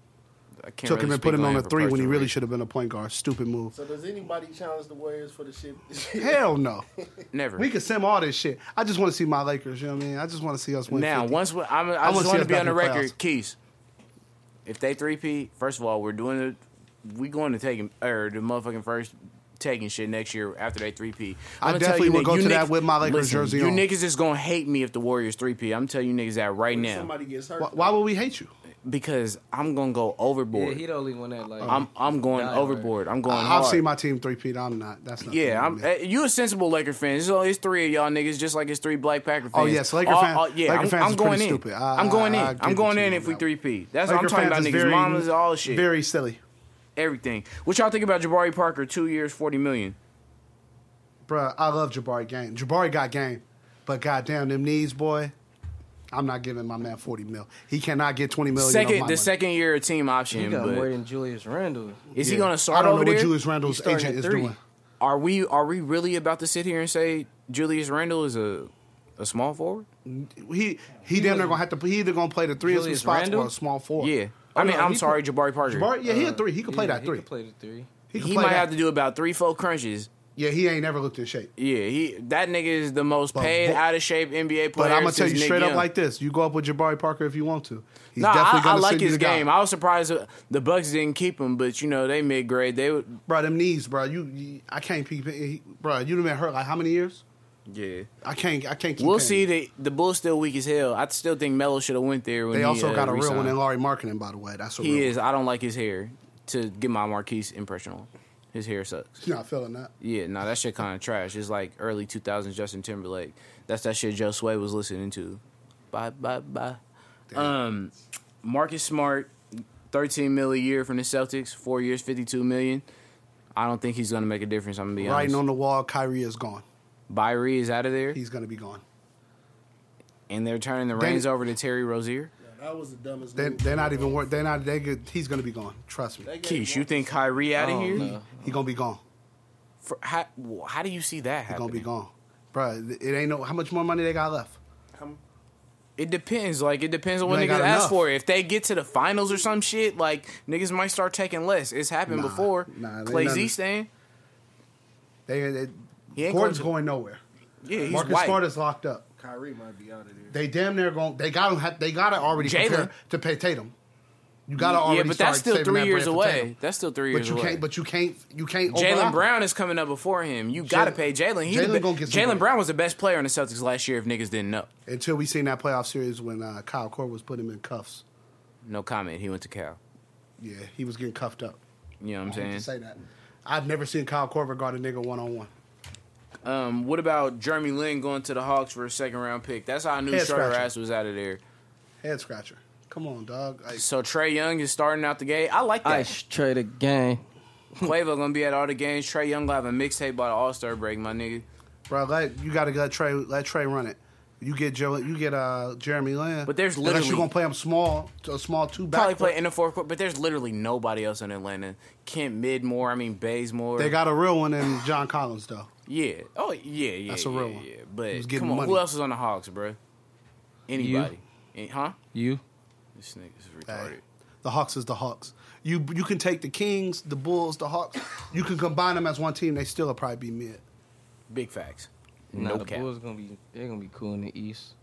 [SPEAKER 1] I can't
[SPEAKER 3] Took
[SPEAKER 1] really
[SPEAKER 3] him and
[SPEAKER 1] speak
[SPEAKER 3] put him on a
[SPEAKER 1] for
[SPEAKER 3] three when he
[SPEAKER 1] Persian
[SPEAKER 3] really
[SPEAKER 1] Reed.
[SPEAKER 3] should have been a point guard. Stupid move.
[SPEAKER 5] So does anybody challenge the Warriors for the shit?
[SPEAKER 3] Hell no.
[SPEAKER 1] Never.
[SPEAKER 3] We can sim all this shit. I just want to see my Lakers. You know what I mean? I just want to see us win.
[SPEAKER 1] now,
[SPEAKER 3] 50.
[SPEAKER 1] once we, I'm, I,
[SPEAKER 3] wanna
[SPEAKER 1] just
[SPEAKER 3] see
[SPEAKER 1] want to
[SPEAKER 3] us
[SPEAKER 1] be
[SPEAKER 3] back
[SPEAKER 1] on the
[SPEAKER 3] in the
[SPEAKER 1] record,
[SPEAKER 3] playoffs.
[SPEAKER 1] Keys. If they three P, first of all, we're doing it. We going to take him or the motherfucking first taking shit next year after they three P.
[SPEAKER 3] I definitely would go to that with my Lakers jersey
[SPEAKER 1] You
[SPEAKER 3] on.
[SPEAKER 1] niggas is gonna hate me if the Warriors three P. I'm telling you niggas that right now
[SPEAKER 5] Somebody gets hurt.
[SPEAKER 3] why, why would we hate you?
[SPEAKER 1] because I'm gonna go
[SPEAKER 2] Yeah,
[SPEAKER 1] overboard.
[SPEAKER 2] he the only one that like.
[SPEAKER 1] I'm I'm going
[SPEAKER 2] Die hard.
[SPEAKER 1] overboard. I'm going.
[SPEAKER 3] I've
[SPEAKER 1] hard.
[SPEAKER 3] seen my team three peat. I'm not. That's not.
[SPEAKER 1] Yeah, I'm,
[SPEAKER 3] me.
[SPEAKER 1] eh, you a sensible Laker fan. It's, only, it's three of y'all niggas, just like it's three Black Packer fans.
[SPEAKER 3] Oh, yes, Laker
[SPEAKER 1] All-
[SPEAKER 3] fan-
[SPEAKER 1] all- yeah,
[SPEAKER 3] Laker
[SPEAKER 1] I'm,
[SPEAKER 3] fans
[SPEAKER 1] I'm
[SPEAKER 3] is
[SPEAKER 1] going
[SPEAKER 3] pretty
[SPEAKER 1] in.
[SPEAKER 3] stupid. I-
[SPEAKER 1] I'm going in.
[SPEAKER 3] I- I
[SPEAKER 1] I'm
[SPEAKER 3] give
[SPEAKER 1] going
[SPEAKER 3] it to
[SPEAKER 1] in
[SPEAKER 3] you
[SPEAKER 1] if we
[SPEAKER 3] on that
[SPEAKER 1] three
[SPEAKER 3] one.
[SPEAKER 1] P. That's
[SPEAKER 3] Laker
[SPEAKER 1] what I'm talking
[SPEAKER 3] fans
[SPEAKER 1] about.
[SPEAKER 3] is
[SPEAKER 1] Niggas,
[SPEAKER 3] very-
[SPEAKER 1] mamas, all shit,
[SPEAKER 3] very silly,
[SPEAKER 1] everything. What y'all think about Jabari Parker? Two years, forty million.
[SPEAKER 3] Bruh, I love Jabari game. Jabari got game, but goddamn them knees, boy. I'm not giving my man forty mil. He cannot get twenty million.
[SPEAKER 1] Second,
[SPEAKER 3] of
[SPEAKER 1] the
[SPEAKER 3] my money.
[SPEAKER 1] second year of team
[SPEAKER 2] he
[SPEAKER 1] option.
[SPEAKER 2] got more
[SPEAKER 1] But
[SPEAKER 2] than Julius Randle.
[SPEAKER 1] is he
[SPEAKER 3] Yeah.
[SPEAKER 1] going to start
[SPEAKER 3] I don't
[SPEAKER 1] over
[SPEAKER 3] know what
[SPEAKER 1] there?
[SPEAKER 3] Julius Randle's
[SPEAKER 2] He's starting
[SPEAKER 3] agent
[SPEAKER 2] at
[SPEAKER 3] is
[SPEAKER 2] three.
[SPEAKER 3] doing.
[SPEAKER 1] Are we are we really about to sit here and say Julius Randle is a a small forward?
[SPEAKER 3] He he, damn near gonna have to. He either gonna play the three in some
[SPEAKER 2] Julius
[SPEAKER 3] spots
[SPEAKER 2] Randle?
[SPEAKER 3] or a small four.
[SPEAKER 1] Yeah. I
[SPEAKER 2] Oh,
[SPEAKER 1] mean,
[SPEAKER 2] no,
[SPEAKER 1] I'm
[SPEAKER 2] he
[SPEAKER 1] sorry, Jabari Parker.
[SPEAKER 3] Jabari, yeah, he a
[SPEAKER 2] Uh,
[SPEAKER 3] three. He can play
[SPEAKER 2] yeah,
[SPEAKER 3] that three.
[SPEAKER 2] He can play the three.
[SPEAKER 3] can
[SPEAKER 1] he
[SPEAKER 3] play
[SPEAKER 1] might
[SPEAKER 3] that.
[SPEAKER 1] have to do about three, four crunches.
[SPEAKER 3] Yeah, he ain't never looked in shape.
[SPEAKER 1] Yeah, he that nigga is the most
[SPEAKER 3] But-
[SPEAKER 1] paid
[SPEAKER 3] but-
[SPEAKER 1] out of shape NBA player.
[SPEAKER 3] But I'm gonna tell
[SPEAKER 1] since
[SPEAKER 3] you
[SPEAKER 1] Nick
[SPEAKER 3] straight
[SPEAKER 1] Young.
[SPEAKER 3] up like this: you go up with Jabari Parker if you want to. He's
[SPEAKER 1] Nah, I,
[SPEAKER 3] definitely
[SPEAKER 1] I
[SPEAKER 3] gonna
[SPEAKER 1] like
[SPEAKER 3] send you
[SPEAKER 1] his
[SPEAKER 3] the guy.
[SPEAKER 1] game. I was surprised uh, the Bucks didn't keep him, but you know they mid grade. They would,
[SPEAKER 3] bro, them knees, bro. You, you I can't keep, he- bro. You done been hurt like how many years?
[SPEAKER 1] yeah.
[SPEAKER 3] I can't, I can't. Keep
[SPEAKER 1] We'll
[SPEAKER 3] paying.
[SPEAKER 1] see. The the Bulls still weak as hell. I still think Melo should have went there. When
[SPEAKER 3] They
[SPEAKER 1] he,
[SPEAKER 3] also
[SPEAKER 1] uh,
[SPEAKER 3] got a real one
[SPEAKER 1] resigned.
[SPEAKER 3] in Larry Marketing, by the way. That's a real
[SPEAKER 1] He is.
[SPEAKER 3] One.
[SPEAKER 1] I don't like his hair. To get my Marquise impression on, his hair sucks.
[SPEAKER 3] You're not feeling that.
[SPEAKER 1] Yeah, no, that shit kind of trash. It's like early 2000s Justin Timberlake. That's that shit Joe Sway was listening to. Bye, bye, bye. Um, Marcus Smart, 13 mil a year from the Celtics, four years, 52 million. I don't think he's gonna make a difference. I'm gonna be
[SPEAKER 3] Writing
[SPEAKER 1] honest.
[SPEAKER 3] on the wall, Kyrie is gone.
[SPEAKER 1] Byrie is out of there,
[SPEAKER 3] He's gonna be gone.
[SPEAKER 1] and they're turning the
[SPEAKER 3] Danny-
[SPEAKER 1] reins over to Terry Rozier.
[SPEAKER 5] That was the dumbest.
[SPEAKER 3] They,
[SPEAKER 5] move.
[SPEAKER 3] they're not even. Wor- they're not. They good. He's gonna be gone. Trust me.
[SPEAKER 5] They gave
[SPEAKER 1] Keish, you
[SPEAKER 5] Marcus-
[SPEAKER 1] think Kyrie out
[SPEAKER 2] I
[SPEAKER 1] of
[SPEAKER 3] Oh,
[SPEAKER 2] don't
[SPEAKER 1] here?
[SPEAKER 2] know.
[SPEAKER 3] He gonna be gone.
[SPEAKER 1] For, how, wh- how do you see that
[SPEAKER 3] He gonna be
[SPEAKER 1] happening?
[SPEAKER 3] gone, bro. It ain't no. How much more money they got left?
[SPEAKER 1] It depends. Like it depends on what
[SPEAKER 3] You ain't
[SPEAKER 1] niggas
[SPEAKER 3] got
[SPEAKER 1] ask
[SPEAKER 3] enough.
[SPEAKER 1] for. If they get to the finals or some shit, like niggas might start taking less. It's happened
[SPEAKER 3] Nah,
[SPEAKER 1] before.
[SPEAKER 3] nah, they
[SPEAKER 1] Clay
[SPEAKER 3] done-
[SPEAKER 1] Z staying.
[SPEAKER 3] They. they
[SPEAKER 1] He ain't
[SPEAKER 3] Gordon's
[SPEAKER 1] going
[SPEAKER 3] going nowhere.
[SPEAKER 1] Yeah, he's
[SPEAKER 3] Marcus
[SPEAKER 1] white.
[SPEAKER 3] Smart is locked up.
[SPEAKER 5] Kyrie might be out of there?
[SPEAKER 3] They damn near going. They got to. They got to already
[SPEAKER 1] Jalen.
[SPEAKER 3] prepare to pay Tatum. You got to already.
[SPEAKER 1] yeah, but that's
[SPEAKER 3] start
[SPEAKER 1] still
[SPEAKER 3] saving
[SPEAKER 1] three
[SPEAKER 3] that
[SPEAKER 1] years
[SPEAKER 3] bread for
[SPEAKER 1] away.
[SPEAKER 3] Tatum.
[SPEAKER 1] That's still three
[SPEAKER 3] But
[SPEAKER 1] years
[SPEAKER 3] you
[SPEAKER 1] away.
[SPEAKER 3] can't. But you can't. You can't.
[SPEAKER 1] Jalen
[SPEAKER 3] overlap.
[SPEAKER 1] Brown is coming up before him. You got to pay Jalen. He
[SPEAKER 3] Jalen
[SPEAKER 1] the be-
[SPEAKER 3] gonna get some
[SPEAKER 1] Jalen
[SPEAKER 3] bread.
[SPEAKER 1] Brown was the best player in the Celtics last year. If niggas didn't know,
[SPEAKER 3] Until we seen that playoff series when uh, Kyle Korver was putting him in cuffs.
[SPEAKER 1] no comment. He went to Cal.
[SPEAKER 3] Yeah, he was getting cuffed up.
[SPEAKER 1] You know what I'm
[SPEAKER 3] I hate
[SPEAKER 1] saying?
[SPEAKER 3] to say that. I've never seen Kyle Korver guard a nigga one on one.
[SPEAKER 1] Um, what about Jeremy Lin going to the Hawks for a second round pick? That's how I knew
[SPEAKER 3] Head
[SPEAKER 1] Schroeder
[SPEAKER 3] scratcher.
[SPEAKER 1] ass was out of there.
[SPEAKER 3] Head scratcher. Come on, dog. Like,
[SPEAKER 1] So Trey Young is starting out the gate. I like that.
[SPEAKER 2] I straight again.
[SPEAKER 1] Quavo gonna be at all the games. Trey Young gonna have a mixtape by the All Star break, my nigga.
[SPEAKER 3] bro, let you got to let Trey let Trey run it. You get Joe, you get uh, Jeremy Lin.
[SPEAKER 1] But there's
[SPEAKER 3] unless
[SPEAKER 1] literally-
[SPEAKER 3] you're gonna play him small, a small two back.
[SPEAKER 1] Probably play in the fourth quarter, but there's literally nobody else in Atlanta. Kent Midmore, I mean Baysmore.
[SPEAKER 3] They got a real one in John Collins though.
[SPEAKER 1] yeah. Oh yeah, yeah.
[SPEAKER 3] That's a real
[SPEAKER 1] yeah,
[SPEAKER 3] one.
[SPEAKER 1] Yeah.
[SPEAKER 3] He
[SPEAKER 1] But
[SPEAKER 3] was getting
[SPEAKER 1] come on,
[SPEAKER 3] money.
[SPEAKER 1] who else is on the Hawks, bro? Anybody? Eh, huh?
[SPEAKER 2] You
[SPEAKER 1] This nigga's
[SPEAKER 3] Hey,
[SPEAKER 1] retarded.
[SPEAKER 3] the Hawks is the Hawks. You you can take the Kings, the Bulls, the Hawks. You can combine them as one team. They still will probably be mid.
[SPEAKER 1] Big facts.
[SPEAKER 2] nah,
[SPEAKER 1] no
[SPEAKER 2] the
[SPEAKER 1] cap.
[SPEAKER 2] Bulls gonna be they're gonna be cool in the East.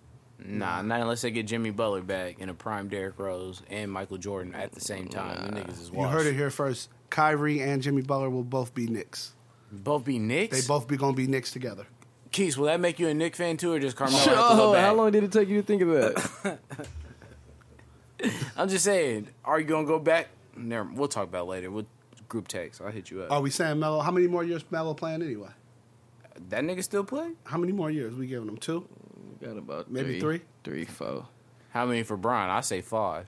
[SPEAKER 3] Mm.
[SPEAKER 1] Nah, not unless they get Jimmy Butler back and a prime Derrick Rose and Michael Jordan at the same time. You niggas is
[SPEAKER 3] You
[SPEAKER 1] washed.
[SPEAKER 3] heard it here first. Kyrie and Jimmy Butler will both be Knicks.
[SPEAKER 1] Both be
[SPEAKER 3] They
[SPEAKER 1] Knicks.
[SPEAKER 3] both be gonna be Knicks together.
[SPEAKER 1] Keith, will that make you a Knicks fan too, or just Carmelo? have to go
[SPEAKER 2] Oh,
[SPEAKER 1] back?
[SPEAKER 2] how long did it take you to think of that?
[SPEAKER 1] I'm just saying, are you gonna go back? Never, we'll talk about it later. We'll group text. I'll hit you up.
[SPEAKER 3] Are we saying Melo? How many more years Melo playing anyway?
[SPEAKER 1] that nigga still play?
[SPEAKER 3] How many more years we giving him? Two?
[SPEAKER 2] Got about
[SPEAKER 3] Maybe three?
[SPEAKER 2] three, four.
[SPEAKER 1] How many for Brian? I say five.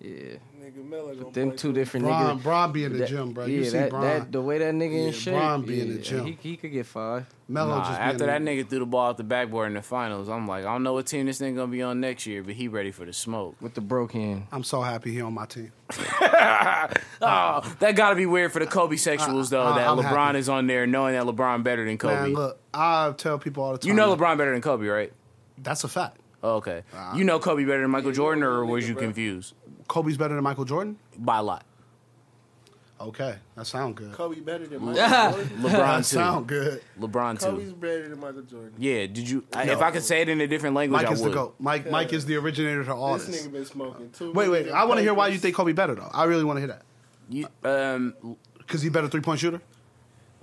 [SPEAKER 2] Yeah,
[SPEAKER 5] Nigga Melo gonna
[SPEAKER 2] them
[SPEAKER 5] play
[SPEAKER 2] two different
[SPEAKER 3] Bron,
[SPEAKER 2] niggas.
[SPEAKER 3] Bron be in the
[SPEAKER 2] That-
[SPEAKER 3] gym, bro.
[SPEAKER 2] Yeah,
[SPEAKER 3] you see
[SPEAKER 2] that,
[SPEAKER 3] Bron.
[SPEAKER 2] that the way that nigga
[SPEAKER 3] Yeah,
[SPEAKER 2] in shape.
[SPEAKER 3] Bron be in the
[SPEAKER 2] yeah,
[SPEAKER 3] gym.
[SPEAKER 2] He, he could get five.
[SPEAKER 3] Melo
[SPEAKER 1] Nah,
[SPEAKER 3] just be in
[SPEAKER 1] after
[SPEAKER 3] the-
[SPEAKER 1] that nigga threw the ball out the backboard in the finals, I'm like, I don't know what team this nigga gonna be on next year, but he ready for the smoke.
[SPEAKER 2] with the broke hand.
[SPEAKER 3] I'm so happy he on my team.
[SPEAKER 1] Oh, that gotta be weird for the Kobe sexuals though.
[SPEAKER 3] I-
[SPEAKER 1] that
[SPEAKER 3] I'm
[SPEAKER 1] LeBron
[SPEAKER 3] happy.
[SPEAKER 1] is on there, knowing that LeBron better than Kobe.
[SPEAKER 3] Man, look, I tell people all the time.
[SPEAKER 1] you know LeBron better than Kobe, right?
[SPEAKER 3] That's a fact.
[SPEAKER 1] Oh, okay. you know Kobe better than Michael Jordan, or was you confused
[SPEAKER 3] Kobe's better than Michael Jordan.
[SPEAKER 1] by a lot?
[SPEAKER 3] Okay, that sound good.
[SPEAKER 5] Kobe better than Michael Jordan.
[SPEAKER 3] That
[SPEAKER 1] LeBron
[SPEAKER 3] sound good.
[SPEAKER 1] too. LeBron
[SPEAKER 5] Kobe's
[SPEAKER 1] too.
[SPEAKER 5] better than Michael Jordan.
[SPEAKER 1] Yeah. Did you? I,
[SPEAKER 3] No.
[SPEAKER 1] if I could say it in a different language,
[SPEAKER 3] Mike
[SPEAKER 1] I
[SPEAKER 3] is the
[SPEAKER 1] would.
[SPEAKER 3] goat. Mike Mike is the originator to all
[SPEAKER 5] This
[SPEAKER 3] this.
[SPEAKER 5] nigga been smoking too.
[SPEAKER 3] Wait, wait.
[SPEAKER 5] many
[SPEAKER 3] I want to hear why you
[SPEAKER 5] papers.
[SPEAKER 3] think Kobe better though. I really want to hear that
[SPEAKER 1] You, um,
[SPEAKER 3] because he better three point shooter.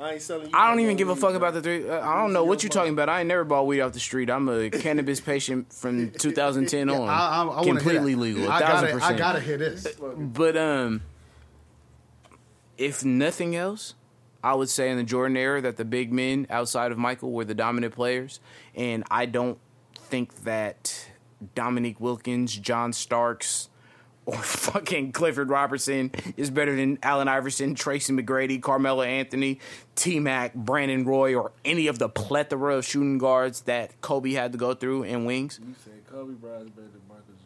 [SPEAKER 5] I ain't selling you.
[SPEAKER 1] I don't
[SPEAKER 5] no
[SPEAKER 1] even give a
[SPEAKER 5] weed,
[SPEAKER 1] fuck
[SPEAKER 5] bro.
[SPEAKER 1] about the three. uh, I don't know what you're talking about. I ain't never bought weed off the street. I'm a cannabis patient from 2010 on.
[SPEAKER 3] I, I, I wanna hear
[SPEAKER 1] completely
[SPEAKER 3] that.
[SPEAKER 1] legal.
[SPEAKER 3] I
[SPEAKER 1] a thousand
[SPEAKER 3] gotta, I
[SPEAKER 1] percent.
[SPEAKER 3] gotta hear this.
[SPEAKER 1] But um, if nothing else, I would say in the Jordan era that the big men outside of Michael were the dominant players, and I don't think that Dominique Wilkins, John Starks, or fucking Clifford Robertson is better than Allen Iverson, Tracy McGrady, Carmelo Anthony, T Mac, Brandon Roy, or any of the plethora of shooting guards that Kobe had to go through in wings.
[SPEAKER 5] You said Kobe Bryant's better than Michael Jordan.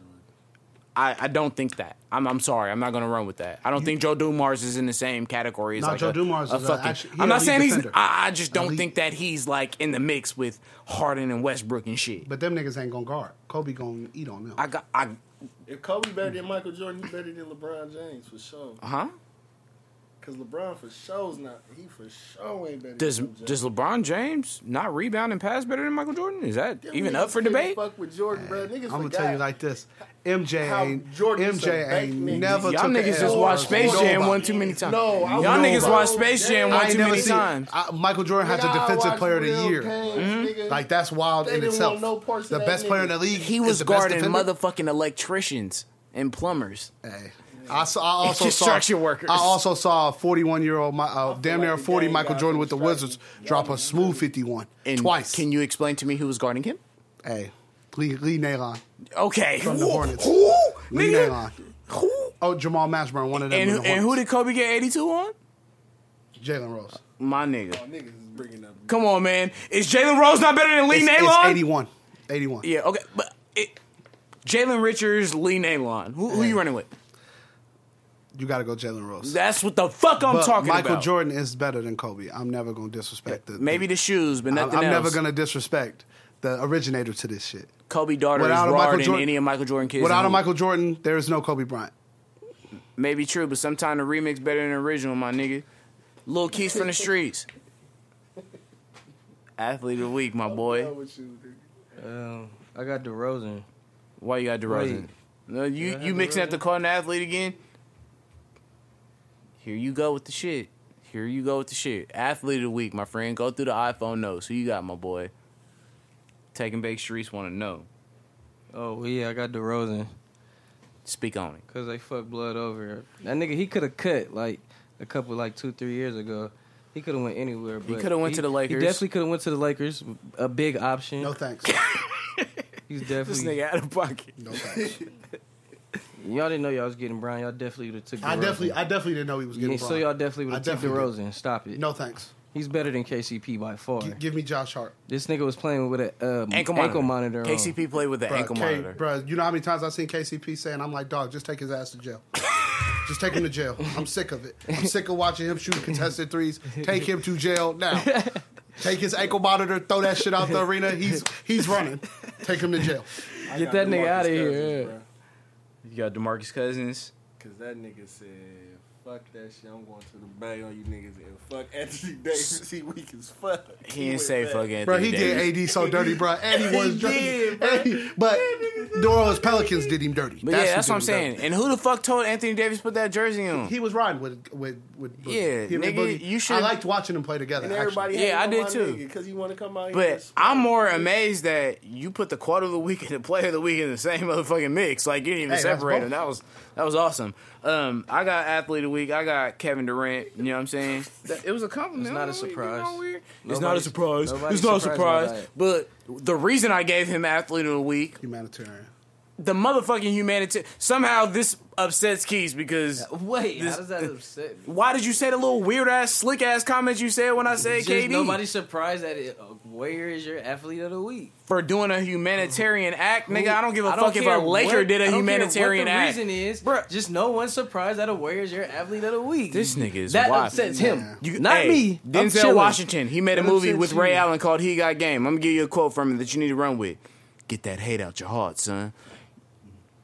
[SPEAKER 1] I, I don't think that. I'm I'm sorry. I'm not going to run with that. I don't think Joe Dumars is in the same category as
[SPEAKER 3] No,
[SPEAKER 1] like
[SPEAKER 3] Joe
[SPEAKER 1] a,
[SPEAKER 3] Dumars
[SPEAKER 1] a
[SPEAKER 3] is a-
[SPEAKER 1] fucking.
[SPEAKER 3] actually- he
[SPEAKER 1] I'm
[SPEAKER 3] a
[SPEAKER 1] not
[SPEAKER 3] lead
[SPEAKER 1] saying
[SPEAKER 3] defender.
[SPEAKER 1] he's. I, I just don't
[SPEAKER 3] lead-
[SPEAKER 1] think that he's like in the mix with Harden and Westbrook and shit.
[SPEAKER 3] But them niggas ain't gonna guard. Kobe gonna eat on them.
[SPEAKER 1] I got I
[SPEAKER 5] If Kobe better than Michael Jordan, he better than LeBron James for sure.
[SPEAKER 1] huh?
[SPEAKER 5] Cause LeBron for sure's not. He for sure ain't better.
[SPEAKER 1] Does
[SPEAKER 5] than Michael
[SPEAKER 1] does LeBron James not rebound and pass better than Michael Jordan? Is that
[SPEAKER 5] Jordan.
[SPEAKER 1] even
[SPEAKER 5] Niggas
[SPEAKER 1] up for
[SPEAKER 5] couldn't
[SPEAKER 1] debate?
[SPEAKER 5] Fuck with Jordan, bro. Niggas
[SPEAKER 3] I'm gonna
[SPEAKER 5] forgot.
[SPEAKER 3] tell you like this: MJ
[SPEAKER 5] How
[SPEAKER 3] ain't
[SPEAKER 5] Jordan used to
[SPEAKER 3] MJ
[SPEAKER 5] bake
[SPEAKER 3] ain't
[SPEAKER 5] niggas.
[SPEAKER 1] Y'all
[SPEAKER 3] never took a
[SPEAKER 1] niggas
[SPEAKER 3] L
[SPEAKER 1] just
[SPEAKER 5] L
[SPEAKER 1] watched
[SPEAKER 5] for
[SPEAKER 1] Space Jam
[SPEAKER 3] nobody.
[SPEAKER 1] one too many times.
[SPEAKER 5] No, I
[SPEAKER 1] y'all
[SPEAKER 5] was
[SPEAKER 1] niggas
[SPEAKER 5] nobody.
[SPEAKER 1] watched Space Jam
[SPEAKER 5] I
[SPEAKER 1] one
[SPEAKER 3] I
[SPEAKER 1] too
[SPEAKER 3] ain't never
[SPEAKER 1] many
[SPEAKER 3] seen
[SPEAKER 1] times.
[SPEAKER 3] I, Michael Jordan had
[SPEAKER 5] Nigga,
[SPEAKER 3] the
[SPEAKER 5] I
[SPEAKER 3] defensive
[SPEAKER 5] watch
[SPEAKER 3] player of the
[SPEAKER 5] real
[SPEAKER 3] year.
[SPEAKER 5] games,
[SPEAKER 1] Mm-hmm.
[SPEAKER 5] nigga.
[SPEAKER 3] Like that's wild in
[SPEAKER 5] They didn't
[SPEAKER 3] itself.
[SPEAKER 5] want no parts of
[SPEAKER 3] the
[SPEAKER 5] that
[SPEAKER 3] best player in the
[SPEAKER 5] nigga.
[SPEAKER 3] league.
[SPEAKER 1] He
[SPEAKER 3] is
[SPEAKER 1] was
[SPEAKER 3] the best
[SPEAKER 1] guarding
[SPEAKER 3] defender.
[SPEAKER 1] motherfucking electricians and plumbers.
[SPEAKER 3] Hey, I, saw, I also
[SPEAKER 1] Construction
[SPEAKER 3] saw,
[SPEAKER 1] workers.
[SPEAKER 3] I also saw a 41 year old, uh, damn near
[SPEAKER 5] like the
[SPEAKER 3] 40
[SPEAKER 5] game
[SPEAKER 3] Michael
[SPEAKER 5] guy
[SPEAKER 3] Jordan
[SPEAKER 5] from
[SPEAKER 3] with the
[SPEAKER 5] Stratton.
[SPEAKER 3] Wizards drop a smooth 51
[SPEAKER 1] And
[SPEAKER 3] twice.
[SPEAKER 1] Can you explain to me who was guarding him?
[SPEAKER 3] hey, Lee, Lee Nalon
[SPEAKER 1] Okay.
[SPEAKER 3] from the
[SPEAKER 1] Who-
[SPEAKER 3] Hornets.
[SPEAKER 1] Who?
[SPEAKER 3] Lee
[SPEAKER 1] Nigga?
[SPEAKER 3] Nalon.
[SPEAKER 1] Who?
[SPEAKER 3] Oh, Jamal Mashburn, one of them.
[SPEAKER 1] And,
[SPEAKER 3] in
[SPEAKER 1] who,
[SPEAKER 3] the
[SPEAKER 1] and who did Kobe get 82 on?
[SPEAKER 3] Hornets. Jalen Rose?
[SPEAKER 1] My nigga.
[SPEAKER 5] Oh, Niggas is bringing up.
[SPEAKER 1] Come on, man. Is Jalen Rose not better than Lee
[SPEAKER 3] It's,
[SPEAKER 1] Nalon?
[SPEAKER 3] it's 81. 81.
[SPEAKER 1] Yeah, okay. But it, Jalen Richards, Lee Nalon. Who, who you running with?
[SPEAKER 3] You got to go Jalen Rose.
[SPEAKER 1] That's what the fuck I'm
[SPEAKER 3] But
[SPEAKER 1] talking
[SPEAKER 3] Michael
[SPEAKER 1] about.
[SPEAKER 3] Jordan is better than Kobe. I'm never going to disrespect the.
[SPEAKER 1] Maybe the shoes, but
[SPEAKER 3] I'm,
[SPEAKER 1] nothing
[SPEAKER 3] I'm
[SPEAKER 1] else.
[SPEAKER 3] never going to disrespect the originator to this shit.
[SPEAKER 1] Kobe daughter is
[SPEAKER 3] Without a Michael
[SPEAKER 1] rawer than
[SPEAKER 3] Jordan-
[SPEAKER 1] any of Michael Jordan kids.
[SPEAKER 3] Without
[SPEAKER 1] in
[SPEAKER 3] a
[SPEAKER 1] the-
[SPEAKER 3] Michael Jordan, there is no Kobe Bryant.
[SPEAKER 1] Maybe true, but sometimes the remix better than the original, my nigga. Little Keys from the streets. Athlete of the week, my boy.
[SPEAKER 5] Hell with you, nigga.
[SPEAKER 2] Um, I got DeRozan.
[SPEAKER 1] Why you got DeRozan?
[SPEAKER 2] Wait.
[SPEAKER 1] No, you
[SPEAKER 2] Did I
[SPEAKER 1] you
[SPEAKER 2] have
[SPEAKER 1] mixing up
[SPEAKER 2] DeRozan?
[SPEAKER 1] the Cardinal athlete again. Here you go with the shit. Here you go with the shit. Athlete of the week, my friend. Go through the iPhone notes. Who you got, my boy? Taking Bake Streets want to know.
[SPEAKER 2] Oh well, yeah, I got DeRozan
[SPEAKER 1] Speak on it.
[SPEAKER 2] because they fucked blood over. That nigga, he could have cut like a couple, like two, three years ago. He could have went anywhere. But
[SPEAKER 1] coulda went to the Lakers.
[SPEAKER 2] He definitely could have went to the Lakers. A big option.
[SPEAKER 3] No thanks.
[SPEAKER 2] He's definitely.
[SPEAKER 1] out of pocket.
[SPEAKER 3] No thanks.
[SPEAKER 2] Y'all didn't know y'all was getting Brian. Y'all definitely would have took. DeRozan.
[SPEAKER 3] I definitely, I definitely didn't know he was
[SPEAKER 2] Yeah,
[SPEAKER 3] getting.
[SPEAKER 2] so
[SPEAKER 3] Bron.
[SPEAKER 2] y'all definitely would
[SPEAKER 3] I
[SPEAKER 2] have took
[SPEAKER 3] definitely
[SPEAKER 2] DeRozan. Stop it.
[SPEAKER 3] No thanks.
[SPEAKER 2] He's better than KCP by far.
[SPEAKER 3] G- give me Josh Hart.
[SPEAKER 2] this nigga was playing with an um,
[SPEAKER 1] Ankle monitor.
[SPEAKER 2] on.
[SPEAKER 1] KCP played with the
[SPEAKER 3] Bruh,
[SPEAKER 1] ankle
[SPEAKER 3] K-
[SPEAKER 1] monitor.
[SPEAKER 3] bruh, you know how many times I've seen KCP saying, "I'm like, dog, just take his ass to jail. just take him to jail. I'm sick of it. I'm sick of watching him shoot contested threes. Take him to jail now. Take his ankle monitor. Throw that shit out the arena. He's he's running. Take him to jail.
[SPEAKER 5] I
[SPEAKER 2] Get
[SPEAKER 5] got
[SPEAKER 2] that nigga
[SPEAKER 5] DeMarcus
[SPEAKER 2] outta here,
[SPEAKER 5] Cousins,
[SPEAKER 2] yeah.
[SPEAKER 5] bro.
[SPEAKER 1] You got Demarcus Cousins.
[SPEAKER 5] Cause that nigga said, "Fuck that shit. I'm going to the bay on you niggas and fuck Anthony Davis. He weak as fuck."
[SPEAKER 1] He didn't
[SPEAKER 5] went
[SPEAKER 1] say
[SPEAKER 5] back.
[SPEAKER 1] fuck Anthony
[SPEAKER 3] Bro, he
[SPEAKER 1] Davis.
[SPEAKER 3] did AD so dirty, bro. And he was dirty.
[SPEAKER 5] did,
[SPEAKER 3] And he- but New Orleans Pelicans did him dirty.
[SPEAKER 1] But yeah,
[SPEAKER 3] who
[SPEAKER 1] that's
[SPEAKER 3] did
[SPEAKER 1] what I'm
[SPEAKER 3] him dirty.
[SPEAKER 1] saying. And who the fuck told Anthony Davis put that jersey on?
[SPEAKER 3] He was riding with with with. Boogie.
[SPEAKER 1] Yeah,
[SPEAKER 3] Him and
[SPEAKER 1] nigga,
[SPEAKER 3] Boogie.
[SPEAKER 1] you
[SPEAKER 3] I
[SPEAKER 1] should-
[SPEAKER 3] liked watching them play together.
[SPEAKER 5] And
[SPEAKER 3] actually.
[SPEAKER 5] everybody,
[SPEAKER 1] Yeah, I
[SPEAKER 5] hating on
[SPEAKER 1] did
[SPEAKER 5] my
[SPEAKER 1] too.
[SPEAKER 5] nigga Cause he want to come out. here and
[SPEAKER 1] But
[SPEAKER 5] smoke.
[SPEAKER 1] I'm more amazed that you put the quarter of the week and the player of the week in the same motherfucking mix. Like you didn't even
[SPEAKER 3] Hey, that's
[SPEAKER 1] separate them.
[SPEAKER 3] both.
[SPEAKER 1] That was that was awesome. Um, I got athlete of the week. I got Kevin Durant. You know what I'm saying? That- it was a compliment.
[SPEAKER 2] It's not
[SPEAKER 1] I
[SPEAKER 2] a
[SPEAKER 1] don't know, you
[SPEAKER 2] surprise.
[SPEAKER 1] know, weird. It's not a
[SPEAKER 2] Nobody's-
[SPEAKER 1] surprise. It's
[SPEAKER 2] nobody's
[SPEAKER 1] not a
[SPEAKER 2] surprised by
[SPEAKER 1] surprise. But the reason I gave him athlete of the week,
[SPEAKER 3] humanitarian.
[SPEAKER 1] the motherfucking humanity. Somehow this upsets Keys because
[SPEAKER 2] Wait,
[SPEAKER 1] This-
[SPEAKER 2] how does that upset me?
[SPEAKER 1] why did you say the little weird ass slick ass comment you said when I said
[SPEAKER 2] Just
[SPEAKER 1] KD?
[SPEAKER 2] nobody surprised that it. uh, Where is your athlete of the week?
[SPEAKER 1] for doing a humanitarian act, nigga. I don't give a
[SPEAKER 2] I
[SPEAKER 1] fuck if
[SPEAKER 2] care
[SPEAKER 1] a Laker
[SPEAKER 2] what-
[SPEAKER 1] did a
[SPEAKER 2] I don't care
[SPEAKER 1] humanitarian
[SPEAKER 2] what the
[SPEAKER 1] act.
[SPEAKER 2] reason is,
[SPEAKER 1] Bruh.
[SPEAKER 2] just no one surprised that a Warriors your athlete of the week.
[SPEAKER 1] This nigga is
[SPEAKER 2] that
[SPEAKER 1] wild.
[SPEAKER 2] upsets him,
[SPEAKER 1] You-
[SPEAKER 2] not
[SPEAKER 1] hey,
[SPEAKER 2] me. I'm
[SPEAKER 1] Denzel
[SPEAKER 2] chilling.
[SPEAKER 1] Washington. He made a
[SPEAKER 2] That
[SPEAKER 1] movie
[SPEAKER 2] upsets
[SPEAKER 1] with Ray
[SPEAKER 2] you.
[SPEAKER 1] Allen called "He Got Game." I'm gonna give you a quote from it that you need to run with. Get that hate out your heart, son.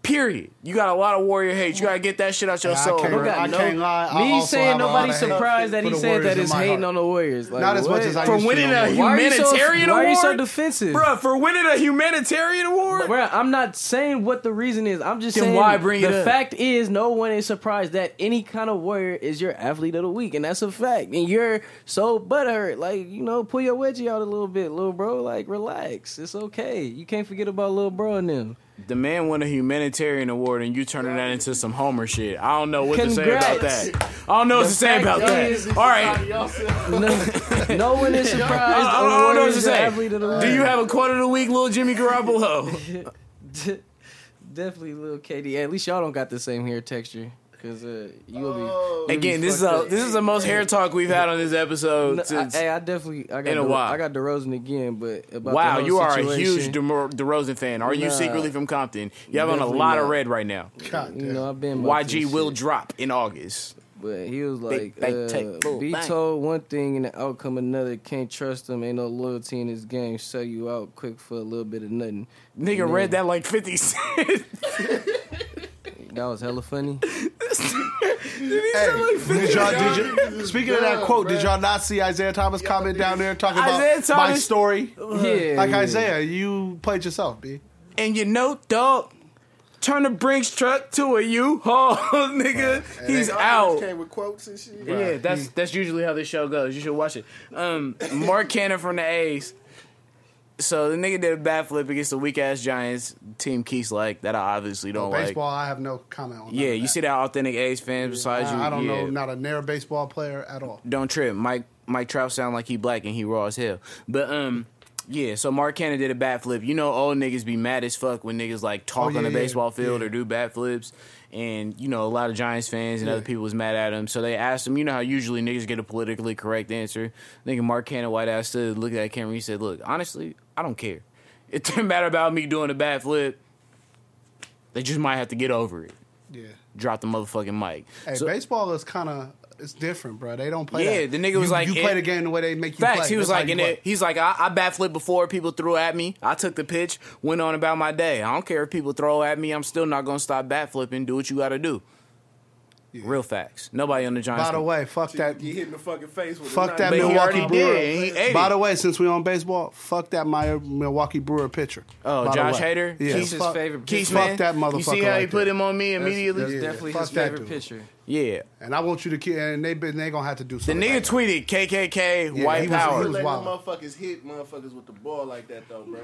[SPEAKER 1] Period. You got a lot of warrior hate. You gotta get that shit out your
[SPEAKER 3] Yeah, I
[SPEAKER 1] soul.
[SPEAKER 3] can't
[SPEAKER 1] bro.
[SPEAKER 2] got
[SPEAKER 3] I
[SPEAKER 2] no-
[SPEAKER 3] can't lie, I
[SPEAKER 2] Me
[SPEAKER 3] also
[SPEAKER 2] saying
[SPEAKER 3] have a lot
[SPEAKER 2] nobody's
[SPEAKER 3] of hate
[SPEAKER 2] surprised that
[SPEAKER 3] for
[SPEAKER 2] he
[SPEAKER 3] the
[SPEAKER 2] said
[SPEAKER 3] Warriors
[SPEAKER 2] that
[SPEAKER 3] in
[SPEAKER 2] is
[SPEAKER 3] my
[SPEAKER 2] hating
[SPEAKER 3] heart.
[SPEAKER 2] on the Warriors. Like,
[SPEAKER 3] Not as
[SPEAKER 2] what?
[SPEAKER 3] much as I
[SPEAKER 1] For
[SPEAKER 3] used
[SPEAKER 1] winning
[SPEAKER 3] to.
[SPEAKER 1] a
[SPEAKER 3] on
[SPEAKER 2] why are you so,
[SPEAKER 1] humanitarian
[SPEAKER 2] why are you so
[SPEAKER 1] award,
[SPEAKER 2] defensive,
[SPEAKER 1] Bruh, For winning a humanitarian award,
[SPEAKER 2] Bruh, I'm not saying what the reason is. I'm just
[SPEAKER 1] Then
[SPEAKER 2] saying
[SPEAKER 1] why bring it
[SPEAKER 2] the
[SPEAKER 1] up?
[SPEAKER 2] fact is no one is surprised that any kind of warrior is your athlete of the week, and that's a fact. And you're so butthurt, like you know, pull your wedgie out a little bit, little bro. Like relax, it's okay. You can't forget about little bro and them.
[SPEAKER 1] the man won a humanitarian award, and you turning that into some Homer shit. I don't know what to say about
[SPEAKER 2] Congrats.
[SPEAKER 1] that. I don't know what to say
[SPEAKER 2] fact
[SPEAKER 1] about
[SPEAKER 2] is-
[SPEAKER 1] that. All right,
[SPEAKER 2] No, no one is surprised.
[SPEAKER 1] I don't- I
[SPEAKER 2] on
[SPEAKER 1] don't know what
[SPEAKER 2] Warriors
[SPEAKER 1] to
[SPEAKER 2] as
[SPEAKER 1] say.
[SPEAKER 2] athlete of the week.
[SPEAKER 1] Do you have a quote of the week, little Jimmy Garoppolo?
[SPEAKER 2] De- Definitely, little KD. At least y'all don't got the same hair texture, cause uh, you'll be. you'll be
[SPEAKER 1] Again, this is
[SPEAKER 2] fucked
[SPEAKER 1] a
[SPEAKER 2] up.
[SPEAKER 1] this is the most hair talk we've had on this episode
[SPEAKER 2] No, I,
[SPEAKER 1] since.
[SPEAKER 2] hey, I definitely I got
[SPEAKER 1] in a
[SPEAKER 2] DeRo-
[SPEAKER 1] while.
[SPEAKER 2] I got DeRozan again, but about
[SPEAKER 1] wow,
[SPEAKER 2] the whole
[SPEAKER 1] you are
[SPEAKER 2] situation,
[SPEAKER 1] a huge DeMar- DeRozan fan. Are you
[SPEAKER 2] Nah.
[SPEAKER 1] secretly from Compton? You have on a
[SPEAKER 2] Definitely
[SPEAKER 1] lot of
[SPEAKER 2] not.
[SPEAKER 1] red right now.
[SPEAKER 3] God
[SPEAKER 2] You
[SPEAKER 3] damn.
[SPEAKER 2] know, I've been about
[SPEAKER 1] YG
[SPEAKER 2] this
[SPEAKER 1] will
[SPEAKER 2] shit,
[SPEAKER 1] drop in August.
[SPEAKER 2] but he was like,
[SPEAKER 1] bang,
[SPEAKER 2] uh,
[SPEAKER 1] take, boom,
[SPEAKER 2] be
[SPEAKER 1] bang.
[SPEAKER 2] told one thing and the outcome another. Can't trust him. Ain't no loyalty in this game. Sell you out quick for a little bit of nothing.
[SPEAKER 1] Nigga
[SPEAKER 2] Yeah.
[SPEAKER 1] read that like 50 cents.
[SPEAKER 2] That was hella funny.
[SPEAKER 3] Did y'all, did you, speaking of that quote, did y'all not see Isaiah Thomas comment down there talking
[SPEAKER 1] Isaiah
[SPEAKER 3] about my
[SPEAKER 1] Thomas-
[SPEAKER 3] story?
[SPEAKER 2] yeah,
[SPEAKER 3] Like
[SPEAKER 2] yeah.
[SPEAKER 3] Isaiah, you played yourself, B.
[SPEAKER 1] and you know, dog, turn the Brinks truck to a U-Haul, nigga. He's out.
[SPEAKER 5] Came with quotes and shit.
[SPEAKER 1] Yeah, that's that's usually how this show goes. You should watch it. Um, Mark Cannon from the A's. So the nigga did a bat flip against the weak ass Giants. Team Keith's like that. I obviously don't Oh, like.
[SPEAKER 3] Baseball, I have no comment on.
[SPEAKER 1] Yeah,
[SPEAKER 3] that.
[SPEAKER 1] you see that authentic A's fans besides you.
[SPEAKER 3] I, I don't
[SPEAKER 1] yeah.
[SPEAKER 3] know, not a near baseball player at all.
[SPEAKER 1] Don't trip. Mike Mike Trout sound like he black and he raw as hell. But um, yeah. So Mark Cannon did a bat flip. You know, old niggas be mad as fuck when niggas like talk
[SPEAKER 3] Oh, yeah,
[SPEAKER 1] on the
[SPEAKER 3] yeah,
[SPEAKER 1] baseball field
[SPEAKER 3] yeah.
[SPEAKER 1] or do bat flips. And you know, a lot of Giants fans and other people was mad at him. So they asked him. You know how usually niggas get a politically correct answer. Nigga Mark Cannon white ass stood, looked at that camera. He said, "Look, honestly, I don't care. It doesn't matter about me doing a bat flip. They just might have to get over it."
[SPEAKER 3] Yeah.
[SPEAKER 1] Drop the motherfucking mic.
[SPEAKER 3] Hey,
[SPEAKER 1] So-
[SPEAKER 3] baseball is kind of it's different, bro. They don't play.
[SPEAKER 1] Yeah,
[SPEAKER 3] that.
[SPEAKER 1] the nigga was
[SPEAKER 3] You-
[SPEAKER 1] like,
[SPEAKER 3] you
[SPEAKER 1] it-
[SPEAKER 3] play the game the way they make you
[SPEAKER 1] Facts.
[SPEAKER 3] play.
[SPEAKER 1] He was
[SPEAKER 3] That's how
[SPEAKER 1] like,
[SPEAKER 3] you
[SPEAKER 1] and
[SPEAKER 3] play.
[SPEAKER 1] it, he's like, I, I bat flipped before people threw at me. I took the pitch, went on about my day. I don't care if people throw at me. I'm still not gonna stop bat flipping. Do what you got to do. Real facts. Nobody on the Giants.
[SPEAKER 3] By the way, fuck that.
[SPEAKER 5] You get hit in the fucking face with a
[SPEAKER 3] Fuck
[SPEAKER 5] knife.
[SPEAKER 3] that
[SPEAKER 1] but he
[SPEAKER 3] Milwaukee
[SPEAKER 1] already
[SPEAKER 3] Brewer.
[SPEAKER 1] did. and He ate
[SPEAKER 3] By
[SPEAKER 1] it.
[SPEAKER 3] the way, since we on baseball, fuck that my Milwaukee Brewer pitcher.
[SPEAKER 1] Oh,
[SPEAKER 3] By the
[SPEAKER 1] Josh
[SPEAKER 3] way.
[SPEAKER 1] Hader?
[SPEAKER 3] Yeah,
[SPEAKER 2] Keith's
[SPEAKER 3] fuck-
[SPEAKER 2] favorite
[SPEAKER 1] Keith,
[SPEAKER 2] pitcher.
[SPEAKER 3] fuck
[SPEAKER 1] man,
[SPEAKER 3] that
[SPEAKER 1] You see
[SPEAKER 3] motherfucker
[SPEAKER 1] how he
[SPEAKER 3] right
[SPEAKER 1] put
[SPEAKER 3] there.
[SPEAKER 1] him on me immediately?
[SPEAKER 3] yeah.
[SPEAKER 2] Definitely
[SPEAKER 3] fuck
[SPEAKER 2] his
[SPEAKER 3] that
[SPEAKER 2] favorite
[SPEAKER 3] dude.
[SPEAKER 2] picture.
[SPEAKER 1] yeah.
[SPEAKER 3] And I want you to keep. And they been they gonna have to do
[SPEAKER 1] The
[SPEAKER 3] something.
[SPEAKER 1] nigga
[SPEAKER 3] about that.
[SPEAKER 1] tweeted KKK
[SPEAKER 3] Yeah,
[SPEAKER 1] white
[SPEAKER 3] he was- he
[SPEAKER 1] power.
[SPEAKER 3] was
[SPEAKER 5] Letting
[SPEAKER 3] wild.
[SPEAKER 5] motherfuckers hit motherfuckers with the ball like that though, bro.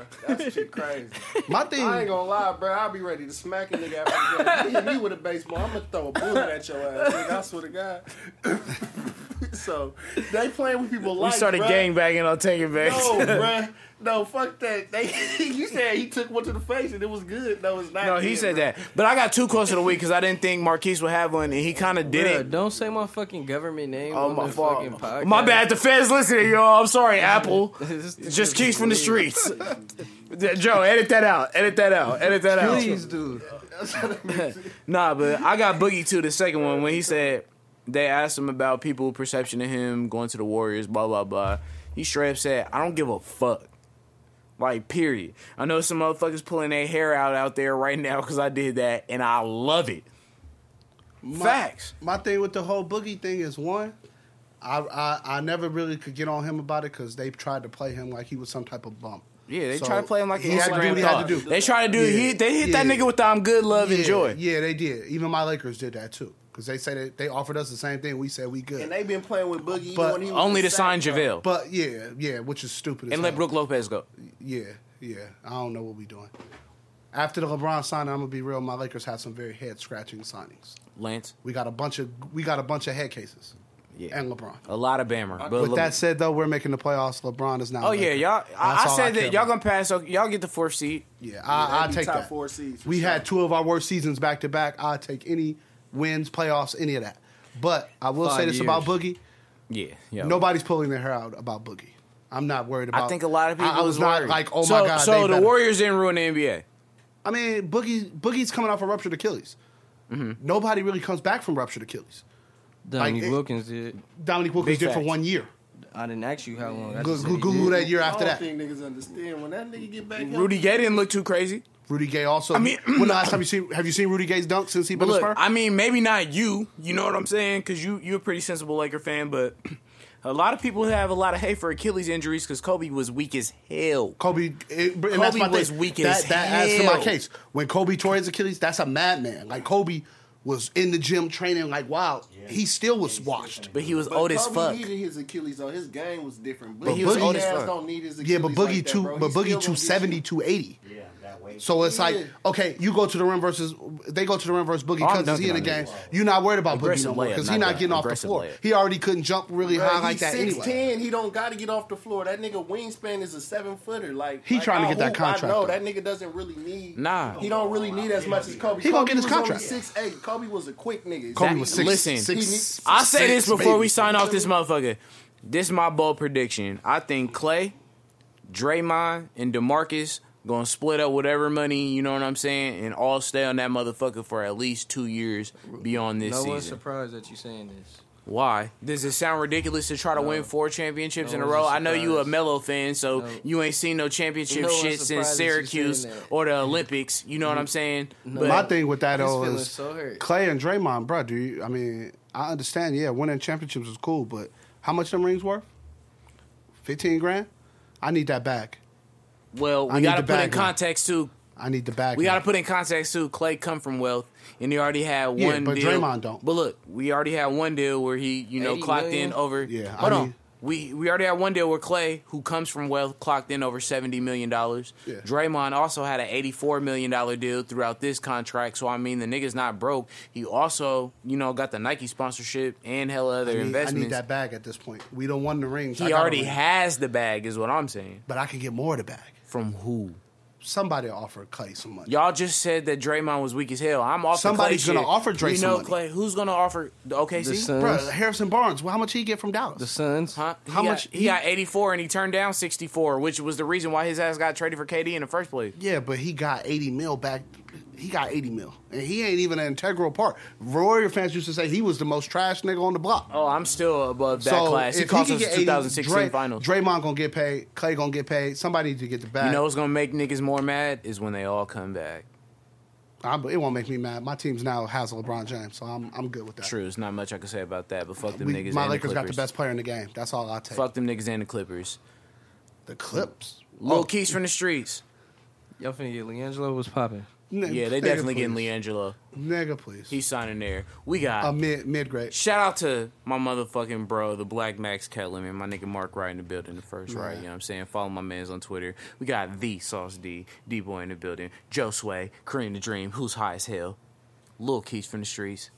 [SPEAKER 5] That's shit crazy.
[SPEAKER 3] My thing.
[SPEAKER 5] I ain't gonna lie, bro. I'll be ready to smack a nigga after you me with a baseball. I'm gonna throw a bullet at your ass. Nigga, I swear to God. so they playing with people
[SPEAKER 1] we
[SPEAKER 5] like
[SPEAKER 1] started
[SPEAKER 5] bruh.
[SPEAKER 1] gangbanging on Taker Banks.
[SPEAKER 5] No, bro. No, fuck that. They, you said he took one to the face and it was good. No, it's not.
[SPEAKER 1] No, he
[SPEAKER 5] good,
[SPEAKER 1] said
[SPEAKER 5] bruh.
[SPEAKER 1] that. But I got two quotes of the week because I didn't think Marquise would have one, and he kind of did
[SPEAKER 2] Bruh,
[SPEAKER 1] it.
[SPEAKER 2] don't say my fucking government name.
[SPEAKER 1] Oh,
[SPEAKER 2] on
[SPEAKER 1] my
[SPEAKER 2] the
[SPEAKER 1] fault.
[SPEAKER 2] fucking podcast.
[SPEAKER 1] My bad. The feds listening, y'all. I'm sorry, Apple.
[SPEAKER 2] This- this
[SPEAKER 1] Just
[SPEAKER 2] is
[SPEAKER 1] keys from the
[SPEAKER 2] weird.
[SPEAKER 1] streets. Joe, edit that out. Edit that out. Edit that out.
[SPEAKER 2] Please, dude.
[SPEAKER 1] Nah, but I got Boogie too. The second one when he said they asked him about people perception of him going to the Warriors, blah blah blah. He straight up said, "I don't give a fuck." Like, period. I know some motherfuckers pulling their hair out out there right now because I did that, and I love it. Facts.
[SPEAKER 3] My thing with the whole boogie thing is one, I I, I never really could get on him about it because they tried to play him like he was some type of bump.
[SPEAKER 1] Yeah, they
[SPEAKER 3] So,
[SPEAKER 1] try to play him like an
[SPEAKER 3] he had to do
[SPEAKER 1] Instagram
[SPEAKER 3] what he had to
[SPEAKER 1] thought.
[SPEAKER 3] do.
[SPEAKER 1] They try to do.
[SPEAKER 3] Yeah.
[SPEAKER 1] He, they hit that
[SPEAKER 3] Yeah.
[SPEAKER 1] nigga with the "I'm good, love,
[SPEAKER 3] yeah,
[SPEAKER 1] and joy."
[SPEAKER 3] Yeah, they did. Even my Lakers did that too because they said that they offered us the same thing. We said we good.
[SPEAKER 5] And they been playing with Boogie. even
[SPEAKER 3] But
[SPEAKER 5] when he was
[SPEAKER 1] Only
[SPEAKER 5] in
[SPEAKER 1] to sign
[SPEAKER 5] Sac, bruh.
[SPEAKER 1] JaVale
[SPEAKER 3] but yeah, yeah, which is stupid. As
[SPEAKER 1] and let
[SPEAKER 3] hell.
[SPEAKER 1] Brooke Lopez go.
[SPEAKER 3] Yeah, yeah. I don't know what we doing. After the LeBron signing, I'm gonna be real. My Lakers had some very head scratching signings.
[SPEAKER 1] Lance,
[SPEAKER 3] We got a bunch of we got a bunch of head cases.
[SPEAKER 1] Yeah.
[SPEAKER 3] and LeBron.
[SPEAKER 2] Uh,
[SPEAKER 1] a lot of bammer. But
[SPEAKER 3] With
[SPEAKER 1] look-
[SPEAKER 3] that said, though, we're making the playoffs. LeBron is now.
[SPEAKER 1] oh
[SPEAKER 3] a
[SPEAKER 1] yeah,
[SPEAKER 3] Laker.
[SPEAKER 1] y'all. I,
[SPEAKER 3] That's
[SPEAKER 1] I
[SPEAKER 3] all
[SPEAKER 1] said
[SPEAKER 3] care
[SPEAKER 1] that y'all
[SPEAKER 3] about.
[SPEAKER 1] gonna pass. Okay, y'all get the fourth seat.
[SPEAKER 3] Yeah, I, I
[SPEAKER 5] They be
[SPEAKER 3] take
[SPEAKER 5] top
[SPEAKER 3] that.
[SPEAKER 5] four seeds. for
[SPEAKER 3] we
[SPEAKER 5] sure.
[SPEAKER 3] had two of our worst seasons back to back. I take any wins, playoffs, any of that. But I will say
[SPEAKER 2] Five
[SPEAKER 3] this about
[SPEAKER 2] years.
[SPEAKER 3] Boogie:
[SPEAKER 1] Yeah, yeah.
[SPEAKER 3] nobody's pulling their hair out about Boogie. I'm not worried about.
[SPEAKER 1] I think a lot of people.
[SPEAKER 3] I, I was, not
[SPEAKER 1] worried.
[SPEAKER 3] like, oh
[SPEAKER 1] so,
[SPEAKER 3] my god.
[SPEAKER 1] So
[SPEAKER 3] they
[SPEAKER 1] the
[SPEAKER 3] better.
[SPEAKER 1] Warriors didn't ruin the NBA.
[SPEAKER 3] I mean, Boogie Boogie's coming off a ruptured Achilles.
[SPEAKER 1] Mm-hmm.
[SPEAKER 3] Nobody really comes back from ruptured Achilles.
[SPEAKER 2] Dominique
[SPEAKER 3] it-
[SPEAKER 2] Wilkins did.
[SPEAKER 3] Dominique Wilkins
[SPEAKER 1] Big
[SPEAKER 3] did for
[SPEAKER 1] facts.
[SPEAKER 3] one year.
[SPEAKER 2] I didn't ask you how long. I
[SPEAKER 3] Go-
[SPEAKER 2] just said
[SPEAKER 3] go-
[SPEAKER 2] he
[SPEAKER 3] Google
[SPEAKER 2] did.
[SPEAKER 3] that year
[SPEAKER 5] I
[SPEAKER 3] after
[SPEAKER 5] don't
[SPEAKER 3] that.
[SPEAKER 1] Mm-hmm.
[SPEAKER 5] think niggas understand when that nigga get back.
[SPEAKER 1] Rudy Gay didn't look too crazy.
[SPEAKER 3] Rudy Gay also. I
[SPEAKER 1] mean-
[SPEAKER 3] when the last time you seen have you seen Rudy Gay's dunk since he been a
[SPEAKER 1] Look,
[SPEAKER 3] Spur?
[SPEAKER 1] I mean, maybe not you. You know what I'm saying? Because you you're a pretty sensible Laker fan, but a lot of people have a lot of hate for Achilles injuries because Kobe was weak as hell.
[SPEAKER 3] Kobe, it, and that's my
[SPEAKER 1] was
[SPEAKER 3] thing.
[SPEAKER 1] weak
[SPEAKER 3] that,
[SPEAKER 1] as
[SPEAKER 3] that adds to my
[SPEAKER 1] hell.
[SPEAKER 3] case. When Kobe tore his Achilles, that's a madman. Like Kobe was in the gym training like wild. He still was washed.
[SPEAKER 1] But he was old as
[SPEAKER 5] Kobe
[SPEAKER 1] fuck.
[SPEAKER 5] needed his Achilles though. His game was different. But,
[SPEAKER 1] he was
[SPEAKER 5] Boogie
[SPEAKER 1] old as
[SPEAKER 5] ass
[SPEAKER 1] fuck.
[SPEAKER 5] Don't need his Achilles
[SPEAKER 3] Yeah, but Boogie
[SPEAKER 5] like that,
[SPEAKER 3] two,
[SPEAKER 5] bro.
[SPEAKER 3] but
[SPEAKER 5] He still
[SPEAKER 3] Boogie
[SPEAKER 5] gonna get you.
[SPEAKER 3] 270, 280.
[SPEAKER 6] Yeah, that way.
[SPEAKER 3] So it's
[SPEAKER 5] Yeah.
[SPEAKER 3] like, okay, you go to the rim versus they go to the rim versus Boogie
[SPEAKER 1] Oh, I'm
[SPEAKER 3] because he in the
[SPEAKER 1] dunking on
[SPEAKER 3] game.
[SPEAKER 1] you.
[SPEAKER 3] You're not worried about Boogie
[SPEAKER 1] Aggressive
[SPEAKER 3] no more
[SPEAKER 1] layup,
[SPEAKER 3] because
[SPEAKER 1] not
[SPEAKER 3] he's not
[SPEAKER 1] that.
[SPEAKER 3] getting off the
[SPEAKER 1] Aggressive
[SPEAKER 3] floor.
[SPEAKER 1] layup.
[SPEAKER 3] He already couldn't jump really
[SPEAKER 5] Bro,
[SPEAKER 3] high like that
[SPEAKER 5] He's
[SPEAKER 3] anyway.
[SPEAKER 5] 6'10", He don't got to get off the floor. That nigga wingspan is a seven footer. Like
[SPEAKER 3] He
[SPEAKER 5] like,
[SPEAKER 3] trying to
[SPEAKER 5] I
[SPEAKER 3] get that
[SPEAKER 5] hoop,
[SPEAKER 3] contract,
[SPEAKER 5] I know
[SPEAKER 3] though.
[SPEAKER 5] that nigga doesn't really need.
[SPEAKER 1] Nah.
[SPEAKER 5] he don't really need as much as Kobe.
[SPEAKER 3] He gonna get his contract.
[SPEAKER 5] Six eight. Kobe was a quick nigga.
[SPEAKER 3] Kobe
[SPEAKER 5] He-
[SPEAKER 3] was six.
[SPEAKER 1] listen,
[SPEAKER 3] six-
[SPEAKER 5] he-
[SPEAKER 1] I say this
[SPEAKER 3] six,
[SPEAKER 1] before
[SPEAKER 3] baby.
[SPEAKER 1] we sign off this motherfucker. This is my bold prediction. I think Clay, Draymond, and DeMarcus gonna split up whatever money, you know what I'm saying, and all stay on that motherfucker for at least two years beyond this
[SPEAKER 2] No one's
[SPEAKER 1] season.
[SPEAKER 2] surprised that you saying this.
[SPEAKER 1] Why? Does it sound ridiculous to try to win four championships
[SPEAKER 2] No
[SPEAKER 1] in a
[SPEAKER 2] one's
[SPEAKER 1] row? I know you a
[SPEAKER 2] surprised.
[SPEAKER 1] mellow fan, so
[SPEAKER 2] No.
[SPEAKER 1] you ain't seen no championship
[SPEAKER 2] No one's
[SPEAKER 1] shit since
[SPEAKER 2] surprised that you
[SPEAKER 1] Syracuse
[SPEAKER 2] saying that. Mm-hmm.
[SPEAKER 1] or the Olympics. You know what I'm saying? But
[SPEAKER 3] My thing with that
[SPEAKER 2] He's
[SPEAKER 3] though
[SPEAKER 2] feeling
[SPEAKER 3] is
[SPEAKER 2] so hurt.
[SPEAKER 3] Clay and Draymond, bro. Do you? I mean, I understand. Yeah, winning championships is cool, but how much them rings worth? Fifteen grand. I need that back.
[SPEAKER 1] well,
[SPEAKER 3] I
[SPEAKER 1] we
[SPEAKER 3] need
[SPEAKER 1] gotta
[SPEAKER 3] to
[SPEAKER 1] put in
[SPEAKER 3] back him.
[SPEAKER 1] context too.
[SPEAKER 3] I need the back.
[SPEAKER 1] We
[SPEAKER 3] now.
[SPEAKER 1] got to put in context too. Clay come from wealth, and he already had one.
[SPEAKER 3] Yeah, but
[SPEAKER 1] deal.
[SPEAKER 3] Draymond don't.
[SPEAKER 1] But look, we already had one deal where he, you know,
[SPEAKER 2] 80
[SPEAKER 1] clocked
[SPEAKER 2] million?
[SPEAKER 1] in over.
[SPEAKER 3] Yeah, I
[SPEAKER 1] hold on.
[SPEAKER 3] mean-
[SPEAKER 1] we we already had one deal where Clay, who comes from wealth, clocked in over seventy million dollars.
[SPEAKER 3] Yeah.
[SPEAKER 1] Draymond also had an eighty-four million dollar deal throughout this contract. So I mean, the nigga's not broke. He also, you know, got the Nike sponsorship and hella other
[SPEAKER 3] I need, I need
[SPEAKER 1] investments.
[SPEAKER 3] that bag at this point. We don't won the rings. I
[SPEAKER 1] He
[SPEAKER 3] got a
[SPEAKER 1] already
[SPEAKER 3] ring.
[SPEAKER 1] has the bag, is what I'm saying.
[SPEAKER 3] but I can get more of the bag.
[SPEAKER 1] From who?
[SPEAKER 3] Somebody offer Clay some money.
[SPEAKER 1] Y'all just said that Draymond was weak as hell. I'm off.
[SPEAKER 3] Somebody's
[SPEAKER 1] the Clay
[SPEAKER 3] gonna
[SPEAKER 1] shit.
[SPEAKER 3] offer Dray
[SPEAKER 1] You
[SPEAKER 3] some
[SPEAKER 1] know,
[SPEAKER 3] money.
[SPEAKER 1] Clay. Who's gonna offer the OKC?
[SPEAKER 2] The Suns,
[SPEAKER 3] Bro, Harrison Barnes. Well, how much he get from Dallas?
[SPEAKER 2] the Suns.
[SPEAKER 1] Huh?
[SPEAKER 3] How
[SPEAKER 1] he
[SPEAKER 3] much-
[SPEAKER 1] Got, he, got 84 and he turned down 64, which was the reason why his ass got traded for KD in the first place.
[SPEAKER 3] Yeah, but he got 80 mil back. He got 80 mil. And he ain't even an integral part. Warrior fans used to say he was the most trash nigga on the block.
[SPEAKER 1] Oh, I'm still above that class. He
[SPEAKER 3] if
[SPEAKER 1] cost
[SPEAKER 3] can
[SPEAKER 1] us
[SPEAKER 3] get 80,
[SPEAKER 1] 2016
[SPEAKER 3] Dray-
[SPEAKER 1] finals.
[SPEAKER 3] Draymond gonna get paid. Clay gonna get paid. Somebody need to get the bag.
[SPEAKER 1] you know what's gonna make niggas more mad is when they all come back.
[SPEAKER 3] I, it won't make me mad. My team's now has LeBron James, so I'm I'm good with that.
[SPEAKER 1] True, it's not much I can say about that, but fuck them
[SPEAKER 3] We-
[SPEAKER 1] niggas.
[SPEAKER 3] my
[SPEAKER 1] and
[SPEAKER 3] Lakers
[SPEAKER 1] the
[SPEAKER 3] got
[SPEAKER 1] Clippers.
[SPEAKER 3] the best player in the game. That's all I take.
[SPEAKER 1] Fuck them niggas and the Clippers.
[SPEAKER 3] The Clips.
[SPEAKER 1] Lil
[SPEAKER 3] Oh,
[SPEAKER 1] Keys from the streets.
[SPEAKER 2] Y'all finna get Leangelo was popping.
[SPEAKER 3] n-
[SPEAKER 1] Yeah, they
[SPEAKER 3] nigga,
[SPEAKER 1] definitely
[SPEAKER 3] please.
[SPEAKER 1] getting Leangelo.
[SPEAKER 3] Nigga, please.
[SPEAKER 1] He's signing there. We got
[SPEAKER 3] a mid mid grade.
[SPEAKER 1] Shout out to my motherfucking bro, the Black Max Kellerman, my nigga Mark Wright in the building, the first right. You know what I'm saying? Follow my mans on Twitter. We got the Sauce D, D Boy in the building, Joe Sway, Korean the Dream, who's high as hell, Lil Keys from the streets.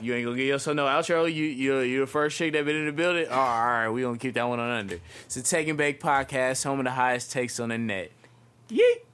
[SPEAKER 1] You ain't gonna get yourself no outro. You you you the first chick that been in the building. Oh, all right, we gonna keep that one on under. It's the Take and Bake podcast, home of the highest takes on the net. Yeet.